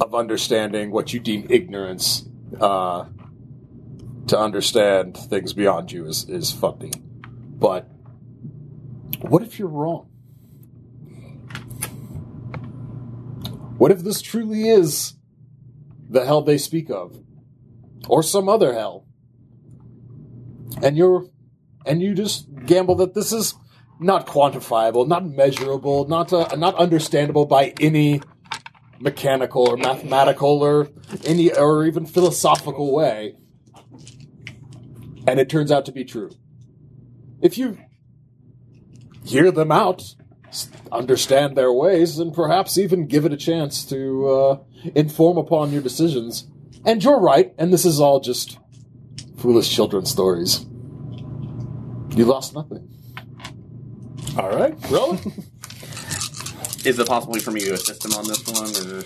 [SPEAKER 5] of understanding what you deem ignorance uh, to understand things beyond you is is funny. But what if you're wrong? What if this truly is the hell they speak of, or some other hell, and you're and you just gamble that this is not quantifiable, not measurable, not uh, not understandable by any mechanical or mathematical or any or even philosophical way. And it turns out to be true. If you hear them out, s- understand their ways, and perhaps even give it a chance to uh, inform upon your decisions. And you're right, and this is all just foolish children's stories. You lost nothing. All right, roll. it.
[SPEAKER 4] Is it possible for me to assist him on this one? Or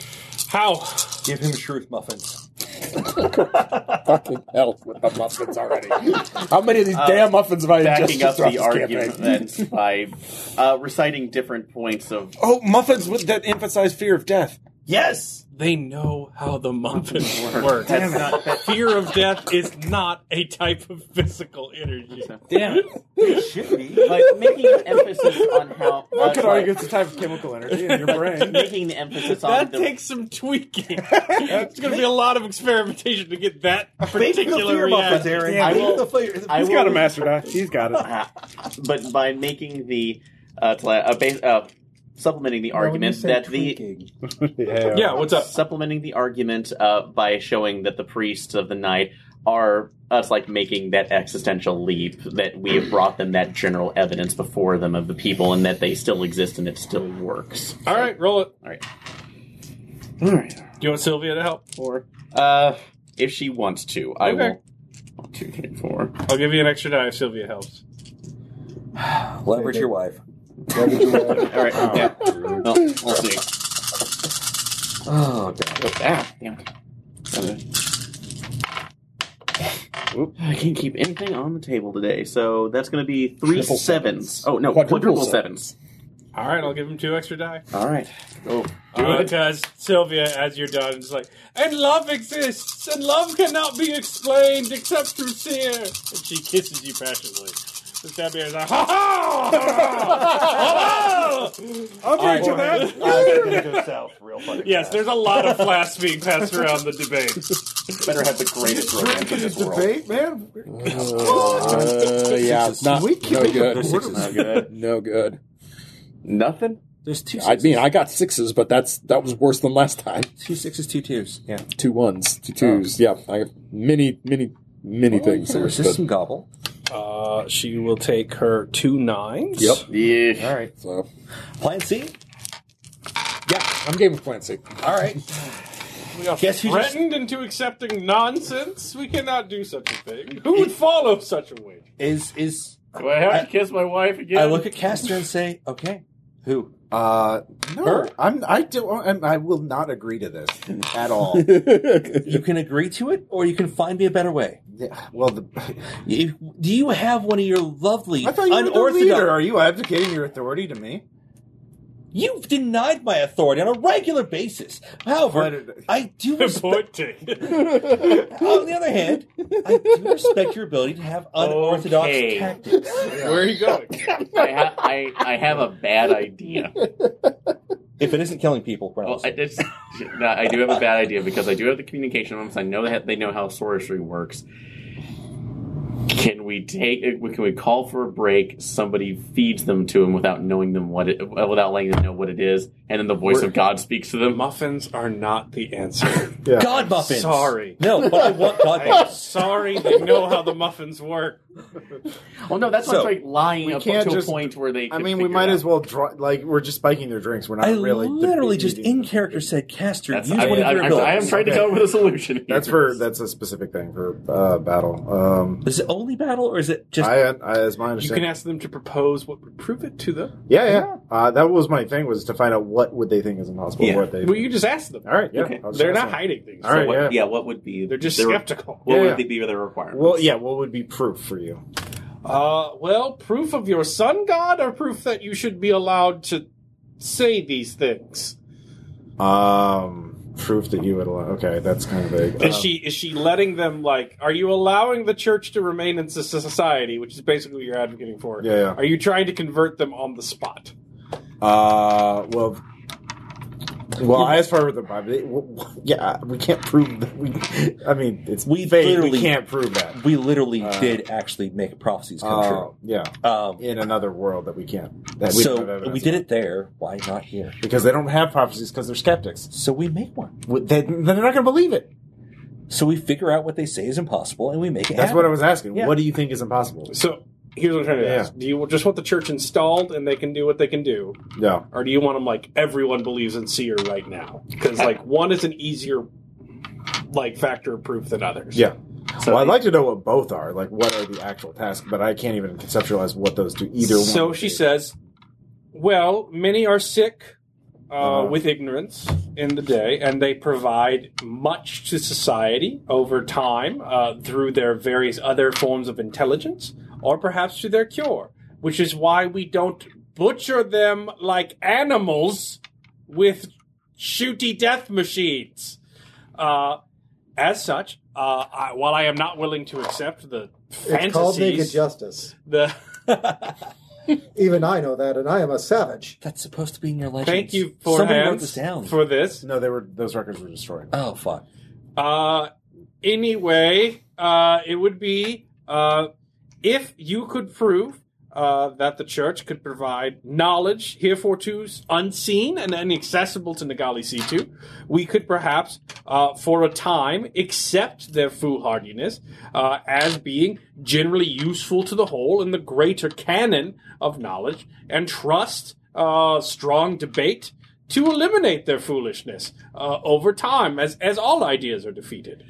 [SPEAKER 11] How?
[SPEAKER 2] Give him truth muffins.
[SPEAKER 5] Fucking hell with the muffins already. How many of these
[SPEAKER 21] Uh,
[SPEAKER 5] damn muffins have I
[SPEAKER 4] backing
[SPEAKER 5] ingested
[SPEAKER 4] up
[SPEAKER 5] throughout
[SPEAKER 4] the
[SPEAKER 5] this
[SPEAKER 4] argument
[SPEAKER 5] campaign?
[SPEAKER 4] then by uh, reciting different points of
[SPEAKER 7] oh, muffins with that emphasize fear of death.
[SPEAKER 2] Yes!
[SPEAKER 11] They know how the muffins
[SPEAKER 4] Word.
[SPEAKER 11] work.
[SPEAKER 4] That's
[SPEAKER 11] not, fear of death is not a type of physical energy.
[SPEAKER 2] Damn it. It should be.
[SPEAKER 6] but making an emphasis on how uh,
[SPEAKER 3] could
[SPEAKER 6] sorry,
[SPEAKER 3] argue it's a type of chemical energy in your
[SPEAKER 6] but
[SPEAKER 3] brain.
[SPEAKER 6] making the emphasis on
[SPEAKER 11] That
[SPEAKER 6] the
[SPEAKER 11] takes some tweaking. it's going to be a lot of experimentation to get that particular reaction.
[SPEAKER 2] Aaron.
[SPEAKER 6] I will-
[SPEAKER 2] the flavor.
[SPEAKER 6] I
[SPEAKER 3] He's
[SPEAKER 6] will,
[SPEAKER 3] got a master die. He's got it.
[SPEAKER 6] but by making the uh, tele- uh, base, uh, supplementing the argument that the
[SPEAKER 11] Yeah, what's up?
[SPEAKER 6] supplementing the argument uh, by showing that the priests of the night are us like making that existential leap that we have brought them that general evidence before them of the people and that they still exist and it still works.
[SPEAKER 11] All right, roll it.
[SPEAKER 6] All right.
[SPEAKER 2] All right.
[SPEAKER 11] Do you want Sylvia to help? Or
[SPEAKER 6] Uh, if she wants to, I
[SPEAKER 11] Okay.
[SPEAKER 6] will. One, two, three, four.
[SPEAKER 11] I'll give you an extra die if Sylvia helps.
[SPEAKER 7] Leverage your wife.
[SPEAKER 22] Leverage
[SPEAKER 6] All right. Yeah. Well, we'll see.
[SPEAKER 7] Oh god.
[SPEAKER 6] What's that? Damn. I can't keep anything on the table today, so that's going to be three
[SPEAKER 5] Triple
[SPEAKER 6] sevens. Oh no,
[SPEAKER 5] Quadruple
[SPEAKER 6] quadruple
[SPEAKER 5] sevens.
[SPEAKER 6] sevens.
[SPEAKER 11] All right, I'll give him two extra die.
[SPEAKER 6] All right. Oh,
[SPEAKER 11] Uh, because Sylvia, as you're done, is like, and love exists, and love cannot be explained except through fear. And she kisses you passionately. The stabby is like, ha ha! ha, ha, ha!"
[SPEAKER 3] I'll drink to that.
[SPEAKER 2] go south real funny.
[SPEAKER 11] Yes, there's a lot of flasks being passed around the debate.
[SPEAKER 4] better have the greatest romance in this world?
[SPEAKER 2] Debate, man.
[SPEAKER 5] Uh, yeah, it's not,
[SPEAKER 2] We
[SPEAKER 5] no
[SPEAKER 2] killed
[SPEAKER 5] good.
[SPEAKER 2] the sixes.
[SPEAKER 5] No good. No good.
[SPEAKER 4] Nothing.
[SPEAKER 7] There's two.
[SPEAKER 5] I
[SPEAKER 7] Sixes.
[SPEAKER 5] mean, I got sixes, but that's that was worse than last time.
[SPEAKER 7] two sixes, two twos. Yeah.
[SPEAKER 5] Two ones, two twos. Yeah, I have many, many, many things here.
[SPEAKER 7] There's just
[SPEAKER 5] But,
[SPEAKER 7] some gobble.
[SPEAKER 11] Uh, she will take her two nines.
[SPEAKER 5] Yep.
[SPEAKER 4] Yeah.
[SPEAKER 7] All right.
[SPEAKER 5] so.
[SPEAKER 2] Plan C?
[SPEAKER 5] Yeah, I'm game with Clancy.
[SPEAKER 2] All right.
[SPEAKER 11] We are
[SPEAKER 2] Guess who just-
[SPEAKER 11] threatened into accepting nonsense. We cannot do such a thing. Who would follow such a wager?
[SPEAKER 2] Is is
[SPEAKER 21] Do I have to kiss my wife again?
[SPEAKER 2] I look at Castor and say, okay, who?
[SPEAKER 3] Uh, no,
[SPEAKER 2] Her?
[SPEAKER 3] I'm. I do. I'm, I will not agree to this at all.
[SPEAKER 2] you
[SPEAKER 7] You can agree to it, or you can find me a better way.
[SPEAKER 3] Yeah, well, the,
[SPEAKER 7] If, do you have one of your lovely
[SPEAKER 2] I thought you were the
[SPEAKER 7] unorthodox?
[SPEAKER 2] leader. Are you abdicating your authority to me?
[SPEAKER 7] You've denied my authority on a regular basis. However, I do respect. On the other hand, I do respect your ability to have unorthodox
[SPEAKER 6] Okay.
[SPEAKER 7] tactics.
[SPEAKER 11] Where are you going?
[SPEAKER 6] I, ha- I, I have a bad idea.
[SPEAKER 7] If it isn't killing people, we're not
[SPEAKER 6] Well, I,
[SPEAKER 7] listening.
[SPEAKER 6] it's, no, I do have a bad idea because I do have the communication elements. I know they, ha- they know how sorcery works. Can we take? Can we call for a break? Somebody feeds them to him without knowing them what it, uh, without letting them know what it is, and then the voice of God speaks to them.
[SPEAKER 11] Muffins are not the answer.
[SPEAKER 7] God muffins.
[SPEAKER 11] sorry.
[SPEAKER 7] No, but I want God
[SPEAKER 11] I'm
[SPEAKER 7] muffins.
[SPEAKER 11] sorry, they know how the muffins work.
[SPEAKER 6] Well, no, that's
[SPEAKER 7] So,
[SPEAKER 6] what's like lying
[SPEAKER 4] we
[SPEAKER 6] up
[SPEAKER 4] can't
[SPEAKER 6] to
[SPEAKER 4] just-
[SPEAKER 6] a point where they.
[SPEAKER 4] I
[SPEAKER 6] could
[SPEAKER 4] mean, we
[SPEAKER 6] figure
[SPEAKER 4] might
[SPEAKER 6] it
[SPEAKER 4] as
[SPEAKER 6] out.
[SPEAKER 4] well draw. Like we're just spiking their drinks. We're not
[SPEAKER 7] I
[SPEAKER 4] really. debating
[SPEAKER 7] literally just
[SPEAKER 4] them.
[SPEAKER 7] in character said, Caster,
[SPEAKER 6] That's,
[SPEAKER 7] use
[SPEAKER 6] I,
[SPEAKER 7] one
[SPEAKER 6] I, I,
[SPEAKER 7] of your
[SPEAKER 6] I am
[SPEAKER 7] abilities.
[SPEAKER 6] trying to come up with a solution. Here.
[SPEAKER 4] That's for that's a specific thing for uh, battle. Um,
[SPEAKER 7] Is it only battle, or is it just?
[SPEAKER 4] I, I as my
[SPEAKER 11] You can
[SPEAKER 4] understanding,
[SPEAKER 11] ask them to propose what would prove it to them.
[SPEAKER 4] yeah, yeah. Uh, that was my thing was to find out what would they think is impossible.
[SPEAKER 7] Yeah.
[SPEAKER 4] What they
[SPEAKER 11] Well, you just ask them.
[SPEAKER 4] all right? Yeah,
[SPEAKER 23] Okay.
[SPEAKER 4] I'll just
[SPEAKER 11] They're
[SPEAKER 4] ask
[SPEAKER 11] not
[SPEAKER 4] them.
[SPEAKER 11] hiding things.
[SPEAKER 4] All right,
[SPEAKER 23] what,
[SPEAKER 4] yeah.
[SPEAKER 23] yeah. what would be?
[SPEAKER 11] They're just
[SPEAKER 23] their-
[SPEAKER 11] skeptical.
[SPEAKER 23] What
[SPEAKER 4] Yeah.
[SPEAKER 23] would they be their requirements?
[SPEAKER 4] Well, yeah. What would be proof for you?
[SPEAKER 11] Uh, well, proof of your sun god or proof that you should be allowed to say these things?
[SPEAKER 4] Um, proof that you would allow. Okay, that's kind of vague.
[SPEAKER 11] Is
[SPEAKER 4] Um,
[SPEAKER 11] she is she letting them like? Are you allowing the church to remain in so- society, which is basically what you're advocating for?
[SPEAKER 4] Yeah, yeah.
[SPEAKER 11] Are you trying to convert them on the spot?
[SPEAKER 4] Uh, well, well, I asked for the Bible. Yeah, we can't prove that. We, I mean, it's
[SPEAKER 7] We
[SPEAKER 4] we vague.
[SPEAKER 7] literally-
[SPEAKER 4] We can't prove that.
[SPEAKER 7] we literally
[SPEAKER 4] Uh,
[SPEAKER 7] did actually make prophecies come
[SPEAKER 4] Uh,
[SPEAKER 7] true.
[SPEAKER 4] Yeah,
[SPEAKER 7] Um,
[SPEAKER 4] in another world that we can't. That we don't have
[SPEAKER 7] so
[SPEAKER 4] evidence
[SPEAKER 7] we did it there. Why not here?
[SPEAKER 4] because they don't have prophecies because they're skeptics.
[SPEAKER 7] So we make one.
[SPEAKER 4] W- They, they're not going to believe it.
[SPEAKER 7] So we figure out what they say is impossible, and we make it.
[SPEAKER 4] That's
[SPEAKER 7] happen.
[SPEAKER 4] what I was asking.
[SPEAKER 7] Yeah.
[SPEAKER 4] What do you think is impossible?
[SPEAKER 11] So here's what I'm trying to
[SPEAKER 4] Yeah.
[SPEAKER 11] ask: Do you just want the church installed and they can do what they can do,
[SPEAKER 4] Yeah.
[SPEAKER 11] or do you want them like everyone believes in seer right now? Because like one is an easier like factor of proof than others.
[SPEAKER 4] Yeah.
[SPEAKER 6] So
[SPEAKER 4] well, I'd
[SPEAKER 6] it-
[SPEAKER 4] like to know what both are. Like, what are the actual tasks? But I can't even conceptualize what those do either.
[SPEAKER 11] So
[SPEAKER 4] one
[SPEAKER 11] she says, "Well, many are sick uh,
[SPEAKER 4] Uh-huh.
[SPEAKER 11] with ignorance in the day, and they provide much to society over time uh, through their various other forms of intelligence, or perhaps through their cure. Which is why we don't butcher them like animals with shooty death machines." Uh, as such, uh, I, while I am not willing to accept the fantasies,
[SPEAKER 24] It's called naked justice.
[SPEAKER 11] the
[SPEAKER 24] Even I know that, and I am a savage.
[SPEAKER 7] That's supposed to be in your legends.
[SPEAKER 11] Thank you for
[SPEAKER 7] Somebody
[SPEAKER 11] hands
[SPEAKER 7] wrote this down.
[SPEAKER 11] for this.
[SPEAKER 4] No, they were those records were destroyed.
[SPEAKER 7] oh fuck.
[SPEAKER 11] Uh, anyway, uh, it would be uh, if you could prove uh, that the church could provide knowledge hereforto unseen and inaccessible to Nagali Situ, we could perhaps, uh, for a time, accept their foolhardiness uh, as being generally useful to the whole in the greater canon of knowledge and trust uh, strong debate to eliminate their foolishness uh, over time as, as all ideas are defeated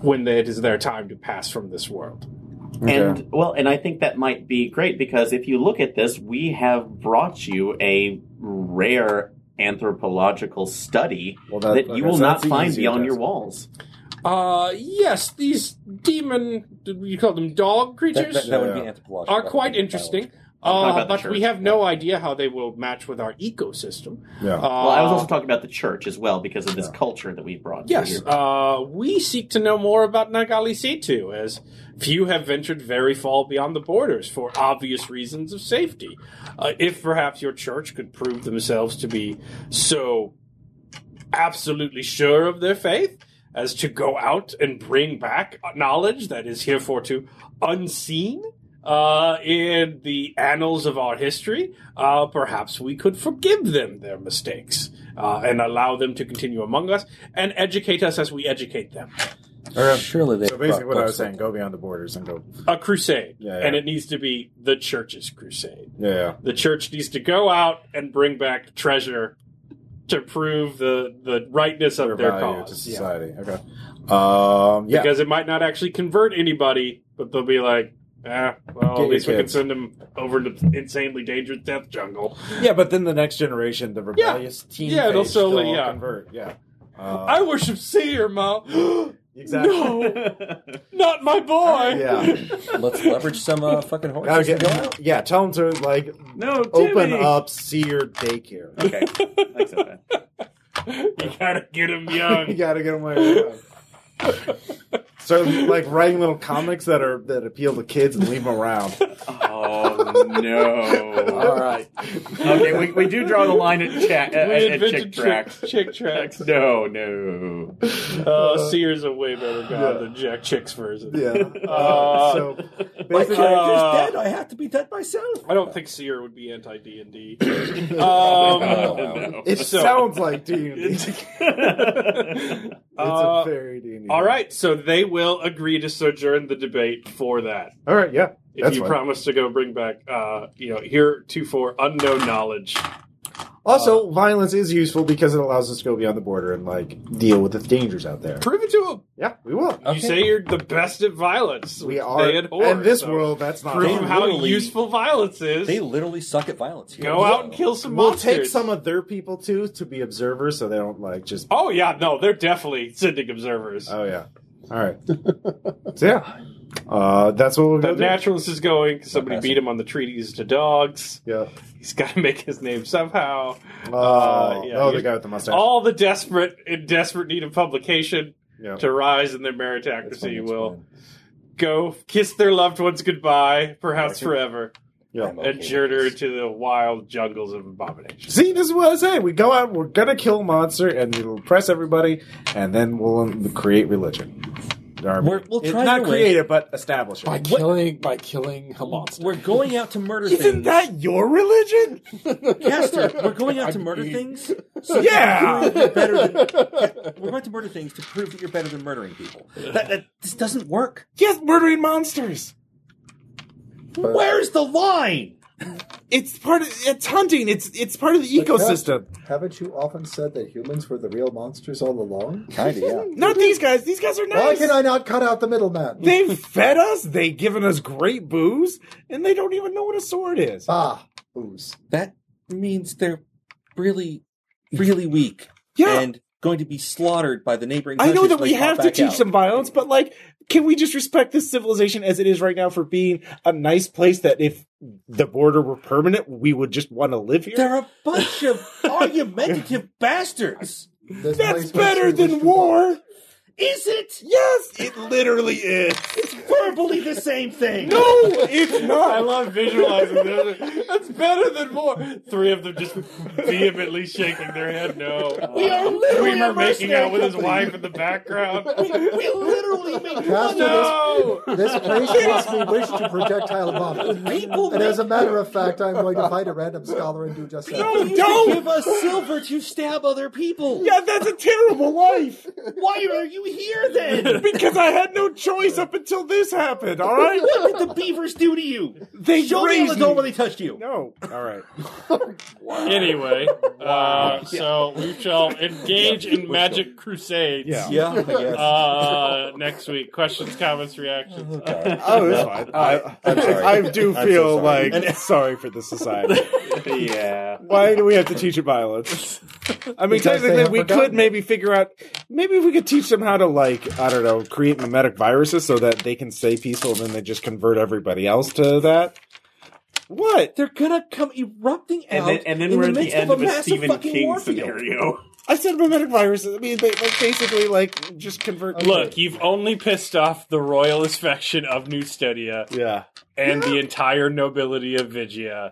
[SPEAKER 11] when it is their time to pass from this world.
[SPEAKER 6] And well, and I think that might be great because if you look at this, we have brought you a rare anthropological study
[SPEAKER 4] Well, that-
[SPEAKER 6] that
[SPEAKER 4] okay,
[SPEAKER 6] you will
[SPEAKER 4] so
[SPEAKER 6] not
[SPEAKER 4] that's the
[SPEAKER 6] find
[SPEAKER 4] easier
[SPEAKER 6] beyond
[SPEAKER 4] task.
[SPEAKER 6] your walls.
[SPEAKER 11] Uh, yes, these demon, you call them dog
[SPEAKER 7] That,
[SPEAKER 11] creatures,
[SPEAKER 7] that, that would be
[SPEAKER 4] Yeah.
[SPEAKER 7] anthropological.
[SPEAKER 11] are
[SPEAKER 7] That would
[SPEAKER 11] quite
[SPEAKER 7] be
[SPEAKER 11] interesting.
[SPEAKER 6] talking
[SPEAKER 11] Uh,
[SPEAKER 6] about the
[SPEAKER 11] but we
[SPEAKER 6] church,
[SPEAKER 11] have no idea how they will match with our ecosystem.
[SPEAKER 4] Yeah.
[SPEAKER 11] Uh,
[SPEAKER 6] Well, I was also talking about the church as well because of this culture that we brought to
[SPEAKER 11] Yes,
[SPEAKER 6] here.
[SPEAKER 11] uh, we seek to know more about Nagali Situ, as few have ventured very far beyond the borders for obvious reasons of safety. Uh, if perhaps your church could prove themselves to be so absolutely sure of their faith as to go out and bring back knowledge that is hereforto unseen uh, in the annals of our history, uh, perhaps we could forgive them their mistakes uh, and allow them to continue among us and educate us as we educate them.
[SPEAKER 7] helpful. Surely they.
[SPEAKER 4] So basically, what I was saying,
[SPEAKER 7] brought
[SPEAKER 4] go beyond the borders and go.
[SPEAKER 11] A crusade,
[SPEAKER 4] Yeah, yeah.
[SPEAKER 11] and it needs to be the church's crusade.
[SPEAKER 4] Yeah, yeah.
[SPEAKER 11] The church needs to go out and bring back treasure to prove the, the rightness of their
[SPEAKER 4] value to
[SPEAKER 11] cause. Yeah.
[SPEAKER 4] society. Okay. Um, yeah.
[SPEAKER 11] because it might not actually convert anybody, but they'll be like, ah, well,
[SPEAKER 4] Get
[SPEAKER 11] at least
[SPEAKER 4] your
[SPEAKER 11] we can
[SPEAKER 4] kids."
[SPEAKER 11] send them over to the insanely dangerous death jungle.
[SPEAKER 4] yeah, but then the next generation, the rebellious teen,
[SPEAKER 11] Yeah, it'll
[SPEAKER 4] phase, they'll
[SPEAKER 11] slowly,
[SPEAKER 4] all
[SPEAKER 1] Uh,
[SPEAKER 11] yeah.
[SPEAKER 4] convert. Yeah. Uh,
[SPEAKER 11] I worship Seer, Ma.
[SPEAKER 25] Exactly.
[SPEAKER 11] Not my boy.
[SPEAKER 1] Yeah.
[SPEAKER 7] Let's leverage some uh, fucking horses.
[SPEAKER 1] Okay, yeah, tell them to like
[SPEAKER 6] no,
[SPEAKER 1] open
[SPEAKER 6] Timmy.
[SPEAKER 1] up Seer Daycare.
[SPEAKER 6] Okay, I accept that.
[SPEAKER 11] You gotta get him
[SPEAKER 1] you
[SPEAKER 11] young.
[SPEAKER 1] gotta get away. Start like writing little comics that are that appeal to kids and leave them around.
[SPEAKER 6] Oh
[SPEAKER 11] Oh,
[SPEAKER 6] no.
[SPEAKER 1] All right,
[SPEAKER 6] Okay, we, we do draw the line at, cha- at,
[SPEAKER 11] We
[SPEAKER 6] at chick
[SPEAKER 11] invented
[SPEAKER 6] tracks.
[SPEAKER 11] Chick tracks.
[SPEAKER 6] No, no.
[SPEAKER 11] Uh, Sears a way better guy than Jack Chick's version.
[SPEAKER 1] yeah.
[SPEAKER 11] Uh,
[SPEAKER 1] so
[SPEAKER 7] My
[SPEAKER 1] basically,
[SPEAKER 7] character's
[SPEAKER 11] Uh,
[SPEAKER 7] dead. I have to be dead myself.
[SPEAKER 11] I don't think Seer would be anti D and D. Um,
[SPEAKER 6] Oh, no.
[SPEAKER 1] it
[SPEAKER 11] so-
[SPEAKER 1] sounds like D and D. It's
[SPEAKER 11] uh,
[SPEAKER 1] a very D and D.
[SPEAKER 11] all right, so they will agree to sojourn the debate for that.
[SPEAKER 1] all right, yeah.
[SPEAKER 11] If
[SPEAKER 1] That's
[SPEAKER 11] you
[SPEAKER 1] fine.
[SPEAKER 11] promise to go bring back, uh, you know, here to for unknown knowledge.
[SPEAKER 1] Also, violence is useful because it allows us to go beyond the border and like deal with the dangers out there.
[SPEAKER 11] Prove it to them.
[SPEAKER 1] Yeah, we will.
[SPEAKER 7] Okay.
[SPEAKER 11] You say you're the best at violence.
[SPEAKER 1] We
[SPEAKER 11] which
[SPEAKER 1] are
[SPEAKER 11] they adore,
[SPEAKER 1] in this
[SPEAKER 11] so
[SPEAKER 1] world. That's not.
[SPEAKER 11] Prove
[SPEAKER 1] hard.
[SPEAKER 11] how
[SPEAKER 7] literally-
[SPEAKER 11] useful violence is.
[SPEAKER 7] They literally suck at violence. Here.
[SPEAKER 11] Go out and kill some
[SPEAKER 1] We'll
[SPEAKER 11] monsters.
[SPEAKER 1] take some of their people too to be observers, so they don't like just.
[SPEAKER 11] Oh yeah, no, they're definitely sending observers.
[SPEAKER 1] Oh yeah. All right. so yeah, uh, that's what we're
[SPEAKER 11] the
[SPEAKER 1] gonna do.
[SPEAKER 11] naturalist is going. Somebody
[SPEAKER 7] passing.
[SPEAKER 11] beat him on the treaties to dogs.
[SPEAKER 1] yeah.
[SPEAKER 11] He's got to make his name somehow.
[SPEAKER 1] Oh,
[SPEAKER 11] yeah,
[SPEAKER 1] oh,
[SPEAKER 11] you-
[SPEAKER 1] the guy with the mustache.
[SPEAKER 11] All the desperate in desperate need of publication
[SPEAKER 1] yeah.
[SPEAKER 11] to rise in their meritocracy will go kiss their loved ones goodbye, perhaps forever,
[SPEAKER 1] yeah.
[SPEAKER 7] Okay,
[SPEAKER 11] and journey
[SPEAKER 7] nice.
[SPEAKER 11] to the wild jungles of abomination.
[SPEAKER 1] See, this is what I say. We go out, we're gonna kill a monster, and it'll oppress everybody, and then we'll um, create religion. Or-
[SPEAKER 7] We're- we'll
[SPEAKER 1] it-
[SPEAKER 7] try
[SPEAKER 1] not
[SPEAKER 7] to
[SPEAKER 1] create it, but establish it.
[SPEAKER 3] By killing, by killing a monster.
[SPEAKER 7] We're going out to murder
[SPEAKER 1] Isn't
[SPEAKER 7] things.
[SPEAKER 1] that your religion?
[SPEAKER 7] Caster, we're going out to murder things. So
[SPEAKER 1] Yeah.
[SPEAKER 7] you're better than, we're going to murder things to prove that you're better than murdering people. That, that this doesn't work.
[SPEAKER 1] Yes, murdering monsters.
[SPEAKER 7] Where's the line?
[SPEAKER 1] It's part of it's hunting. It's it's part of the ecosystem.
[SPEAKER 4] Haven't you often said that humans were the real monsters all along?
[SPEAKER 7] Kinda, yeah.
[SPEAKER 1] Not these guys. These guys are
[SPEAKER 4] Why
[SPEAKER 1] nice.
[SPEAKER 4] can I not cut out the middleman?
[SPEAKER 1] They've fed us. They've given us great booze, and they don't even know what a sword is.
[SPEAKER 7] Uh,
[SPEAKER 4] Ah, booze.
[SPEAKER 7] That means they're really, really weak
[SPEAKER 1] Yeah,
[SPEAKER 7] and going to be slaughtered by the neighboring.
[SPEAKER 1] I know
[SPEAKER 7] countries
[SPEAKER 1] that
[SPEAKER 7] when
[SPEAKER 1] we
[SPEAKER 7] they pop
[SPEAKER 1] have to
[SPEAKER 7] back
[SPEAKER 1] teach
[SPEAKER 7] out.
[SPEAKER 1] some violence, but like, can we just respect this civilization as it is right now for being a nice place that if the border were permanent, we would just want to live here?
[SPEAKER 7] They're a bunch of argumentative bastards.
[SPEAKER 4] This
[SPEAKER 1] That's
[SPEAKER 4] place makes
[SPEAKER 1] better
[SPEAKER 4] me
[SPEAKER 1] than
[SPEAKER 4] wish-
[SPEAKER 1] war.
[SPEAKER 7] Is it?
[SPEAKER 1] Yes, it literally is.
[SPEAKER 7] It's verbally the same thing.
[SPEAKER 1] No, it's
[SPEAKER 11] I
[SPEAKER 1] not.
[SPEAKER 11] love visualizing this. That's better than more. Three of them just vehemently shaking their head. No,
[SPEAKER 7] We are literally
[SPEAKER 11] Dreamer
[SPEAKER 7] a
[SPEAKER 11] making out with his
[SPEAKER 7] mercenary
[SPEAKER 11] wife in the background.
[SPEAKER 7] company. We literally make
[SPEAKER 4] After
[SPEAKER 7] money.
[SPEAKER 11] No,
[SPEAKER 4] This place makes me wish to projectile vomit.
[SPEAKER 7] People
[SPEAKER 4] And as
[SPEAKER 7] make
[SPEAKER 4] a matter of fact, I'm going to find a random scholar and do just that.
[SPEAKER 7] People used
[SPEAKER 1] don't!
[SPEAKER 7] to give us silver to stab other people.
[SPEAKER 1] Yeah, that's a terrible life.
[SPEAKER 7] Why are you here then?
[SPEAKER 1] Because I had no choice up until this happened. All right,
[SPEAKER 7] what did the beavers do to you?
[SPEAKER 1] they
[SPEAKER 7] Show me
[SPEAKER 1] raised
[SPEAKER 7] the door
[SPEAKER 1] me.
[SPEAKER 7] when they touched you.
[SPEAKER 1] No. All right.
[SPEAKER 11] Anyway, uh, so we shall engage in magic crusades.
[SPEAKER 1] Yeah.
[SPEAKER 7] Yeah, I guess.
[SPEAKER 11] Uh, next week, questions, comments, reactions.
[SPEAKER 5] Oh, that's fine. I,
[SPEAKER 7] I'm sorry.
[SPEAKER 5] I do
[SPEAKER 7] I'm so
[SPEAKER 5] feel
[SPEAKER 7] sorry.
[SPEAKER 5] like sorry for the society.
[SPEAKER 6] yeah.
[SPEAKER 5] Why do we have to teach it violence?
[SPEAKER 1] I mean,
[SPEAKER 4] Because they
[SPEAKER 1] technically,
[SPEAKER 4] have
[SPEAKER 1] we
[SPEAKER 4] forgotten
[SPEAKER 1] could maybe figure out. Maybe we could teach them how to, like, I don't know, create mimetic viruses so that they can stay peaceful and then they just convert everybody else to that. What?
[SPEAKER 7] They're gonna come erupting
[SPEAKER 6] And
[SPEAKER 7] out,
[SPEAKER 6] then, and then
[SPEAKER 7] in
[SPEAKER 6] we're at the
[SPEAKER 7] the midst
[SPEAKER 6] end
[SPEAKER 7] of
[SPEAKER 6] of
[SPEAKER 7] a
[SPEAKER 6] a
[SPEAKER 7] massive
[SPEAKER 6] Stephen
[SPEAKER 7] fucking
[SPEAKER 6] King
[SPEAKER 7] warfield.
[SPEAKER 6] scenario.
[SPEAKER 1] I said mimetic viruses. I mean, they like, basically, like, just convert.
[SPEAKER 11] Look, you've only pissed off the royalist faction of New Studia
[SPEAKER 5] Yeah.
[SPEAKER 11] and the entire nobility of Vigia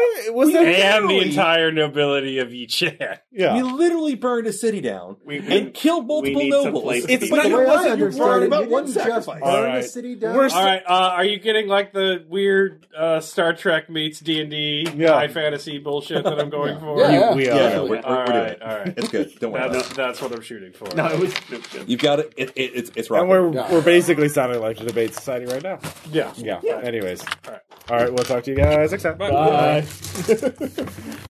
[SPEAKER 1] It was that
[SPEAKER 11] and the
[SPEAKER 1] literally-
[SPEAKER 11] entire nobility of Yichan.
[SPEAKER 5] Yeah.
[SPEAKER 7] We literally burned a city down
[SPEAKER 6] We- we-
[SPEAKER 7] and killed multiple
[SPEAKER 6] need some
[SPEAKER 7] nobles.
[SPEAKER 6] place to
[SPEAKER 1] It's
[SPEAKER 6] be.
[SPEAKER 1] not
[SPEAKER 4] The
[SPEAKER 1] it
[SPEAKER 4] way I
[SPEAKER 1] wasn't. You
[SPEAKER 4] understand
[SPEAKER 1] brought
[SPEAKER 4] it,
[SPEAKER 1] about
[SPEAKER 4] you
[SPEAKER 1] one
[SPEAKER 4] didn't just
[SPEAKER 1] sacrifice.
[SPEAKER 4] burn
[SPEAKER 11] All
[SPEAKER 4] the
[SPEAKER 11] right.
[SPEAKER 4] city down.
[SPEAKER 1] We're
[SPEAKER 11] All right, uh, are you getting like the weird uh, Star Trek meets D and D
[SPEAKER 5] Yeah.
[SPEAKER 11] high fantasy bullshit that I'm going for?
[SPEAKER 3] Yeah, yeah.
[SPEAKER 5] We
[SPEAKER 7] Yeah, Uh,
[SPEAKER 5] are.
[SPEAKER 7] no, we're,
[SPEAKER 11] All
[SPEAKER 7] we're, we're doing
[SPEAKER 11] right,
[SPEAKER 7] it.
[SPEAKER 11] all right.
[SPEAKER 7] It's good. Don't worry. about
[SPEAKER 11] That's,
[SPEAKER 7] it.
[SPEAKER 11] that's what I'm shooting for.
[SPEAKER 6] No, it was. It was
[SPEAKER 7] You've got it. It, it. it's it's
[SPEAKER 5] And
[SPEAKER 7] rocking.
[SPEAKER 5] we're
[SPEAKER 3] Yeah.
[SPEAKER 5] we're basically sounding like the debate society right now.
[SPEAKER 11] Yeah.
[SPEAKER 5] Yeah.
[SPEAKER 7] Yeah.
[SPEAKER 5] Anyways. All
[SPEAKER 11] right.
[SPEAKER 5] right. All right. We'll talk to you guys next time.
[SPEAKER 11] Bye.